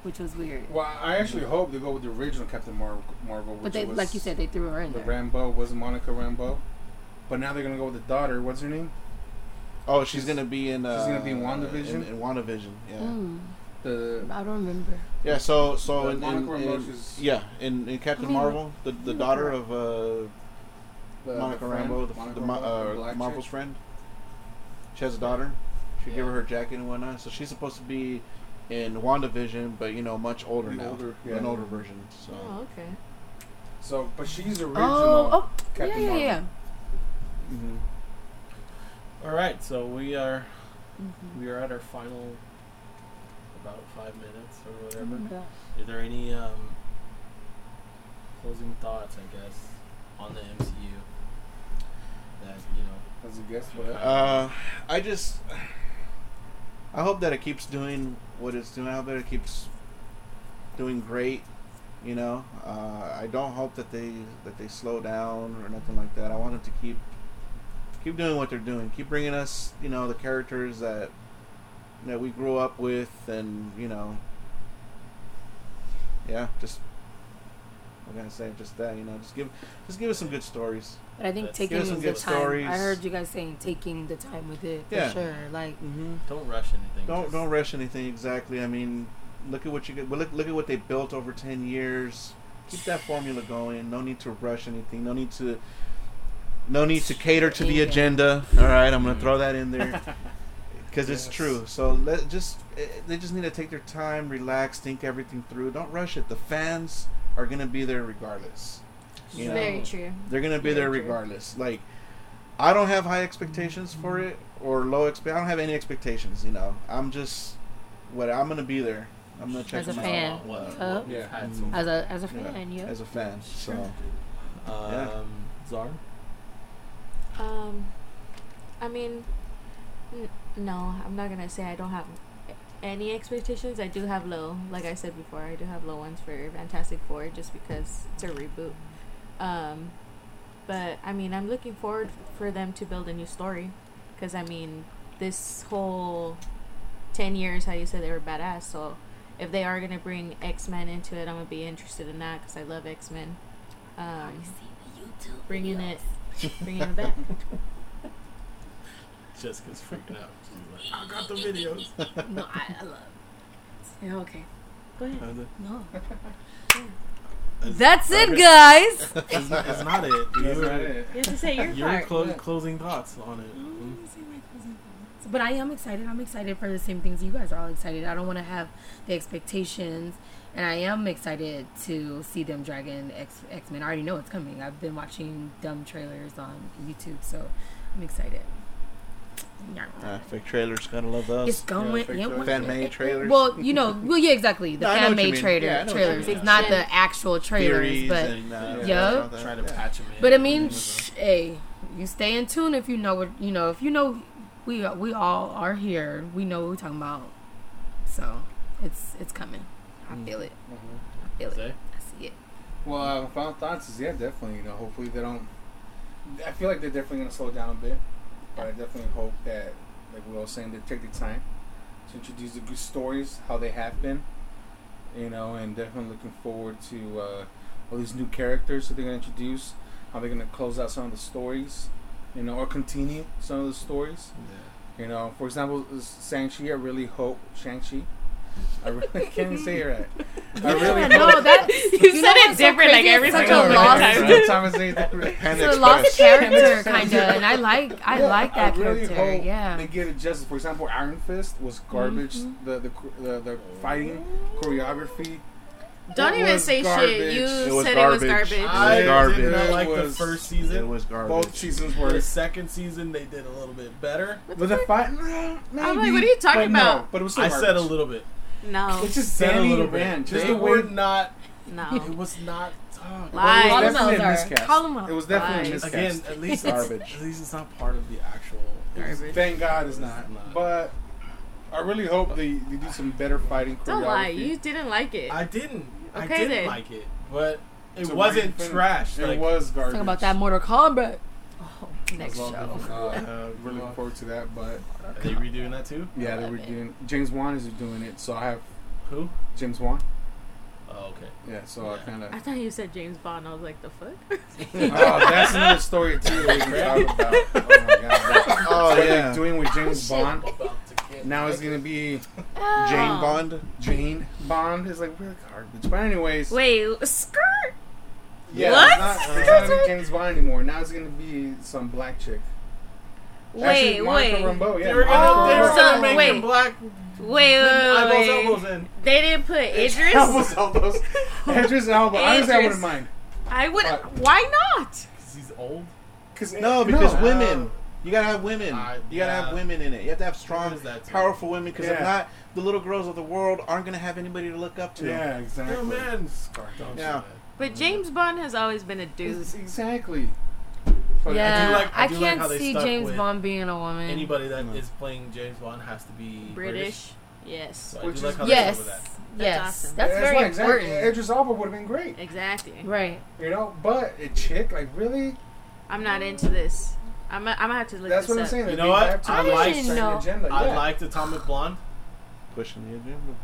[SPEAKER 7] which was weird.
[SPEAKER 2] Well, I actually hope they go with the original Captain Mar- Marvel. Which
[SPEAKER 7] But they,
[SPEAKER 2] was
[SPEAKER 7] like you said, they threw her in
[SPEAKER 2] the
[SPEAKER 7] there.
[SPEAKER 2] Rambo was Monica Rambo, but now they're gonna go with the daughter. What's her name?
[SPEAKER 6] Oh, she's gonna be in. Uh,
[SPEAKER 2] she's gonna be in WandaVision?
[SPEAKER 6] In, in WandaVision, yeah.
[SPEAKER 7] Mm,
[SPEAKER 2] The
[SPEAKER 7] I don't remember.
[SPEAKER 6] Yeah. So, so
[SPEAKER 2] The
[SPEAKER 6] in,
[SPEAKER 2] Monica
[SPEAKER 6] in,
[SPEAKER 2] Rambeau,
[SPEAKER 6] in-
[SPEAKER 2] she's-
[SPEAKER 6] yeah, in, in Captain
[SPEAKER 7] I mean,
[SPEAKER 6] Marvel, the, the
[SPEAKER 7] yeah.
[SPEAKER 6] daughter of uh,
[SPEAKER 2] the,
[SPEAKER 6] Monica
[SPEAKER 2] the friend,
[SPEAKER 6] Rambo, the,
[SPEAKER 2] Monica
[SPEAKER 6] the, Mo-
[SPEAKER 2] Rambeau,
[SPEAKER 6] uh,
[SPEAKER 2] black
[SPEAKER 6] Marvel's
[SPEAKER 2] chick.
[SPEAKER 6] friend. She has a daughter. She gave
[SPEAKER 1] Yeah.
[SPEAKER 6] her her jacket and whatnot. So she's supposed to be in WandaVision, but you know, much older
[SPEAKER 2] The
[SPEAKER 6] now,
[SPEAKER 2] older, yeah.
[SPEAKER 6] an older version. So
[SPEAKER 7] Oh, okay.
[SPEAKER 2] So, but she's original. Mm-hmm.
[SPEAKER 7] Oh, oh,
[SPEAKER 2] Captain
[SPEAKER 7] yeah, yeah,
[SPEAKER 2] Marvel.
[SPEAKER 7] yeah.
[SPEAKER 6] Mhm.
[SPEAKER 1] All right, so we are
[SPEAKER 7] Mm-hmm.
[SPEAKER 1] we are at our final about five minutes or
[SPEAKER 7] I
[SPEAKER 1] whatever.
[SPEAKER 7] remember that.
[SPEAKER 1] Is there any um, closing thoughts, I guess, on the MCU that you know?
[SPEAKER 2] As a guess, what? else?
[SPEAKER 6] Uh, I just, I hope that it keeps doing what it's doing. I hope that it keeps doing great. You know, uh, I don't hope that they that they slow down or nothing like that. I want them to keep keep doing what they're doing. Keep bringing us, you know, the characters that that we grew up with, and you know, yeah, just what can I say? Just that, you know, just give just give us some good stories.
[SPEAKER 7] But I think
[SPEAKER 1] That's-
[SPEAKER 7] taking
[SPEAKER 6] Give us
[SPEAKER 7] the
[SPEAKER 6] some
[SPEAKER 7] time.
[SPEAKER 6] good stories.
[SPEAKER 7] I heard you guys saying taking the time with it for
[SPEAKER 6] Yeah.
[SPEAKER 7] sure. Like,
[SPEAKER 6] Mm-hmm.
[SPEAKER 1] Don't rush anything.
[SPEAKER 6] Don't
[SPEAKER 1] just-
[SPEAKER 6] don't rush anything exactly. I mean, look at what you get. well, Look look at what they built over ten years. Keep that formula going. No need to rush anything. No need to. No need to cater to the
[SPEAKER 7] Yeah.
[SPEAKER 6] agenda. All right, I'm gonna throw that in there because it's
[SPEAKER 2] Yes.
[SPEAKER 6] true. So let just eh, they just need to take their time, relax, think everything through. Don't rush it. The fans are gonna be there regardless. You
[SPEAKER 4] Very
[SPEAKER 6] know?
[SPEAKER 4] true.
[SPEAKER 6] They're gonna be
[SPEAKER 4] Yeah,
[SPEAKER 6] there
[SPEAKER 4] true.
[SPEAKER 6] regardless. Like, I don't have high expectations for it or low expect. I don't have any expectations. You know, I'm just what I'm gonna be there. I'm gonna check
[SPEAKER 7] As a
[SPEAKER 6] them
[SPEAKER 7] fan.
[SPEAKER 6] out
[SPEAKER 1] What- what
[SPEAKER 7] Huh? Mm-hmm.
[SPEAKER 1] we've
[SPEAKER 2] Yeah.
[SPEAKER 1] had so
[SPEAKER 7] as a as a
[SPEAKER 6] Yeah.
[SPEAKER 7] fan, yeah.
[SPEAKER 6] as a fan. So
[SPEAKER 1] far.
[SPEAKER 6] Yeah.
[SPEAKER 1] Um, Czar?
[SPEAKER 4] Um, I mean, n- no, I'm not gonna say I don't have any expectations. I do have low, like I said before, I do have low ones for Fantastic Four just because it's a reboot. Um, but I mean, I'm looking forward for them to build a new story, because I mean, this whole ten years, how you said they were badass. So if they are gonna bring X Men into it, I'm gonna be interested in that because I love X Men. Um, bringing it, bringing it back.
[SPEAKER 1] Jessica's freaking out. She's like, I got the videos.
[SPEAKER 7] no, I, I love. Yeah, okay.
[SPEAKER 4] Go ahead.
[SPEAKER 7] No. That's it,
[SPEAKER 1] Okay.
[SPEAKER 7] guys.
[SPEAKER 1] It's not, it's not it.
[SPEAKER 2] That's
[SPEAKER 1] Your-
[SPEAKER 2] not it.
[SPEAKER 4] You have to say your
[SPEAKER 1] Your
[SPEAKER 4] part.
[SPEAKER 1] clo-
[SPEAKER 2] yeah.
[SPEAKER 1] closing thoughts on it. Mm.
[SPEAKER 7] But I am excited. I'm excited for the same things you guys are all excited. I don't want to have the expectations, and I am excited to see them Dragon X X Men. I already know it's coming. I've been watching dumb trailers on YouTube, so I'm excited. Yeah.
[SPEAKER 6] uh, fake trailers gotta love those.
[SPEAKER 7] It's going.
[SPEAKER 2] fake
[SPEAKER 7] yeah,
[SPEAKER 2] trailers.
[SPEAKER 7] well,
[SPEAKER 6] Fan made trailers.
[SPEAKER 7] Well, you know, well, yeah, exactly. The
[SPEAKER 6] No, I know
[SPEAKER 7] fan
[SPEAKER 6] what you
[SPEAKER 7] made
[SPEAKER 6] mean.
[SPEAKER 7] trailer,
[SPEAKER 6] Yeah, I know what you
[SPEAKER 7] trailers.
[SPEAKER 6] mean.
[SPEAKER 7] It's not the actual trailers,
[SPEAKER 6] Theories
[SPEAKER 7] but
[SPEAKER 6] and, uh,
[SPEAKER 7] Yup.
[SPEAKER 6] yeah, all that.
[SPEAKER 1] Try to patch 'em in.
[SPEAKER 7] but I mean, sh- hey, you stay in tune if you know what you know. If you know, we we all are here. We know what we're talking about. So It's it's coming. I feel it.
[SPEAKER 2] Mm-hmm.
[SPEAKER 7] I feel it.
[SPEAKER 1] Say?
[SPEAKER 7] I see it.
[SPEAKER 2] Well, uh, final thoughts is yeah, definitely. You know, hopefully they don't. I feel like they're definitely going to slow down a bit, but I definitely hope that, like we all saying, they take the time to introduce the good stories how they have been. You know, and definitely looking forward to uh, all these new characters that they're going to introduce, how they're going to close out some of the stories, you know, or continue some of the stories. You know, for example, Shang Chi. I really hope Shang Chi. I really can't say it right. I really hope.
[SPEAKER 7] No, that you,
[SPEAKER 4] said it
[SPEAKER 7] what's
[SPEAKER 4] different, like,
[SPEAKER 7] crazy? It's
[SPEAKER 4] every
[SPEAKER 7] such
[SPEAKER 2] oh,
[SPEAKER 4] single
[SPEAKER 7] a lost.
[SPEAKER 4] time.
[SPEAKER 2] Thomas It's
[SPEAKER 6] Panda
[SPEAKER 7] It's a
[SPEAKER 6] Express.
[SPEAKER 7] lost character, kind of, and I like I like that character.
[SPEAKER 2] They
[SPEAKER 7] Yeah,
[SPEAKER 2] give it justice. For example, Iron Fist was garbage.
[SPEAKER 4] Mm-hmm.
[SPEAKER 2] The, the cor- the the fighting choreography.
[SPEAKER 4] Don't
[SPEAKER 2] It
[SPEAKER 4] even
[SPEAKER 2] was
[SPEAKER 4] say shit.
[SPEAKER 2] garbage.
[SPEAKER 4] You
[SPEAKER 6] It was
[SPEAKER 4] said it was
[SPEAKER 6] garbage.
[SPEAKER 4] garbage.
[SPEAKER 6] I
[SPEAKER 1] I
[SPEAKER 6] garbage.
[SPEAKER 1] did not
[SPEAKER 2] It
[SPEAKER 1] like the
[SPEAKER 2] was-
[SPEAKER 1] first
[SPEAKER 6] It
[SPEAKER 1] season.
[SPEAKER 6] was garbage.
[SPEAKER 2] Both seasons
[SPEAKER 1] The
[SPEAKER 2] were.
[SPEAKER 1] second season they did a little bit better.
[SPEAKER 2] With the fight, no,
[SPEAKER 4] like,
[SPEAKER 2] maybe,
[SPEAKER 4] what are you talking
[SPEAKER 2] but no,
[SPEAKER 4] about?
[SPEAKER 2] but it was still
[SPEAKER 1] I
[SPEAKER 2] garbage.
[SPEAKER 1] said a little bit.
[SPEAKER 4] No,
[SPEAKER 2] It's just
[SPEAKER 1] Said a
[SPEAKER 2] Danny
[SPEAKER 1] little bit.
[SPEAKER 2] Rand.
[SPEAKER 1] Just
[SPEAKER 2] Just
[SPEAKER 1] they
[SPEAKER 2] the
[SPEAKER 1] were
[SPEAKER 2] word.
[SPEAKER 1] not. It
[SPEAKER 4] no.
[SPEAKER 1] was not. Oh,
[SPEAKER 2] It was
[SPEAKER 4] Lies.
[SPEAKER 2] definitely a
[SPEAKER 7] Column
[SPEAKER 2] miscast.
[SPEAKER 7] Column
[SPEAKER 2] It was
[SPEAKER 4] Lies.
[SPEAKER 2] definitely a miscast.
[SPEAKER 1] Again, at least it's,
[SPEAKER 6] Garbage.
[SPEAKER 1] at least it's not part of the actual.
[SPEAKER 4] Garbage.
[SPEAKER 2] Thank God it's not. But I really hope they, they do some better fighting choreography.
[SPEAKER 4] Don't lie. You didn't like it.
[SPEAKER 1] I didn't. I
[SPEAKER 4] Okay,
[SPEAKER 1] didn't
[SPEAKER 4] then.
[SPEAKER 1] like it, but it
[SPEAKER 2] So
[SPEAKER 1] wasn't
[SPEAKER 2] Ryan Finn-
[SPEAKER 1] trash.
[SPEAKER 2] It
[SPEAKER 1] like,
[SPEAKER 2] was garbage.
[SPEAKER 7] Talk about that Mortal Kombat. Oh, next
[SPEAKER 2] Well,
[SPEAKER 7] show.
[SPEAKER 2] Uh, really looking forward to that, but
[SPEAKER 1] Are they redoing that too?
[SPEAKER 2] yeah, they
[SPEAKER 7] Love
[SPEAKER 2] were
[SPEAKER 7] it.
[SPEAKER 2] doing James Wan is doing it, so I have
[SPEAKER 1] Who?
[SPEAKER 2] James Wan.
[SPEAKER 1] Oh, okay.
[SPEAKER 2] Yeah, so I kind of.
[SPEAKER 4] I thought you said James Bond. I was like, the fuck?
[SPEAKER 2] oh, that's another story too. That we can talk about. Oh my god!
[SPEAKER 6] Oh
[SPEAKER 2] What
[SPEAKER 6] yeah,
[SPEAKER 2] they're doing with James
[SPEAKER 4] Oh,
[SPEAKER 2] Bond
[SPEAKER 16] About to get
[SPEAKER 2] now is gonna be
[SPEAKER 7] Ah.
[SPEAKER 6] Jane Bond.
[SPEAKER 2] Jane Bond. Is like we're garbage, but anyways.
[SPEAKER 4] Wait, skirt.
[SPEAKER 2] yeah,
[SPEAKER 4] what?
[SPEAKER 2] It's not, it's not gonna be James Bond anymore. Now it's gonna be some black chick.
[SPEAKER 4] Wait,
[SPEAKER 2] Actually, Monica
[SPEAKER 4] wait, wait,
[SPEAKER 2] Rambeau, yeah,
[SPEAKER 1] They were gonna,
[SPEAKER 2] Monica
[SPEAKER 1] they were
[SPEAKER 4] so
[SPEAKER 1] gonna make
[SPEAKER 4] wait.
[SPEAKER 1] him black.
[SPEAKER 4] wait,
[SPEAKER 1] Eyeballs,
[SPEAKER 4] wait.
[SPEAKER 1] elbows in.
[SPEAKER 4] They didn't put Idris.
[SPEAKER 2] Elbows, elbows. Idris Elba. Honestly, I
[SPEAKER 4] Idris.
[SPEAKER 2] wouldn't mind.
[SPEAKER 4] I would.
[SPEAKER 2] Fuck.
[SPEAKER 4] Why not?
[SPEAKER 1] Cause he's old.
[SPEAKER 2] Cause
[SPEAKER 6] No, because women. You gotta have women.
[SPEAKER 1] I-
[SPEAKER 6] you gotta
[SPEAKER 1] yeah.
[SPEAKER 6] have women in it. You have to have strong,
[SPEAKER 1] What is that to-
[SPEAKER 6] powerful women. Because if
[SPEAKER 2] Yeah.
[SPEAKER 6] not, the little girls of the world aren't gonna have anybody to look up to.
[SPEAKER 2] Yeah, exactly.
[SPEAKER 1] Oh man,
[SPEAKER 6] Yeah.
[SPEAKER 4] But James Bond has always been a dude.
[SPEAKER 2] Ex- Exactly. But
[SPEAKER 7] Yeah, I,
[SPEAKER 1] like- I do like
[SPEAKER 7] can't
[SPEAKER 1] how they
[SPEAKER 7] see
[SPEAKER 1] stuck
[SPEAKER 7] James
[SPEAKER 1] with
[SPEAKER 7] Bond being a woman.
[SPEAKER 1] Anybody that is
[SPEAKER 2] Mm.
[SPEAKER 6] No.
[SPEAKER 1] playing James Bond has to be
[SPEAKER 4] British. Yes.
[SPEAKER 1] So I
[SPEAKER 2] Which
[SPEAKER 1] do
[SPEAKER 2] is-
[SPEAKER 1] like how
[SPEAKER 7] yes,
[SPEAKER 1] they deal with
[SPEAKER 4] that.
[SPEAKER 7] yes,
[SPEAKER 4] That's awesome.
[SPEAKER 7] that's
[SPEAKER 2] Yeah,
[SPEAKER 7] very
[SPEAKER 2] why,
[SPEAKER 7] important.
[SPEAKER 2] Idris Elba would have been great,
[SPEAKER 4] Exactly.
[SPEAKER 7] Right.
[SPEAKER 2] you know. But a chick, like really,
[SPEAKER 4] I'm not into this. I'm. A, I'm gonna have to look
[SPEAKER 2] that's
[SPEAKER 4] this
[SPEAKER 2] what I'm
[SPEAKER 4] up.
[SPEAKER 2] saying.
[SPEAKER 1] You
[SPEAKER 2] that
[SPEAKER 1] know
[SPEAKER 2] they
[SPEAKER 1] what?
[SPEAKER 2] have to
[SPEAKER 1] I
[SPEAKER 2] really
[SPEAKER 1] like-
[SPEAKER 2] set an
[SPEAKER 7] No.
[SPEAKER 2] agenda.
[SPEAKER 1] that. I
[SPEAKER 2] yeah.
[SPEAKER 1] liked Atomic Blonde,
[SPEAKER 6] Pushing the
[SPEAKER 7] Um,
[SPEAKER 6] agenda.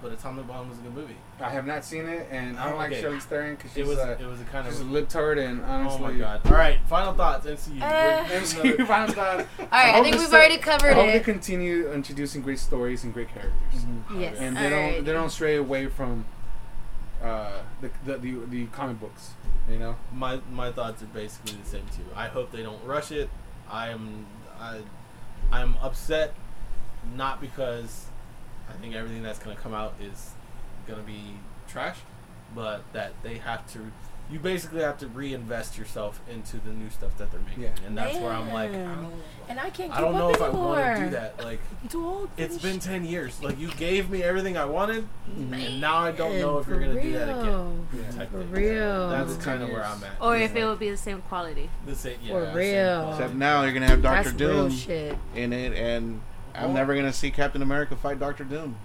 [SPEAKER 1] but Atomic Blonde was a good movie.
[SPEAKER 2] I have not seen it, and I don't like
[SPEAKER 1] Okay.
[SPEAKER 2] Shirley Theron because
[SPEAKER 1] It
[SPEAKER 2] she's
[SPEAKER 1] was
[SPEAKER 2] a
[SPEAKER 1] it was a kind
[SPEAKER 2] she's a
[SPEAKER 1] of
[SPEAKER 2] libtard, and
[SPEAKER 1] oh
[SPEAKER 2] honestly,
[SPEAKER 1] my god. All right, final thoughts. MCU.
[SPEAKER 7] Uh,
[SPEAKER 2] MC Ryan Todd,
[SPEAKER 7] All right. I,
[SPEAKER 2] hope
[SPEAKER 7] think
[SPEAKER 2] this
[SPEAKER 7] we've
[SPEAKER 2] still-
[SPEAKER 7] already
[SPEAKER 2] I
[SPEAKER 7] covered
[SPEAKER 2] hope they
[SPEAKER 7] it.
[SPEAKER 2] continue introducing great stories and great characters,
[SPEAKER 1] Mm-hmm.
[SPEAKER 7] Yes.
[SPEAKER 2] and they
[SPEAKER 4] Alright.
[SPEAKER 2] don't they don't stray away from uh, the, the the the comic books, you know.
[SPEAKER 1] my my thoughts are basically the same too. I hope they don't rush it. I'm I I'm upset not because I think everything that's gonna come out is gonna be trash, but that they have to you basically have to reinvest yourself into the new stuff that they're making.
[SPEAKER 2] Yeah.
[SPEAKER 1] And that's where I'm like I
[SPEAKER 7] Man.
[SPEAKER 1] don't,
[SPEAKER 7] And I can't keep
[SPEAKER 1] I don't know
[SPEAKER 7] up
[SPEAKER 1] if I
[SPEAKER 7] anymore.
[SPEAKER 1] want to do that. Like
[SPEAKER 7] I'm too old. for
[SPEAKER 1] it's
[SPEAKER 7] this
[SPEAKER 1] been
[SPEAKER 7] shit.
[SPEAKER 1] 10 years. Like you gave me everything I wanted and now I don't know if
[SPEAKER 7] For
[SPEAKER 1] you're going to do that again.
[SPEAKER 7] real.
[SPEAKER 2] Yeah.
[SPEAKER 1] Type
[SPEAKER 7] For
[SPEAKER 1] thing.
[SPEAKER 7] real.
[SPEAKER 1] That's kind of where I'm at.
[SPEAKER 4] Or if it would be the same quality.
[SPEAKER 1] The same- yeah,
[SPEAKER 7] For
[SPEAKER 1] same
[SPEAKER 7] real.
[SPEAKER 1] quality.
[SPEAKER 6] Except now you're gonna have Doctor
[SPEAKER 7] That's real
[SPEAKER 6] Doom
[SPEAKER 7] shit.
[SPEAKER 6] in it, and
[SPEAKER 1] Well-
[SPEAKER 6] I'm never gonna see Captain America fight Doctor Doom.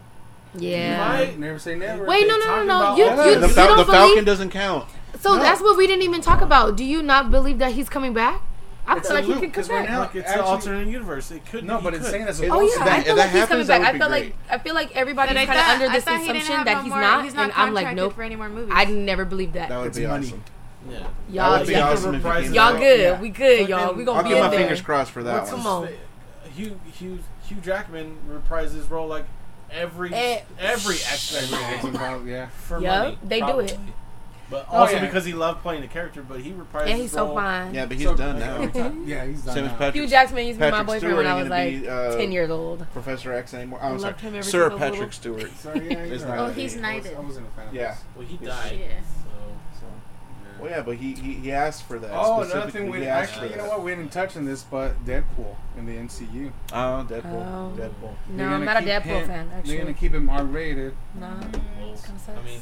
[SPEAKER 7] Yeah.
[SPEAKER 1] Right.
[SPEAKER 2] Never say never.
[SPEAKER 7] Wait, no,
[SPEAKER 1] They
[SPEAKER 7] no, no,
[SPEAKER 1] talking
[SPEAKER 7] no.
[SPEAKER 1] about
[SPEAKER 7] You,
[SPEAKER 1] all that.
[SPEAKER 7] you,
[SPEAKER 6] The,
[SPEAKER 7] you
[SPEAKER 6] Fal-
[SPEAKER 7] don't
[SPEAKER 6] the
[SPEAKER 7] believe.
[SPEAKER 6] Falcon doesn't count.
[SPEAKER 7] So that's what we didn't even talk about. Do you not believe that he's coming back? I
[SPEAKER 2] It's
[SPEAKER 7] feel
[SPEAKER 2] a
[SPEAKER 7] like he
[SPEAKER 2] loop,
[SPEAKER 7] could come
[SPEAKER 2] 'cause right
[SPEAKER 7] back.
[SPEAKER 2] now-
[SPEAKER 1] Like it's
[SPEAKER 2] Actually-
[SPEAKER 1] an alternate universe. It could.
[SPEAKER 2] No,
[SPEAKER 1] he
[SPEAKER 2] but
[SPEAKER 1] could.
[SPEAKER 2] insane as a
[SPEAKER 6] It-
[SPEAKER 7] Oh yeah,
[SPEAKER 6] If that-
[SPEAKER 7] I feel
[SPEAKER 6] if
[SPEAKER 7] like
[SPEAKER 6] that
[SPEAKER 7] he's coming
[SPEAKER 6] happens, that
[SPEAKER 7] back. I
[SPEAKER 6] would
[SPEAKER 7] feel
[SPEAKER 6] be
[SPEAKER 7] like I feel like everybody's
[SPEAKER 4] I
[SPEAKER 7] kind of
[SPEAKER 4] thought-
[SPEAKER 7] under
[SPEAKER 4] I
[SPEAKER 7] this
[SPEAKER 4] thought he didn't
[SPEAKER 7] assumption
[SPEAKER 4] have
[SPEAKER 7] that
[SPEAKER 4] no
[SPEAKER 7] he's
[SPEAKER 4] more-
[SPEAKER 7] not,
[SPEAKER 4] he's not
[SPEAKER 7] and I'm like,
[SPEAKER 4] contracted
[SPEAKER 7] nope.
[SPEAKER 4] for any more movies.
[SPEAKER 7] I never believed that.
[SPEAKER 6] That would
[SPEAKER 2] It's
[SPEAKER 6] be
[SPEAKER 2] money.
[SPEAKER 6] awesome.
[SPEAKER 1] Yeah.
[SPEAKER 7] Y'all,
[SPEAKER 6] That'd be
[SPEAKER 7] y'all,
[SPEAKER 6] awesome if it
[SPEAKER 1] Reprise
[SPEAKER 6] came
[SPEAKER 7] y'all
[SPEAKER 6] out.
[SPEAKER 7] good.
[SPEAKER 2] Yeah.
[SPEAKER 7] We good, y'all. We gonna
[SPEAKER 6] I'll
[SPEAKER 7] be
[SPEAKER 6] keep
[SPEAKER 7] in
[SPEAKER 6] my
[SPEAKER 7] there.
[SPEAKER 6] fingers crossed for that
[SPEAKER 7] What's
[SPEAKER 6] one.
[SPEAKER 7] Come on.
[SPEAKER 1] uh, Hugh Hugh Hugh Jackman reprises his role like every
[SPEAKER 7] Eh.
[SPEAKER 1] every X Men movie
[SPEAKER 2] yeah.
[SPEAKER 1] for
[SPEAKER 7] Yup,
[SPEAKER 1] money.
[SPEAKER 7] they do
[SPEAKER 1] probably.
[SPEAKER 7] it.
[SPEAKER 1] But
[SPEAKER 2] Oh,
[SPEAKER 1] also
[SPEAKER 2] yeah.
[SPEAKER 1] because he loved playing the character, but he reprises.
[SPEAKER 7] Yeah,
[SPEAKER 1] his
[SPEAKER 7] he's
[SPEAKER 1] role.
[SPEAKER 7] so fine.
[SPEAKER 6] Yeah, but he's
[SPEAKER 2] So-
[SPEAKER 6] done
[SPEAKER 2] okay,
[SPEAKER 6] now.
[SPEAKER 2] I'm t- yeah, he's done.
[SPEAKER 6] Same as
[SPEAKER 2] now.
[SPEAKER 6] Patrick.
[SPEAKER 7] Hugh Jackman used to be my
[SPEAKER 6] Patrick
[SPEAKER 7] boyfriend
[SPEAKER 6] Stewart
[SPEAKER 7] when I
[SPEAKER 6] ain't
[SPEAKER 7] was
[SPEAKER 6] gonna
[SPEAKER 7] like
[SPEAKER 6] be, uh,
[SPEAKER 7] ten years old.
[SPEAKER 6] Professor X anymore.
[SPEAKER 7] I
[SPEAKER 6] Oh, sorry,
[SPEAKER 7] loved him ever
[SPEAKER 6] Sir
[SPEAKER 7] since I was little.
[SPEAKER 6] Patrick Stewart.
[SPEAKER 2] Sorry, yeah,
[SPEAKER 6] It's
[SPEAKER 2] you're
[SPEAKER 6] not-
[SPEAKER 2] right.
[SPEAKER 4] Oh, he's
[SPEAKER 2] I was-
[SPEAKER 4] knighted.
[SPEAKER 2] I wasn't a fan. Of
[SPEAKER 6] Yeah.
[SPEAKER 2] this.
[SPEAKER 1] Well, he died.
[SPEAKER 4] Yeah.
[SPEAKER 1] So,
[SPEAKER 6] Well, Oh, yeah, but he, he he asked for that.
[SPEAKER 2] Oh, another
[SPEAKER 6] specifically.
[SPEAKER 2] thing we
[SPEAKER 6] He asked
[SPEAKER 2] actually,
[SPEAKER 6] for
[SPEAKER 2] you know
[SPEAKER 6] that.
[SPEAKER 2] what, we didn't touch on this, but Deadpool in the MCU.
[SPEAKER 6] Oh, Deadpool.
[SPEAKER 7] Oh.
[SPEAKER 6] Deadpool.
[SPEAKER 7] No,
[SPEAKER 2] They're
[SPEAKER 7] I'm
[SPEAKER 2] gonna
[SPEAKER 7] not a
[SPEAKER 2] keep
[SPEAKER 7] Deadpool
[SPEAKER 2] him-
[SPEAKER 7] fan.
[SPEAKER 2] They're
[SPEAKER 7] Actually,
[SPEAKER 2] gonna keep him R-rated.
[SPEAKER 7] no.
[SPEAKER 1] well,
[SPEAKER 7] Kinda
[SPEAKER 1] I mean,
[SPEAKER 7] sucks.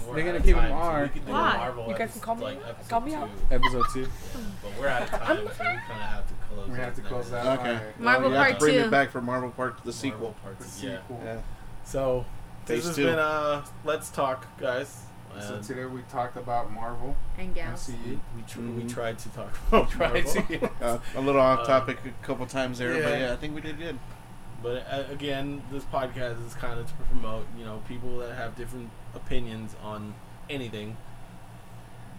[SPEAKER 1] we're
[SPEAKER 2] They're
[SPEAKER 1] out
[SPEAKER 2] gonna
[SPEAKER 1] of
[SPEAKER 2] keep him
[SPEAKER 1] time, so
[SPEAKER 2] R.
[SPEAKER 1] we could do a
[SPEAKER 7] Why?
[SPEAKER 1] Marvel
[SPEAKER 7] You guys
[SPEAKER 1] episode,
[SPEAKER 7] can call me-
[SPEAKER 1] like, episode
[SPEAKER 7] call me
[SPEAKER 1] two,
[SPEAKER 7] out.
[SPEAKER 2] Episode two.
[SPEAKER 1] But we're out of time, so we kind of have to close.
[SPEAKER 2] We
[SPEAKER 1] it
[SPEAKER 2] have to
[SPEAKER 1] now.
[SPEAKER 2] close that.
[SPEAKER 6] Okay.
[SPEAKER 4] Oh,
[SPEAKER 2] All right.
[SPEAKER 4] Marvel
[SPEAKER 6] you have to
[SPEAKER 4] Part
[SPEAKER 6] bring
[SPEAKER 4] two.
[SPEAKER 6] me back for Marvel Part the sequel.
[SPEAKER 1] Marvel parts.
[SPEAKER 2] Sequel.
[SPEAKER 6] Yeah.
[SPEAKER 1] So This
[SPEAKER 5] Phase
[SPEAKER 1] has
[SPEAKER 5] two.
[SPEAKER 1] been uh, let's talk, guys.
[SPEAKER 2] So
[SPEAKER 1] And
[SPEAKER 2] today we talked about Marvel
[SPEAKER 4] and gals.
[SPEAKER 2] MCU.
[SPEAKER 1] we tr- we
[SPEAKER 5] Mhm.
[SPEAKER 1] Mm-hmm. tried to talk about
[SPEAKER 2] Tried
[SPEAKER 1] Marvel.
[SPEAKER 5] Uh, a little off
[SPEAKER 1] Uh,
[SPEAKER 5] topic a couple times there, but
[SPEAKER 1] yeah.
[SPEAKER 5] yeah, I think we did good.
[SPEAKER 1] But uh, again, this podcast is kind of to promote, you know, people that have different opinions on anything.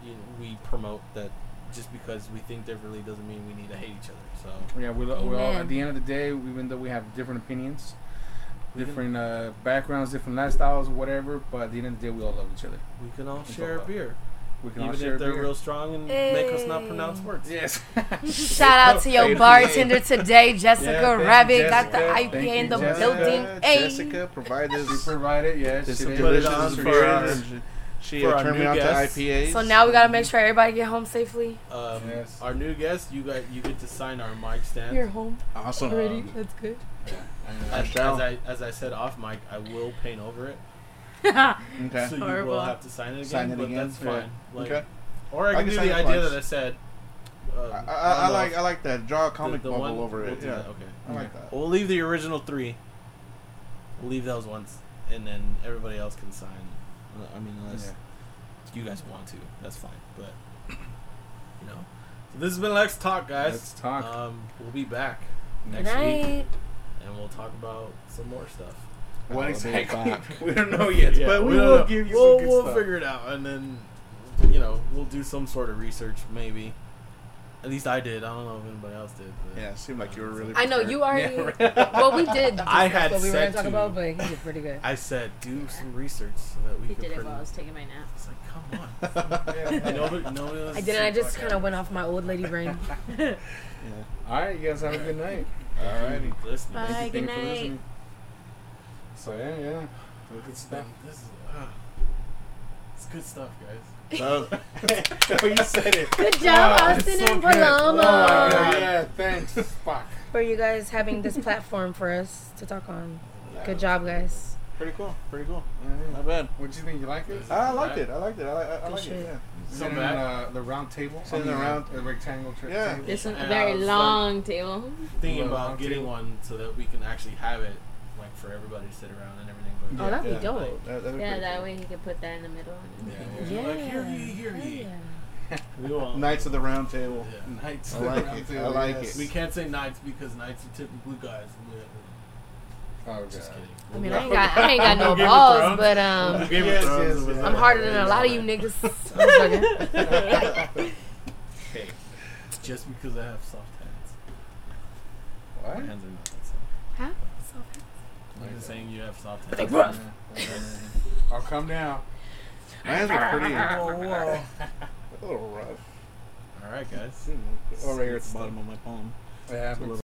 [SPEAKER 1] You know, we promote that just because we think differently doesn't mean we need to hate each other. So
[SPEAKER 2] Yeah, we, lo- we all
[SPEAKER 7] Amen.
[SPEAKER 2] at the end of the day, even though we have different opinions, different uh, backgrounds, different lifestyles, whatever, but at the end of the day, we all love each other.
[SPEAKER 1] we can all
[SPEAKER 2] It's
[SPEAKER 1] share a
[SPEAKER 2] all about-
[SPEAKER 1] beer,
[SPEAKER 2] We can
[SPEAKER 1] even
[SPEAKER 2] all
[SPEAKER 1] if
[SPEAKER 2] share
[SPEAKER 1] they're
[SPEAKER 2] beer.
[SPEAKER 1] real strong and make us not pronounce words.
[SPEAKER 2] Yes.
[SPEAKER 7] Shout out to your bartender today, Jessica
[SPEAKER 2] Yeah, thank you,
[SPEAKER 7] Rabbit. Got the
[SPEAKER 2] Jessica.
[SPEAKER 7] IPA
[SPEAKER 2] Thank
[SPEAKER 7] in
[SPEAKER 2] you,
[SPEAKER 7] the
[SPEAKER 2] Jessica.
[SPEAKER 7] building.
[SPEAKER 5] Uh,
[SPEAKER 7] Hey.
[SPEAKER 5] Jessica provided
[SPEAKER 2] we
[SPEAKER 5] us
[SPEAKER 2] provide it, yes.
[SPEAKER 5] this some
[SPEAKER 2] Today-
[SPEAKER 1] put it
[SPEAKER 5] delicious
[SPEAKER 1] on for
[SPEAKER 5] beer,
[SPEAKER 1] us.
[SPEAKER 5] and she- She
[SPEAKER 1] For
[SPEAKER 5] uh,
[SPEAKER 1] our
[SPEAKER 5] turned me
[SPEAKER 1] new
[SPEAKER 5] on to
[SPEAKER 1] guests.
[SPEAKER 5] IPAs.
[SPEAKER 7] So now we gotta make sure everybody get home safely.
[SPEAKER 1] Um,
[SPEAKER 2] Yes.
[SPEAKER 1] Our new guest, you got you get to sign our mic stand.
[SPEAKER 7] You're home
[SPEAKER 5] awesome.
[SPEAKER 7] already.
[SPEAKER 1] Um,
[SPEAKER 7] That's good.
[SPEAKER 1] As, as
[SPEAKER 5] Michelle.
[SPEAKER 1] I as I said off mic, I will paint over it,
[SPEAKER 5] Okay.
[SPEAKER 1] so you will
[SPEAKER 4] Horrible.
[SPEAKER 1] have to sign it again.
[SPEAKER 5] Sign it
[SPEAKER 1] but
[SPEAKER 5] again,
[SPEAKER 1] that's
[SPEAKER 5] yeah.
[SPEAKER 1] fine. Like,
[SPEAKER 5] okay.
[SPEAKER 1] Or I
[SPEAKER 5] I
[SPEAKER 1] can
[SPEAKER 5] can
[SPEAKER 1] do
[SPEAKER 5] sign
[SPEAKER 1] the
[SPEAKER 5] it
[SPEAKER 1] idea
[SPEAKER 5] twice.
[SPEAKER 1] that I said. Um,
[SPEAKER 5] I, I,
[SPEAKER 1] don't
[SPEAKER 5] I
[SPEAKER 1] know
[SPEAKER 5] like
[SPEAKER 1] if
[SPEAKER 5] I like that. Draw a comic
[SPEAKER 1] the, the
[SPEAKER 5] bubble
[SPEAKER 1] one-
[SPEAKER 5] over
[SPEAKER 1] we'll
[SPEAKER 5] it.
[SPEAKER 1] do
[SPEAKER 5] Yeah,
[SPEAKER 1] that, Okay.
[SPEAKER 5] I like that.
[SPEAKER 1] We'll leave the original three. We'll leave those ones, and then everybody else can sign. Uh, I mean, unless you guys want to, that's fine. But you know, so this has been Let's Talk, guys.
[SPEAKER 2] Let's talk.
[SPEAKER 1] Um, we'll be back
[SPEAKER 7] Good
[SPEAKER 1] next week,
[SPEAKER 7] night.
[SPEAKER 1] and we'll talk about some more stuff.
[SPEAKER 5] What exactly?
[SPEAKER 8] we don't
[SPEAKER 2] Oh,
[SPEAKER 8] know yet,
[SPEAKER 1] Yeah,
[SPEAKER 8] but we,
[SPEAKER 1] don't
[SPEAKER 8] will
[SPEAKER 1] know.
[SPEAKER 8] give you
[SPEAKER 1] We'll,
[SPEAKER 8] some good
[SPEAKER 1] we'll
[SPEAKER 8] stuff.
[SPEAKER 1] figure it out, and then you know we'll do some sort of research, maybe. At least I did. I don't know if anybody else did. But
[SPEAKER 5] Yeah, it seemed like you were really.
[SPEAKER 7] I know
[SPEAKER 5] prepared.
[SPEAKER 7] you already. well, we did.
[SPEAKER 1] I
[SPEAKER 7] discuss
[SPEAKER 1] had
[SPEAKER 7] what we were gonna
[SPEAKER 1] said
[SPEAKER 7] talk
[SPEAKER 1] to-
[SPEAKER 7] about, but he did pretty good.
[SPEAKER 1] I said do some research so that we
[SPEAKER 4] He
[SPEAKER 1] could.
[SPEAKER 4] did it
[SPEAKER 1] print-
[SPEAKER 4] while I was taking my nap.
[SPEAKER 1] It's like, come on. nobody, nobody
[SPEAKER 7] I didn't. I just kind of went off my old lady brain.
[SPEAKER 2] All right, you guys have a good night.
[SPEAKER 5] Alrighty.
[SPEAKER 1] Listen,
[SPEAKER 4] Bye.
[SPEAKER 1] this,
[SPEAKER 4] good
[SPEAKER 2] Thank you for
[SPEAKER 4] night.
[SPEAKER 2] listening. So, yeah, yeah. Good
[SPEAKER 1] is,
[SPEAKER 2] stuff.
[SPEAKER 1] this is uh, it's good stuff, guys.
[SPEAKER 5] So,
[SPEAKER 8] Oh, you said it.
[SPEAKER 7] Good job,
[SPEAKER 8] Wow,
[SPEAKER 7] Austin
[SPEAKER 8] it's so
[SPEAKER 7] and
[SPEAKER 8] good. Oh, my
[SPEAKER 7] Paloma,
[SPEAKER 8] God.
[SPEAKER 2] yeah, thanks. Fuck.
[SPEAKER 7] for you guys having this platform for us to talk on. Good job, guys.
[SPEAKER 5] pretty cool. Pretty cool.
[SPEAKER 2] Yeah.
[SPEAKER 5] Not bad.
[SPEAKER 2] What do you think? You like it?
[SPEAKER 5] I liked it. I liked it. I, I, I like it.
[SPEAKER 7] shit.
[SPEAKER 5] Yeah.
[SPEAKER 1] So
[SPEAKER 2] Sitting
[SPEAKER 1] bad.
[SPEAKER 2] on uh, the round table.
[SPEAKER 5] Sitting
[SPEAKER 2] I mean,
[SPEAKER 5] around-
[SPEAKER 2] uh, the rectangle tra-
[SPEAKER 5] Yeah.
[SPEAKER 2] table.
[SPEAKER 4] It's a
[SPEAKER 1] And I
[SPEAKER 4] very
[SPEAKER 1] was
[SPEAKER 4] long table.
[SPEAKER 1] Thinking
[SPEAKER 2] Well,
[SPEAKER 1] about
[SPEAKER 2] I'll
[SPEAKER 1] getting
[SPEAKER 2] take-
[SPEAKER 1] one so that we can actually have it, like for everybody to sit around and everything. But
[SPEAKER 7] Oh, that'd
[SPEAKER 5] yeah.
[SPEAKER 7] be dope.
[SPEAKER 5] That, that'd be
[SPEAKER 4] Yeah,
[SPEAKER 5] pretty
[SPEAKER 4] that
[SPEAKER 5] cool.
[SPEAKER 4] way he could put that in the middle. And
[SPEAKER 1] Yeah.
[SPEAKER 7] Yeah.
[SPEAKER 1] Like, hear ye, hear ye.
[SPEAKER 7] Yeah.
[SPEAKER 1] We won't.
[SPEAKER 5] Knights of the Round Table.
[SPEAKER 1] Yeah.
[SPEAKER 2] Nights.
[SPEAKER 5] I like
[SPEAKER 2] Round
[SPEAKER 5] it.
[SPEAKER 2] table,
[SPEAKER 5] I like
[SPEAKER 2] yes.
[SPEAKER 5] it.
[SPEAKER 1] We can't say knights because knights are typically guys. We're- we're
[SPEAKER 2] Oh, God.
[SPEAKER 1] Just kidding.
[SPEAKER 7] I mean, I ain't got, I ain't got no balls, but um,
[SPEAKER 1] Game
[SPEAKER 2] Yes,
[SPEAKER 1] of Thrones.
[SPEAKER 2] yes, yes.
[SPEAKER 1] was like-
[SPEAKER 7] I'm harder than a lot of you niggas. I'm joking.
[SPEAKER 1] Hey, just because I have soft hands, my
[SPEAKER 2] What?
[SPEAKER 1] hands are not that soft.
[SPEAKER 7] Huh?
[SPEAKER 1] I'm just saying you have soft hands.
[SPEAKER 2] I'll come down.
[SPEAKER 5] My hands are pretty a
[SPEAKER 1] Whoa, whoa.
[SPEAKER 5] little rough.
[SPEAKER 1] All right, guys.
[SPEAKER 5] Over here at the bottom of my palm.
[SPEAKER 2] Yeah,
[SPEAKER 5] It's a little